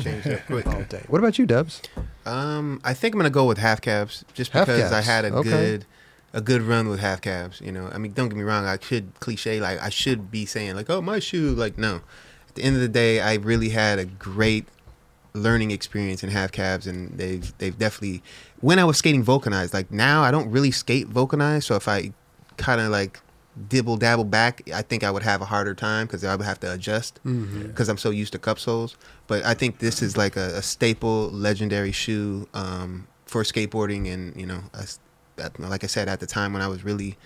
[SPEAKER 2] changed up quick.
[SPEAKER 1] all day. What about you, Dubs?
[SPEAKER 2] Um, I think I'm gonna go with half cabs just
[SPEAKER 1] Half
[SPEAKER 2] because I
[SPEAKER 1] cabs,
[SPEAKER 2] had a
[SPEAKER 1] okay.
[SPEAKER 2] good a good run with half cabs. You know, I mean, don't get me wrong. I should cliche like I should be saying like, oh my shoe. Like no, at the end of the day, I really had a great learning experience in half cabs, and they've they've definitely when I was skating vulcanized. Like now, I don't really skate vulcanized, so if I kind of like dibble dabble back, I think I would have a harder time because I would have to adjust because I'm so used to cup soles. But I think this is like a, a staple, legendary shoe um, for skateboarding, and you know, I s- at- like I said at the time when I was really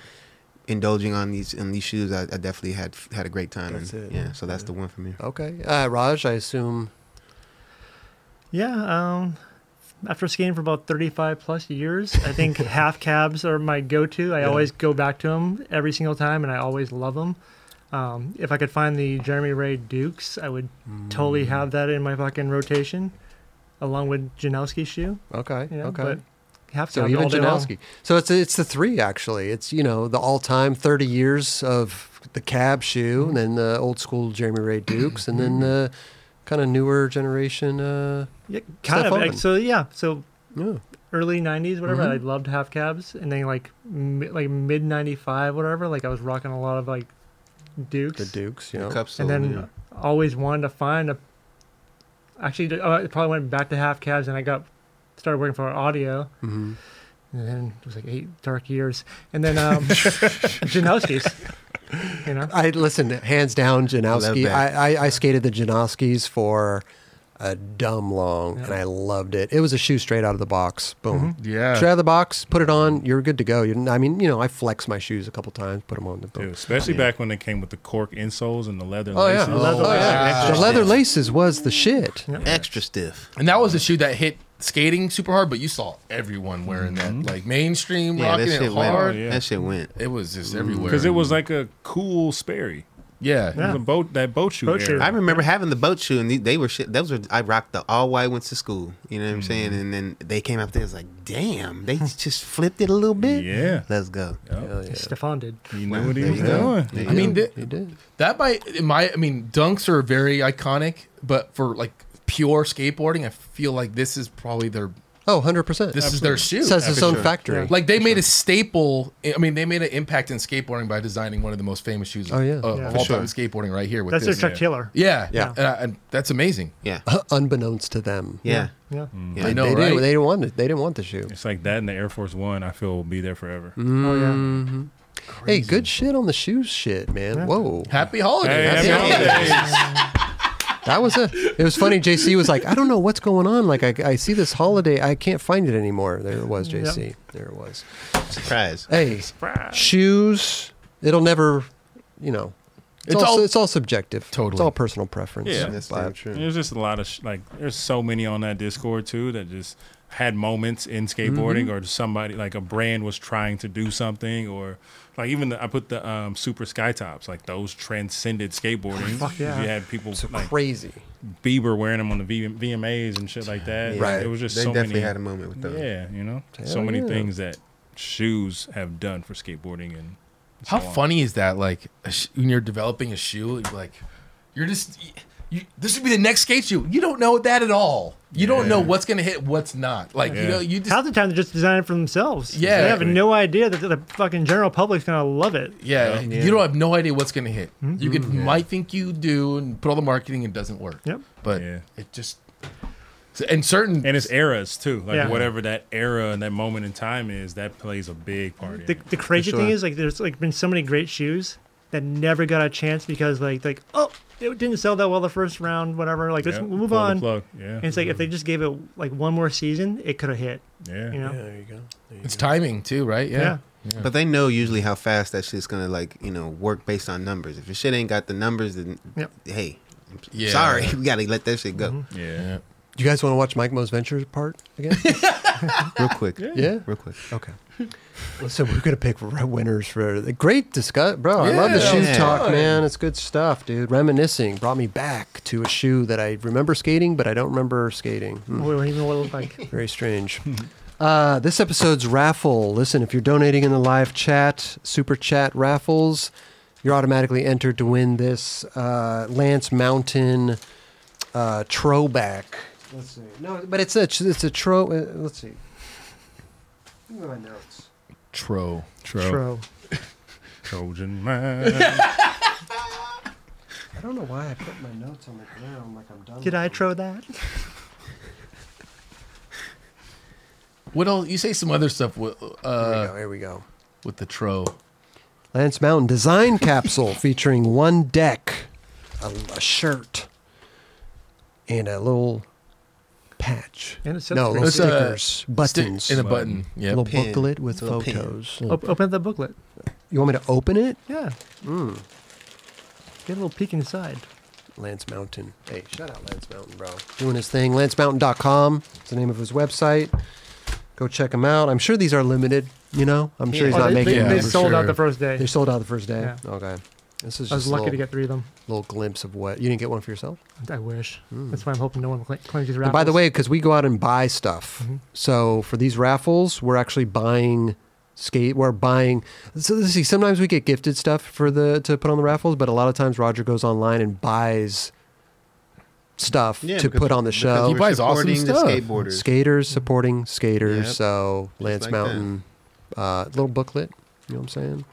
[SPEAKER 2] indulging on these in these shoes, I, I definitely had had a great time.
[SPEAKER 1] That's
[SPEAKER 2] and,
[SPEAKER 1] it.
[SPEAKER 2] Yeah, so that's the one for me.
[SPEAKER 1] Okay. Uh, Raj, I assume.
[SPEAKER 4] Yeah, um, after skating for about 35 plus years, I think half cabs are my go to. I always go back to them every single time, and I always love them. Um, if I could find the Jeremy Ray Dukes, I would totally
[SPEAKER 1] Mm,
[SPEAKER 4] have that in my fucking rotation, along with Janowski's shoe.
[SPEAKER 1] Okay.
[SPEAKER 4] You know?
[SPEAKER 1] okay.
[SPEAKER 4] But half
[SPEAKER 1] So
[SPEAKER 4] cabs
[SPEAKER 1] even
[SPEAKER 4] all day long.
[SPEAKER 1] Janowski. So it's it's the three actually. It's you know the all time thirty years of the cab shoe, and then the old school Jeremy Ray Dukes, and then the kind of newer generation. Uh,
[SPEAKER 4] Yeah, kind
[SPEAKER 1] Steph
[SPEAKER 4] of.
[SPEAKER 1] Oven.
[SPEAKER 4] So yeah, so
[SPEAKER 1] yeah.
[SPEAKER 4] early 90s whatever
[SPEAKER 1] Mm-hmm.
[SPEAKER 4] i loved half cabs and then like mi- like mid 95 whatever like i was rocking a lot of like dukes
[SPEAKER 1] the Dukes. You
[SPEAKER 2] The
[SPEAKER 1] know.
[SPEAKER 2] cup sole,
[SPEAKER 4] and then
[SPEAKER 2] yeah.
[SPEAKER 4] always wanted to find a actually uh, i probably went back to half cabs and i got started working for audio
[SPEAKER 1] Mhm.
[SPEAKER 4] and then it was like eight dark years and then um janowski's you know
[SPEAKER 1] I listen, hands down, Janowski.
[SPEAKER 2] that.
[SPEAKER 1] I, I, I skated the Janowskis for a dumb long, and I loved it. It was a shoe straight out of the box. Boom.
[SPEAKER 3] Yeah.
[SPEAKER 1] Straight out of the box, put it on, you're good to go. You, didn't- I mean, you know, I flexed my shoes a couple times, put them on the boom.
[SPEAKER 5] Dude, especially back when they came with the cork insoles and the leather.
[SPEAKER 1] Oh yeah,
[SPEAKER 5] laces.
[SPEAKER 1] oh, yeah. the leather laces was the shit.
[SPEAKER 2] Extra stiff.
[SPEAKER 3] And that was a shoe that hit skating super hard, but you saw everyone wearing that, like mainstream
[SPEAKER 2] Yeah, that
[SPEAKER 3] rocking
[SPEAKER 2] shit
[SPEAKER 3] it
[SPEAKER 2] went.
[SPEAKER 3] hard.
[SPEAKER 5] Oh, yeah.
[SPEAKER 2] That shit went.
[SPEAKER 3] It was just everywhere.
[SPEAKER 5] Because it was like a cool Sperry.
[SPEAKER 3] yeah.
[SPEAKER 5] It was a boat that boat shoe.
[SPEAKER 4] Boat
[SPEAKER 5] era.
[SPEAKER 4] shoe.
[SPEAKER 2] I remember having the boat shoe, and they, they were shit. Those were I rocked the all white ones to school. You know
[SPEAKER 5] Mm-hmm.
[SPEAKER 2] what I'm saying? And then they came out there. It's like, damn, they just flipped it a little bit.
[SPEAKER 5] Yeah.
[SPEAKER 2] let's go.
[SPEAKER 1] Hell yeah.
[SPEAKER 4] stefan did
[SPEAKER 5] You know what he
[SPEAKER 2] There
[SPEAKER 5] was
[SPEAKER 2] you go.
[SPEAKER 5] doing.
[SPEAKER 2] There you
[SPEAKER 3] I mean,
[SPEAKER 2] go.
[SPEAKER 3] th-
[SPEAKER 1] He did.
[SPEAKER 3] that might in my. I mean, dunks are very iconic, but for like pure skateboarding, I feel like this is probably their.
[SPEAKER 1] Oh, 100%.
[SPEAKER 3] This is their shoe.
[SPEAKER 1] says his
[SPEAKER 2] for
[SPEAKER 1] own
[SPEAKER 2] sure.
[SPEAKER 1] factory.
[SPEAKER 3] like they made a staple. I mean, they made an impact in skateboarding by designing one of the most famous shoes.
[SPEAKER 1] Oh, yeah.
[SPEAKER 3] of,
[SPEAKER 4] Yeah.
[SPEAKER 3] of
[SPEAKER 4] For
[SPEAKER 3] all
[SPEAKER 2] sure.
[SPEAKER 3] time in skateboarding right here with
[SPEAKER 4] that's their
[SPEAKER 3] this.
[SPEAKER 4] chuck taylor
[SPEAKER 3] yeah,
[SPEAKER 1] Yeah.
[SPEAKER 3] and, I, and that's amazing.
[SPEAKER 2] Yeah,
[SPEAKER 1] uh, unbeknownst to them.
[SPEAKER 2] yeah.
[SPEAKER 4] yeah
[SPEAKER 2] Yeah.
[SPEAKER 3] I know,
[SPEAKER 1] they
[SPEAKER 3] right?
[SPEAKER 1] didn't they didn't want it. They didn't want the shoe.
[SPEAKER 5] It's like that and the Air Force One. I feel will be there forever.
[SPEAKER 4] oh yeah
[SPEAKER 1] Mm-hmm. Hey, good shit on the shoes shit, man. Whoa.
[SPEAKER 3] Happy holidays.
[SPEAKER 5] Hey, happy holidays.
[SPEAKER 1] That was a it was funny. JC was like, I don't know what's going on. Like I, I see this holiday, I can't find it anymore. There it was, JC. There it was.
[SPEAKER 2] Surprise.
[SPEAKER 1] Hey, shoes. It'll never, you know. It's,
[SPEAKER 3] It's
[SPEAKER 1] all,
[SPEAKER 3] all-
[SPEAKER 1] it's all subjective. It's
[SPEAKER 3] Totally.
[SPEAKER 1] all personal preference.
[SPEAKER 5] Yeah.
[SPEAKER 2] That's
[SPEAKER 1] But-
[SPEAKER 2] damn true.
[SPEAKER 5] There's just a lot of sh- like. There's so many on that Discord too that just had moments in skateboarding or somebody like a brand was trying to do something or like even the, I put the um, super sky tops like those transcended skateboarding.
[SPEAKER 4] yeah.
[SPEAKER 5] You had people like
[SPEAKER 1] crazy.
[SPEAKER 5] Bieber wearing them on the v- VMAs and shit like that.
[SPEAKER 2] Yeah.
[SPEAKER 5] Like, It was just
[SPEAKER 2] they
[SPEAKER 5] so
[SPEAKER 2] definitely
[SPEAKER 5] many.
[SPEAKER 2] had a moment with those.
[SPEAKER 5] yeah, you know, so
[SPEAKER 1] Hell
[SPEAKER 5] many
[SPEAKER 1] yeah.
[SPEAKER 5] things that shoes have done for skateboarding and
[SPEAKER 3] How
[SPEAKER 5] so on.
[SPEAKER 3] funny is that? Like a sh- when you're developing a shoe, you're like you're just you, this would be the next skate shoot. You don't know that at all. You don't know
[SPEAKER 5] Yeah.
[SPEAKER 3] what's gonna hit, what's not. Like you
[SPEAKER 5] Yeah.
[SPEAKER 3] know, you just
[SPEAKER 4] Half the time they're just designing it for themselves.
[SPEAKER 3] Yeah.
[SPEAKER 4] they have
[SPEAKER 5] Exactly.
[SPEAKER 4] no idea that the fucking general public's gonna love it.
[SPEAKER 3] yeah,
[SPEAKER 2] Yeah.
[SPEAKER 3] you don't have no idea what's gonna hit. You could might think you do and put all the marketing, it doesn't work.
[SPEAKER 4] Yep.
[SPEAKER 3] But
[SPEAKER 5] Yeah.
[SPEAKER 3] it just and certain
[SPEAKER 5] And it's eras too, like
[SPEAKER 4] Yeah.
[SPEAKER 5] whatever that era and that moment in time is, that plays a big part.
[SPEAKER 4] The,
[SPEAKER 5] in it.
[SPEAKER 4] the crazy
[SPEAKER 2] sure.
[SPEAKER 4] thing is like there's like been so many great shoes that never got a chance because like like oh it didn't sell that well the first round whatever like let's
[SPEAKER 5] Yeah.
[SPEAKER 4] move
[SPEAKER 5] Pull the
[SPEAKER 4] on.
[SPEAKER 5] plug. Yeah,
[SPEAKER 4] And it's like if they just gave it like one more season, it could have hit.
[SPEAKER 5] yeah,
[SPEAKER 4] You know,
[SPEAKER 1] Yeah, there you go. There you
[SPEAKER 3] it's
[SPEAKER 1] go.
[SPEAKER 3] timing too, right?
[SPEAKER 4] Yeah.
[SPEAKER 2] But they know usually how fast that shit's gonna like you know work based on numbers. If your shit ain't got the numbers, then
[SPEAKER 4] Yep. Mm-hmm.
[SPEAKER 2] hey, I'm
[SPEAKER 3] Yeah.
[SPEAKER 2] sorry, we gotta let that shit go
[SPEAKER 5] yeah.
[SPEAKER 1] Do you guys want to watch Mike Mo's Ventures part again?
[SPEAKER 2] real quick.
[SPEAKER 1] yeah.
[SPEAKER 2] Real quick.
[SPEAKER 1] Okay. So we're gonna pick r- winners for the great discuss, bro. I love the
[SPEAKER 3] Yeah,
[SPEAKER 1] shoe
[SPEAKER 2] yeah.
[SPEAKER 1] talk,
[SPEAKER 3] fun.
[SPEAKER 1] man. It's good stuff, dude. Reminiscing brought me back to a shoe that I remember skating, but I don't remember skating. Hmm.
[SPEAKER 4] we don't even know what it looked like.
[SPEAKER 1] Very strange.
[SPEAKER 4] Hmm.
[SPEAKER 1] Uh, this episode's raffle. Listen, if you're donating in the live chat, super chat raffles, you're automatically entered to win this uh, Lance Mountain uh, throwback. Let's see. No, but it's a it's a tro. Uh, let's see. Look at my notes.
[SPEAKER 3] Tro.
[SPEAKER 5] Tro-
[SPEAKER 4] Tro.
[SPEAKER 5] Trojan man.
[SPEAKER 1] I don't know why I put my notes on the ground like I'm done.
[SPEAKER 4] Did I tro that?
[SPEAKER 3] What else? You say some other stuff with
[SPEAKER 1] Here we
[SPEAKER 3] uh
[SPEAKER 1] go. Here we go.
[SPEAKER 3] with the tro.
[SPEAKER 1] Lance Mountain design capsule featuring one deck, a, a shirt, and a little patch.
[SPEAKER 4] And it says
[SPEAKER 1] no,
[SPEAKER 4] three.
[SPEAKER 1] little
[SPEAKER 3] It's a
[SPEAKER 1] stickers, buttons,
[SPEAKER 3] Stick in a button.
[SPEAKER 1] a
[SPEAKER 3] Yeah.
[SPEAKER 1] little
[SPEAKER 2] Pin.
[SPEAKER 1] booklet with
[SPEAKER 2] Little pin.
[SPEAKER 1] photos.
[SPEAKER 4] Op- open up the booklet.
[SPEAKER 1] You want me to open it?
[SPEAKER 4] Yeah.
[SPEAKER 5] Mm.
[SPEAKER 4] Get a little peek inside.
[SPEAKER 1] Lance Mountain. Hey, shout out Lance Mountain, bro. Doing his thing. LanceMountain.com is the name of his website. Go check him out. I'm sure these are limited. You know, I'm sure he's
[SPEAKER 4] Oh,
[SPEAKER 1] not
[SPEAKER 4] they,
[SPEAKER 1] making.
[SPEAKER 3] it
[SPEAKER 4] they,
[SPEAKER 1] them
[SPEAKER 3] up
[SPEAKER 4] they
[SPEAKER 1] for
[SPEAKER 4] sold out
[SPEAKER 3] sure.
[SPEAKER 4] the first day.
[SPEAKER 1] They sold out the first day.
[SPEAKER 4] Yeah.
[SPEAKER 1] Okay. This is
[SPEAKER 4] I was
[SPEAKER 1] just a
[SPEAKER 4] lucky
[SPEAKER 1] little,
[SPEAKER 4] to get three of them.
[SPEAKER 1] little glimpse of what you didn't get one for yourself.
[SPEAKER 4] I wish.
[SPEAKER 10] Hmm.
[SPEAKER 4] That's why I'm hoping no one cla- claims these
[SPEAKER 1] And by the
[SPEAKER 4] raffles.
[SPEAKER 1] way, because we go out and buy stuff, so for these raffles, we're actually buying skate. We're buying. So let's see. Sometimes we get gifted stuff for the to put on the raffles, but a lot of times Roger goes online and buys stuff
[SPEAKER 2] Yeah,
[SPEAKER 1] to
[SPEAKER 2] because-
[SPEAKER 1] put on the
[SPEAKER 2] because
[SPEAKER 1] show.
[SPEAKER 3] He
[SPEAKER 2] we're
[SPEAKER 3] buys awesome
[SPEAKER 2] supporting the
[SPEAKER 3] stuff.
[SPEAKER 2] skateboarders.
[SPEAKER 1] skaters supporting skaters.
[SPEAKER 2] Yep.
[SPEAKER 1] So Lance
[SPEAKER 2] like
[SPEAKER 1] Mountain, uh, little booklet. You know what I'm saying?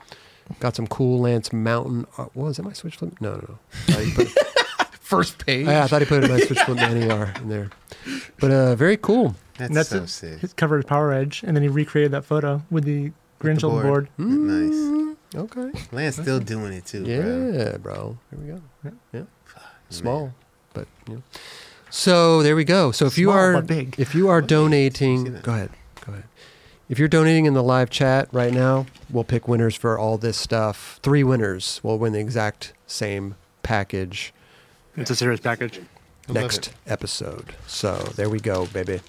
[SPEAKER 1] Got some cool Lance Mountain. Uh, what was that? My switch flip? No, no, no. I put-
[SPEAKER 3] First page.
[SPEAKER 1] yeah, I thought he put it in my switch flip and NER in there. But uh, very cool.
[SPEAKER 2] That's,
[SPEAKER 4] And that's
[SPEAKER 2] so
[SPEAKER 4] it.
[SPEAKER 2] sick.
[SPEAKER 4] his cover is Power Edge, and then he recreated that photo with the Grinch on the board.
[SPEAKER 2] board. Mm. Nice.
[SPEAKER 1] Okay.
[SPEAKER 2] Lance still doing it too. Bro.
[SPEAKER 1] Mm-hmm. Yeah, bro. Here we go. Yeah. Small, but you know. So there we go. So if you
[SPEAKER 4] Small,
[SPEAKER 1] are
[SPEAKER 4] but big.
[SPEAKER 1] if you are
[SPEAKER 2] see
[SPEAKER 1] donating,
[SPEAKER 2] that.
[SPEAKER 1] go ahead. Go ahead. If you're donating in the live chat right now, we'll pick winners for all this stuff. Three winners will win the exact same package
[SPEAKER 4] It's a serious package.
[SPEAKER 2] love
[SPEAKER 1] next episode. So there we go, baby.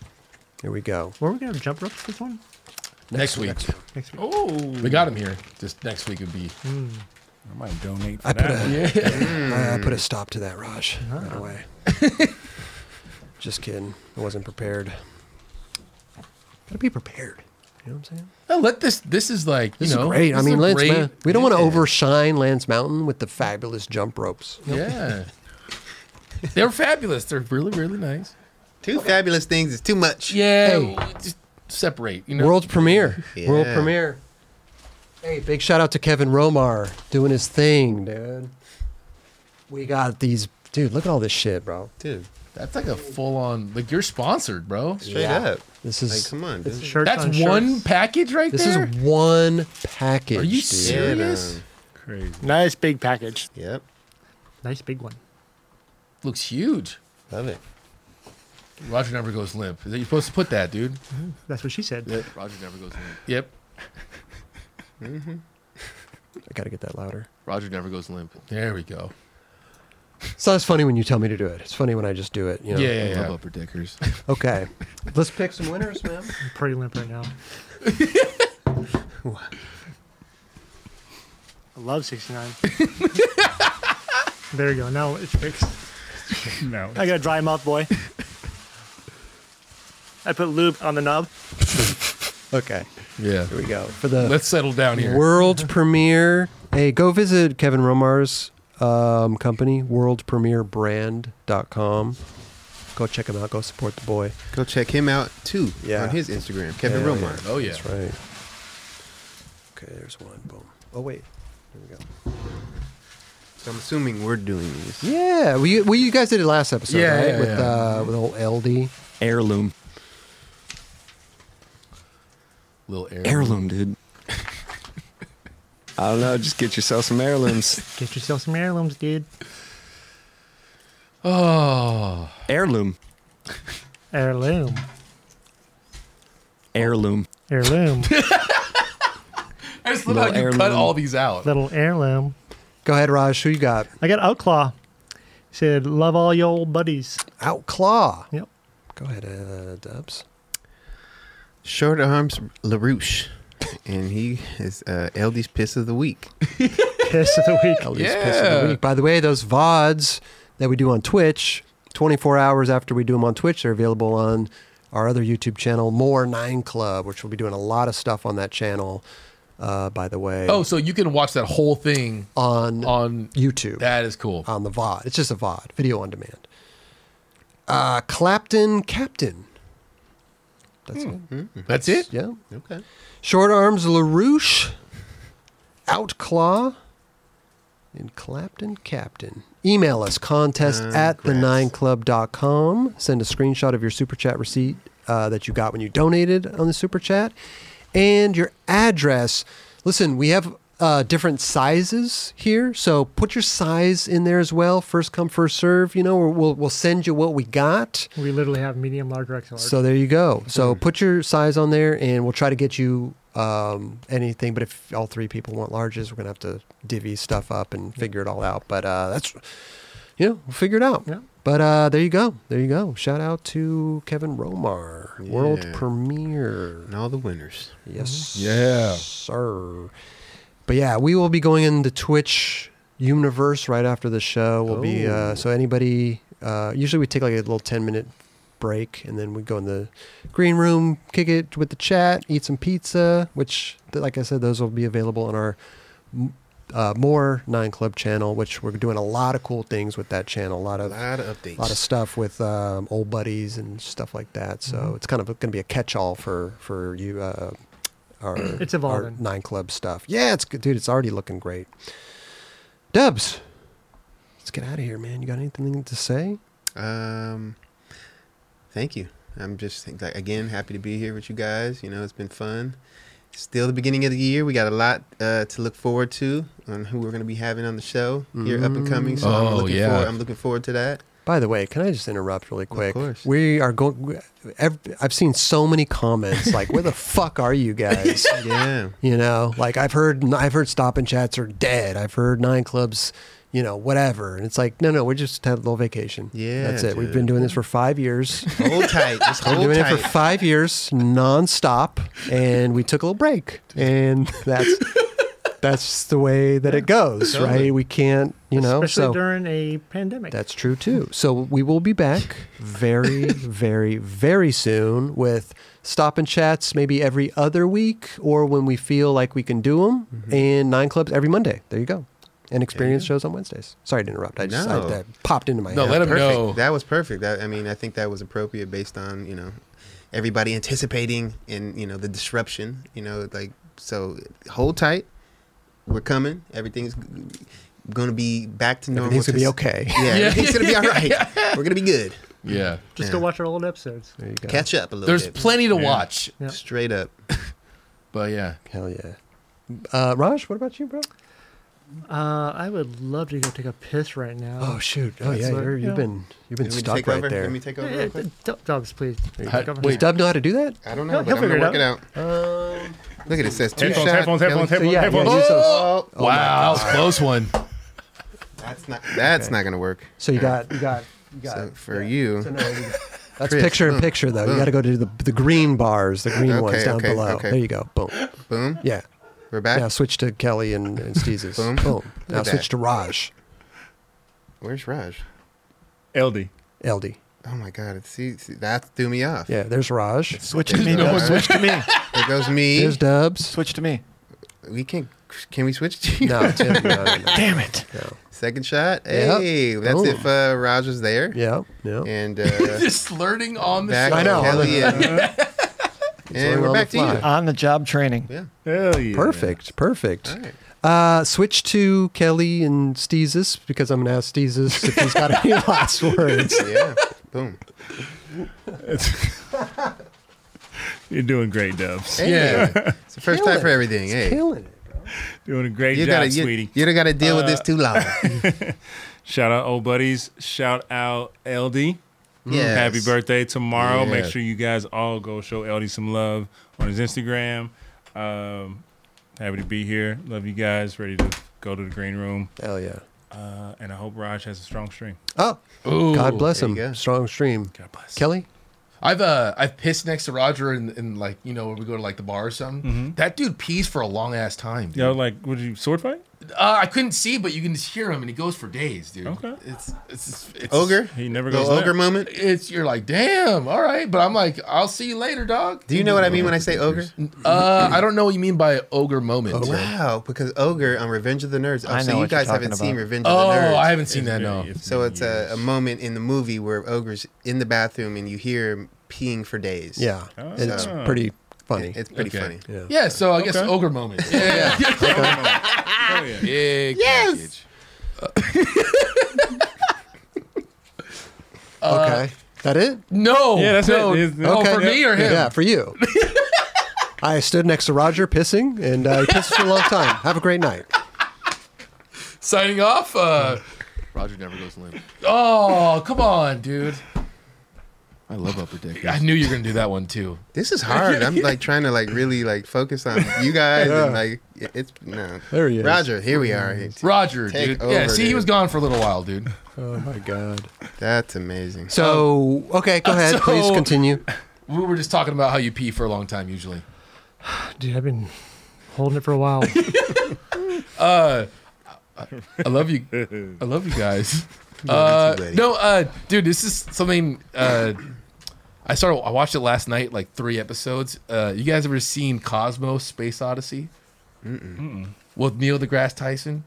[SPEAKER 1] Here we go.
[SPEAKER 4] Were we gonna have jump ropes this one?
[SPEAKER 3] next week.
[SPEAKER 4] Next week.
[SPEAKER 5] oh,
[SPEAKER 3] We got him here. Just next week would be.
[SPEAKER 5] I might donate. For
[SPEAKER 1] I put
[SPEAKER 5] that.
[SPEAKER 1] a
[SPEAKER 5] one.
[SPEAKER 1] I- I put
[SPEAKER 3] Mm.
[SPEAKER 1] a stop to that, Raj,
[SPEAKER 3] Ah.
[SPEAKER 1] right away. Just kidding. I wasn't prepared. Gotta be prepared. You know what I'm saying?
[SPEAKER 3] No, let this. This is like
[SPEAKER 1] This
[SPEAKER 3] you know.
[SPEAKER 1] is great. I
[SPEAKER 3] this
[SPEAKER 1] mean,
[SPEAKER 3] a
[SPEAKER 1] Lance,
[SPEAKER 3] great-
[SPEAKER 1] Ma- we don't want to
[SPEAKER 2] yeah.
[SPEAKER 1] overshine Lance Mountain with the fabulous jump ropes.
[SPEAKER 3] Yeah. They're fabulous. They're really, really nice.
[SPEAKER 2] Two fabulous things is too much.
[SPEAKER 3] Yeah.
[SPEAKER 1] Hey.
[SPEAKER 3] w- Just separate. You know.
[SPEAKER 1] World premiere.
[SPEAKER 2] Yeah.
[SPEAKER 1] World premiere. Hey, big shout out to Kevin Romar doing his thing, dude. We got these, dude. Look at all this shit, bro.
[SPEAKER 2] Dude,
[SPEAKER 3] That's like a full on. Like you're sponsored, bro.
[SPEAKER 2] straight
[SPEAKER 1] Yeah.
[SPEAKER 2] up.
[SPEAKER 1] This is
[SPEAKER 2] Like, come on, dude.
[SPEAKER 4] Shirts
[SPEAKER 3] That's
[SPEAKER 4] on shirts.
[SPEAKER 3] one package right
[SPEAKER 1] this
[SPEAKER 3] there.
[SPEAKER 1] is one package.
[SPEAKER 3] Are you
[SPEAKER 1] dude.
[SPEAKER 2] Yeah,
[SPEAKER 3] serious?
[SPEAKER 2] dog.
[SPEAKER 5] Crazy.
[SPEAKER 10] Nice big package.
[SPEAKER 2] Yep.
[SPEAKER 4] Nice big one.
[SPEAKER 3] Looks huge.
[SPEAKER 2] Love it.
[SPEAKER 3] Roger never goes limp. Is that you're supposed to put that, dude?
[SPEAKER 4] That's what she said.
[SPEAKER 3] Roger never goes limp. Yep.
[SPEAKER 1] I gotta get that louder.
[SPEAKER 3] Roger never goes limp. There we go.
[SPEAKER 1] So that's funny when you tell me to do it. It's funny when I just do it. You know?
[SPEAKER 3] Yeah, yeah, yeah.
[SPEAKER 1] Love
[SPEAKER 3] upper dickers.
[SPEAKER 1] it. Okay. Let's pick some winners, man.
[SPEAKER 4] I'm pretty limp right now.
[SPEAKER 10] I love 69.
[SPEAKER 4] There you go. Now it's fixed.
[SPEAKER 5] No,
[SPEAKER 10] I got a dry mouth, boy. I put lube on the knob.
[SPEAKER 1] Okay.
[SPEAKER 3] yeah.
[SPEAKER 1] Here we go. For the
[SPEAKER 3] Let's settle down here.
[SPEAKER 1] world premiere. Hey, go visit Kevin Romar's um, company, worldpremierbrand.com. Go check them out. Go support the boy.
[SPEAKER 2] Go check him out too
[SPEAKER 1] Yeah.
[SPEAKER 2] on his Instagram, Kevin
[SPEAKER 1] Yeah,
[SPEAKER 2] Romar.
[SPEAKER 3] Oh yeah.
[SPEAKER 1] That's right. Okay, there's one. Boom. Oh, wait. There we go.
[SPEAKER 2] So I'm assuming we're doing these.
[SPEAKER 1] Yeah, well, you, well, you guys did it last episode,
[SPEAKER 3] Yeah,
[SPEAKER 1] right?
[SPEAKER 3] yeah,
[SPEAKER 1] with
[SPEAKER 3] yeah.
[SPEAKER 1] Uh, with old LD.
[SPEAKER 11] Heirloom.
[SPEAKER 3] Little air.
[SPEAKER 11] Heirloom, dude. I don't know. Just get yourself some heirlooms.
[SPEAKER 4] Get yourself some heirlooms, dude.
[SPEAKER 3] Oh.
[SPEAKER 11] Heirloom.
[SPEAKER 4] Heirloom.
[SPEAKER 11] Heirloom.
[SPEAKER 4] Heirloom.
[SPEAKER 3] I just love
[SPEAKER 11] Little
[SPEAKER 3] how you cut
[SPEAKER 11] heirloom.
[SPEAKER 3] all these out.
[SPEAKER 4] Little heirloom.
[SPEAKER 1] Go ahead, Raj. Who you got?
[SPEAKER 4] I got Outclaw. Said, love all your old buddies.
[SPEAKER 1] Outclaw.
[SPEAKER 4] Yep.
[SPEAKER 1] Go ahead, uh, Dubs.
[SPEAKER 2] Short Arms LaRouche. And he is uh, LD's Piss of the Week.
[SPEAKER 4] Piss of the week.
[SPEAKER 1] Ellie's Piss of the
[SPEAKER 3] Yeah.
[SPEAKER 1] Week. By the way, those VODs that we do on Twitch, 24 hours after we do them on Twitch, they're available on our other YouTube channel, More Nine Club, which we'll be doing a lot of stuff on that channel, uh, by the way,
[SPEAKER 3] Oh, so you can watch that whole thing
[SPEAKER 1] on,
[SPEAKER 3] on
[SPEAKER 1] YouTube,
[SPEAKER 3] that is cool.
[SPEAKER 1] on the VOD. It's just a VOD, video on demand. Uh, Clapton Captain. That's
[SPEAKER 3] Hmm. That's
[SPEAKER 1] it.
[SPEAKER 3] it.
[SPEAKER 1] Yeah.
[SPEAKER 2] Okay.
[SPEAKER 1] Short Arms LaRouche, Outclaw, and Clapton Captain. Email us contest at the nine club.com. Send a screenshot of your super chat receipt uh, that you got when you donated on the super chat and your address. Listen, we have uh, different sizes here, so put your size in there as well. First come, first serve. You know, or we'll we'll send you what we got.
[SPEAKER 4] We literally have medium, large, or XL.
[SPEAKER 1] So there you go. So put your size on there, and we'll try to get you um, anything. But if all three people want larges, we're gonna have to divvy stuff up and figure it all out. But uh, that's, you know, we'll figure it out.
[SPEAKER 4] Yeah.
[SPEAKER 1] But uh, there you go. There you go. Shout out to Kevin Romar, world
[SPEAKER 2] Yeah.
[SPEAKER 1] premiere.
[SPEAKER 2] And all the winners.
[SPEAKER 1] Yes.
[SPEAKER 3] Yeah.
[SPEAKER 1] Sir. But yeah, we will be going into Twitch universe right after the show. We'll be uh, so anybody. Uh, usually we take like a little ten minute break and then we go in the green room, kick it with the chat, eat some pizza. Which, th- like I said, those will be available on our m- uh, more Nine Club channel. Which we're doing a lot of cool things with that channel. A lot
[SPEAKER 2] A
[SPEAKER 1] of
[SPEAKER 2] lot of updates.
[SPEAKER 1] a lot of stuff with um, old buddies and stuff like that. So
[SPEAKER 4] Mm-hmm.
[SPEAKER 1] it's kind of going to be a catch-all for for you. Uh, our,
[SPEAKER 4] It's
[SPEAKER 1] our
[SPEAKER 4] evolving.
[SPEAKER 1] nine club stuff. Yeah, it's good, dude. It's already looking great. Dubs, let's get out of here, man. You got anything to say?
[SPEAKER 2] Um, thank you. I'm just like again happy to be here with you guys. You know, it's been fun. Still the beginning of the year. We got a lot uh, to look forward to on who we're going to be having on the show here up and coming.
[SPEAKER 1] Mm-hmm.
[SPEAKER 2] So I'm
[SPEAKER 3] Oh,
[SPEAKER 2] looking
[SPEAKER 3] yeah.
[SPEAKER 2] forward. I'm looking forward to that.
[SPEAKER 1] By the way, can I just interrupt really quick?
[SPEAKER 2] course.
[SPEAKER 1] We are going. ev- I've seen so many comments like, "Where the fuck are you guys?"
[SPEAKER 2] Yeah.
[SPEAKER 1] You know, like I've heard, I've heard stop and chats are dead. I've heard nine clubs, you know, whatever. And it's like, no, no, we just had a little vacation.
[SPEAKER 2] Yeah,
[SPEAKER 1] that's it. We've
[SPEAKER 2] dude.
[SPEAKER 1] been doing this for five years.
[SPEAKER 2] Hold tight. Just
[SPEAKER 1] We've been
[SPEAKER 2] hold
[SPEAKER 1] doing
[SPEAKER 2] tight.
[SPEAKER 1] it for five years nonstop, and we took a little break, and that's that's the way that it goes,
[SPEAKER 2] Totally.
[SPEAKER 1] right? We can't, you know,
[SPEAKER 4] Especially
[SPEAKER 1] so
[SPEAKER 4] during a pandemic.
[SPEAKER 1] that's true too. So we will be back very, very, very soon with stop and chats maybe every other week or when we feel like we can do them and nine clubs every Monday. There you go. And experience shows on Wednesdays. Sorry to interrupt. I just I-
[SPEAKER 2] No.
[SPEAKER 1] that popped into my
[SPEAKER 3] No,
[SPEAKER 1] head.
[SPEAKER 3] let him
[SPEAKER 2] perfect.
[SPEAKER 3] know.
[SPEAKER 2] That was perfect. That, I mean, I think that was appropriate based on you know everybody anticipating and you know the disruption. You know, like so. Hold tight. We're coming. Everything's going to be back to normal.
[SPEAKER 1] Everything's gonna be
[SPEAKER 2] Just-
[SPEAKER 1] okay.
[SPEAKER 2] Yeah, everything's going to be all right. We're going to be good.
[SPEAKER 3] Yeah.
[SPEAKER 4] Just
[SPEAKER 2] Yeah.
[SPEAKER 4] go watch our old episodes.
[SPEAKER 1] There you go.
[SPEAKER 2] Catch up a little
[SPEAKER 3] There's
[SPEAKER 2] bit.
[SPEAKER 3] plenty to watch.
[SPEAKER 4] Yeah.
[SPEAKER 2] Straight up.
[SPEAKER 3] But yeah.
[SPEAKER 1] Hell yeah. Uh, Raj, what about you, bro?
[SPEAKER 4] Uh, I would love to go take a piss right now.
[SPEAKER 1] Oh shoot! Oh
[SPEAKER 4] That's
[SPEAKER 1] yeah,
[SPEAKER 4] what-
[SPEAKER 1] you're,
[SPEAKER 4] yeah.
[SPEAKER 1] you've been you've been
[SPEAKER 2] Let me
[SPEAKER 1] stuck
[SPEAKER 2] take
[SPEAKER 1] right
[SPEAKER 2] over.
[SPEAKER 1] there.
[SPEAKER 2] Let me take over.
[SPEAKER 4] Yeah,
[SPEAKER 2] Real
[SPEAKER 4] yeah,
[SPEAKER 2] quick.
[SPEAKER 4] d- d- Dogs, please.
[SPEAKER 3] Hi-
[SPEAKER 4] Go for
[SPEAKER 3] wait.
[SPEAKER 1] Does Dub know how to do that?
[SPEAKER 2] I don't
[SPEAKER 4] He'll-
[SPEAKER 2] know,
[SPEAKER 4] he'll
[SPEAKER 2] but I'm gonna
[SPEAKER 4] figure it
[SPEAKER 2] work it out. Look at it. it says two
[SPEAKER 5] Headphones,
[SPEAKER 2] shot.
[SPEAKER 5] headphones, headphones,
[SPEAKER 2] Ellie-
[SPEAKER 5] headphones,
[SPEAKER 1] yeah,
[SPEAKER 5] headphones.
[SPEAKER 1] yeah, use those.
[SPEAKER 2] Oh,
[SPEAKER 3] wow, that was a close one.
[SPEAKER 2] that's not. That's not gonna work.
[SPEAKER 1] So you got you got you got.
[SPEAKER 2] So for you,
[SPEAKER 1] So now you- that's
[SPEAKER 2] Chris,
[SPEAKER 1] picture in
[SPEAKER 2] boom,
[SPEAKER 1] picture though. You
[SPEAKER 2] boom.
[SPEAKER 1] got to go to the the green bars, the green ones
[SPEAKER 2] Okay,
[SPEAKER 1] down
[SPEAKER 2] okay,
[SPEAKER 1] below.
[SPEAKER 2] okay.
[SPEAKER 1] There you go. Boom.
[SPEAKER 2] boom.
[SPEAKER 1] Yeah.
[SPEAKER 2] We're back.
[SPEAKER 1] Now switch to Kelly and, and Steezes.
[SPEAKER 2] Boom.
[SPEAKER 1] Boom. Now
[SPEAKER 2] at
[SPEAKER 1] switch
[SPEAKER 2] that.
[SPEAKER 1] to Raj.
[SPEAKER 2] Where's Raj?
[SPEAKER 5] LD.
[SPEAKER 1] LD.
[SPEAKER 2] Oh my God! It's, see, see, that threw me off.
[SPEAKER 1] Yeah. There's Raj.
[SPEAKER 6] Switch to me.
[SPEAKER 2] There's
[SPEAKER 6] Doug.
[SPEAKER 2] no-
[SPEAKER 6] Switch to me.
[SPEAKER 2] There goes me.
[SPEAKER 1] There's Dubs.
[SPEAKER 6] Switch to me.
[SPEAKER 2] we can. Can we switch? To you?
[SPEAKER 1] No, it's him. No, no, no.
[SPEAKER 6] Damn it.
[SPEAKER 1] No.
[SPEAKER 2] Second shot.
[SPEAKER 1] Yep.
[SPEAKER 2] Hey, that's
[SPEAKER 1] Boom.
[SPEAKER 2] if uh, Roger's there.
[SPEAKER 1] Yeah. Yeah.
[SPEAKER 2] And uh,
[SPEAKER 3] Just flirting on the
[SPEAKER 2] back
[SPEAKER 1] I know.
[SPEAKER 3] show.
[SPEAKER 2] Kelly and,
[SPEAKER 1] on
[SPEAKER 2] and we're
[SPEAKER 1] the
[SPEAKER 2] back to
[SPEAKER 1] fly.
[SPEAKER 2] you.
[SPEAKER 6] On the job training.
[SPEAKER 2] Yeah.
[SPEAKER 11] Hell yeah.
[SPEAKER 1] Perfect. Perfect.
[SPEAKER 2] All right.
[SPEAKER 1] Uh, switch to Kelly and Steezus because I'm going to ask Steezus if he's got any last words.
[SPEAKER 2] Yeah. Boom.
[SPEAKER 11] You're doing great, Dubs.
[SPEAKER 2] Hey,
[SPEAKER 3] Yeah.
[SPEAKER 2] It's the first time for everything. Hey.
[SPEAKER 1] Killing it.
[SPEAKER 11] Doing a great
[SPEAKER 2] You
[SPEAKER 11] job,
[SPEAKER 2] gotta, you,
[SPEAKER 11] sweetie.
[SPEAKER 2] you don't gotta deal with this too long.
[SPEAKER 5] Shout out old buddies. Shout out LD.
[SPEAKER 2] Yeah.
[SPEAKER 5] Happy birthday tomorrow. Make
[SPEAKER 2] Yeah.
[SPEAKER 5] sure you guys all go show LD some love on his Instagram. Um, happy to be here. Love you guys. Ready to go to the green room.
[SPEAKER 1] Hell yeah.
[SPEAKER 5] Uh, and I hope Raj has a strong stream.
[SPEAKER 1] Oh,
[SPEAKER 3] Ooh.
[SPEAKER 1] God bless
[SPEAKER 2] there you
[SPEAKER 1] him.
[SPEAKER 2] go.
[SPEAKER 1] Strong stream.
[SPEAKER 5] God bless.
[SPEAKER 1] Kelly?
[SPEAKER 3] I've uh I've pissed next to Roger and, and like you know when we go to like the bar or something. That dude pees for a long ass time. Dude.
[SPEAKER 5] Yo, like, would you sword fight?
[SPEAKER 3] Uh, I couldn't see, but you can just hear him, and he goes for days, dude.
[SPEAKER 5] Okay.
[SPEAKER 3] It's it's, it's
[SPEAKER 2] Ogre.
[SPEAKER 5] He never
[SPEAKER 2] Little
[SPEAKER 5] goes left.
[SPEAKER 2] ogre moment.
[SPEAKER 3] It's you're like, damn, all right. But I'm like, I'll see you later, dog.
[SPEAKER 2] Do you know what I mean when I say ogre?
[SPEAKER 3] Uh, I don't know what you mean by ogre moment.
[SPEAKER 2] Wow, because ogre on Revenge of the Nerds. Oh,
[SPEAKER 6] I know
[SPEAKER 2] so
[SPEAKER 6] what
[SPEAKER 2] you
[SPEAKER 6] you're
[SPEAKER 2] guys
[SPEAKER 6] talking
[SPEAKER 2] haven't seen
[SPEAKER 6] about.
[SPEAKER 2] Revenge
[SPEAKER 3] Oh,
[SPEAKER 2] of the Nerds.
[SPEAKER 3] I haven't seen that.
[SPEAKER 5] It's
[SPEAKER 3] No.
[SPEAKER 5] very-
[SPEAKER 2] So it's a, a
[SPEAKER 5] years.
[SPEAKER 2] moment in the movie where ogre's in the bathroom and you hear him peeing for days.
[SPEAKER 1] Yeah.
[SPEAKER 5] Oh.
[SPEAKER 1] It's pretty funny.
[SPEAKER 2] It's pretty
[SPEAKER 3] Okay.
[SPEAKER 2] funny.
[SPEAKER 1] yeah.
[SPEAKER 3] Yeah. So I guess
[SPEAKER 5] Okay.
[SPEAKER 3] ogre moment. Yeah. yeah.
[SPEAKER 5] Oh, yeah.
[SPEAKER 3] Big package.
[SPEAKER 1] okay. That it?
[SPEAKER 3] No.
[SPEAKER 5] Yeah, that's
[SPEAKER 3] no.
[SPEAKER 5] it. It's-
[SPEAKER 3] Oh,
[SPEAKER 1] okay.
[SPEAKER 3] for me or him?
[SPEAKER 1] Yeah, for you. I stood next to Roger pissing, and uh, he pissed for a long time. Have a great night.
[SPEAKER 3] Signing off. Uh,
[SPEAKER 11] Roger never goes limp.
[SPEAKER 3] oh, come on, dude.
[SPEAKER 11] I love upper dick.
[SPEAKER 3] I knew you were gonna do that one too.
[SPEAKER 2] This is hard. I'm like trying to like really like focus on you guys
[SPEAKER 1] Yeah.
[SPEAKER 2] and like it- it's no.
[SPEAKER 1] There he is.
[SPEAKER 2] Roger, here we are. He-
[SPEAKER 3] Roger,
[SPEAKER 2] Take
[SPEAKER 3] dude. yeah.
[SPEAKER 2] over,
[SPEAKER 3] See, he was
[SPEAKER 2] dude.
[SPEAKER 3] gone for a little while, dude.
[SPEAKER 1] Oh, my God.
[SPEAKER 2] That's amazing.
[SPEAKER 1] So, okay, go ahead.
[SPEAKER 3] so-
[SPEAKER 1] Please continue.
[SPEAKER 3] We were just talking about how you pee for a long time usually.
[SPEAKER 4] Dude, I've been holding it for a while.
[SPEAKER 3] I love you. I love you guys. Uh,
[SPEAKER 2] too, buddy.
[SPEAKER 3] no, uh, dude, this is something. Uh, I started. I watched it last night, like three episodes. Uh, you guys ever seen Cosmos Space Odyssey? With Neil deGrasse Tyson,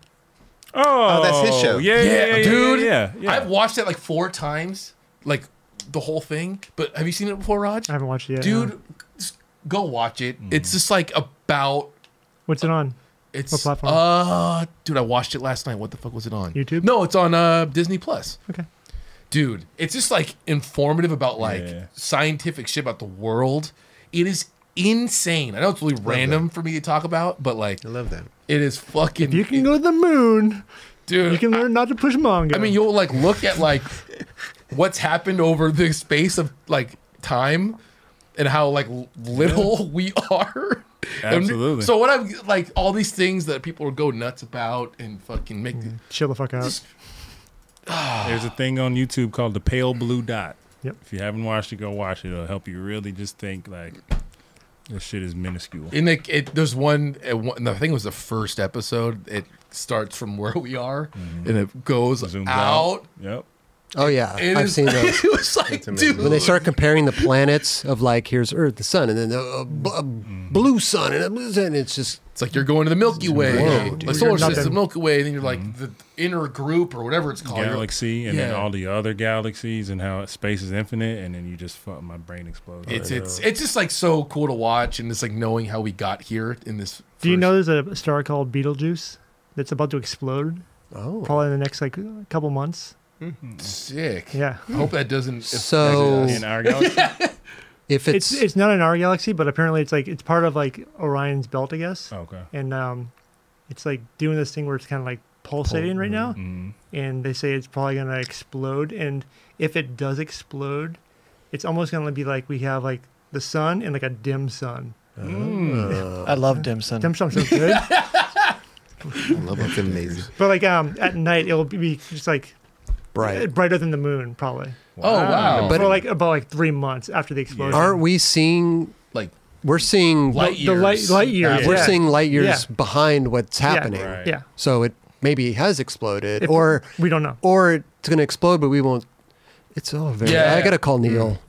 [SPEAKER 5] Oh,
[SPEAKER 2] that's his show.
[SPEAKER 5] Yeah, yeah, yeah, yeah
[SPEAKER 3] dude.
[SPEAKER 5] Yeah, yeah.
[SPEAKER 3] I've watched it like four times, like the whole thing. But have you seen it before, Raj?
[SPEAKER 4] I haven't watched it yet. no.
[SPEAKER 3] Dude, just go watch it.
[SPEAKER 5] Mm.
[SPEAKER 3] It's just like about.
[SPEAKER 4] what's it on?
[SPEAKER 3] It's
[SPEAKER 4] What platform?
[SPEAKER 3] uh, dude, I watched it last night. What the fuck was it on?
[SPEAKER 4] YouTube?
[SPEAKER 3] No, it's on uh Disney Plus.
[SPEAKER 4] Okay.
[SPEAKER 3] dude it's just like informative about like
[SPEAKER 5] Yeah.
[SPEAKER 3] scientific shit about the world it is insane i know it's really random for me to talk about but like
[SPEAKER 2] I love that.
[SPEAKER 3] it is fucking
[SPEAKER 4] You can go to the moon.
[SPEAKER 3] dude
[SPEAKER 4] You can learn not to push manga.
[SPEAKER 3] I, I mean you'll like look at like what's happened over the space of like time and how like l- little we are And
[SPEAKER 5] Absolutely.
[SPEAKER 3] so what i'm like all these things that people go nuts about and fucking make
[SPEAKER 4] chill the fuck out.
[SPEAKER 3] Just-
[SPEAKER 5] There's a thing on YouTube called the Pale Blue Dot.
[SPEAKER 4] Yep.
[SPEAKER 5] If you haven't watched it, go watch it. It'll help you really just think like this shit is minuscule.
[SPEAKER 3] In the it, there's one, uh, one. I think it was the first episode. It starts from where we are, and it goes
[SPEAKER 5] Zooms
[SPEAKER 3] out.
[SPEAKER 5] Yep.
[SPEAKER 1] Oh, yeah.
[SPEAKER 3] It
[SPEAKER 1] I've
[SPEAKER 3] is-
[SPEAKER 1] seen those.
[SPEAKER 3] It was like, dude,
[SPEAKER 1] when they start comparing the planets of like here's Earth, the Sun, and then the uh, b- uh, blue Sun, and, a blue sun, and it's just
[SPEAKER 3] it's like you're going to the Milky Way,
[SPEAKER 1] Whoa,
[SPEAKER 3] the
[SPEAKER 1] dude.
[SPEAKER 3] solar
[SPEAKER 4] You're nothing.
[SPEAKER 3] system, Milky Way, and then you're like the inner group or whatever it's called. You're like-
[SPEAKER 5] Galaxy and then
[SPEAKER 3] Yeah.
[SPEAKER 5] all the other galaxies and how space is infinite and then you just fuck my brain explodes.
[SPEAKER 3] It's it's it's just like so cool to watch, and it's like knowing how we got here in this.
[SPEAKER 4] Do you
[SPEAKER 3] first-
[SPEAKER 4] know there's a star called Betelgeuse that's about to explode
[SPEAKER 1] oh.
[SPEAKER 4] probably in the next like couple months?
[SPEAKER 3] Sick.
[SPEAKER 4] Yeah.
[SPEAKER 3] I hope that doesn't.
[SPEAKER 1] So-
[SPEAKER 3] affect us.
[SPEAKER 5] in our galaxy.
[SPEAKER 1] If
[SPEAKER 4] It's
[SPEAKER 1] it's,
[SPEAKER 4] it's not in our galaxy, but apparently it's like it's part of like Orion's belt, I guess.
[SPEAKER 5] Oh, okay.
[SPEAKER 4] And um, it's like doing this thing where it's kind of like pulsating right now,
[SPEAKER 5] Mm.
[SPEAKER 4] and they say it's probably gonna explode. And if it does explode, it's almost gonna be like we have like the sun and like a dim sun.
[SPEAKER 6] I love dim sum.
[SPEAKER 4] Dim sun's so good.
[SPEAKER 2] I love That's amazing.
[SPEAKER 4] But like um at night it'll be just like
[SPEAKER 1] bright,
[SPEAKER 4] brighter than the moon probably.
[SPEAKER 3] Oh wow!
[SPEAKER 1] But-
[SPEAKER 4] But like about like three months after the explosion.
[SPEAKER 1] aren't we seeing?
[SPEAKER 3] like
[SPEAKER 1] We're seeing
[SPEAKER 3] light
[SPEAKER 4] the
[SPEAKER 3] years.
[SPEAKER 4] light light years?
[SPEAKER 1] we're
[SPEAKER 4] yeah.
[SPEAKER 1] seeing light years
[SPEAKER 4] Yeah.
[SPEAKER 1] behind what's
[SPEAKER 4] Yeah.
[SPEAKER 1] happening.
[SPEAKER 5] Right.
[SPEAKER 4] Yeah,
[SPEAKER 1] So it maybe has exploded,
[SPEAKER 4] If-
[SPEAKER 1] or
[SPEAKER 4] we don't know.
[SPEAKER 1] or it's gonna explode, but we won't. It's all very.
[SPEAKER 3] Yeah.
[SPEAKER 1] I gotta call Neil.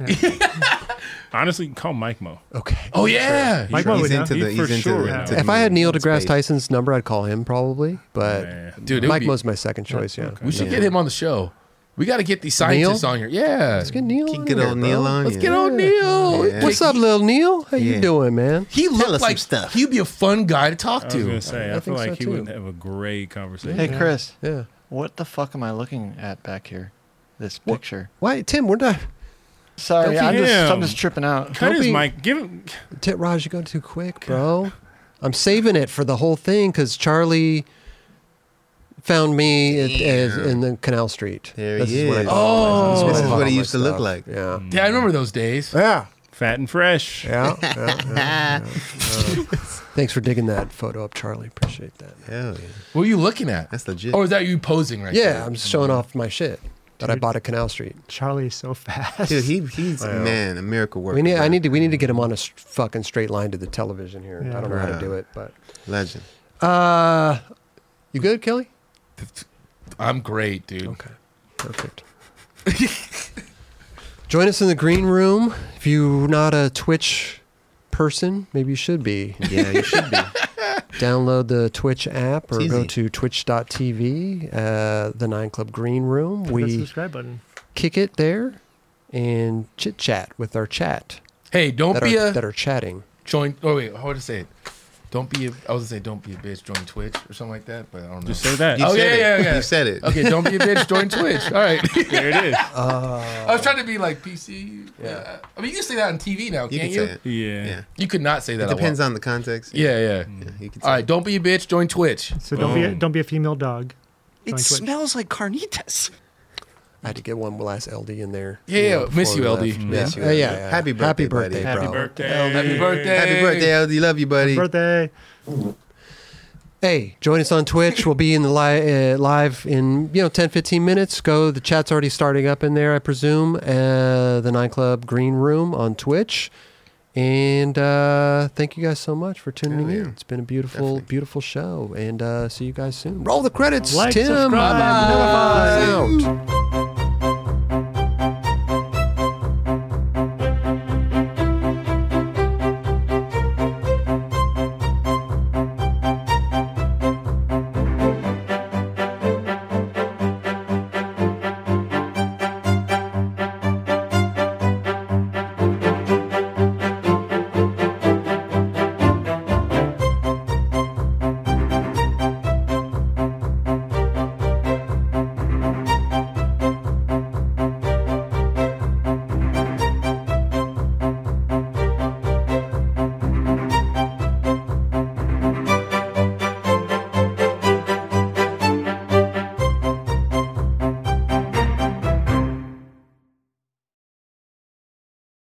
[SPEAKER 5] Honestly, you can call Mike Mo.
[SPEAKER 1] Okay.
[SPEAKER 3] Oh yeah,
[SPEAKER 4] Mike Mo
[SPEAKER 2] he's
[SPEAKER 4] would know.
[SPEAKER 2] into the. He's
[SPEAKER 5] He for
[SPEAKER 2] into
[SPEAKER 5] sure
[SPEAKER 2] the.
[SPEAKER 5] would
[SPEAKER 2] to
[SPEAKER 5] know.
[SPEAKER 1] If I had
[SPEAKER 2] the
[SPEAKER 1] Neil deGrasse
[SPEAKER 2] space.
[SPEAKER 1] Tyson's number, I'd call him probably. But
[SPEAKER 5] Man. Dude, it would
[SPEAKER 1] Mike
[SPEAKER 5] be-
[SPEAKER 1] Mo's my second choice. Yeah.
[SPEAKER 3] we should get him on the show. We got to get these scientists
[SPEAKER 1] Neil?
[SPEAKER 3] on here. Yeah,
[SPEAKER 1] Let's get Neil.
[SPEAKER 2] Keep
[SPEAKER 1] on
[SPEAKER 2] good
[SPEAKER 1] here,
[SPEAKER 2] old
[SPEAKER 1] bro.
[SPEAKER 2] Neil on.
[SPEAKER 3] Let's
[SPEAKER 2] you.
[SPEAKER 3] get on Neil.
[SPEAKER 2] Yeah.
[SPEAKER 1] What's up, little Neil? How you
[SPEAKER 2] Yeah.
[SPEAKER 1] doing, man?
[SPEAKER 3] He
[SPEAKER 2] Tell us
[SPEAKER 3] looked
[SPEAKER 2] some
[SPEAKER 3] like
[SPEAKER 2] stuff.
[SPEAKER 3] he'd be a fun guy to
[SPEAKER 5] I
[SPEAKER 3] talk
[SPEAKER 5] was
[SPEAKER 3] to.
[SPEAKER 5] gonna say, I,
[SPEAKER 1] I
[SPEAKER 5] feel
[SPEAKER 1] think so,
[SPEAKER 5] like he
[SPEAKER 1] too.
[SPEAKER 5] would have a great conversation.
[SPEAKER 6] Hey, Chris,
[SPEAKER 1] Yeah.
[SPEAKER 6] what the fuck am I looking at back here? This picture.
[SPEAKER 1] Why, Tim? We're not.
[SPEAKER 6] Sorry,
[SPEAKER 1] Don't
[SPEAKER 6] I'm
[SPEAKER 5] feed
[SPEAKER 6] just,
[SPEAKER 5] him.
[SPEAKER 6] I'm just tripping out.
[SPEAKER 5] Cut
[SPEAKER 1] Don't
[SPEAKER 5] his
[SPEAKER 1] be-
[SPEAKER 5] mic. Give him.
[SPEAKER 1] Tit Raj, you're going too quick, bro. I'm saving it for the whole thing because Charlie found me at, as, in the Canal Street.
[SPEAKER 2] There
[SPEAKER 1] this
[SPEAKER 2] he
[SPEAKER 1] is. What I
[SPEAKER 2] is.
[SPEAKER 1] bought all my-
[SPEAKER 2] Oh. This
[SPEAKER 1] I
[SPEAKER 2] is
[SPEAKER 1] bought
[SPEAKER 2] what he
[SPEAKER 1] all my
[SPEAKER 2] used to look
[SPEAKER 1] stuff.
[SPEAKER 2] like.
[SPEAKER 1] Yeah.
[SPEAKER 3] Yeah, I remember those days.
[SPEAKER 1] Yeah.
[SPEAKER 5] Fat and fresh.
[SPEAKER 1] Yeah. yeah, yeah, yeah. Thanks for digging that photo up, Charlie. Appreciate that.
[SPEAKER 2] Hell yeah.
[SPEAKER 3] What were you looking at?
[SPEAKER 2] That's legit.
[SPEAKER 1] Oh,
[SPEAKER 3] Or is that you posing right
[SPEAKER 1] Yeah,
[SPEAKER 3] there?
[SPEAKER 1] I'm just
[SPEAKER 2] Mm-hmm.
[SPEAKER 1] showing off my shit that I bought at Canal Street.
[SPEAKER 4] Charlie is so fast.
[SPEAKER 2] Dude, he, he's man, a miracle worker.
[SPEAKER 1] We need, I
[SPEAKER 2] man.
[SPEAKER 1] need to, we need to get him on a s- fucking straight line to the television here.
[SPEAKER 4] Yeah.
[SPEAKER 1] I don't know how to
[SPEAKER 2] Right.
[SPEAKER 1] do it, but
[SPEAKER 2] legend.
[SPEAKER 1] uh, you good, Kelly?
[SPEAKER 3] I'm great, dude.
[SPEAKER 1] Okay, perfect. Join us in the green room. If you're not a Twitch person, maybe you should be.
[SPEAKER 2] Yeah, you should be.
[SPEAKER 1] Download the Twitch app or
[SPEAKER 2] It's
[SPEAKER 1] go
[SPEAKER 2] easy.
[SPEAKER 1] to twitch.tv, uh, the Nine Club Green Room.
[SPEAKER 4] Hit that
[SPEAKER 1] We
[SPEAKER 4] subscribe button.
[SPEAKER 1] kick it there and chit chat with our chat
[SPEAKER 3] Hey, don't
[SPEAKER 1] that
[SPEAKER 3] be
[SPEAKER 1] are,
[SPEAKER 3] a
[SPEAKER 1] that are chatting.
[SPEAKER 3] join. Oh wait, how would I say it? Don't be. A, I was gonna say don't be a bitch. Join Twitch or something like that, but I don't know.
[SPEAKER 5] Just say that.
[SPEAKER 2] You
[SPEAKER 3] Oh,
[SPEAKER 2] said
[SPEAKER 3] yeah,
[SPEAKER 2] it.
[SPEAKER 3] yeah, yeah.
[SPEAKER 2] You said it.
[SPEAKER 3] okay, don't be a bitch. Join Twitch. All right.
[SPEAKER 5] There it is. Oh.
[SPEAKER 3] I was trying to be like PC. Yeah. I mean, you can say that on TV now,
[SPEAKER 2] You
[SPEAKER 3] can't
[SPEAKER 2] can
[SPEAKER 3] you?
[SPEAKER 2] say it.
[SPEAKER 5] Yeah.
[SPEAKER 2] Yeah.
[SPEAKER 3] You could not say that.
[SPEAKER 2] It
[SPEAKER 3] on
[SPEAKER 2] depends
[SPEAKER 3] wa-
[SPEAKER 2] on the context.
[SPEAKER 3] Yeah, yeah.
[SPEAKER 5] Mm.
[SPEAKER 2] Yeah, you can
[SPEAKER 3] All
[SPEAKER 2] say
[SPEAKER 3] right, don't be a bitch. Join Twitch.
[SPEAKER 4] So don't be a,
[SPEAKER 2] Oh.
[SPEAKER 5] Boom.
[SPEAKER 4] don't be a female dog.
[SPEAKER 10] It
[SPEAKER 4] on Twitch.
[SPEAKER 10] smells like carnitas.
[SPEAKER 1] I had to get one last LD in there.
[SPEAKER 3] Yeah, yeah, miss you, LD.
[SPEAKER 2] Miss you,
[SPEAKER 1] Yeah. Uh, yeah,
[SPEAKER 2] LD.
[SPEAKER 1] yeah.
[SPEAKER 2] Oh, Happy birthday, buddy.
[SPEAKER 1] Happy
[SPEAKER 2] Happy
[SPEAKER 1] bro.
[SPEAKER 5] Birthday.
[SPEAKER 3] Oh. Happy birthday.
[SPEAKER 2] Happy birthday, LD. Love you, buddy.
[SPEAKER 4] Birthday.
[SPEAKER 1] Hey, join us on Twitch. We'll be in the li- uh, live in you know 10, 15 minutes. Go. The chat's already starting up in there, I presume. Uh, the Nine Club Green Room on Twitch. And uh, thank you guys so much for tuning
[SPEAKER 2] Hell yeah.
[SPEAKER 1] in. It's been a beautiful, beautiful show. And uh, see you guys soon. Roll the credits,
[SPEAKER 4] Like,
[SPEAKER 1] Tim.
[SPEAKER 4] subscribe,
[SPEAKER 1] Bye-bye. Out.